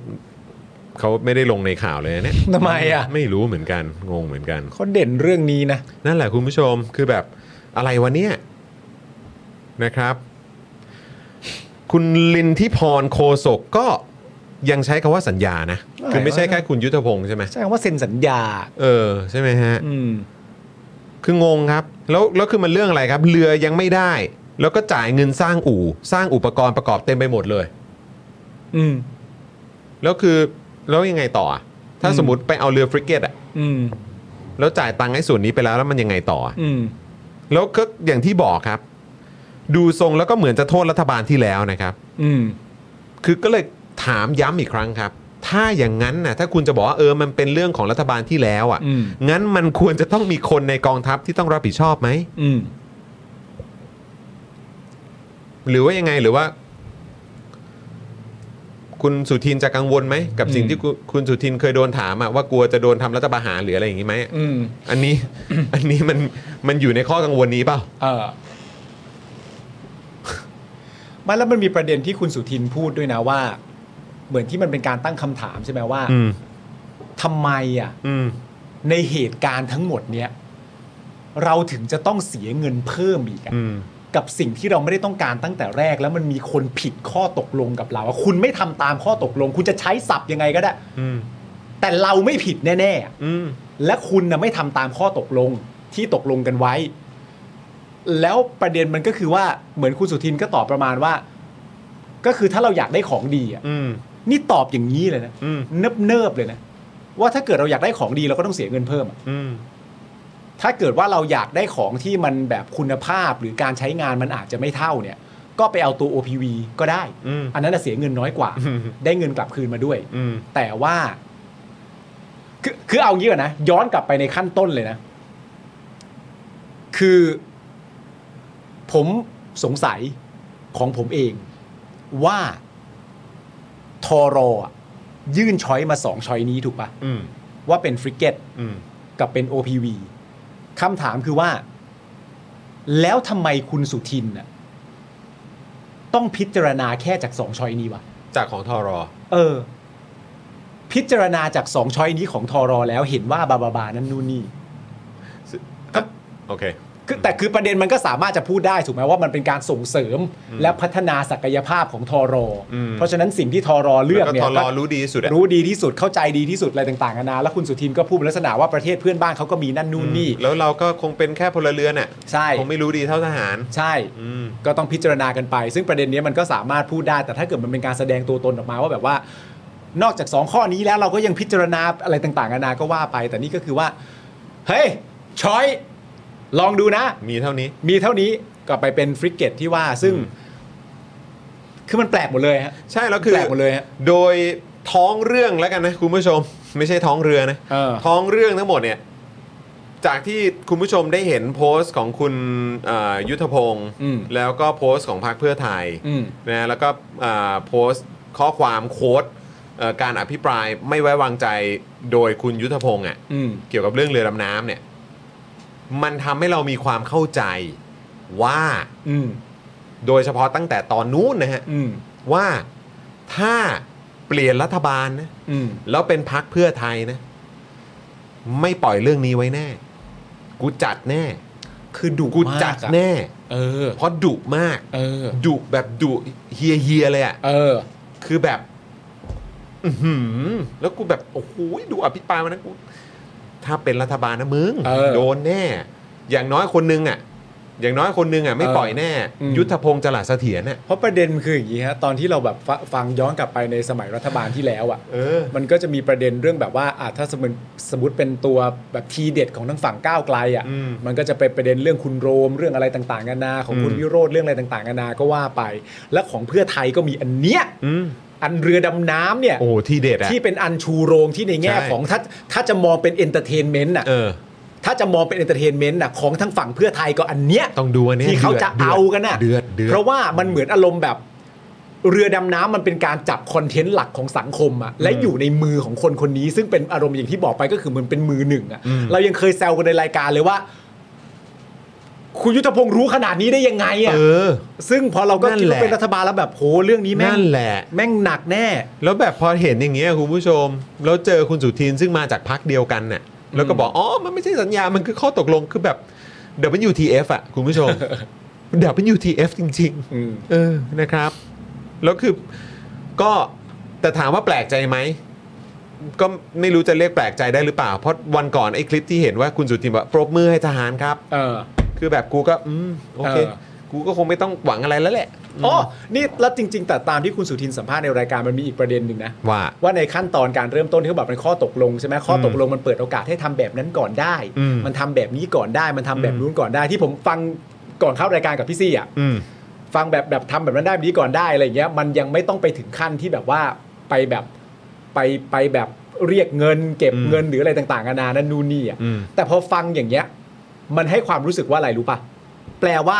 A: เขาไม่ได้ลงในข่าวเลยนะเนี่ย
C: ทำไมอ่ะ
A: ไม่รู้เหมือนกันงงเหมือนกัน
C: เขาเด่นเรื่องนี้นะ
A: นั่นแหละคุณผู้ชมคือแบบอะไรวะเนี่ยนะครับ คุณลินทิพรโคศกก็ยังใช้คำว่าสัญญานะ คือไม่ใช่แค่คุณยุทธพงศ์ใช่ไหม
C: ใช่คำว่าเซ็นสัญญา
A: เออใช่ไหมฮะ
C: อืม
A: คืองงครับ แล้วแล้วคือมันเรื่องอะไรครับ เรือยังไม่ได้ แล้วก็จ่ายเงินสร้างอู่ สร้างอุปกรณ์ประกอบเต็มไปหมดเลย
C: อืม
A: แล้วคือแล้วยังไงต่ออะถ้าสมมติไปเอาเรือฟริเกตอะ
C: อืม
A: แล้วจ่ายตังค์ให้ส่วนนี้ไปแล้วแล้วมันยังไงต่ออะ
C: อืม
A: แล้วก็อย่างที่บอกครับ ดูทรงแล้วก็เหมือนจะโทษรัฐบาลที่แล้วนะครับ
C: อืม
A: คือก็เลยถามย้ำอีกครั้งครับ ถ้าอย่างนั้นนะถ้าคุณจะบอกว่าเออมันเป็นเรื่องของรัฐบาลที่แล้วอ่ะ
C: อืม
A: งั้นมันควรจะต้องมีคนในกองทัพที่ต้องรับผิดชอบไหม
C: อืม
A: หรือว่ายังไงหรือว่า คุณสุทินจะกังวลไหมกับสิ่งที่คุณคุณสุทินเคยโดนถามอะว่ากลัวจะโดนทำรัฐประหารหรืออะไรอย่างนี้ไหม
C: อืม
A: อันนี้ อันนี้มันมันอยู่ในข้อกังวลนี้เปล่า
C: เออ ไมาแล้วมันมีประเด็นที่คุณสุทินพูดด้วยนะว่า เหมือนที่มันเป็นการตั้งคำถามใช่ไหมว่า
A: อืม
C: ทำไมอ่ะ
A: อืม
C: ในเหตุการณ์ทั้งหมดเนี้ยเราถึงจะต้องเสียเงินเพิ่มอีกอะ
A: อืม
C: กับสิ่งที่เราไม่ได้ต้องการตั้งแต่แรก แล้วมันมีคนผิดข้อตกลงกับเราอะคุณไม่ทำตามข้อตกลง คุณจะใช้ศัพท์ยังไงก็ได้
A: อืม
C: แต่เราไม่ผิดแน่ๆอะ
A: อืม
C: และคุณนะไม่ทำตามข้อตกลงที่ตกลงกันไว้ แล้วประเด็นมันก็คือว่าเหมือนคุณสุทินก็ตอบประมาณว่า ก็คือถ้าเราอยากได้ของดีอ่ะ
A: อืม
C: นี่ตอบอย่างนี้เลยนะ
A: อืม
C: เนิบเนิบๆเลยนะว่าถ้าเกิดเราอยากได้ของดีเราก็ต้องเสียเงินเพิ่มอะ
A: อืม
C: ถ้าเกิดว่าเราอยากได้ของที่มันแบบคุณภาพหรือการใช้งานมันอาจจะไม่เท่าเนี่ย ก็ไปเอาตัว OPV ก็ได้
A: อืม
C: อันนั้นนะเสียเงินน้อยกว่า
A: อืม
C: ได้เงินกลับคืนมาด้วย
A: อืม
C: แต่ว่า คือคือเอางี้ก่อนนะย้อนกลับไปในขั้นต้นเลยนะ คือ ผมสงสัยของผมเอง ว่าทอรออะยื่นช้อยมาสองช้อยนี้ถูกปะ
A: อืม
C: ว่าเป็นฟริกเกต
A: อืม
C: กับเป็น OPV คำถามคือว่า แล้วทำไมคุณสุทินน่ะต้องพิจารณาแค่จากสองช้อยนี้วะ
A: จากของทอรอ
C: เออ พิจารณาจากสองช้อยนี้ของทอรอแล้วเห็นว่าบาบาบานั่นนู่นนี่
A: โอเค
C: คือแต่คือประเด็นมันก็สามารถจะพูดได้ถูกไหมว่ามันเป็นการส่งเสริม
A: อืม
C: และพัฒนาศักยภาพของทอรออ
A: ม
C: เพราะฉะนั้นสิ่งที่ทอรอเลือกเนี่ย
A: แล้วก็ TRO รู้ดีที่สุดอะ
C: รู้ดีที่สุดเข้าใจดีที่สุดอะไรต่างๆนานาแล้วคุณสุทินก็พูดในลักษณะว่าประเทศเพื่อนบ้านเขาก็มีนั่นนู่นนี่
A: แล้วเราก็คงเป็นแค่พลเรือนน่ะ
C: ใช่
A: คงไม่รู้ดีเท่าทหาร
C: ใช่
A: อืม
C: ก็ต้องพิจารณากันไป ซึ่งประเด็นเนี้ยมันก็สามารถพูดได้ แต่ถ้าเกิดมันเป็นการแสดงตัวตนออกมาว่าแบบว่า นอกจาก 2 ข้อนี้แล้วเราก็ยังพิจารณาอะไรต่างๆนานาก็ว่าไป แต่นี่ก็คือว่า เฮ้ยช้อย ลองดูนะ
A: มีเท่านี้
C: มีเท่านี้ก็ไปเป็นฟริกเกตที่ว่าซึ่ง คือมันแปลกหมดเลยฮะ
A: ใช่แล้วคือ
C: แปลกหมดเลยฮะ
A: โดยท้องเรื่องแล้วกันนะคุณผู้ชม ไม่ใช่ท้องเรือนะ
C: เออ
A: ท้องเรื่องทั้งหมดเนี่ย จากที่คุณผู้ชมได้เห็นโพสต์ของคุณเอ่อยุทธพงศ์
C: อืม
A: แล้วก็โพสต์ของพรรคเพื่อไทย
C: อืม
A: นะแล้วก็เอ่อโพสต์ข้อความโค้ดเอ่อการอภิปรายไม่ไว้วางใจโดยคุณยุทธพงศ์อ่ะ
C: อืม
A: เกี่ยวกับเรื่องเรือดำน้ำเนี่ย มันทำให้เรามีความเข้าใจว่า
C: อืม
A: โดยเฉพาะตั้งแต่ตอนนู้นนะฮะ
C: อืม
A: ว่าถ้าเปลี่ยนรัฐบาลนะ
C: อืม
A: แล้วเป็นพักเพื่อไทยนะ ไม่ปล่อยเรื่องนี้ไว้แน่ กูจัดแน่
C: คือดุ
A: กู
C: มาก
A: จัด
C: อะ
A: แน่
C: เออ
A: เพราะดุมาก
C: เออ
A: ดุแบบดุเฮียเฮียๆเลยอ่ะ
C: เออ
A: คือแบบ อื้อหือ แล้วกูแบบ โอ้โหดูอภิปรายมันนะกู ถ้าเป็นรัฐบาลนะมึง
C: เออ
A: โดนแน่ อย่างน้อยคนนึงอ่ะ อย่างน้อยคนนึงอ่ะ ไม่
C: เออ
A: ปล่อยแน่
C: อืม
A: ยุทธพงศ์จลาเสถียรน่ะ
C: เพราะประเด็นมันคืออย่างนี้ฮะตอนที่เราแบบฟะฟังย้อนกลับไปในสมัยรัฐบาลที่แล้วอะ
A: เออ
C: มันก็จะมีประเด็นเรื่องแบบว่าอ่ะถ้าสมมติสมมติเป็นตัวแบบทีเด็ดของทั้งฝั่งก้าวไกลอ่ะ
A: อืม
C: มันก็จะเป็นประเด็นเรื่องคุณโรมเรื่องอะไรต่างๆนานาของคุณ
A: อืม
C: วิโรธเรื่องอะไรต่างๆนานาก็ว่าไป และของเพื่อไทยก็มีอันเนี้ย
A: อืม
C: อันเรือดำน้ำเนี่ย
A: โอ้ที่เด็ดอ่ะ
C: ที่เป็นอันชูโรงที่ในแง่
A: ใช่
C: ของถ้าถ้าจะมองเป็นเอนเตอร์เทนเมนต์อ่ะ
A: เออ
C: ถ้าจะมองเป็นเอนเตอร์เทนเมนต์อ่ะของทั้งฝั่งเพื่อไทยก็อันเนี้ย
A: ต้องดูอันนี้ย
C: ที่เขาจะ
A: ดืด
C: เอากันน่ะ
A: เดือดเดือด
C: เพราะว่ามันเหมือนอารมณ์แบบ เรือดำน้ำมันเป็นการจับคอนเทนต์หลักของสังคมอะและอยู่ในมือของคนคนนี้ ซึ่งเป็นอารมณ์อย่างที่บอกไปก็คือมันเป็นมือหนึ่งอะเรายังเคยแซวกันในรายการเลยว่า คุณยุทธพงศ์รู้ขนาดนี้ได้ยังไงอะ
A: เออ
C: ซึ่งพอเราก็
A: นั่น
C: คิด
A: แหละ
C: ว่าเป็นรัฐบาลแล้วแบบโหเรื่องนี้แม่
A: นั่
C: ง
A: นแหละ
C: แม่งหนักแน่
A: แล้วแบบพอเห็นอย่างเงี้ยคุณผู้ชม แล้วเจอคุณสุทินซึ่งมาจากพักเดียวกันน่ะแล้วก็บอกอ๋อมันไม่ใช่สัญญา มันคือข้อตกลงคือแบบ WTF อ่ะคุณผู้ช ม WTF จริง
C: อืม
A: ๆเออนะครับ แล้วคือก็แต่ถามว่าแปลกใจไหม ก็ไม่รู้จะเรียกแปลกใจได้หรือเปล่า เพราะวันก่อนไอ้คลิปที่เห็นว่าคุณสุทินบอกปรบมือให้ทหารครับ
C: เออ
A: คือแบบกูก็อืมโอเค
C: เออ
A: กูก็คงไม่ต้องหวังอะไรแล้วแหละ
C: อ๋อนี่แล้วจริง ๆ แต่ตามที่คุณสุทินสัมภาษณ์ในรายการมันมีอีกประเด็นหนึ่งนะ
A: ว่า
C: ว่าในขั้นตอนการเริ่มต้นที่เขาบอกเป็นข้อตกลงใช่ไหมข้อตกลงมันเปิดโอกาสให้ทำแบบนั้นก่อนได้
A: อืม
C: มันทำแบบนี้ก่อนได้มันทำแบบนู้นก่อนได้ที่ผมฟังก่อนเข้ารายการกับพี่ซี่อ่ะ
A: อืม
C: ฟังแบบแบบทำแบบนั้นได้แบบนี้ก่อนได้อะไรอย่างเงี้ยมันยังไม่ต้องไปถึงขั้นที่แบบว่าไปแบบไปไปแบบเรียกเงิน เก็บ
A: อืม
C: เงินหรืออะไรต่างๆนานานั่นนู่นนี่อ่ะ
A: อืม
C: แต่พอฟังอย่างเงี้ย มันให้ความรู้สึกว่าอะไรรู้ป่ะแปลว่า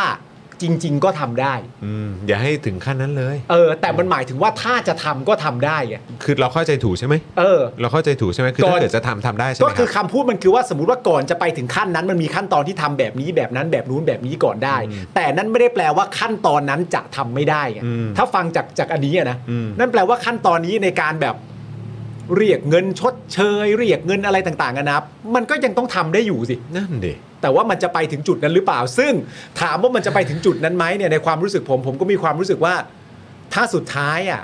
C: จริง ๆ ก็ทำได้
A: อืมอย่าให้ถึงขั้นนั้นเลย
C: เออ แต่มันหมายถึงว่าถ้าจะทำก็ทำได้ไง
A: คือเราเข้าใจถูกใช่ไหม
C: เออ
A: เราเข้าใจถูกใช่ไหมคือ
C: ก่
A: ถ้า
C: อน
A: เกิดจะทำทำได้ใช่ไห
C: ก็
A: มค
C: คื
A: รั
C: อบ คำพูดมันคือว่าสมมติว่าก่อนจะไปถึงขั้นนั้นมันมีขั้นตอนที่ทำแบบนี้แบบนั้นแบบนู้นแบบนี้ก่อนได้ แต่นั้นไม่ได้แปลว่าขั้นตอนนั้นจะทำไม่ได้ไง
A: อืม
C: ถ้าฟังจากจากอันนี้อะนะ
A: อืม
C: นั่นแปลว่าขั้นตอนนี้ในการแบบเรียกเงินชดเชย เรียกเงินอะไรต่างๆกันะมันก็ยังต้องทำได้อยู่สิ
A: นั่นเด
C: แต่ว่ามันจะไปถึงจุดนั้นหรือเปล่า ซึ่งถามว่ามันจะไปถึงจุดนั้นไหมเนี่ยในความรู้สึกผม ผมก็มีความรู้สึกว่า ถ้าสุดท้ายอ่ะ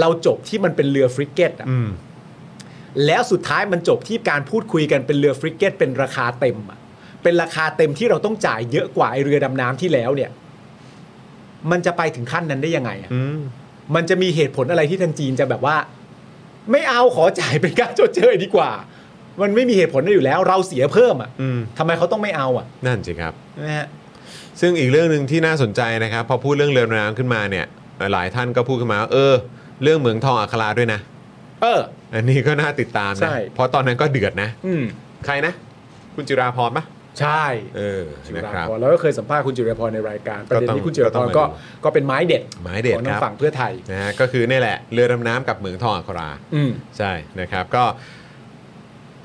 C: เราจบที่มันเป็นเรือฟริกเกตอ่ะ
A: อืม
C: แล้วสุดท้ายมันจบที่การพูดคุยกันเป็นเรือฟริกเกตเป็นราคาเต็มอะเป็นราคาเต็มที่เราต้องจ่ายเยอะกว่าไอเรือดำน้ำที่แล้วเนี่ย มันจะไปถึงขั้นนั้นได้ยังไงอะ
A: อืม
C: มันจะมีเหตุผลอะไรที่ทางจีนจะแบบว่า ไม่เอาขอจ่ายเป็นการชดเชยดีกว่า มันไม่มีเหตุผลได้อยู่แล้ว เราเสียเพิ่มอ่ะ
A: อืม
C: ทำไมเขาต้องไม่เอาอ่ะ
A: นั่นสิครับ
C: นะฮะ
A: ซึ่งอีกเรื่องหนึ่งที่น่าสนใจนะครับ พอพูดเรื่องเรือดำน้ำขึ้นมาเนี่ย หลายท่านก็พูดขึ้นมาว่าเออ เรื่องเหมืองทองอัคราด้วยนะ
C: เออ
A: อันนี้ก็น่าติดตาม
C: ใช่
A: นะ เพราะตอนนั้นก็เดือดนะ
C: อืม
A: ใครนะ คุณจิราพรปะ
C: ใช่
A: เออนะครับ
C: พอแล้วก็เคยสัมภาษณ์คุณจิรพรในรายการประเด็
A: ก็
C: น
A: ต้อง
C: นี้คุณจิร
A: ก็ต้
C: พ
A: อง
C: ร
A: มา
C: ก็
A: ดู
C: ก็เป็นไม้เด็ด
A: หมายเด็ด
C: ของ
A: ค
C: ทา
A: รับ
C: งฝั่งเพื่อไทย
A: นะฮะก็คือนี่แหละ เรือดำน้ำกับเหมืองทองอัครา
C: อืม
A: ใช่นะครับก็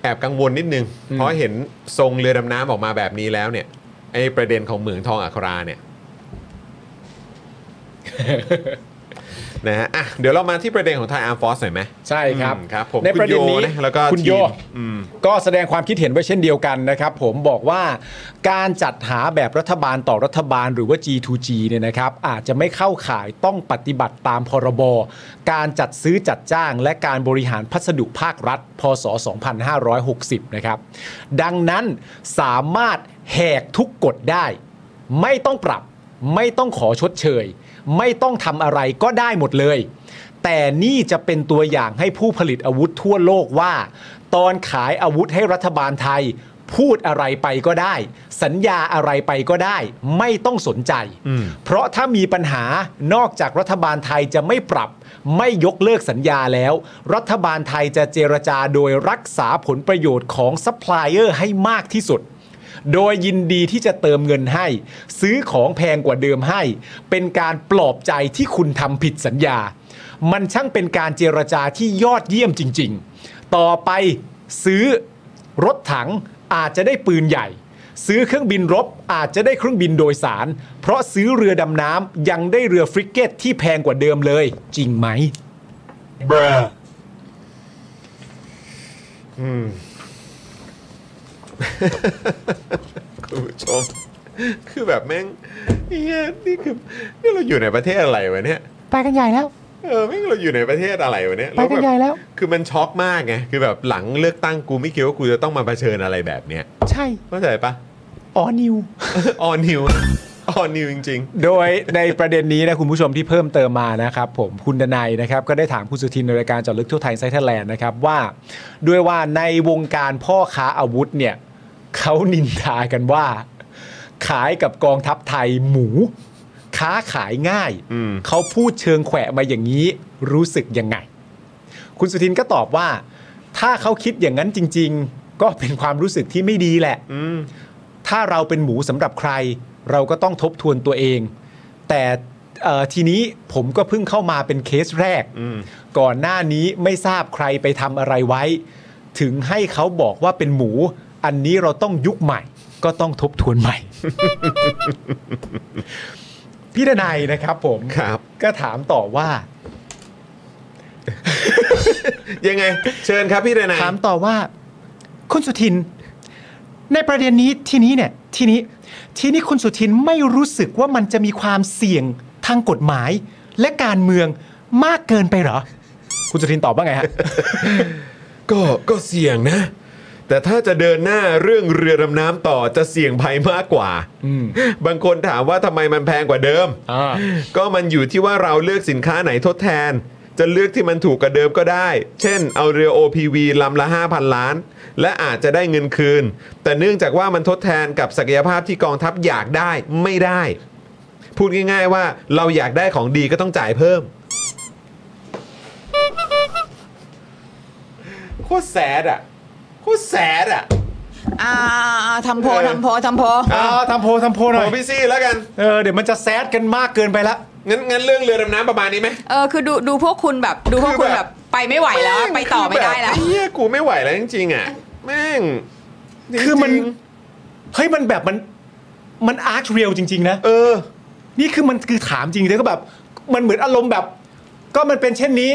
A: แอบกังวลนิดนึง เพราะเห็นทรงเรือดำน้ำออกมาแบบนี้แล้วเนี่ยไอ้ประเด็นของเหมืองทองอัครา เนี่ย นะฮะอ่ะเดี๋ยวเรามาที่ประเด็นของไทยอาร์ฟอสหน่อยไหม
C: ใช่ครับ
A: อืมครับผม
C: ในประเด็น
A: คุณโย
C: นี้
A: แล้วก็
C: คุณโย
A: ทีมอืม
C: ก็แสดงความคิดเห็นไว้เช่นเดียวกันนะครับ ผมบอกว่าการจัดหาแบบรัฐบาลต่อรัฐบาลหรือว่า G2G เนี่ยนะครับ อาจจะไม่เข้าข่ายต้องปฏิบัติตามพรบ การจัดซื้อจัดจ้าง และการบริหารพัสดุภาครัฐ พศ 2560 นะครับ ดังนั้นสามารถแหกทุกกฎได้ ไม่ต้องปรับ ไม่ต้องขอชดเชย ไม่ต้องทำอะไรก็ได้หมดเลย แต่นี่จะเป็นตัวอย่างให้ผู้ผลิตอาวุธทั่วโลกว่า ตอนขายอาวุธให้รัฐบาลไทย พูดอะไรไปก็ได้ สัญญาอะไรไปก็ได้ ไม่ต้องสนใจ
A: อืม
C: เพราะถ้ามีปัญหานอกจากรัฐบาลไทยจะไม่ปรับ ไม่ยกเลิกสัญญาแล้ว รัฐบาลไทยจะเจรจาโดยรักษาผลประโยชน์ของซัพพลายเออร์ให้มากที่สุด โดยยินดีที่จะเติมเงินให้ ซื้อของแพงกว่าเดิมให้ เป็นการปลอบใจที่คุณทำผิดสัญญา มันช่างเป็นการเจรจาที่ยอดเยี่ยมจริง ๆ ต่อไปซื้อรถถังอาจจะได้ปืนใหญ่ ซื้อเครื่องบินรบอาจจะได้เครื่องบินโดยสาร เพราะซื้อเรือดำน้ำยังได้เรือฟริกเกตที่แพงกว่าเดิมเลย จริงไหม
A: คุณผู้ชม คือแบบแม่งเหียนี่คือนี่เราอยู่ในประเทศอะไรวะเนี่ย
F: ไปกันใหญ่แล้ว
A: เออไม่งเราอยู่ในประเทศอะไรวะเนี่ย
F: ไปกันใหญ่แล้ว
A: คือมันช็อกมากไง คือแบบหลังเลือกตั้งกูไม่คิดว่ากูจะต้องมาเผชิญอะไรแบบเนี้ย
C: ใช่
A: เข้าใจปะ
C: ออนิว
A: ออนิวออนิวจริง
C: โดยในประเด็นนี้นะคุณผู้ชมที่เพิ่มเติมมานะครับผมคุณดนัยนะครับก็ได้ถามคุณสุทินในรายการเจอดลึกทั่วไทยไซเทแลนด์นะครับว่า ด้วยว่าในวงการพ่อค้าอาวุธเนี่ยเขานินทากันว่า ขายกับกองทัพไทยหมู ค้าขายง่าย
A: อืม
C: เขาพูดเชิงแขวะมาอย่างนี้รู้สึกยังไง คุณสุทินก็ตอบว่า ถ้าเขาคิดอย่างนั้นจริง ๆ ก็เป็นความรู้สึกที่ไม่ดีแหละ
A: ๆ อืม
C: ถ้าเราเป็นหมูสำหรับใคร เราก็ต้องทบทวนตัวเอง แต่เอ่อทีนี้ผมก็เพิ่งเข้ามาเป็นเคสแรก
A: อืม
C: ก่อนหน้านี้ไม่ทราบใครไปทำอะไรไว้ ถึงให้เขาบอกว่าเป็นหมู อันนี้เราต้องยุคใหม่ ก็ต้องทบทวนใหม่ พี่ดนัยนะครับผม
A: ครับ
C: ก็ถามต่อว่า
A: ยังไง เชิญครับพี่เดนาย
C: ถามต่อว่า คุณสุทิน ในประเด็นนี้ทีนี้เนี่ยทีนี้ ทีนี้คุณสุทินไม่รู้สึกว่ามันจะมีความเสี่ยงทางกฎหมาย และการเมืองมากเกินไปเหรอ คุณสุทินตอบว่าไงฮะ
A: ก็ก็เสี่ยงนะ แต่ถ้าจะเดินหน้าเรื่องเรือดำน้ำต่อจะเสี่ยงภัยมากกว่า บางคนถามว่าทำไมมันแพงกว่าเดิม ก็มันอยู่ที่ว่าเราเลือกสินค้าไหนทดแทน จะเลือกที่มันถูกกว่าเดิมก็ได้ เช่น เอาเรือ OPV ลำละ 5,000 ล้าน และอาจจะได้เงินคืน แต่เนื่องจากว่ามันทดแทนกับศักยภาพที่กองทัพอยากได้ไม่ได้ พูดง่าย ๆ ว่าเราอยากได้ของดีก็ต้องจ่ายเพิ่ม โคตรแสดอ่ะ โคตรแสดอ่ะ
F: อ่าทำโพล
A: เออ
F: ทำโพลทำโพล
C: อ่าทำโพลทำโพล
A: ข
C: หน่อ
A: อย งพี่ซี่แล้วกัน
C: เออเดี๋ยวมันจะแซดกันมากเกินไปละ
A: งั้นงั้นเรื่องเรือดำน้ำประมาณนี้ไหม
F: เออคือดูดูพวกคุณแบบดูพวกคุณแบบไปไม่ไหวแล้วอะไปต่อไม่ได้แล้ว
A: ม่งคือบบเฮียกูไม่ไหวแล้วจริงๆอ่ะ แม่งจริงๆ
C: คือมัน เฮ้ยมันแบบมันมันอาร์ชเรียลจริง ๆ นะ
A: เออ
C: นี่คือมันคือถามจริงเลยก็แบบ มันเหมือนอารมณ์แบบ ก็มันเป็นเช่นนี้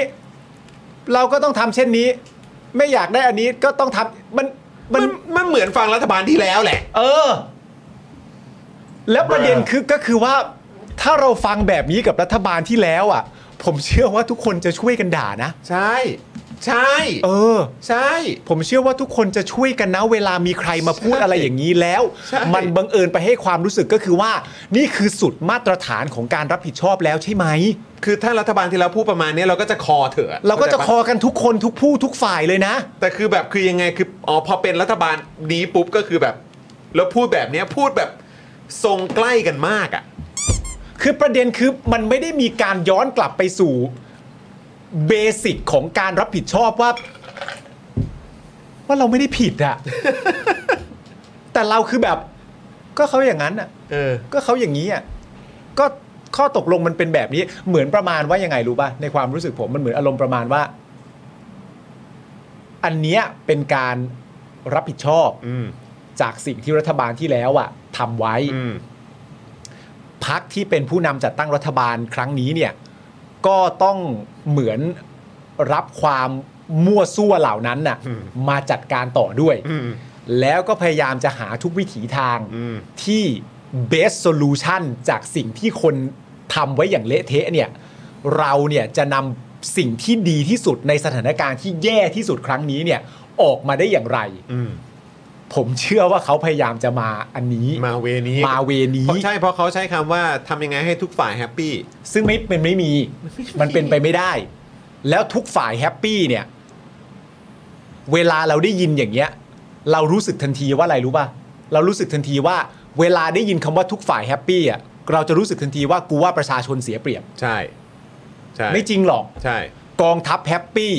C: เราก็ต้องทำเช่นนี้ ไม่อยากได้อันนี้ก็ต้องทำมันมั
A: มัน นมันเหมือนฟังรัฐบาลที่แล้วแหละ
C: เออ แล้วประเด็นคือก็คือว่า ถ้าเราฟังแบบนี้กับรัฐบาลที่แล้วอ่ะ ผมเชื่อว่าทุกคนจะช่วยกันด่านะ
A: ใช่ ใช่
C: เออ
A: ใช่
C: ผมเชื่อว่าทุกคนจะช่วยกันนะเวลามีใครมาพูดอะไรอย่างนี้แล้ว
A: ใช่
C: มันบังเอิญไปให้ความรู้สึกก็คือว่า นี่คือสุดมาตรฐานของการรับผิดชอบแล้วใช่ไหม
A: คือถ้ารัฐบาลที่แล้วพูดประมาณนี้เราก็จะคอเถอะ
C: เราก็จะค
A: ข้า
C: อ
A: ใป
C: กันทุกคนทุกผู้ทุกฝ่ายเลยนะ
A: แต่คือแบบคือยังไงคืออ๋อพอเป็นรัฐบาลนี้ปุ๊บก็คือแบบ แล้วพูดแบบเนี้ยพูดแบบทรงใกล้กันมากอ่ะ
C: คือประเด็นคือมันไม่ได้มีการย้อนกลับไปสู่เบสิกของการรับผิดชอบว่า ว่าเราไม่ได้ผิดอะ แต่ แต่เราคือแบบ ก็เขาอย่างนั้นอ่ะก็เขาอย่างนี้อ่ะก็ข้อตกลงมันเป็นแบบนี้ เหมือนประมาณว่ายังไงรู้ป่ะในความรู้สึกผมมันเหมือนอารมณ์ประมาณว่า อันเนี้ยเป็นการรับผิดชอบจากสิ่งที่รัฐบาลที่แล้วอ่ะทำไว้พักที่เป็นผู้นำจัดตั้งรัฐบาลครั้งนี้เนี่ย ก็ต้องเหมือนรับความมั่วซั่วเหล่านั้นน่ะมาจัดการต่อด้วย แล้วก็พยายามจะหาทุกวิถีทางที่ best solution จากสิ่งที่คนทำไว้อย่างเละเทะเนี่ย เราเนี่ยจะนำสิ่งที่ดีที่สุดในสถานการณ์ที่แย่ที่สุดครั้งนี้เนี่ย ออกมาได้อย่างไร ผมเชื่อว่าเขาพยายามจะมาอันนี้
A: มาเวนี้
C: มาเวนี้
A: เพราะใช่เพราะเขาใช้คำว่าทำยังไงให้ทุกฝ่ายแฮปปี้
C: ซึ่งไม่เป็นไม่มี มันเป็นไปไม่ได้ แล้วทุกฝ่ายแฮปปี้เนี่ย เวลาเราได้ยินอย่างเงี้ย เรารู้สึกทันทีว่าอะไรรู้ป่ะ เรารู้สึกทันทีว่า เวลาได้ยินคำว่าทุกฝ่ายแฮปปี้อ่ะเราจะรู้สึกทันทีว่ากูว่าประชาชนเสียเปรียบ
A: ใช่ ใช่
C: ไม่จริงหรอก
A: ใช่
C: กองทัพแฮปปี้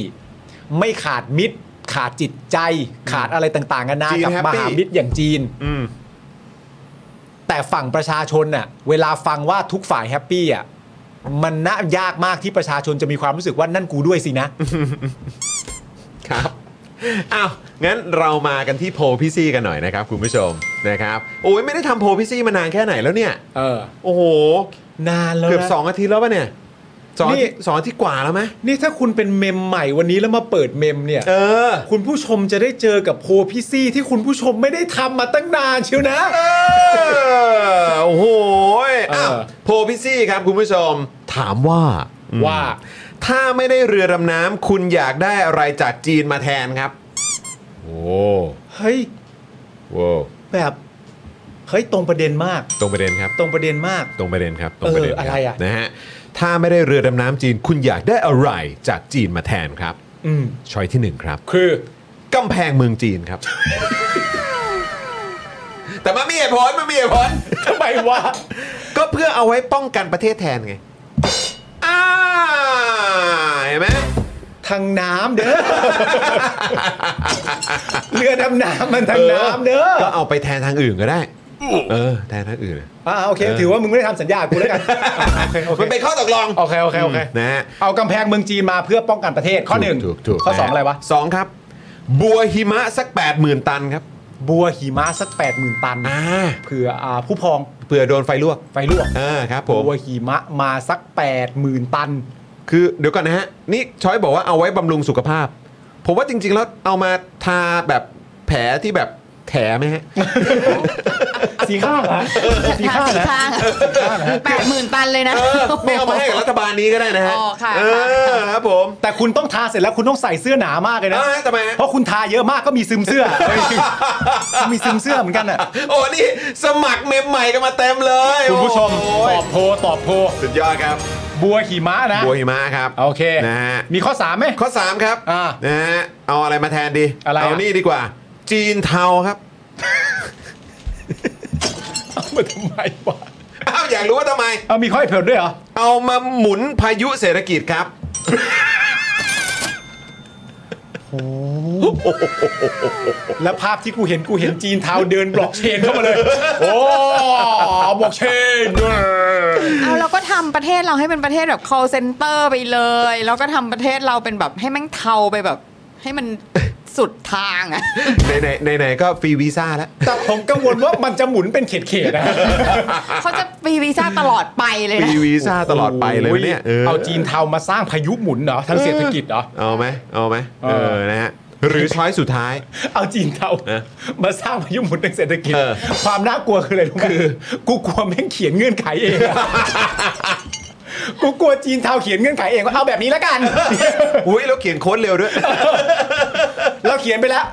C: ไม่ขาดมิตร ขาดจิตใจ ขาดอะไรต่างๆกันานา
A: จีน
C: กับ
A: แฮป
C: ม
A: ปี้
C: หามิตรอย่างจีน
A: อืม
C: แต่ฝั่งประชาชนน่ะเวลาฟังว่าทุกฝ่ายแฮปปี้อ่ะมันน่ายากมากที่ประชาชนจะมีความรู้สึกว่านั่นกูด้วยสินะ
A: ครับ อ้าว งั้นเรามากันที่โพลพี่ซี่กันหน่อยนะครับ คุณผู้ชมนะครับ โอ้ยไม่ได้ทำโพลพี่ซี่มานานแค่ไหนแล้วเนี่ย
C: เออ
A: โอ้โห
C: นานแล้วนะ
A: เกือบสองอาทิตย์แล้วป่ะเนี่ยสองอาทิตย์
C: นี่
A: สองอาทิตย์กว่าแล้วไหม
C: นี่ถ้าคุณเป็นเมมใหม่วันนี้แล้วมาเปิดเมมเนี่ย
A: เออ
C: คุณผู้ชมจะได้เจอกับโพลพี่ซี่ที่คุณผู้ชมไม่ได้ทำมาตั้งนานเชียวนะ
A: เออโอ้โห
C: เอออ้
A: าวโพลพี่ซี่ครับคุณผู้ชม ถามว่า
C: ว่า
A: ถ้าไม่ได้เรือดำน้ำคุณอยากได้อะไรจากจีนมาแทนครับ โอ้
C: เฮ้ย
A: โว้
C: แบบ เฮ้ย ตรงประเด็นมาก
A: ตรงประเด็นครับ
C: ตรงประเด็นมาก
A: ตรงประเด็นครับ ตรงประเด็นคบ
C: เอออะไรอะ
A: นะฮะ ถ้าไม่ได้เรือดำน้ำจีน คุณอยากได้อะไรจากจีนมาแทนครับ
C: อืม
A: ช้อยที่หนึ่งครับ
C: คือ
A: กำแพงเมืองจีนครับ แต่มันมีเหตุผลมันมีเหตุผล
C: ทำไมวะ
A: ก็เพื่อเอาไว้ป้องกันประเทศแทนไง อ่าเห็นไหม
C: ทางน้ำเด้อ เรือดำน้ำมันทางน้ำเด้อ
A: ก็เอาไปแทนทางอื่นก็ได้ เออ แทนทางอื่นนะ
C: อ่าโอเค ถือว่ามึงไม่ได้ทำสัญญากับกูแล้วกันโอเคโอเค
A: มันเป็นข้อตกลง
C: โอเคโอเคโอเค
A: นะฮะ
C: เอากำแพงเมืองจีนมาเพื่อป้องกันประเทศข้อหนึ่ง
A: ถูกถูกถูก
C: ข้อสอง
A: นฮ
C: อะไรวะ
A: สองครับ บัวหิมะสัก 8 0,000 ตันครับ
C: บัวหิมะสัก 8 0,000 ตัน
A: อ่า
C: เผื่ออ่าผู้พอง
A: เผื่อโดนไฟลวก
C: ไฟลวก
A: เออครับผม
C: บัวหิมะมาสัก 80,000 ตัน
A: คือเดี๋ยวก่อนนะฮะ นี่ช้อยบอกว่าเอาไว้บำรุงสุขภาพ ผมว่าจริง ๆ แล้วเอามาทาแบบแผลที่แบบแถไหมฮะ
C: สีข้างนะสีข้าง
F: สี
C: นะ
F: ข้างแปดหมื่นตันเลยนะ
A: เออไม่เอามาให้กับรัฐบาลนี้ก็ได้นะฮะ
F: อ๋อค่ะ
A: เออครับผม
C: แต่คุณต้องทาเสร็จแล้วคุณต้องใส่เสื้อหนามากเลยนะ
A: เอ้ยทำไมฮะ
C: เพราะคุณทาเยอะมากก็มีซึมเสื้อ มีซึมเสื้อเหมือนกันอ่ะ
A: โอ้นี่สมัครเมมใหม่กันมาเต็มเลย
C: คุณผู้ชม
A: โอ้
C: ต
A: ย
C: อบโพลตอบโพล
A: สุดยอดครับ
C: บัวหิมะนะ
A: บัวหิมะครับ
C: โอเค
A: นะฮะ
C: มีข้อ3ไหม
A: ข้อ 3 ครับ
C: อ่า
A: นะฮะเอาอะไรมาแทนดี
C: อะไรอ่ะ
A: เอานี่ดีกว่า จีนเทาครับ
C: เอามาทำไมวะ
A: อ้าวอยากรู้ว่าทำไม
C: เอามีข้อเหตุผลด้วยเหรอ
A: เอามาหมุนพายุเศรษฐกิจครับ
C: แล้วภาพที่กูเห็นกูเห็นจีนเทาเดินบล็อกเชนเข้ามาเลย โอ้บล็อกเชน
F: เอาเราก็ทำประเทศเราให้เป็นประเทศแบบ call center ไปเลย แล้วก็ทำประเทศเราเป็นแบบให้แม่งเทาไปแบบ ให้มันสุดทาง อ่ะ
A: ในในในไหนๆก็ฟรีวีซ่าแล้ว
C: แต่ผมกังวลว่ามันจะหมุนเป็นเขตๆนะ
F: เขาจะฟรีวีซ่าตลอดไปเลย
A: ฟ
F: นะ
A: รีวีซ่าตลอดไปเลยเนี่ย
C: เอาจีนเทามาสร้างพายุหมุนเหรอทางเศรษฐกิจเหรอ
A: เอาไหมเอาไหม
C: เอ
A: เอ
C: อ
A: อ นะฮะ หรือช้อยสุดท้าย
C: เอาจีนเทามาสร้างพายุหมุนทางเศรษฐกิจ
A: เออ
C: ความน่ากลัวคืออะไรรู้ไหมกูกลัวแม่งเขียนเงื่อนไขเองอะกูกลัวจีนเทาเขียนเงื่อนไขเองว่าเอาแบบนี้แล้ว กัน
A: อุ้ยแล้วเขียนโค้ดเร็ว ด้วย
C: เราเขียนไปแล้ว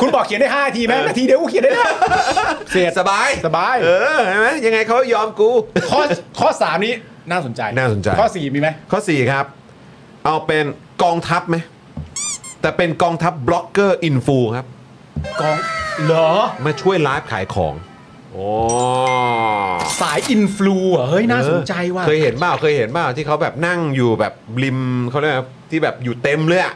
C: คุณบอกเขียนได้5นาทีไหมนาทีเดียวกูเขียนได้แล้ว
A: เสียสบาย
C: สบาย
A: เออเห็นไหมยังไงเขายอมกู
C: ข้อข้อสามนี้น่าสนใจ
A: น่าสนใจ
C: ข้อสี่มีไหม
A: ข้อ 4 ครับ เอาเป็นกองทัพไหม แต่เป็นกองทัพบล็อกเกอร์อินฟูครับ
C: กองเหรอ
A: มาช่วยไลฟ์ขายของ โอ้
C: สายอินฟลูเหรอเฮ้ยน่าสนใจว่ะ
A: เคยเห็นเปล่าเคยเห็นเปล่าที่เขาแบบนั่งอยู่แบบริมเขาเรียกว่าที่แบบอยู่เต็มเลยอะ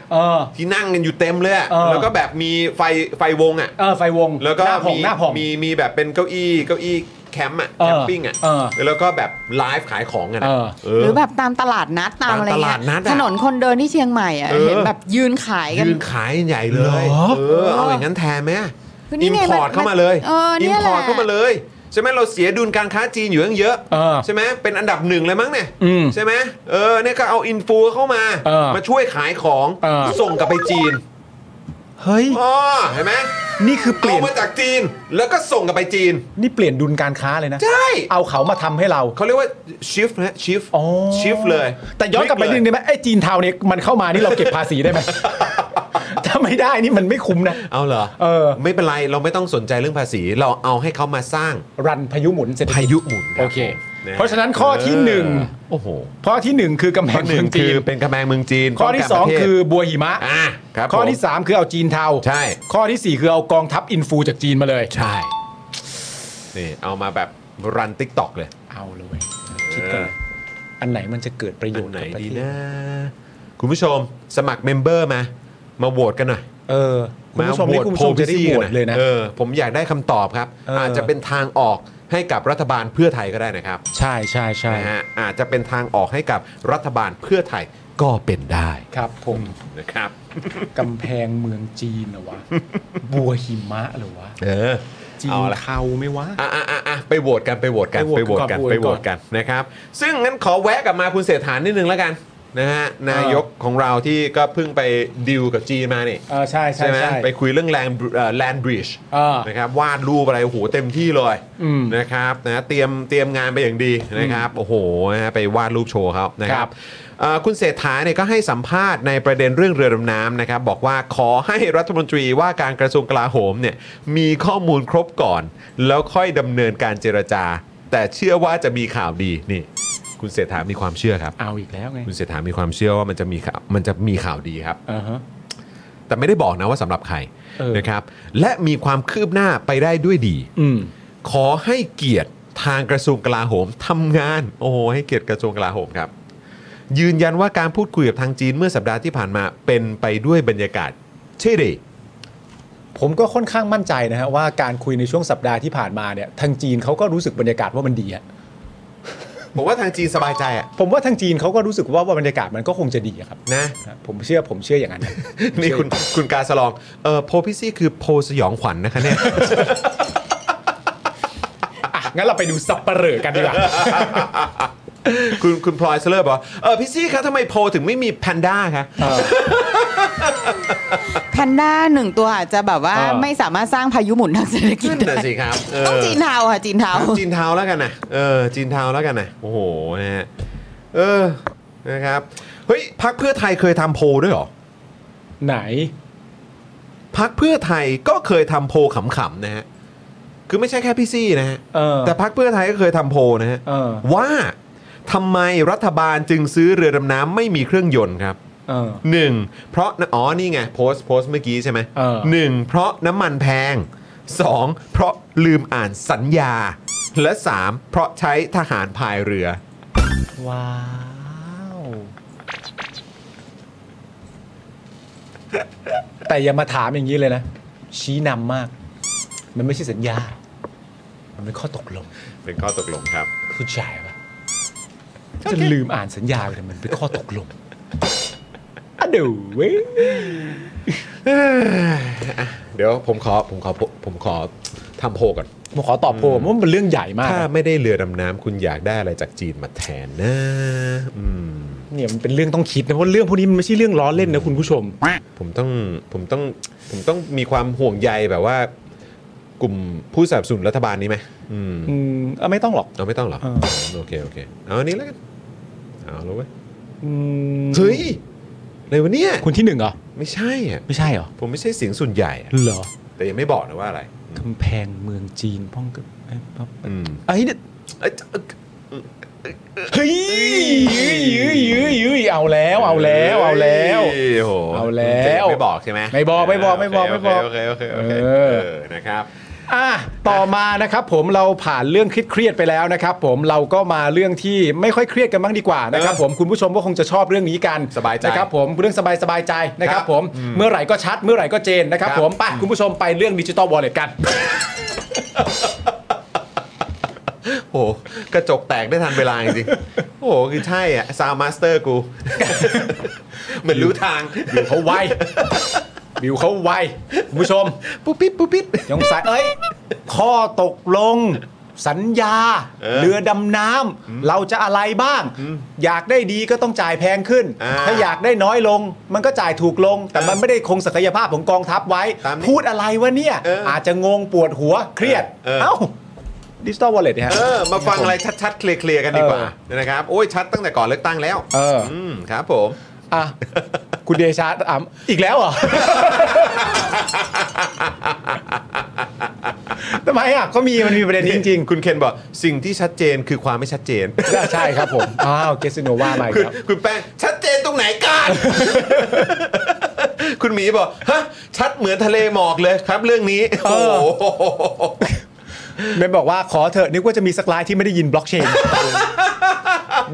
A: ที่นั่งกันอยู่เต็มเลยอะ
C: เออ
A: แล้วก็แบบมีไฟไฟวงอ่ะ
C: เออไฟวง
A: แล้วก็
C: หน้าผ่อง
A: มี
C: หน้าผ่อง
A: มีมีแบบเป็นเก้าอี้เก้าอี้แคมป์อ่ะ
C: เออ
A: แคมปิ้งอ่ะ
C: เออ
A: แล้วก็แบบไลฟ์ขายของกันอะ
C: เออ
A: เห
F: รือแบบตามตลาดนัดตามอะไร
A: ตามต
F: เงี้
A: ลาด
F: ย
A: นัดอะ
F: ถนนคนเดินที่เชียงใหม่อ่ะ
A: เออ
F: เห็นแบบยืนขายกัน
A: ยืนขายใหญ่เลยเออเอาอย่างนั้นแทนไหมอะ
F: คือ
A: อิ
F: นี่
A: ม
F: ไง
A: พ
F: มั
A: อน ร์ตเข้ามาเลย
F: เออ
A: อิม
F: เนี่ย
A: พ
F: แห
A: อร์ต
F: ละ
A: เข้ามาเลยใช่ไหมเราเสียดุลการค้าจีนอยู่ตั้งเยอะ
C: เออ
A: ใช่ไหมเป็นอันดับหนึ่งเลยมั้งเนี่ย
C: อืม
A: ใช่ไหมเออเนี่ยก็เอาอินฟูเข้ามา
C: เออ
A: มาช่วยขายของ
C: เออ
A: ส่งกลับไปจีน
C: เฮ้ย
A: อ๋อเห็นไหม
C: นี่คือเปลี่
A: เอา
C: ยน
A: มาจากจีนแล้วก็ส่งกลับไปจีน
C: นี่เปลี่ยนดุลการค้าเลยนะ
A: ใช่
C: เอาเขามาทำให้เรา
A: เขาเรียกว่าชิฟนะชิฟ
C: อ๋อ
A: ชิฟเลย
C: แต่ย้อนกลับไปนิดนึงได้ไหมไอ้จีนเทาเนี่ยมันเข้ามานี่เราเก็บภาษี ได้ไหม ถ้าไม่ได้นี่มันไม่คุ้มนะ
A: เอาเหรอ
C: เออ
A: ไม่เป็นไรเราไม่ต้องสนใจเรื่องภาษี เราเอาให้เขามาสร้าง
C: รันพายุหมุนเศรษฐกิจ
A: พายุหมุนรับ
C: โอเค
A: ผม
C: เพราะฉะนั้นข้อที่หนึ่ง
A: โอ้โห
C: ข้อที่หนึ่งคือกำแพ
A: ข้อง ห
C: เมื
A: นึ่
C: อง งจี
A: คือน เป็นกำแพงเมืองจีน
C: ข้อที่สอง
A: ป้กันประเทศ
C: คือบัวหิมะ
A: อ่าครับ
C: ข้อ
A: ผม
C: ที่สามคือเอาจีนเทา
A: ใช่
C: ข้อที่สี่คือเอากองทัพอินฟูจากจีนมาเลย
A: ใช่นี่เอามาแบบรันติ๊กตอกเลย
C: เอาเลยคิดกันเลยอันไหนมันจะเกิดประโย
A: อั
C: ช
A: น
C: น์
A: ไหน
C: กับประ
A: ดี
C: เทศ
A: นะ คุณผู้ชมสมัครเมมเบอร์มา มาโหวตกันหน่อย
C: เออคุณผู้ชม
A: า
C: นี่คุณผู้ชม
A: โพล
C: จะได้
A: พี่
C: โหว
A: ซี่ห
C: ต
A: อ
C: เลยนะ
A: เออผมอยากได้คำตอบครับ
C: เอออ
A: อาจจะเป็นทางออกให้กับรัฐบาลเพื่อไทยก็ได้นะครับ
C: ใช่ใช่ใช่
A: นะฮะอาจจะเป็นทางออกให้กับรัฐบาลเพื่อไทยก็เป็นได้
C: ครับผม
A: นะครับ
C: กำแพงเมืองจีนเหรอวะ บัวหิมะเหรอวะ
A: เออ
C: จีน
A: เอาละ
C: เทาไหม่วะ
A: อ่ะอ่ะอ่ะอ่ะไปโหวตกันไปโหวตกัน
C: ไป
A: ไป
C: โห
A: โห
C: ว
A: ว
C: ต
A: ต
C: กั
A: กัน น
C: ก่อน
A: ไป
C: โหวต
A: โหวตกันนะครับ ซึ่งงั้นขอแวะกลับมาคุณเสถานิดนึงแล้วกันนะฮะนายกของเราที่ก็เพิ่งไปดิวกับจีนมาเนี่ย
C: เออใช่ใช่
A: ไหม
C: ใช่
A: ไปคุยเรื่องแลนแลนบริดจ์
C: เออ
A: นะครับวาดรูปอะไรโอ้โหเต็มที่เลย
C: อืม
A: นะครับนะเตรียมเตรียมงานไปอย่างดีนะครับโอ้โหนะฮะไปวาดรูปโชว์เขานะค
C: ครั
A: รับบ เอ่อคุณเศรษฐาเนี่ยก็ให้สัมภาษณ์ในประเด็นเรื่องเรือดำน้ำนะครับบอกว่าขอให้รัฐมนตรีว่าการกระทรวงกลาโหมเนี่ยมีข้อมูลครบก่อน แล้วค่อยดำเนินการเจรจา แต่เชื่อว่าจะมีข่าวดีนี่ คุณเศรษฐามีความเชื่อครับ
C: เอาอีกแล้วไง
A: คุณเศรษฐามีความเชื่อว่ามันจะมีข่าวมันจะมีข่าวดีครับ
C: อ่าฮะ
A: แต่ไม่ได้บอกนะว่าสำหรับใคร
C: เออ
A: นะครับ และมีความคืบหน้าไปได้ด้วยดี
C: อืม
A: ขอให้เกียรติทางกระทรวงกลาโหมทำงาน โอ้โหให้เกียรติกระทรวงกลาโหมครับ ยืนยันว่าการพูดคุยกับทางจีนเมื่อสัปดาห์ที่ผ่านมาเป็นไปด้วยบรรยากาศเช่ดี
C: ผมก็ค่อนข้างมั่นใจนะฮะว่าการคุยในช่วงสัปดาห์ที่ผ่านมาเนี่ยทางจีนเขาก็รู้สึกบรรยากาศว่ามันดีอะ
A: ผมว่าทางจีนสบายใจอะ
C: ผมว่าทางจีนเขาก็รู้สึกว่าว่าบรรยากาศมันก็คงจะดีอะครับ
A: นะ
C: ผมเชื่อผมเชื่ออย่างนั้น นะ
A: นี่คุณคุณการสลองเออโพลพี่ซี่คือโพลสยองขวัญนะคะเนี่ย
C: อ่ะงั้นเราไปดูสับเปลือกันดีกว่า
A: คุณคุณพลอยเซเลอร์บอกว่าเออพี่ซี่คะทำไมโพลถึงไม่มีแพนด้าคะ
F: แพนด้าหนึ่งตัวอาจจะแบบว่า
C: เออ
F: ไม่สามารถสร้างพายุหมุนทางเศรษฐกิจ
A: นั่น
F: ได้
A: น่ะสิครับเ
F: ต้องจีนเทาค่ะจีนเทา
A: จีนเทาแล้วกันนะเออจีนเทาแล้วกันนะโอ้โหนะฮะเออนะครับเฮ้ยพักเพื่อไทยเคยทำโพลด้วยเหรอ
C: ไหน
A: พักเพื่อไทยก็เคยทำโพลขำๆนะฮะคือไม่ใช่แค่พี่ซี่นะฮะ
C: เออ
A: แต่พักเพื่อไทยก็เคยทำโพลนะฮะ
C: เออ
A: ว่าทำไมรัฐบาลจึงซื้อเรือดำน้ำไม่มีเครื่องยนต์ครับ
C: เออ
A: หนึ่งเพราะอ๋อนี่ไงโพสต์โพสต์เมื่อกี้ใช่ไหม
C: เออ
A: หนึ่งเพราะน้ำมันแพงสองเพราะลืมอ่านสัญญา และสามเพราะใช้ทหารพายเรือ
C: ว้าวแต่อย่ามาถามอย่างนี้เลยนะ ชี้นำมาก มันไม่ใช่สัญญา มันเป็นข้อตกลง
A: เป็นข้อตกลงครับ
C: เข้าใจปะจะลืมอ่านสัญญาไปเลยมันเป็นข้อตกลงอะเดูเว้ย
A: เดี๋ยวผมขอผมขอผมขอทำโพลก่อน
C: ผมขอตอบโพลว่ามันเป็นเรื่องใหญ่มาก
A: ถ้า
C: นะ
A: ไม่ได้เรือดำน้ำคุณอยากได้อะไรจากจีนมาแทนนะอืม
C: เนี่ยมันเป็นเรื่องต้องคิดนะเพราะเรื่องพวกนี้มันไม่ใช่เรื่องล้อเล่นนะคุณผู้ชม
A: ผมต้องผมต้องผมต้องมีความห่วงใยแบบว่ากลุ่มผู้สนับสนุนรัฐบาลนี้ไหมอืม
C: อืมเอ้าไม่ต้องหรอก
A: เราไม่ต้องหรอ
C: เออ
A: โอเคโอเคเอาอันนี้แล้วกันเอาแล้วเว้ย
C: อืม
A: เฮ้ยอะไรวะเนี่ย
C: คุณที่หนึ่งเหรอ
A: ไม่ใช่อะ
C: ไม่ใช่เหรอ
A: ผมไม่ใช่เสียงส่วนใหญ่อะ
C: เหรอ
A: แต่ยังไม่บอกนะว่าอะไร
C: กำแพงเมืองจีนป้องกันเอ้ยป๊อป
A: อืม
C: เอ้ยเนี่ย
A: เอ้ยเอ้ย
C: เฮ้ยยื้อยื้อยื้อยื้อเอาแล้วเอาแล้วเอาแล้ว
A: เอ้ยโห
C: เอาแล้ว
A: ไม่บอกใช่ไหม
C: ไม่บอกไม่บอกไม่บอกไม่บอก
A: โอเคโอเคโอเคโอเค
C: เออ
A: เออนะครับ
C: อ่ะต่อมานะครับผมเราผ่านเรื่องเครียดๆไปแล้วนะครับผมเราก็มาเรื่องที่ไม่ค่อยเครียดกันบ้างดีกว่านะครับผมคุณผู้ชมก็คงจะชอบเรื่องนี้กันสบายใจนะครับผมเรื่องสบายสบายๆใจนะครับผมเมื่อไหร่ก็ชัดเมื่อไหร่ก็เจนนะครับผมไปคุณผู้ชมไปเรื่องดิจิตอลวอลเล็ตกัน
A: โอ้โหกระจกแตกได้ทันเวลาจริงๆโอ้โหคือใช่อ่ะซาวมาสเตอร์ กู เหมือนรู้ทาง
C: บิวเขาไวบิวเขาไวคุณผู้ชม
A: ปุ๊บปิ๊บปุ๊บปิ๊บ
C: ยังสายเอ้ย ข้อตกลง สัญญา
A: เออ
C: เรือดำน้ำเราจะอะไรบ้าง อยากได้ดีก็ต้องจ่ายแพงขึ้น
A: อ่า
C: ถ้าอยากได้น้อยลง มันก็จ่ายถูกลง แต่มันไม่ได้คงศักยภาพของกองทัพไว้
A: ตามนี้
C: พูดอะไรวะเนี่ย
A: เอออ
C: อาจจะงงปวดหัวเครียด
A: เออเออ
C: เอ้าดิจิตอลวอลเล็ตฮะ
A: เออ มาฟังอะไรชัดๆ เคลียร์ๆกันดีกว่านะครับ โอ้ยชัดตั้งแต่ก่อนเลือกตั้งแล้ว
C: เออ
A: มครับผม
C: อ่ะคุณเดชาอ่ะอีกแล้ว เหรอ ทำไมอ่ะเขามีมันมีประเด็นนี้จริง
A: คุณเคนบอกสิ่งที่ชัดเจนคือความไม่ชัดเจน
C: ๆ ใช่ครับผม อ้าวเกสโนวามาอีก
A: คุณ
C: ครับ
A: คุณแป้งชัดเจนตรงไหนกัน คุณหมีบอกฮะชัดเหมือนทะเลหมอกเลยครับเรื่องนี้ โอ้โห
C: เบนบอกว่าขอเถอะนึกว่าจะมีสักไลน์ที่ไม่ได้ยินบล็อกเชน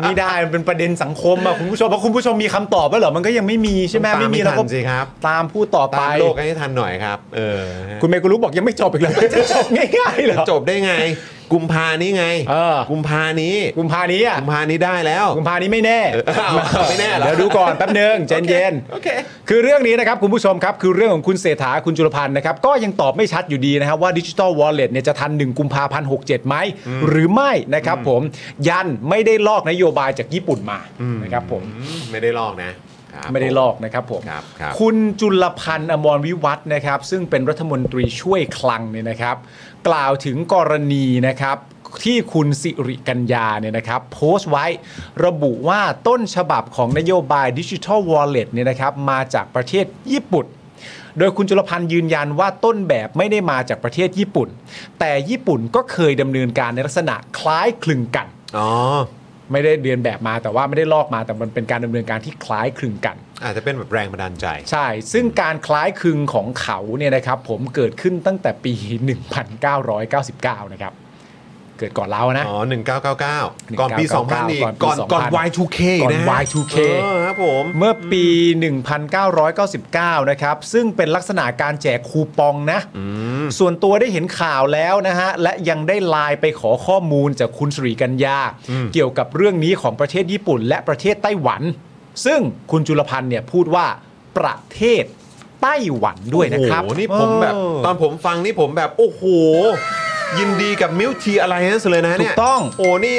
C: ไม่ได้มันเป็นประเด็นสังคมอะคุณผู้ชมเพราะคุณผู้ชมมีคำตอบไว้เหรอมันก็ยังไม่มีใช่ไหม
A: ตา
C: ไม่มี
A: ทั
C: เราก็
A: นสิครับ
C: ตามผู้ต่อไป
A: ตามโลกกันให้ทันหน่อยครับ เออ
C: คุณเมกุรู้บอกยัง ไม่จบอีกแล้วจะจบง่ายๆเหรอ
A: จบได้ไง กุมภานี้ไง
C: เออ
A: กุมภานี้
C: กุมภานี้อ่ะ
A: กุมภานี้ได้แล้ว
C: กุมภานี้ไม่แน่
A: เออเอาไม่แน่เหรอ
C: เดี๋ยวดูก่อนแป๊บนึงใจเย็น
A: โอเค
C: คือเรื่องนี้นะครับคุณผู้ชมครับคือเรื่องของคุณเศรษฐาคุณจุลพันธ์นะครับก็ยังตอบไม่ชัดอยู่ดีนะครับว่าดิจิ t a ลวอลเล็ตเนี่ยจะทัน 1 กุมภาพันธ์67 ไหม หรือไม่นะครับผมยันไม่ได้ลอกนโยบายจากญี่ปุ่นมานะครับผม
A: อืมไม่ได้ลอกนะครับ
C: ไม่ได้ลอกนะครับผม
A: ครับครับ
C: ณจุลพันธ์อมรวิวัฒน์นะครับซึ่งเป็นรัฐมนตรีช่วยคลังเนี่ยนะครับ กล่าวถึงกรณีนะครับที่คุณสิริกัญญาเนี่ยนะครับโพสต์ไว้ระบุว่าต้นฉบับของนโยบายดิจิทัลวอลเล็ตเนี่ยนะครับมาจากประเทศญี่ปุ่น โดยคุณจุลพันธ์ยืนยันว่าต้นแบบไม่ได้มาจากประเทศญี่ปุ่น แต่ญี่ปุ่นก็เคยดำเนินการในลักษณะคล้ายคลึงกัน
A: อ๋อ
C: ไม่ได้เรียนแบบมาแต่ว่าไม่ได้ลอกมาแต่มันเป็นการดำเนินการที่คล้ายคลึงกัน
A: อาจจะเป็นแบบแรงบันดาลใจ
C: ใช่ ซึ่งการคล้ายคลึงของเขาเนี่ยนะครับผมเกิดขึ้นตั้งแต่ปี 1999 นะครับ เกิดก่อนเรานะ
A: อ๋อ 1999 ก่อนปี
C: 1999
A: 2000 อีก
C: ก่
A: ก่อ
C: อน น
A: ก่อน
C: ปี
A: Y2K
C: ก่อน
A: นะ
C: Y2K
A: เออครับผม
C: เมื่อปี 1999 นะครับ ซึ่งเป็นลักษณะการแจกคูปองนะ ส่วนตัวได้เห็นข่าวแล้วนะฮะ และยังได้ไลน์ไปขอข้อมูลจากคุณสุริกัญญา เกี่ยวกับเรื่องนี้ของประเทศญี่ปุ่น และประเทศไต้หวัน ซึ่งคุณจุลพันธ์เนี่ยพูดว่าประเทศไต้หวันด้วยนะครับ
A: โอ้โหนี่ผมแบบ ตอนผมฟังนี่ผมแบบ โอ้โห ยินดีกับมิวทีอะไรนั่นเลยนะเนี่ย
C: ถูกต้อง
A: โอ้นี่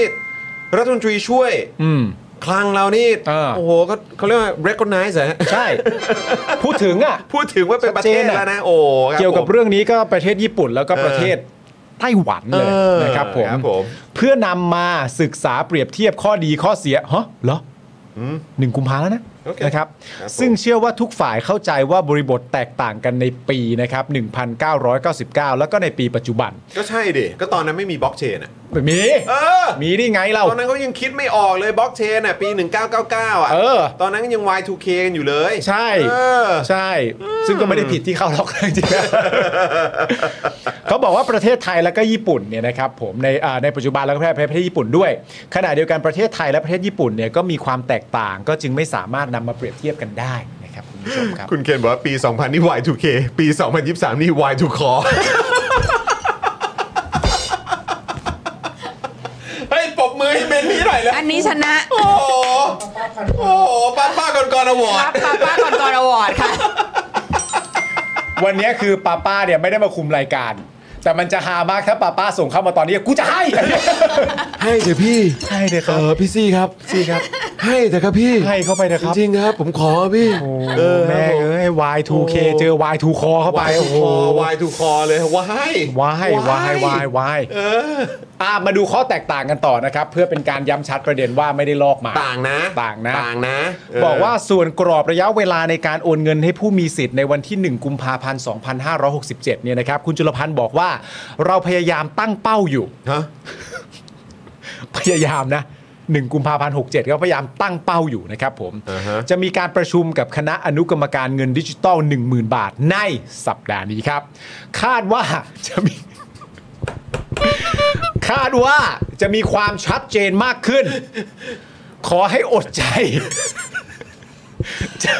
A: รัฐมนตรีช่วย
C: อืม
A: คลังเรานี่
C: เออ
A: โอ้โหก็เขาเรียกว่า recognize เหรอฮะ
C: ใช่ พูดถึงอ่ะ
A: พูดถึงว่าเป็นประเทศแล้วนะ โอ้ค
C: เกี่ยวกับ
A: ผม
C: เรื่องนี้ก็ประเทศญี่ปุ่นแล้วก็
A: เออ
C: ประเทศไต้หวันเลย
A: เออ
C: นะครับผม
A: ครับผม
C: เพื่อนำมาศึกษาเปรียบเทียบข้อดีข้อเสียฮะเหรอ
A: อืม
C: หนึ่งกุมภาแล้วนะ
A: โอเค
C: นะครับ
A: ครับผม
C: ซึ่งเชื่อว่าทุกฝ่ายเข้าใจว่าบริบทแตกต่างกันในปีนะครับ1999 แล้วก็ในปีปัจจุบัน
A: ก็ใช่ดิ ก็ตอนนั้นไม่มีบล็อกเชนอ่ะ
C: ไม่มี
A: เออ
C: มีได้ไงเรา
A: ตอนนั้นเขายังคิดไม่ออกเลยบล็อกเชนอ่ะปี 1999 อ่ะ
C: เออ
A: ตอนนั้นยัง Y2K กันอยู่เลย
C: ใช่
A: เออ
C: ใช่ ซึ่งก็ไม่ได้ผิดที่เข้าล็อก จริงๆเขาบอกว่าประเทศไทยแล้วก็ญี่ปุ่นเนี่ยนะครับผมในอ่าในปัจจุบันแล้วก็แพร่ประเทศญี่ปุ่นด้วย ขณะเดียวกันประเทศไทยและประเทศญี่ปุ่นเนี่ยก็มีความแตกต่างก็จึงไม่สามารถนำมาเปรียบเทียบกันได้นะครับคุณผู้ชมครับ
A: คุณเคนบอกว่าปี 2000 นี่ Y2K ปี 2023 นี่ Y2C เฮ้ยปรบมือให้เบนนี้หน่อยแล้ว
F: อันนี้ชนะ
A: โอ้โห
D: ป้าพัน
A: โอ้โห ป้าป้าก่อนก่อนอวอร์
F: รั
A: ด
F: บป้าป้าก่อนก่อนอวอร์ดค่ะ
C: วันนี้คือป้าป้าเนี่ยไม่ได้มาคุมรายการ แต่มันจะหามากถ้าป้าป้าส่งเข้ามาตอนนี้กูจะให้
A: ให้เถอะพี่
C: ให้เลยค
A: เอ
C: รับ
A: อ พี่ซี่ครับ ซี่ครับ ให้เถอะครับพี่
C: ให้เข้าไปนะครับ
A: จริงๆครับ ผมขอพี่
C: โอ้
A: เออ
C: แม่เอ้ย Y2K เจอ Y2K เข้าไป
A: วายทู
C: โอ้
A: ค
C: โห
A: อวายทูคอเลย วาย
C: วายวายวายวาย
A: เออ
C: อ่ะมาดูข้อแตกต่างกันต่อนะครับ เพื่อเป็นการย้ำชัดประเด็นว่าไม่ได้ลอกมา
A: ต่างนะ
C: ต่างนะ
A: ต่างนะเ
C: บอกว่าส่วนกรอบระยะเวลาในการโอนเงินให้ผู้มีสิทธิ์ในวันที่ 1 กุมภาพันธ์ 2567 เนี่ยนะครับ คุณจุลพันธ์บอกว่า เราพยายามตั้งเป้าอยู่
A: ฮะ
C: พยายามนะ 1 กุมภาพันธ์ 67 ก็พยายามตั้งเป้าอยู่นะครับผม
A: อ่าฮะ
C: จะมีการประชุมกับคณะอนุกรรมการเงินดิจิตอล10,000 บาทในสัปดาห์นี้ครับ คาดว่าจะมี คาดว่าจะมีความชัดเจนมากขึ้น ขอให้อดใจ จะ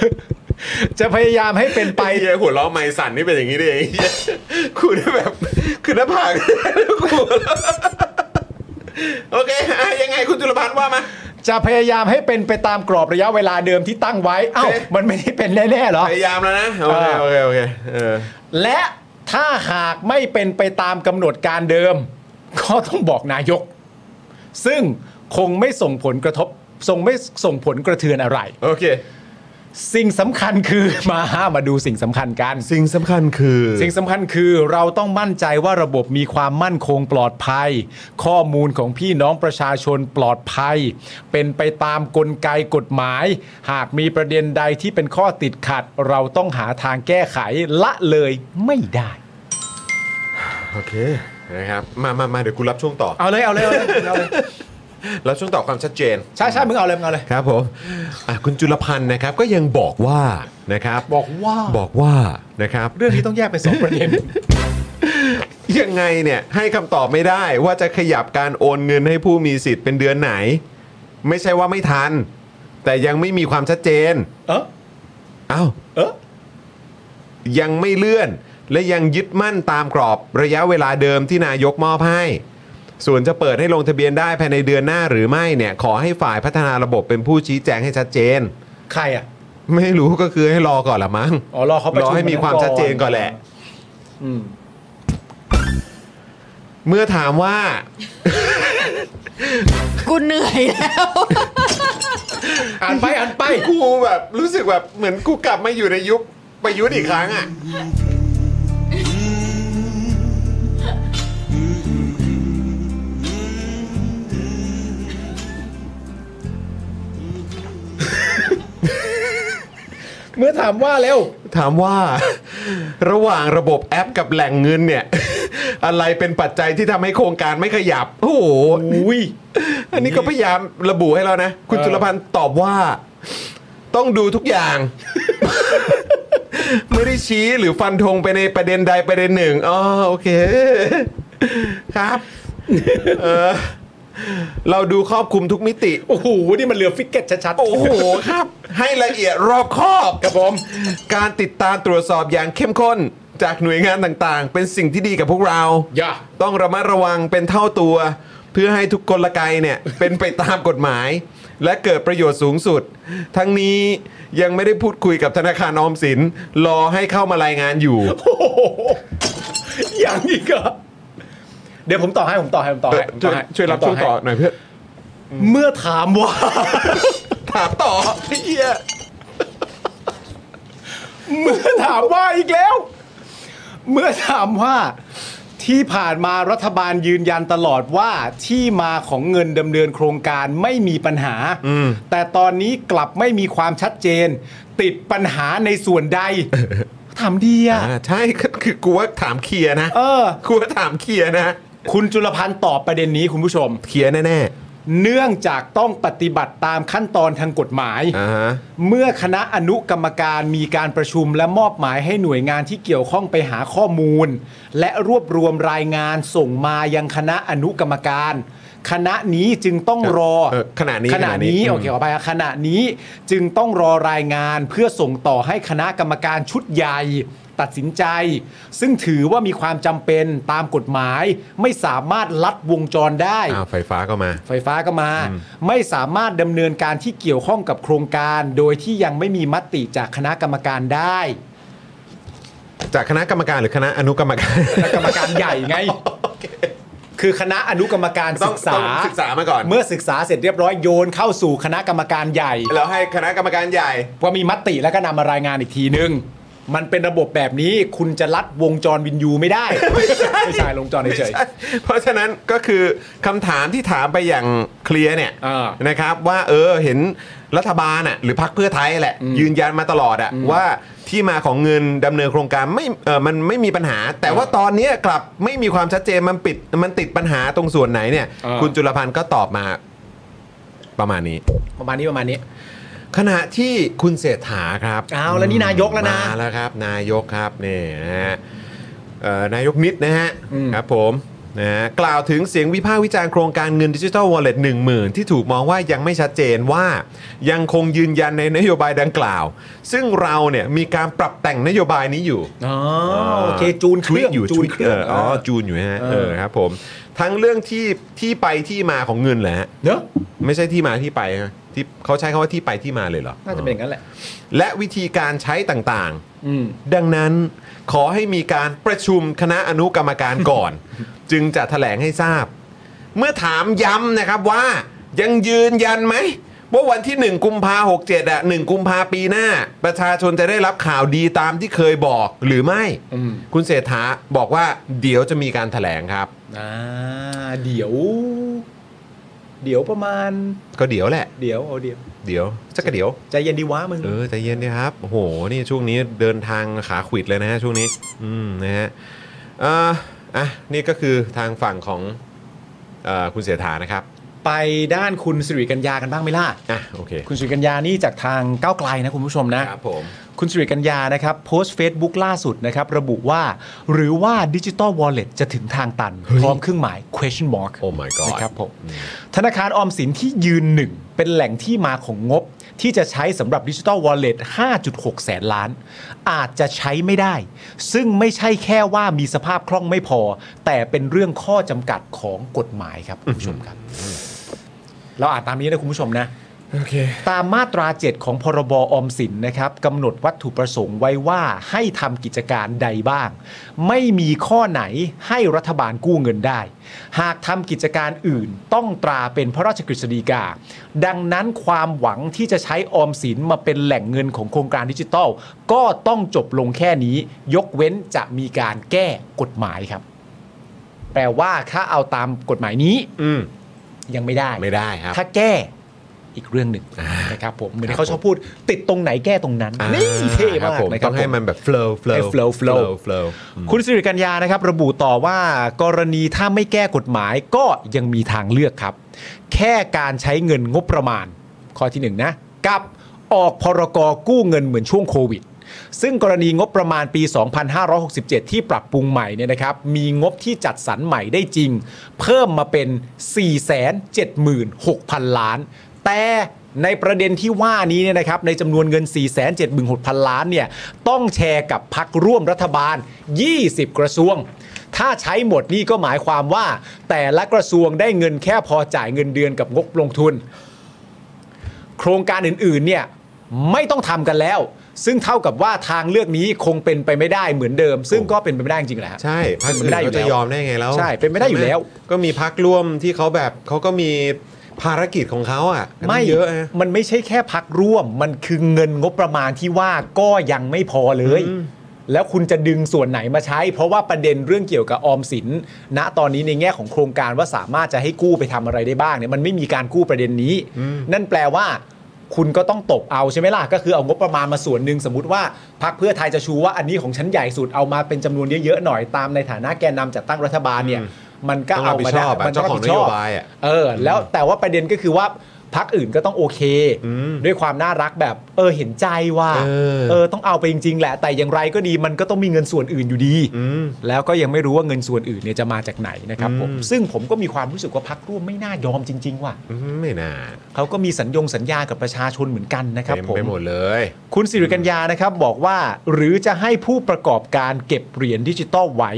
C: จะพยายามให้เป็นไป
A: ไปเหี้ยหัวล้อไมค์สั่นนี่เป็นอย่างนี้ดิไอ้เหี้ยคุณแบบคือหน้าผาก กูโอเคอ่ะยังไงคุณจุลพันธ์ว่ามา
C: จะพยายามให้เป็นไปตามกรอบระยะเวลาเดิมที่ตั้งไว้ เอ้า
A: เอ๊ะ
C: มันไม่ได้เป็นแน่ๆเหรอ
A: พยายามแล้วนะ โอเค
C: อ่า
A: โอเค โอเคเออ
C: และถ้าหากไม่เป็นไปตามกำหนดการเดิม ก็ต้องบอกนายก ซึ่งคงไม่ส่งผลกระทบส่งไม่ส่งผลกระเทือนอะไร
A: โอเค
C: สิ่งสำคัญคือ มาห้ามาดูสิ่งสำคัญกัน
A: สิ่งสำคัญคือ
C: สิ่งสำคัญคือเราต้องมั่นใจว่าระบบมีความมั่นคงปลอดภัย ข้อมูลของพี่น้องประชาชนปลอดภัย เป็นไปตามกลไกกฎหมาย หากมีประเด็นใดที่เป็นข้อติดขัด เราต้องหาทางแก้ไขละเลยไม่ได้
A: โอเค นะครับ มามามาเดี๋ยวกูรับช่วงต่อ
C: เอาเลยเอาเลยเอาเลยเอาเลย
A: รับช่วงต่อความชัดเจน
C: ใช่ใช่มึงเอาเลยมึงเอาเลย
A: ครับผมอ่ะคุณจุลพันธ์นะครับก็ยังบอกว่านะครับ
C: บอกว่า
A: บอกว่านะครับ
C: เรื่องนี้ต้องแยกเป็นสอง ประเด็น
A: ยังไงเนี่ยให้คำตอบไม่ได้ว่าจะขยับการโอนเงินให้ผู้มีสิทธิ์เป็นเดือนไหน ไม่ใช่ว่าไม่ทัน แต่ยังไม่มีความชัดเจน
C: เออ
A: เอ้า
C: เออ
A: ยังไม่เลื่อน และยังยึดมั่นตามกรอบระยะเวลาเดิมที่นายกมอบให้ ส่วนจะเปิดให้ลงทะเบียนได้ภายในเดือนหน้าหรือไม่เนี่ย ขอให้ฝ่ายพัฒนาระบบเป็นผู้ชี้แจงให้ชัดเจน
C: ใครอ่ะ
A: ไม่รู้ก็คือให้รอก่อนละมั้ง
C: อ๋อรอเขาประ
A: รอ
C: ชุม
A: ให้มีความชัดเจนก่อนแหละ
C: อืม
A: เมื่อถามว่า
F: กูเหนื่อยแล้ว
C: อ่านไปอ่านไป
A: กูแบบรู้สึกแบบเหมือนกูกลับมาอยู่ในยุคประยุทธ์อีกครั้งอ่ะ
C: เมื่อถามว่าแล้ว
A: ถามว่า ระหว่างระบบแอปกับแหล่งเงินเนี่ย อะไรเป็นปัจจัยที่ทำให้โครงการไม่ขยับ โอ้โหอันนี้ก็พยายามระบุให้เรานะ คุณ
C: เออ
A: จุลพันธ์ตอบว่า ต้องดูทุกอย่าง ไม่ได้ชี้หรือฟันธงไปในประเด็นใดประเด็นหนึ่งอ๋อโอเค ครับ เออ เราดูครอบคลุมทุกมิติ
C: โอ้โหนี่มันเรือฟิกเก็ตชัดๆ
A: โอ้โหครับ ให้ละเอียดรอบคอบ
C: ครับผม
A: การติดตามตรวจสอบอย่างเข้มข้น จากหน่วยงานต่างๆ เป็นสิ่งที่ดีกับพวกเรา
C: อย่า
A: ต้องระมัดระวังเป็นเท่าตัว เพื่อให้ทุกกลไกเนี่ย เป็นไปตามกฎหมาย และเกิดประโยชน์สูงสุด ทั้งนี้ยังไม่ได้พูดคุยกับธนาคารออมสิน รอให้เข้ามารายงานอยู่
C: โอ้โห อย่างนี้ก็ เดี๋ยวผมต่อให้ผมต่อให้ผมต่อให้ผม
A: ช่วย
C: ต่อให้
A: ช่วยรับช่วงต่อหน่อยเพื่อน
C: เมื่อถามว่า
A: ถามต่อเฮีย
C: เมื่อถามว่าอีกแล้ว เมื่อถามว่าที่ผ่านมารัฐบาลยืนยันตลอดว่าที่มาของเงินดำเนินโครงการไม่มีปัญหา แต่ตอนนี้กลับไม่มีความชัดเจน ติดปัญหาในส่วนใด ถามดีอะ
A: อ่าใช่ก็คือกูว่าถามเคลียร์นะ
C: เออ
A: กูว่าถามเคลียร์นะ
C: คุณจุลพันธ์ตอบประเด็นนี้คุณผู้ชม
A: เคลียร์แน่
C: เนื่องจากต้องปฏิบัติตามขั้นตอนทางกฎหมาย
A: ๆอ่าฮะ
C: เมื่อคณะอนุกรรมการมีการประชุมและมอบหมายให้หน่วยงานที่เกี่ยวข้องไปหาข้อมูล และรวบรวมรายงานส่งมายังคณะอนุกรรมการ คณะนี้จึงต้องรอ
A: เออขณะนี้
C: ขณะ
A: ข
C: นี้
A: ณะนี้
C: โอเคขอไปขณะนี้จึงต้องรอรายงานเพื่อส่งต่อให้คณะกรรมการชุดใหญ่ ตัดสินใจ ซึ่งถือว่ามีความจำเป็นตามกฎหมาย ไม่สามารถลัดวงจรได้
A: อ้าวไฟฟ้าก็มา
C: ไฟฟ้าก็มา ไม่สามารถดำเนินการที่เกี่ยวข้องกับโครงการ โดยที่ยังไม่มีมติจากคณะกรรมการได้
A: จากคณะกรรมการหรือคณะอนุกรรมการ
C: คณะกรรมการใหญ่ไง คือคณะอนุกรรมการ
A: ต้อ
C: ศึ
A: ง
C: กษา
A: ต้องศึกษามาก่อน
C: เมื่อศึกษาเสร็จเรียบร้อยโยนเข้าสู่คณะกรรมการใหญ่
A: แล้วให้คณะกรรมการใหญ่
C: ว่ามีมติแล้วก็นำมารายงานอีกทีนึง มันเป็นระบบแบบนี้คุณจะลัดวงจรวินยูไม่ได้ ไม่ใช่ไม่ใช่วงจรเฉย
A: เพราะฉะนั้นก็คือคำถามที่ถามไปอย่างเคลียร์เนี่ย
C: อ่า
A: นะครับว่าเออเห็นรัฐบาลอ่ะหรือพักเพื่อไทยแหละ ยืนยันมาตลอดอ่ะว่าที่มาของเงินดำเนินโครงการไม่เออมันไม่มีปัญหา แต่ว่าตอนเนี้ยกลับไม่มีความชัดเจนมันปิดมันติดปัญหาตรงส่วนไหนเนี่ย
C: อ่า
A: คุณจุลพันธ์ก็ตอบมาประมาณนี้
C: ๆประมาณนี้ประมาณนี้
A: ขณะที่คุณเศรษฐาครับ
C: อ้าวแล้วนี่นายกแล้วนะ
A: มาแล้วครับ นายกครับนี่นะฮะเอ่อนายกนิดนะฮะ
C: อืม
A: ครับผม นะฮะกล่าวถึงเสียงวิพากษ์วิจารณ์โครงการเงินดิจิทัลวอลเล็ตหนึ่งหมื่นที่ถูกมองว่ายังไม่ชัดเจนว่า ยังคงยืนยันในนโยบายดังกล่าว ซึ่งเราเนี่ยมีการปรับแต่งนโยบายนี้อยู่
C: อ๋อโอเคจูนเครื่อง
A: อยู่
C: จูนเครื่อง
A: tweak อ๋อจูนอยู่ฮะ
C: เออ
A: เออครับผมทั้งเรื่องที่ที่ไปที่มาของเงินแหละ
C: เนอะ
A: ไม่ใช่ที่มาที่ไปฮะที่เขาใช้คำว่าที่ไปที่มาเลยเหรอ
C: น่าจะเป็นอย่างนั้นแหละ
A: และวิธีการใช้ต่าง
C: อืม
A: ๆ ดังนั้นขอให้มีการประชุมคณะอนุกรรมการก่อน จึงจะแถลงให้ทราบ เมื่อถามย้ำนะครับว่ายังยืนยันไหมว่าวันที่ 1 กุมภาหกเจ็ดอ่ะ1กุมภาปีหน้า ประชาชนจะได้รับข่าวดีตามที่เคยบอกหรือไม่
C: อืม
A: คุณเศรษฐาบอกว่าเดี๋ยวจะมีการแถลงครับ
C: อ่าเดี๋ยว เดี๋ยวประมาณ
A: ก็เดี๋ยวแหละ
C: เดี๋ยวเอาเดี๋ยว
A: เดี๋ยวจะกระเดี๋ยว
C: ใจเย็นดีวะมึง
A: เออใจเย็นดีครับ โอ้โห นี่ช่วงนี้เดินทางขาขวิดเลยนะฮะช่วงนี้ อืมนะฮะเอ่ออ่ะ นี่ก็คือทางฝั่งของเอ่อคุณเสถานะครับ
C: ไปด้านคุณสิริกัญญากันบ้างไหมล่ะ
A: อ่ะ โอเค
C: คุณสิริกัญญานี่จากทางก้าวไกลนะคุณผู้ชมนะ
A: ครับผม
C: คุณสิริกัญญานะครับโพสต์ Facebook ล่าสุดนะครับ ระบุว่า หรือว่าดิจิ t a ลวอลเล็ตจะถึงทางตัน พร้อมเครื่องหมาย question mark
A: โอ้ my god
C: นะครับผมธนาคารออมสินที่ยืนหนึ่ง เป็นแหล่งที่มาของงบ ที่จะใช้สำหรับดิจิ t a ลวอลเล็ต5.6 แสนล้าน อาจจะใช้ไม่ได้ ซึ่งไม่ใช่แค่ว่ามีสภาพคล่องไม่พอ แต่เป็นเรื่องข้อจำกัดของกฎหมายครับคุณผู้ชมครับ เราอ่านตามนี้นะคุณผู้ชมนะ
A: โอเค
C: ตามมาตรา 7 ของพรบออมสินนะครับกำหนดวัตถุประสงค์ไว้ว่าให้ทำกิจการใดบ้าง ไม่มีข้อไหนให้รัฐบาลกู้เงินได้ หากทำกิจการอื่นต้องตราเป็นพระราชกฤษฎีกา ดังนั้นความหวังที่จะใช้ออมสินมาเป็นแหล่งเงินของโครงการดิจิทัล ก็ต้องจบลงแค่นี้ ยกเว้นจะมีการแก้กฎหมายครับ แปลว่าถ้าเอาตามกฎหมายนี้
A: อืม
C: ยังไม่ได้
A: ไม่ได้ครับ
C: ถ้าแก้อีกเรื่องหนึ่งนะครับผมเหมือนที่เขาชอบพูด ติดตรงไหนแก้ตรงนั้น
A: อ่า
C: นี่เท่
A: ค
C: มาก
A: รับผม
C: นะค
A: ต้
C: รั
A: อบ งให้
C: ผ
A: มันแบบ flow
C: ให้
A: flow
C: flow flow
A: flow
C: คุณสิริกัญญานะครับ ระบุต่อว่ากรณีถ้าไม่แก้กฎหมายก็ยังมีทางเลือกครับ แค่การใช้เงินงบประมาณ ข้อที่หนึ่งนะ กับออกพรกกู้เงินเหมือนช่วงโควิด ซึ่งกรณีงบประมาณปี 2567 ที่ปรับปรุงใหม่เนี่ยนะครับ มีงบที่จัดสรรใหม่ได้จริง เพิ่มมาเป็น 476,000 ล้าน แต่ในประเด็นที่ว่านี้เนี่ยนะครับ ในจำนวนเงิน 476,000 ล้านเนี่ย ต้องแชร์กับพักร่วมรัฐบาล 20 กระทรวง ถ้าใช้หมดนี่ก็หมายความว่า แต่ละกระทรวงได้เงินแค่พอจ่ายเงินเดือนกับงบลงทุน โครงการอื่นๆ เนี่ยไม่ต้องทำกันแล้ว ซึ่งเท่ากับว่าทางเลือกนี้คงเป็นไปไม่ได้เหมือนเดิม ซึ่งก็เป็นไปไม่ได้จริงๆแหละฮะ
A: ใช่พรรค
C: เป็น
A: อื่น
C: ไปได้อยู่
A: เขาจะยอมได้ไงแล้ว
C: ใช่เป็นไปได้อยู่
A: ใช่หม
C: แล้ว
A: ก็มีพักร่วมที่เขาแบบเขาก็มีภารกิจของเขาอ่ะ
C: ไม่
A: เยอะนะ
C: มันไม่ใช่แค่พักร่วม มันคือเงินงบประมาณที่ว่าก็ยังไม่พอเลย แล้วคุณจะดึงส่วนไหนมาใช้ เพราะว่าประเด็นเรื่องเกี่ยวกับออมสิน ณตอนนี้ในแง่ของโครงการว่าสามารถจะให้กู้ไปทำอะไรได้บ้างเนี่ยมันไม่มีการกู้ประเด็นนี้ นั่นแปลว่า คุณก็ต้องตบเอาใช่ไหมล่ะก็คือเอางบประมาณมาส่วนหนึ่งสมมติว่าพักเพื่อไทยจะชูว่าอันนี้ของฉันใหญ่สุดเอามาเป็นจำนวนเยอะๆหน่อยตามในฐานะแกนนำจัดตั้งรัฐบาลเนี่ยมันก็
A: ต้องรั
C: เอา
A: บผิ
C: มา
A: ดชอบอะ
C: มั
A: เจ้า
C: ต้
A: ข
C: รั
A: อบ ง
C: ผิ
A: น
C: ดช
A: โย
C: อบ
A: บายอ่ะ
C: เออแล้วแต่ว่าประเด็นก็คือว่าพักอื่นก็ต้องโอเค
A: อืม
C: ด้วยความน่ารักแบบ เออเห็นใจว่า
A: เออ
C: ต้องเอาไปจริง ๆ แหละ แต่อย่างไรก็ดีมันก็ต้องมีเงินส่วนอื่นอยู่ดี
A: อืม
C: แล้วก็ยังไม่รู้ว่าเงินส่วนอื่นเนี่ยจะมาจากไหนนะครับผม
A: อืม
C: ซึ่งผมก็มีความรู้สึกว่าพักร่วมไม่น่ายอมจริง ๆ ว่ะ
A: อืมไม่น่า
C: เขาก็มีสัญญงสัญญากับประชาชนเหมือนกันนะครับ
A: เต็ม
C: ผม
A: ไปหมดเลย
C: คุณสิริกัญญานะครับบอกว่าหรือจะให้ผู้ประกอบการเก็บเหรียญดิจิตอลไว้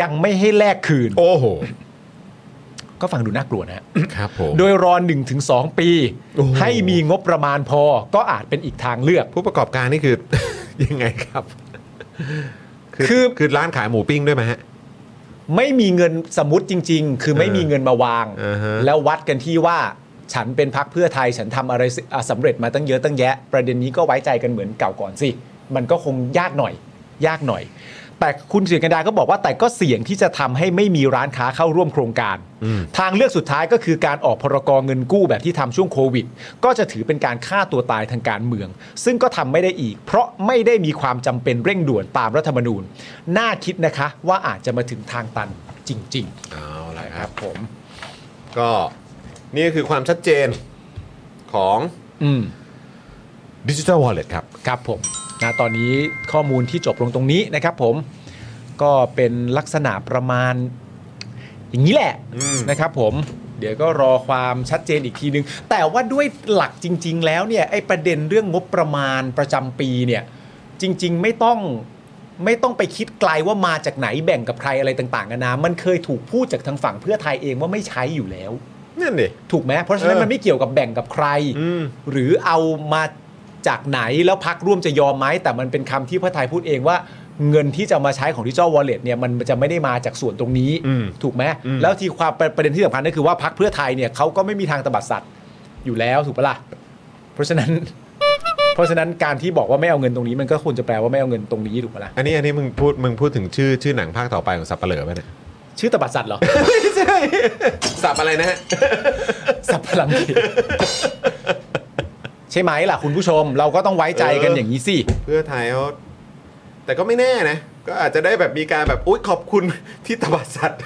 C: ยังไม่ให้แลกคืน
A: โอ้โห
C: ก็ฟังดูน่ากลัวนะฮะ
A: ครับผม
C: โดยรอ1ถึง2ปี
A: โอ้โห
C: ให้มีงบประมาณพอก็อาจเป็นอีกทางเลือก
A: ผู้ประกอบการนี่คือ ยังไงครับ คือ
C: คือ
A: คือร้านขายหมูปิ้งด้วยไหมฮะ
C: ไม่มีเงินสมมติจริง ๆ คือไม่มีเงินมาวาง
A: อ่าฮะ
C: แล้ววัดกันที่ว่าฉันเป็นพักเพื่อไทยฉันทำอะไรสิอ่ะสำเร็จมาตั้งเยอะตั้งแยะ ประเด็นนี้ก็ไว้ใจกันเหมือนเก่าก่อนสิ มันก็คงยากหน่อย ยากหน่อย แต่คุณเสียงกันดาก็บอกว่าแต่ก็เสี่ยงที่จะทำให้ไม่มีร้านค้าเข้าร่วมโครงการ ทางเลือกสุดท้ายก็คือการออกพรกรเงินกู้แบบที่ทำช่วงโควิด ก็จะถือเป็นการฆ่าตัวตายทางการเมือง ซึ่งก็ทำไม่ได้อีก เพราะไม่ได้มีความจำเป็นเร่งด่วนตามรัฐธรรมนูญ น่าคิดนะคะว่าอาจจะมาถึงทางตันจริง
A: เอาละ
C: ๆ
A: ค
C: ค
A: รั
C: รับ บผม
A: ก็นี่คือความชัดเจนของ
C: อืม
A: ดิจิทัลวอลเล็ตครับ
C: ครับผมนะตอนนี้ข้อมูลที่จบลงตรงนี้นะครับผมก็เป็นลักษณะประมาณ อย่างนี้แหละนะครับผมเดี๋ยวก็รอความชัดเจนอีกทีนึง แต่ว่าด้วยหลักจริง ๆ แล้วเนี่ยไอ้ประเด็นเรื่องงบประมาณประจำปีเนี่ยจริง ๆ ไม่ต้องไม่ต้องไปคิดไกลว่ามาจากไหนแบ่งกับใครอะไรต่างๆกันานะมันเคยถูกพูดจากทางฝั่งเพื่อไทยเองว่าไม่ใช้อยู่แล้ว
A: นั่นดิ
C: ถูกไหมเพราะฉะนั้น
A: เออ
C: มันไม่เกี่ยวกับแบ่งกับใคร หรือเอามาจากไหนแล้วพักร่วมจะยอมไหมแต่มันเป็นคำที่เพื่อไทยพูดเองว่า เงินที่จะมาใช้ของดิจิทัลวอลเล็ตเนี่ยมันจะไม่ได้มาจากส่วนตรงนี้ ถูกไหม
A: อืม
C: แล้วที่ความประประเด็นที่สำคัญก็คือว่าพักเพื่อไทยเนี่ยเขาก็ไม่มีทางตบัดสัตว์อยู่แล้วถูกปะล่ะเพราะฉะนั้น เพราะฉะนั้นการที่บอกว่าไม่เอาเงินตรงนี้มันก็ควรจะแปลว่าไม่เอาเงินตรงนี้ถูกปะล่ะ
A: อันนี้อันนี้มึงพูดมึงพูดถึงชื่อชื่อหนังภาคต่อไปของสับปะเหร่อป่ะเนี่ย
C: ชื่อตบัดสัตว์เหรอ
A: สับอะไรนะฮะ
C: สับพลังจิตใช่ไหมล่ะคุณผู้ชม เราก็ต้องไว้ใจกันอย่างนี้สิ
A: เพื่อไทยเขาแต่ก็ไม่แน่นะ ก็อาจจะได้แบบมีการแบบอุ๊ยขอบคุณ ที่ตบดสัตว์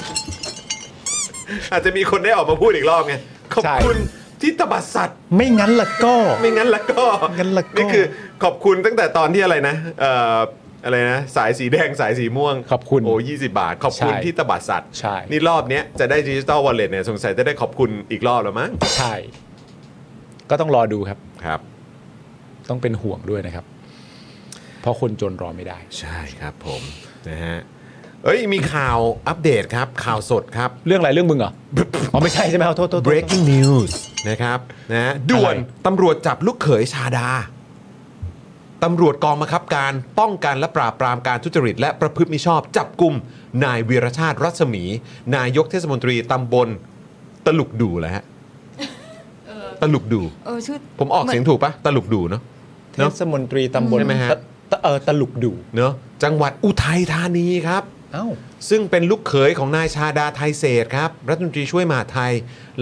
A: อาจจะมีคนได้ออกมาพูดอีกรอบไงขอบคุณที่ตบดสัตว์
C: ไม่งั้นล่ะก็
A: ไม่งั้นละก็งั้นละก็นี่คือขอบคุณตั้งแต่ตอนที่อะไรนะเอ่ออะไรนะ สายสีแดงสายสีม่วงขอบคุณโอ้ยี่สิบาท ขอบคุณ
C: ใช่
A: ที่ตบดสัตว์
C: ใช่
A: นี่รอบเนี้ยจะได้ดิจิตอลวอลเล็ตเนี่ยสงสัยจะได้ขอบคุณอีกรอบแล้วมั้ง
C: ใช่ ก็ต้องรอดูครับ
A: ครับ
C: ต้องเป็นห่วงด้วยนะครับ เพราะคนจนรอไม่ได้
A: ใช่ครับผมนะฮะเอ้ยมีข่าวอัปเดตครับ ข่าวสดครับ
C: เรื่องอะไรเรื่องมึง เหรอ อ๋อไม่ใช่ใช่ไหมเอาโทษโทษโทษ
A: breaking news นะครับนะฮะด่วนตำรวจจับลูกเขยชาดาตำรวจกองบังคับการป้องกันและปราบปรามการทุจริต และประพฤติมิชอบ จับกลุ่มนายวีรชาติรัศมี นายกเทศมนตรีตำบลตลุกดูแหละฮะตลุกดู
F: เออชื่อ
A: ผมออกเสียงถูกปะตลุกดูเนาะ
C: เทศมนตรีตำบล
A: ใช่ไหมฮะ
C: ตตเออตลุกดู
A: เนาะจังหวัดอุทัยธานีครับ
C: เอ้า
A: ซึ่งเป็นลูกเขยของนายชาดาไทยเศษครับ รัฐมนตรีช่วยมหาดไทย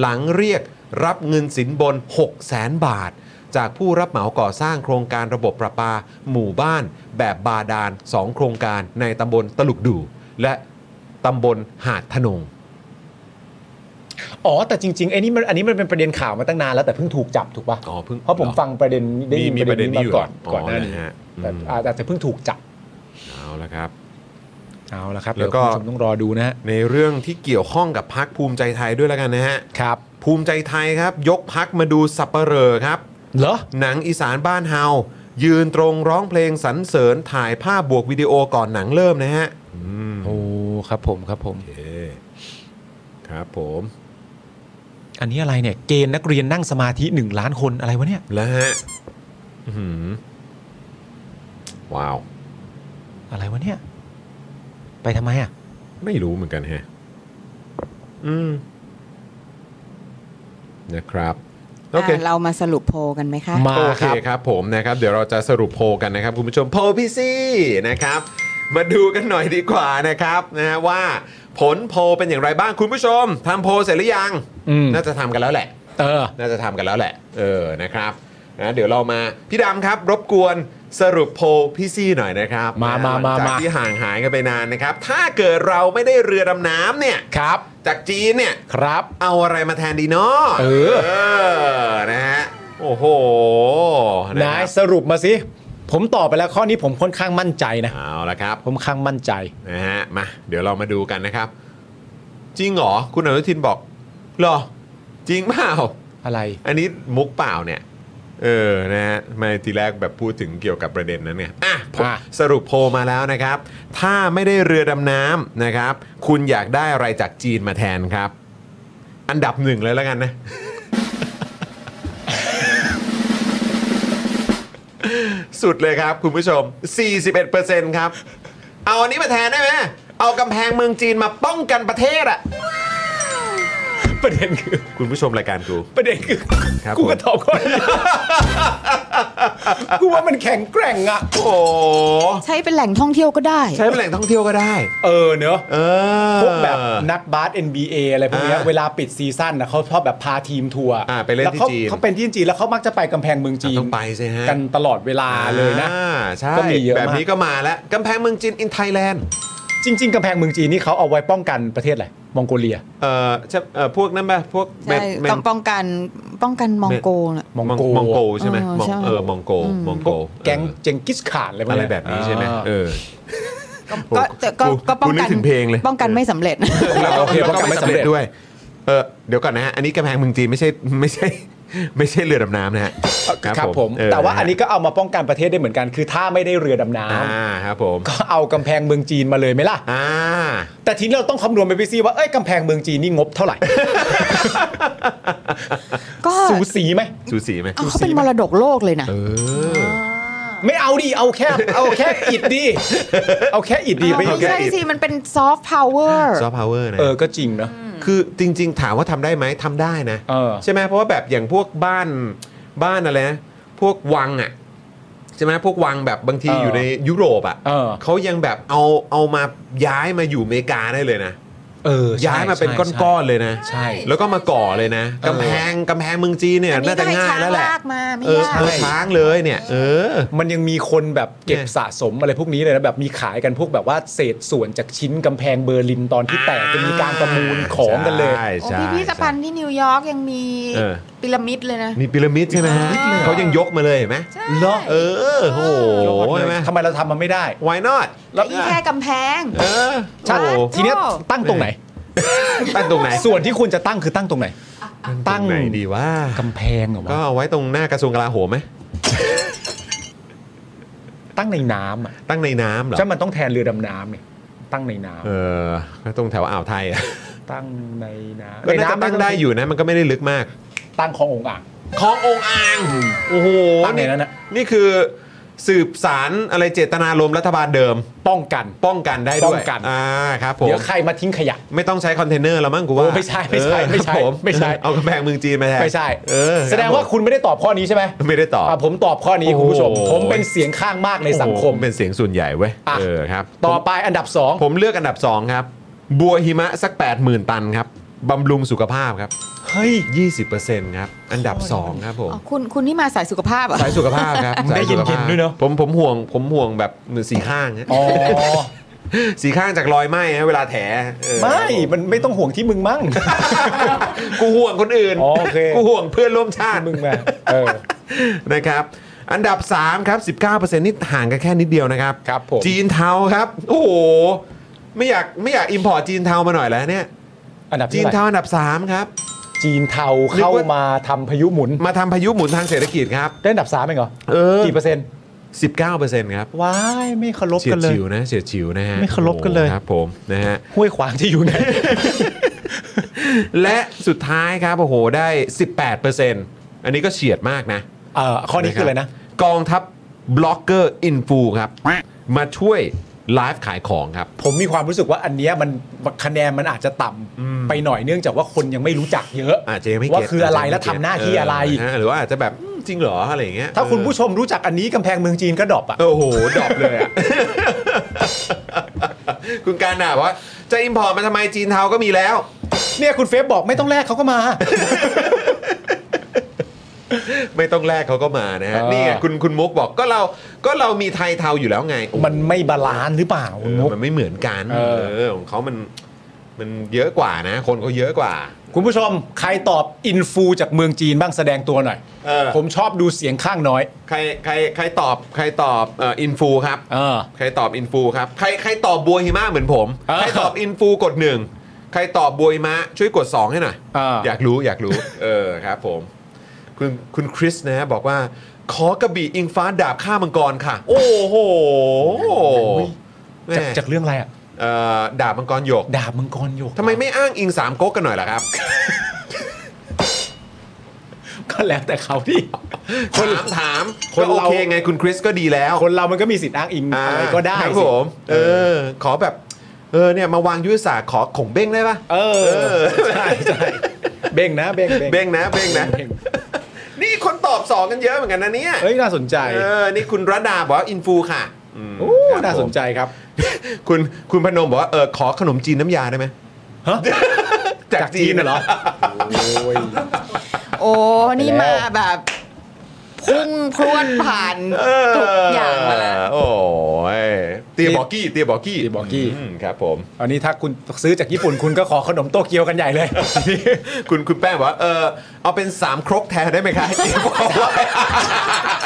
A: หลังเรียกรับเงินสินบน 6 0แสนบาท จากผู้รับเหมาก่อสร้างโครงการระบบประปา หมู่บ้าน แบบบาดาล 2 โครงการในตำบลตลุกดู และตำบลหาดทนง
C: อ๋อแต่จริงๆไอ้นี่มันอันนี้มันเป็นประเด็นข่าวมาตั้งนานแล้วแต่เพิ่งถูกจับถูกป่ะ
A: อ๋อเพิ่ง
C: เพราะผม
A: เหรอ
C: ฟังประเด็นได้ยิน
A: มีมี
C: ประเด็น
A: ประเด็นนี้
C: นี้
A: อยู่
C: มาก่อน
A: เหรอ
C: ก่อนหน้านี้
A: อ๋อนะฮะ
C: แต่
A: อืม
C: อาอาจจะเพิ่งถูกจับ
A: เอาละครับ
C: เอาละครับ
A: แล้
C: เดี๋ยว ว
A: ก็
C: คุณผู้ชมต้องรอดูนะฮะ
A: ในเรื่องที่เกี่ยวข้องกับพักภูมิใจไทยด้วยแล้วกันนะฮะ
C: ครับ
A: ภูมิใจไทยครับ ยกพักมาดูสับเปเหรอครับ
C: เหรอ
A: หนังอีสานบ้านเฮา ยืนตรงร้องเพลงสรรเสริญถ่ายภาพบวกวิดีโอก่อนหนังเริ่มนะฮะ
C: โอ้ครับผมครับผม
A: โอเคครับผม
C: อันนี้อะไรเนี่ยเกณฑ์นักเรียนนั่งสมาธิหนึ่งล้านคนอะไรวะเนี่ย
A: แล้วฮะอื้อหือว้าว
C: อะไรวะเนี่ย ไปทำไมอ่ะ
A: ไม่รู้เหมือนกันแฮะ อืม นะครับ โอเค
F: เรามาสรุปโพลกันไหมคะ
C: มา
A: โอเค
C: ค
A: รับ ครับผมนะครับ เดี๋ยวเราจะสรุปโพลกันนะครับ คุณผู้ชมโพลพี่ซี่นะครับ มาดูกันหน่อยดีกว่านะครับนะฮะว่าผลโพลเป็นอย่างไรบ้างคุณผู้ชมทำโพลเสร็จหรือยัง
C: อืม
A: น่าจะทำกันแล้วแหละ
C: เออ
A: น่าจะทำกันแล้วแหละ เออ นะครับนะเดี๋ยวเรามา พี่ดำครับ รบกวนสรุปโพลพี่ซี่หน่อยนะครับ
C: มา
A: นะหลั
C: มา
A: งจาก
C: มา
A: ที่ห่างหายกันไปนานนะครับ ถ้าเกิดเราไม่ได้เรือดำน้ำเนี่ย
C: ครับ
A: จากจีนเนี่ย
C: ครับ
A: เอาอะไรมาแทนดีเนาะ
C: เออ
A: เออ นะฮะ โอ้โหะ
C: นาย
A: ครับ
C: สรุปมาสิ ผมตอบไปแล้วข้อนี้ผมค่อนข้างมั่นใจนะ
A: เอาละครับ
C: ผมค่อนข้างมั่นใจ
A: นะฮะ มา เดี๋ยวเรามาดูกันนะครับ จริงเหรอ คุณอนุทินบอกเหรอ จริง เปล่า
C: อะไร
A: อันนี้มุกเปล่าเนี่ย เออ นะฮะไมาทีแรกแบบพูดถึงเกี่ยวกับประเด็นนั้นไงอ่ะผม
C: อ่ะ
A: สรุปโพลมาแล้วนะครับ ถ้าไม่ได้เรือดำน้ำนะครับ คุณอยากได้อะไรจากจีนมาแทนครับ อันดับหนึ่งเลยแล้วกันนะ สุดเลยครับคุณผู้ชม 41%ครับ เอาอันนี้มาแทนได้ไหม เอากำแพงเมืองจีนมาป้องกันประเทศอะ
C: ประเด็นคือ
A: คุณผู้ชมรายการกู
C: ประเด็นคือ
A: ครับ
C: กู
A: ผม
C: ก็ตอบข้อนี้ กูว่ามันแข็งแกร่งอ่ะ
A: โอ้โห
F: ใช้เป็นแหล่งท่องเที่ยวก็ได้
A: ใช้เป็นแหล่งท่องเที่ยวก็ได้
C: เออเนอะ
A: เออ
C: พวกแบบนักบาส NBA อะไรพวกเนี้ย
A: อ่า
C: เวลาปิดซีซั่นนะเขาชอบแบบพาทีมทัวร์
A: อ่าไปเล่น
C: แล้วขา
A: ที่จีน
C: เขาเป็นที่จีนแล้วเขามักจะไปกำแพงเมืองจีน
A: ต้องไปสิฮะ
C: กันตลอดเวลาเลยนะ
A: อ่าใช่
C: ก็มีเยอะ
A: แบบนี้
C: มาก
A: ก็มาแล้วกำแพงเมืองจีนอินไทยแลนด์
C: จริง ๆกำแพงเมืองจีนนี่เขาเอาไว้ป้องกันประเทศอะไรมองโกเลีย
A: เอ่อใช่เอ่อพวกนั้นป่ะพวกแม
F: ใช่
A: นแม
F: ต้อน งป้องกันป้องกันมองโกน่ะ
C: มองโก
A: มองโกใช่ไหม
F: เออ
A: มอง
F: ใช่
A: เออมองโกมอง
C: พ
A: โก
C: วกแก๊ง
A: เออ
C: เจงกิสข่านอะไรพวก
A: อะไร
C: เนี้ย
A: แบบนี้ใช่ไหม
C: อ่า
A: เออ
F: ก็แต่ก็ก็ป้อง
A: กูนึ
F: กั
A: ก
F: น
A: ถึงเพลงเลย
F: ป้องกันไม่สำเร็จ
A: แล้วก็
C: โอเค
A: แล้วก็
C: ป้องกันไม่
A: ไม่สำเร็จ
C: สำเร็จ
A: ด้วย เออเดี๋ยวก่อนนะฮะ อันนี้กำแพงเมืองจีนไม่ใช่ไม่ใช่ ไม่ใช่เรือดำน้ำนะฮะ
C: ครับผม
A: เ
C: แต่ว่าอันนี้ก็เอามาป้องกันประเทศได้เหมือนกัน คือถ้าไม่ได้เรือดำน้
A: อ่าครับผม
C: ำก็เอากำแพงเมืองจีนมาเลยไหมล่ะ
A: อ่า
C: แต่ทีนี้เราต้องคำนวณไปพี่ซีว่าเอ้ยกำแพงเมืองจีนนี่งบเท่าไหร่
F: ก็
C: สูสีไหม
A: สูสีไหม
F: เอาเขาเป็นมรดกโลกเลยนะ
A: เออ
C: ไม่เอาดิเอาแค่เอาแค่อิดดิเอาแค่อิดดีไป
F: ไม่
C: อีก
F: ใช่สิ มันเป็นซอฟต์พาวเวอร์
A: ซอฟต์พาวเวอร์นะ
C: เออก็จริงนะ
A: คือจริง ๆ ถามว่าทำได้ไหมทำได้นะ
C: เออ
A: ใช่ไหมเพราะว่าแบบอย่างพวกบ้านบ้านอะไรนะพวกวังอ่ะใช่ไหมพวกวังแบบบางที
C: เออ
A: อ
C: อยู่
A: ในยุโรปอ่ะ
C: เออ
A: เขายังแบบเอาเอามาย้ายมาอยู่อเมริกาได้เลยนะ
C: เออใช่
A: ย้ายมาเป็น
C: ใช่
A: ก้อนๆเลยนะ
C: ใช่
A: แล้วก็มาก่อเลยนะกำแพงกำแพงเมืองจีนเนี่ย
F: อันนี้
A: น่าจะ
F: ได้
A: ง่าย
F: ช้าง
A: แล้วแหละ
F: ลากมาไม่
A: เออย
F: าก
A: เออช้างเลยเนี่ย เออ
C: มันยังมีคนแบบเก็บ
A: เนี่ย
C: สะสมอะไรพวกนี้เลยนะแบบมีขายกันพวกแบบว่าเศษส่วนจากชิ้นกำแพงเบอร์ลินตอนที่แตกจะมีการประมูลของกันเลย
A: ใช่
F: โอ้
A: ใช่
F: พิพิธภัณฑ์ที่นิวยอร์กยังมี
A: เออ
F: พีระมิดเลยนะ
A: มีพีระมิดใช่ไหมฮะเขายังยกมาเลยเห็นไหม
F: ใช่
A: เออโอ้
C: โอ้
A: โห
C: ย
A: ใช่ไหม
C: ทำไมเราทำมันไม่ได้
A: why not
F: แล้วอีแค่กำแพง
A: เออ
C: ใช่
A: โอ้โห
C: ทีเนี้ยตั้งตรงไหน
A: ตั้งตรงไหน
C: ส่วนที่คุณจะตั้งคือตั้งตรงไหน ตั้ง
A: ไหนดีว่า
C: กำแพงเหรอ
A: ก็
C: วะ
A: เอาไว้ตรงหน้ากระทรวงกลาโหมไหม
C: ตั้งในน้ำอ่ะ
A: ตั้งในน้ำเหรอ
C: ใช่มันต้องแทนเรือดำน้ำเนี่ยตั้งในน้
A: เออก็ตรงแถวอ่าวไทยอะ
C: ำตั้งในน้ำ
A: ก็น่าจะตั้งได้อยู่นะ มันก็ไม่ได้ลึกมาก
C: ตั้งขององค์อ่าง
A: คลององอ่างโอ้โห
C: ตั้งในนั้นน่ะ
A: นี่คือสืบสารอะไรเจตนารมณ์รัฐบาลเดิม
C: ป้องกัน
A: ป้องกันได้ด้วย
C: ป้องกัน
A: อ่าครับผม
C: เดี๋ยวใครมาทิ้งขยะ
A: ไม่ต้องใช้คอนเทนเนอร์แล้วมั้งกูว่า
C: โอ้ไม่ใช่ไม่ใช่
A: เออ
C: ไม่
A: ค
C: ใช่
A: รับผ
C: ไม่ใช่
A: เอากำแพงเมืองจีนมาแทน
C: ไม่ใช่
A: เออ
C: แสดงว่า
A: รับ
C: คุณไม่ได้ตอบข้อนี้ใช่ไหม
A: ผมไม่ได้ตอบ
C: อ่ะผมตอบข้อนี้
A: โอ้โห
C: คุณผู้ชม ผมเป็นเสียงข้างมากในสังคม
A: โอ้โหเป็นเสียงส่วนใหญ่เว้ย
C: อ่ะ
A: เออครับ
C: ต่อไปอันดับสอง
A: ผมเลือกอันดับ 2 ครับ บัวหิมะสัก 80,000 ตันครับบำรุงสุขภาพครับ
C: เฮ้ย
A: 20%ครับ อันดับ 2 ครับผม
F: อ๋อคุณคุณนี่มาสายสุขภาพเหรอ่ะ
A: สายสุขภาพครับ
C: ได้
A: สาสุขภาพ
C: เย็นๆด้วยเนอะ
A: ผมผมห่วงผมห่วงแบบสีข้างฮะ
C: อ๋อ
A: สีข้างจากรอยไหม้ฮะเวลาแถเออ
C: ไม่มันไม่ต้องห่วงที่มึงมั้ง
A: กูห่วงคนอื่น
C: อ๋อโอเค
A: กูห่วงเพื่อนร่วมชาติ
C: มึงมาเออ
A: นะครับ อันดับ 3 ครับ 19%นี่ห่างกันแค่นิดเดียวนะครับ
C: ครับผม
A: จีนเทาครับ โอ้โห ไม่อยากไม่อยากอิมพอร์ตจีนเทามาหน่อยแล้วเนี่ย
C: อันดับ
A: จีน
C: ที่
A: เทา
C: เท่าไหร่
A: อันดับ 3 ครับ
C: จีนเทาเข้ามาทำพายุหมุน
A: มาทำพายุหมุนทางเศรษฐกิจครับ
C: ได้อันดับสามเองเหรอ
A: เออ
C: กี่เปอร์เซ็นต์
A: 19%ครับ
C: ว้ายไม่เคารพ
A: เฉีย
C: กั
A: ด
C: นเลย
A: ฉิวนะเฉียดฉิวนะฮะ
C: ไม่เคารพกันเลย
A: โอ้โหครับผมนะ ฮะ
C: ห้วยขวางที่อยู่ไหน
A: และสุดท้ายครับ โอ้โห ได้ 18%อันนี้ก็เฉียดมากนะ
C: เอ่อข้อนี้คืออะไรนะ
A: กองทัพบล็อกเกอร์อินฟูครับ มาช่วยไลฟ์ขายของครับ
C: ผมมีความรู้สึกว่าอันเนี้ยมันคะแนนมันอาจจะต่ำไปหน่อยเนื่องจากว่าคนยังไม่รู้จักเยอะ
A: อาจจะยังไม่เก็ต
C: ว่าคืออะไร
A: จจ
C: และทำหน้าที่อะไร
A: เฮหรือว่าอาจจะแบบอืมจริงเหรออะไรอย่างเงี้ย
C: ถ้าคุณผู้
A: เออ
C: ชมรู้จักอันนี้กำแพงเมืองจีนก็ดรอบอ่ะ
A: โอ้โหดรอปเลย อะ คุณการน่ะบอกว่าจะอิมพอร์ตมาทำไมจีนเทาก็มีแล้ว
C: เนี่ยคุณเฟซบอกไม่ต้องแลกเขาก็มา
A: ไม่ต้องแลกเขาก็มานะฮะ
C: เออ
A: นี่ไงคุณคุณมุกบอกก็เราก็เรามีไทยเทาอยู่แล้วไง
C: มันไม่บาลานซ์หรือเปล่า
A: เอ
C: คุณ
A: อ
C: มุก
A: มันไม่เหมือนกัน
C: เออ
A: เออของเขามันมันเยอะกว่านะ คนเขาเยอะกว่า
C: คุณผู้ชมใครตอบอินฟูจากเมืองจีนบ้างแสดงตัวหน่อย
A: เออ
C: ผมชอบดูเสียงข้างน้อย
A: ใครใครใครตอบใครตอบเอ่ออินฟูครับ
C: เออ
A: ใครตอบอินฟูครับ ใครใครตอบบัวหิมะเหมือนผม
C: เออ
A: ใครตอบอินฟูกดหนึ่งใครตอบบัวหิมะช่วยกด 2 ให้หน่อย
C: เอออ
A: ยากรู้อยากรู้ เออครับผม คุณคุณคริสนะฮะบอกว่า ขอกระบี่อิงฟ้าดาบฆ่ามังกรค่ะ โอ้โหแม่
C: จากจากเรื่องอะไรอ่ะ
A: เอ่อดาบมังกรหยก
C: ดาบมังกรโยก
A: ทำไมไม่อ้างอิงสามก๊กกันหน่อยล่ะครับ
C: ก็แล้วแต่เขา ที่
A: คนถามถาม
C: ค
A: ก็
C: น
A: โอ
C: เรา
A: เคไงคุณคริสก็ดีแล้ว
C: คนเรามันก็มีสิทธิ์อ้างอิงอะไรก็ได้
A: ครับ
C: สิ
A: ผมเออ ขอแบบเออเนี่ยมาวางยุทธศาสตร์ขอขงเบ้งได้ปะ
C: เออใช่ใช่เบ้งนะเบ้ง
A: เบ้งนะเบ้งนะ
C: เบ้ง
A: นี่คนตอบสองกันเยอะเหมือนกันนะเนี่ย
C: เฮ้ยน่าสนใจ
A: เออนี่คุณรัดาบอกว่าอินฟูค่ะอืม
C: โอ้
A: ครับ
C: น่าสนใจ
A: ผ
C: ครับ
A: มคุณคุณพนมบอกว่าเออขอขนมจีนน้ำยาได้ไหม
C: ฮะ
A: จากจีน
C: เหรอโอ้ย
F: โอ้ นี่
C: ไปแล้
F: มาว แบบพุ่งพรวดผ่านทุกอย่างมาแล้ว
A: โอ้ยเตียบอกกี้เตียบอกกี้
C: เตียบอกกี้
A: มครับผม
C: อันนี้ถ้าคุณซื้อจากญี่ปุ่นคุณก็ขอขนมโตเกียวกันใหญ่ เลย
A: คุณคุณแป้งบอกว่าเออเอาเป็นสามครกแทนได้ไหมคะ เตียบอกว่า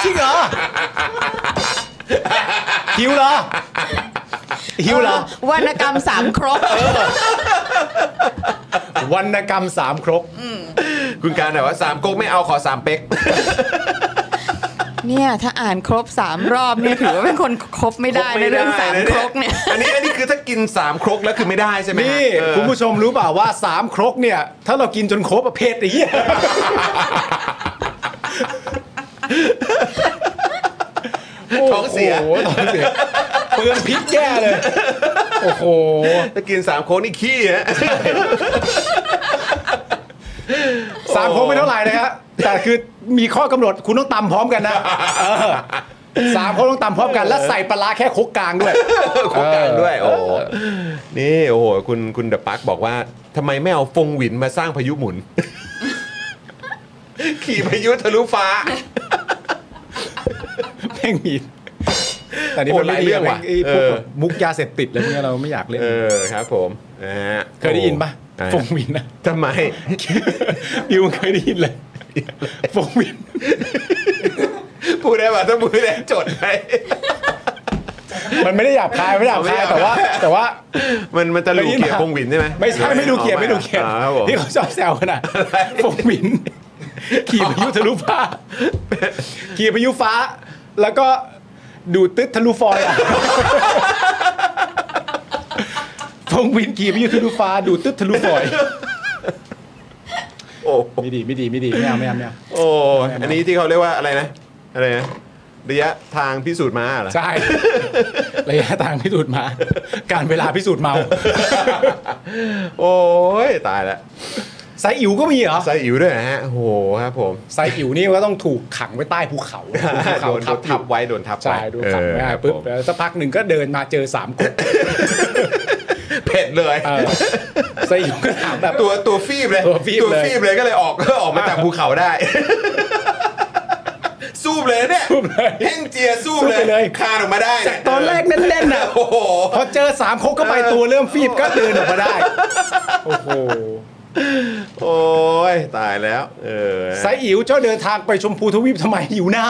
C: จริงเหรอหิวเหรอ หิวเหรอ
F: วรรณกรรมสามครบ
C: วรรณกรรมสามครก
A: คุณการแบบว่าสามก๊กไม่เอาขอสามเป๊ก
F: เนี่ยถ้าอ่านครบสามรอบเนี่ยถือว่าเป็นคนครบไม่ได้ในเรื่องสามครบเนี่ย
A: อันนี้อันนี้คือถ้ากินสามครกแล้วคือไม่ได้ใช่ไหมฮะ
C: นี่
A: เออ
C: คุณผู้ชมรู้เปล่าว่าสามครกเนี่ย ถ้าเรากินจนครบอะเผ็ดไอ้เหี้ย
A: ท้องเสีย
C: โอ้โหท้องเสียเปลืองพริกแย่เลย โอ้โห
A: ถ้ากินสามครกนี่ขี้ฮะ
C: สามครกไม่เท่าไหร่นะฮะแต่คือมีข้อกำหนดคุณต้องตำพร้อมกันนะเออสามครกต้องตำพร้อมกัน และใส่ปลาร้าแค่ครกกลางด้วย
A: โครงการด้วยโอ้โหนี่โอ้โหคุณคุณเดอะปักบอกว่าทำไมไม่เอาฟงหวินมาสร้างพายุหมุน ขี่พายุทะลุฟ้า
C: แม่งมีแต่นี่
A: โอ้
C: มัน
A: ห
C: ไม่
A: ลาย
C: ดี
A: เรื่อง
C: ไง
A: ว่ะ
C: ไอ้พว
A: เอ
C: ก
A: อ
C: แบบมุกยาเสพติดอะไรพวกเนี้ยเราไม่อยากเล่น
A: เออครับผมนะฮะ
C: เคยได้ยินปะ
A: โอ้
C: ฟงวินนะ
A: ทำไม
C: บิวเคยได้ยิน เลยฟงวิน
A: พูดได้ป่ะถ้าพูดได้จดไป
C: มันไม่ได้หยาบคายไม่ได้หยาบคา
A: ไม่
C: ย
A: หยาบ
C: แต่ว่า แต่ว่า
A: มันมันจะรู้เกียร
C: ได้ยิน
A: ติ
C: ปะ
A: ฟงหวินใช่ไหม
C: ไม่ใช่ไม่ดูเกียดไม่ดูเกียด
A: อ๋อครับผม
C: ที่เขาชอบแซวกันอ่ะฟงวิน ขี่พายุทะลุฟ้า ขี่พายุฟ้า แล้วก็ดูดตึ๊ดทะลุฟอยล์อะฟงวินขี่พายุทะลุฟ้า ดูดตึ๊ดทะลุฟอยล์
A: โอ้โห
C: ไม่ดีไม่ดีไม่ดีไม่เอาไม่เอาไม่เอา
A: โอ้อันนี้ที่เขาเรียกว่าอะไรนะอะไรนะระยะทางพิสูจน์ม้าเหรอ
C: ใช่ ระยะทางพิสูจน์มา การเวลาพิสูจน์เมา
A: โอ้ยตายแล้ว
C: ไซอิ๋วก็มีเหรอ
A: ใส่อิ๋วด้วยนะฮะโอ้โหครับผม
C: ไซอิ๋วนี่ก็ต้องถูกขังไว้ใต้ภูเขาภู
A: โดน
C: เขาทับ
A: ทับไว้โดนทับไว้
C: ใช่ดูขังไว้
A: เออครับ
C: ปุ๊บ
A: ผม
C: แล้วสักพักหนึ่งก็เดินมาเจอสามคน
A: เผ็ดเลย
C: เออไซอิ๋วก็ถามแบบ
A: ตัวตัวฟีบเลย
C: ตัวฟีบเลย
A: บเลยก็เลยออกก็ออกมาจากภูเขาได้ สูบเลยเนี่ย
C: รูปเลย
A: เพ่งเจียสูบ
C: สู้ไปเลย
A: คลานออกมาได้เนี่ย
C: จากตอนแรกแน่นๆน่ะ
A: โอ้โห
C: พอเจอสามคนเข้าไปตัวเริ่มฟีบก็เดินออกมาได้โอ้โห
A: โอ้ยตายแล้ว เออ
C: ไซอิ๋วเจ้าเดินทางไปชมพูทวีปทำไมหิวน้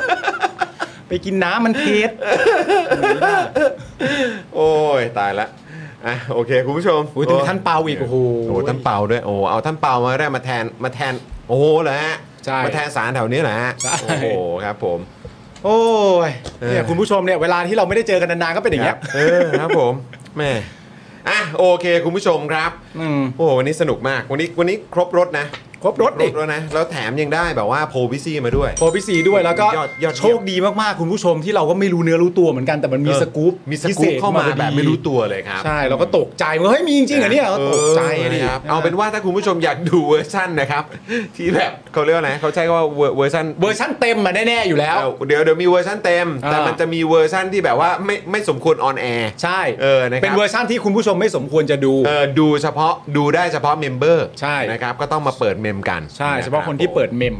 C: ำไป กินน้ำมันเผ็ด
A: โอ้ยตายแล้วอ่ะโอเคคุณผู้ชม
C: โอ้ยแต่มีท่านเปาอีกโอ้โห
A: โอ้ท่านเปาด้วยโอ้เอาท่านเปามาได้มาแทนมาแทน โอ้โหเหรอฮะ
C: ใช่
A: มาแทนสารแถวนี้เหรอฮะ
C: ใช่
A: โอ้โหครับผม
C: โอ้ย
A: เออ
C: เนี่ยคุณผู้ชมเนี่ยเวลาที่เราไม่ได้เจอกันนานๆก็เป็นอย่างเงี้
A: ค
C: ย
A: รับเออครับผมแม่อ่ะโอเค คุณผู้ชมครับ
C: อืม
A: โอ้โหวันนี้สนุกมาก วันนี้วันนี้ครบรถนะ
C: ครบรถ
A: ร
C: ดิ
A: ถแล้วนะ แล้วแถมยังได้แบบว่าโพลพิซี่มาด้วย
C: โปรพิซีด้วยแล้วก็
A: ยอดยอดเยี่ยม
C: โชคดีมากๆ คุณผู้ชมที่เราก็ไม่รู้เนื้อรู้ตัวเหมือนกันแต่มันมีสกู๊ป
A: มีส
C: พิ
A: กู๊
C: ศ
A: ป
C: ษ
A: เข้ามา
C: พอดี
A: แบบไม่รู้ตัวเลยครับ
C: ใช่เราก็ตกใจว่าเฮ้ยมีจริงๆเหรอเนี่ยเราตกใจ
A: เออ
C: ดิ
A: นะครับเอาเป็นว่าถ้าคุณผู้ชมอยากดูเวอร์ชั่นนะครับ ที่แบบเขาเรียกว่าไงเขาใช้คำว่าเวอร์เวอร์ชัน
C: เวอร์ชั่นเต็มมาแน่ๆอยู่แล้ว
A: เดี๋ยวเดี๋ยวมีเวอร์ชันเต็ม แต่
C: อ่ามั
A: มันจะมีเวอร์ชันที่แบบว่าไม่ไม่สมควรออนแอร์
C: ใช่
A: เออนะครับ
C: เป็นเวอร์ชั่นที่คุณผู้ชมไม่สมควรจะดู
A: เออดูเฉพาะดูได้เฉพาะเมมเบอร์
C: ใช่
A: นะครับก็ต้องมาเปิดเมมกัน
C: ใช่
A: รับ
C: เฉพาะคนที่เปิดเมม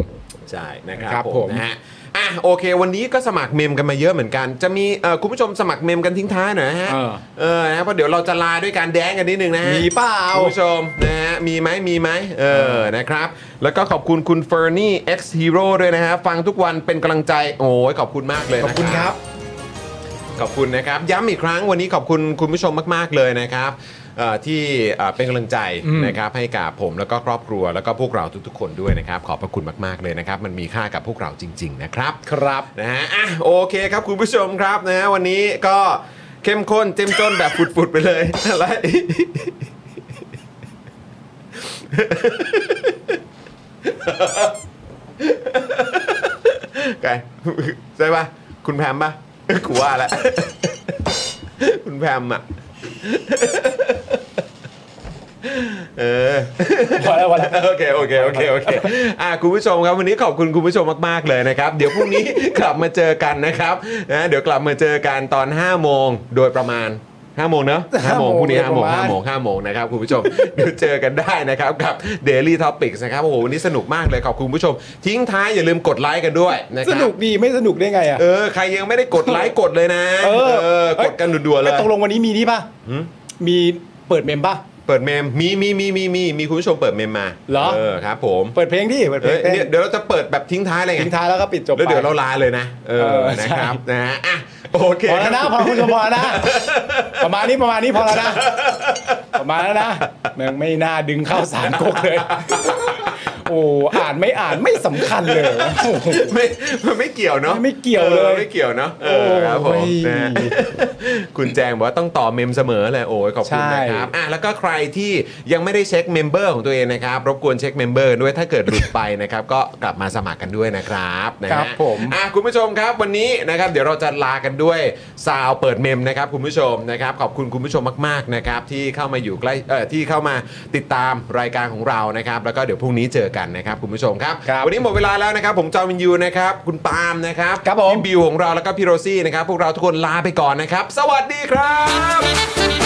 A: ใช่นะค
C: ครั
A: รับบ ผ
C: ผม ม
A: นะฮะอ่ะโอเค วันนี้ก็สมัครเมมกันมาเยอะเหมือนกัน จะมีเอ่อคุณผู้ชมสมัครเมมกันทิ้งท้ายหน่อยนะฮะ
C: เออ
A: เออนะเพราะเดี๋ยวเราจะลาด้วยการแดงกันนิดนึงนะฮะ
C: มีเปล่า
A: คุณผู้ชมนะฮะมีไหมมีไหมเออนะครับ แล้วก็ขอบคุณคุณเฟอร์นี่ X Hero ด้วยนะฮะฟังทุกวันเป็นกำลังใจ โอ้ยขอบคุณมากเลยนะ
C: ขอบคุณครับ
A: ขอบคุณนะครับ ย้ำอีกครั้งวันนี้ขอบคุณคุณผู้ชมมาก ๆ เลยนะครับเอ่อที่เอ่อเป็นกำลังใจนะครับให้กับผมแล้วก็ครอบครัวแล้วก็พวกเราทุกๆ คนด้วยนะครับ ขอบพระคุณมากๆเลยนะครับ มันมีค่ากับพวกเราจริง ๆ นะครับ
C: ครับ
A: นะฮะอ่ะโอเคครับคุณผู้ชมครับนะฮะวันนี้ก็เข้มข้นเจ้มจนแบบฝุดๆไปเลย อะไร ไกใช่ปะคุณแพมปะ กูว่าแล้ว คุณแพมอ่ะ เออ
C: พอแล้วพอแล้ว
A: โอเคโอเคโอเคโอเคอ่ะคุณผู้ชมครับวันนี้ขอบคุณคุณผู้ชมมาก ๆ เลยนะครับ เดี๋ยวพรุ่งนี้ กลับมาเจอกันนะครับนะเดี๋ยวกลับมาเจอกันตอน 5 โมงโดยประมาณ 5 โมงเนอะ5โมงพรุ่งนี้5โมง5โมง5โมงนะครับคุณผู้ชม เดี๋ยวเจอกันได้นะครับกับ Daily Topics นะครับโอ้โหวันนี้สนุกมากเลยขอบคุณคุณผู้ชม ทิ้งท้ายอย่าลืมกดไลค์กันด้วยนะค
C: ส
A: รับ
C: นุกดีไม่สนุกได้ไงอ่ะ
A: เออ ใครยังไม่ได้กดไลค์กดเลยนะ
C: เออ
A: กดกันด่วนๆเลย
C: ตกลงวันนี้มีนี่ป่ะ มีเปิดเมมป่ะ
A: เปิดเมมมีมีมีมีมีมีคุณผู้ชมเปิดเมมมา
C: เหรอ
A: เออครับ ผม
C: เปิดเพลงที่เปิดเพล
A: เอ้
C: ง
A: ย
C: เต้น
A: เนี่ยเดี๋ยวเราจะเปิดแบบทิ้งท้ายอะไรไง
C: ทิ้งท้ายแล้วก็ปิดจบ
A: แล้วเดี๋ยวเรา
C: ไป
A: ลาเลยนะเอ
C: เอ
A: อ
C: อใช่
A: นะครับนะฮะอ่ะโอเค
C: พอแล้วนะพอคุณชมพอแล้วนะประมาณนี้ประมาณนี้พอแล้วนะประมาณแล้วนะแม่งไม่น่าดึงเข้าสารกกเลย โอ้อ่านไม่อ่านไม่สำคัญเลย
A: ไม่มันไม่เกี่ยวเนาะ
C: ไม่เกี่ยวเลย
A: ออไม่เกี่ยวเนาะเออครับผม
C: โอ้ย
A: นะฮะคุณแจงบอกว่าต้องต่อเมมเสมอเลยโอ้ยขอบคุณนะครับอ่ะแล้วก็ใครที่ยังไม่ได้เช็คเมมเบอร์ของตัวเองนะครับรบกวนเช็คเมมเบอร์ด้วยถ้าเกิดหลุดไปนะครับก็กลับมาสมัครกันด้วยนะครับนะฮะ
C: ครับผม
A: อ่ะคุณผู้ชมครับวันนี้นะครับเดี๋ยวเราจะลากันด้วยซาวเปิดเมมนะครับคุณผู้ชมนะครับขอบคุณคุณผู้ชมมากๆนะครับที่เข้ามาอยู่ใกล้เอ่อที่เข้ามาติดตามรายการของเรานะครับแล้วก็เดี๋ยวพรุ่งนี้เจอกันนะครับคุณผู้ชมครับ
C: ครับ
A: วันนี้หมดเวลาแล้วนะครับผมจอมินยูนะครับคุณปาล์มนะครับ
C: ครับผม
A: พี่บิวของเราแล้วก็พี่โรซี่นะครับพวกเราทุกคนลาไปก่อนนะครับ สวัสดีครับ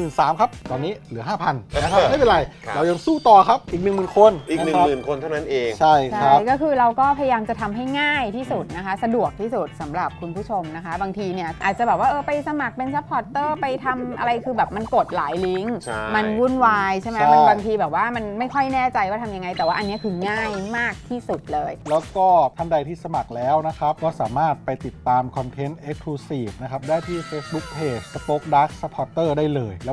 B: 3ื่นครับ ตอนนี้เหลือ 5,000นะครับไม่เป็นไร
A: ครับ
B: เรายังสู้ต่อครับอีก 10,000 คน
A: อีก1
B: ะครับ
A: 0,000 คนเท่านั้นเอง
B: ใช่ค
E: ใช่
B: รับ
E: ก็คือเราก็พยายามจะทำให้ง่ายที่สุดนะคะ สะดวกที่สุดสำหรับคุณผู้ชมนะคะ บางทีเนี่ยอาจจะแบบว่าเออไปสมัครเป็นซัพพอร์ตเตอร์ไปทำอะไรคือแบบมันกดหลายลิงก์
A: ใช่
E: มันวุ่นวายใช่ไหม
B: ใช่
E: มันบางทีแบบว่ามันไม่ค่อยแน่ใจว่าทำยังไง แต่ว่าอันเนี้ยคือง่ายมากที่สุดเลย
B: แล้วก็ท่านใดที่สมัครแล้วนะครับ ก็สามารถไปติดตามคอนเทนต์ Exclusive นะครับ ได้ที่ Facebook Page Spoke Dark Supporter ได้เลย แล้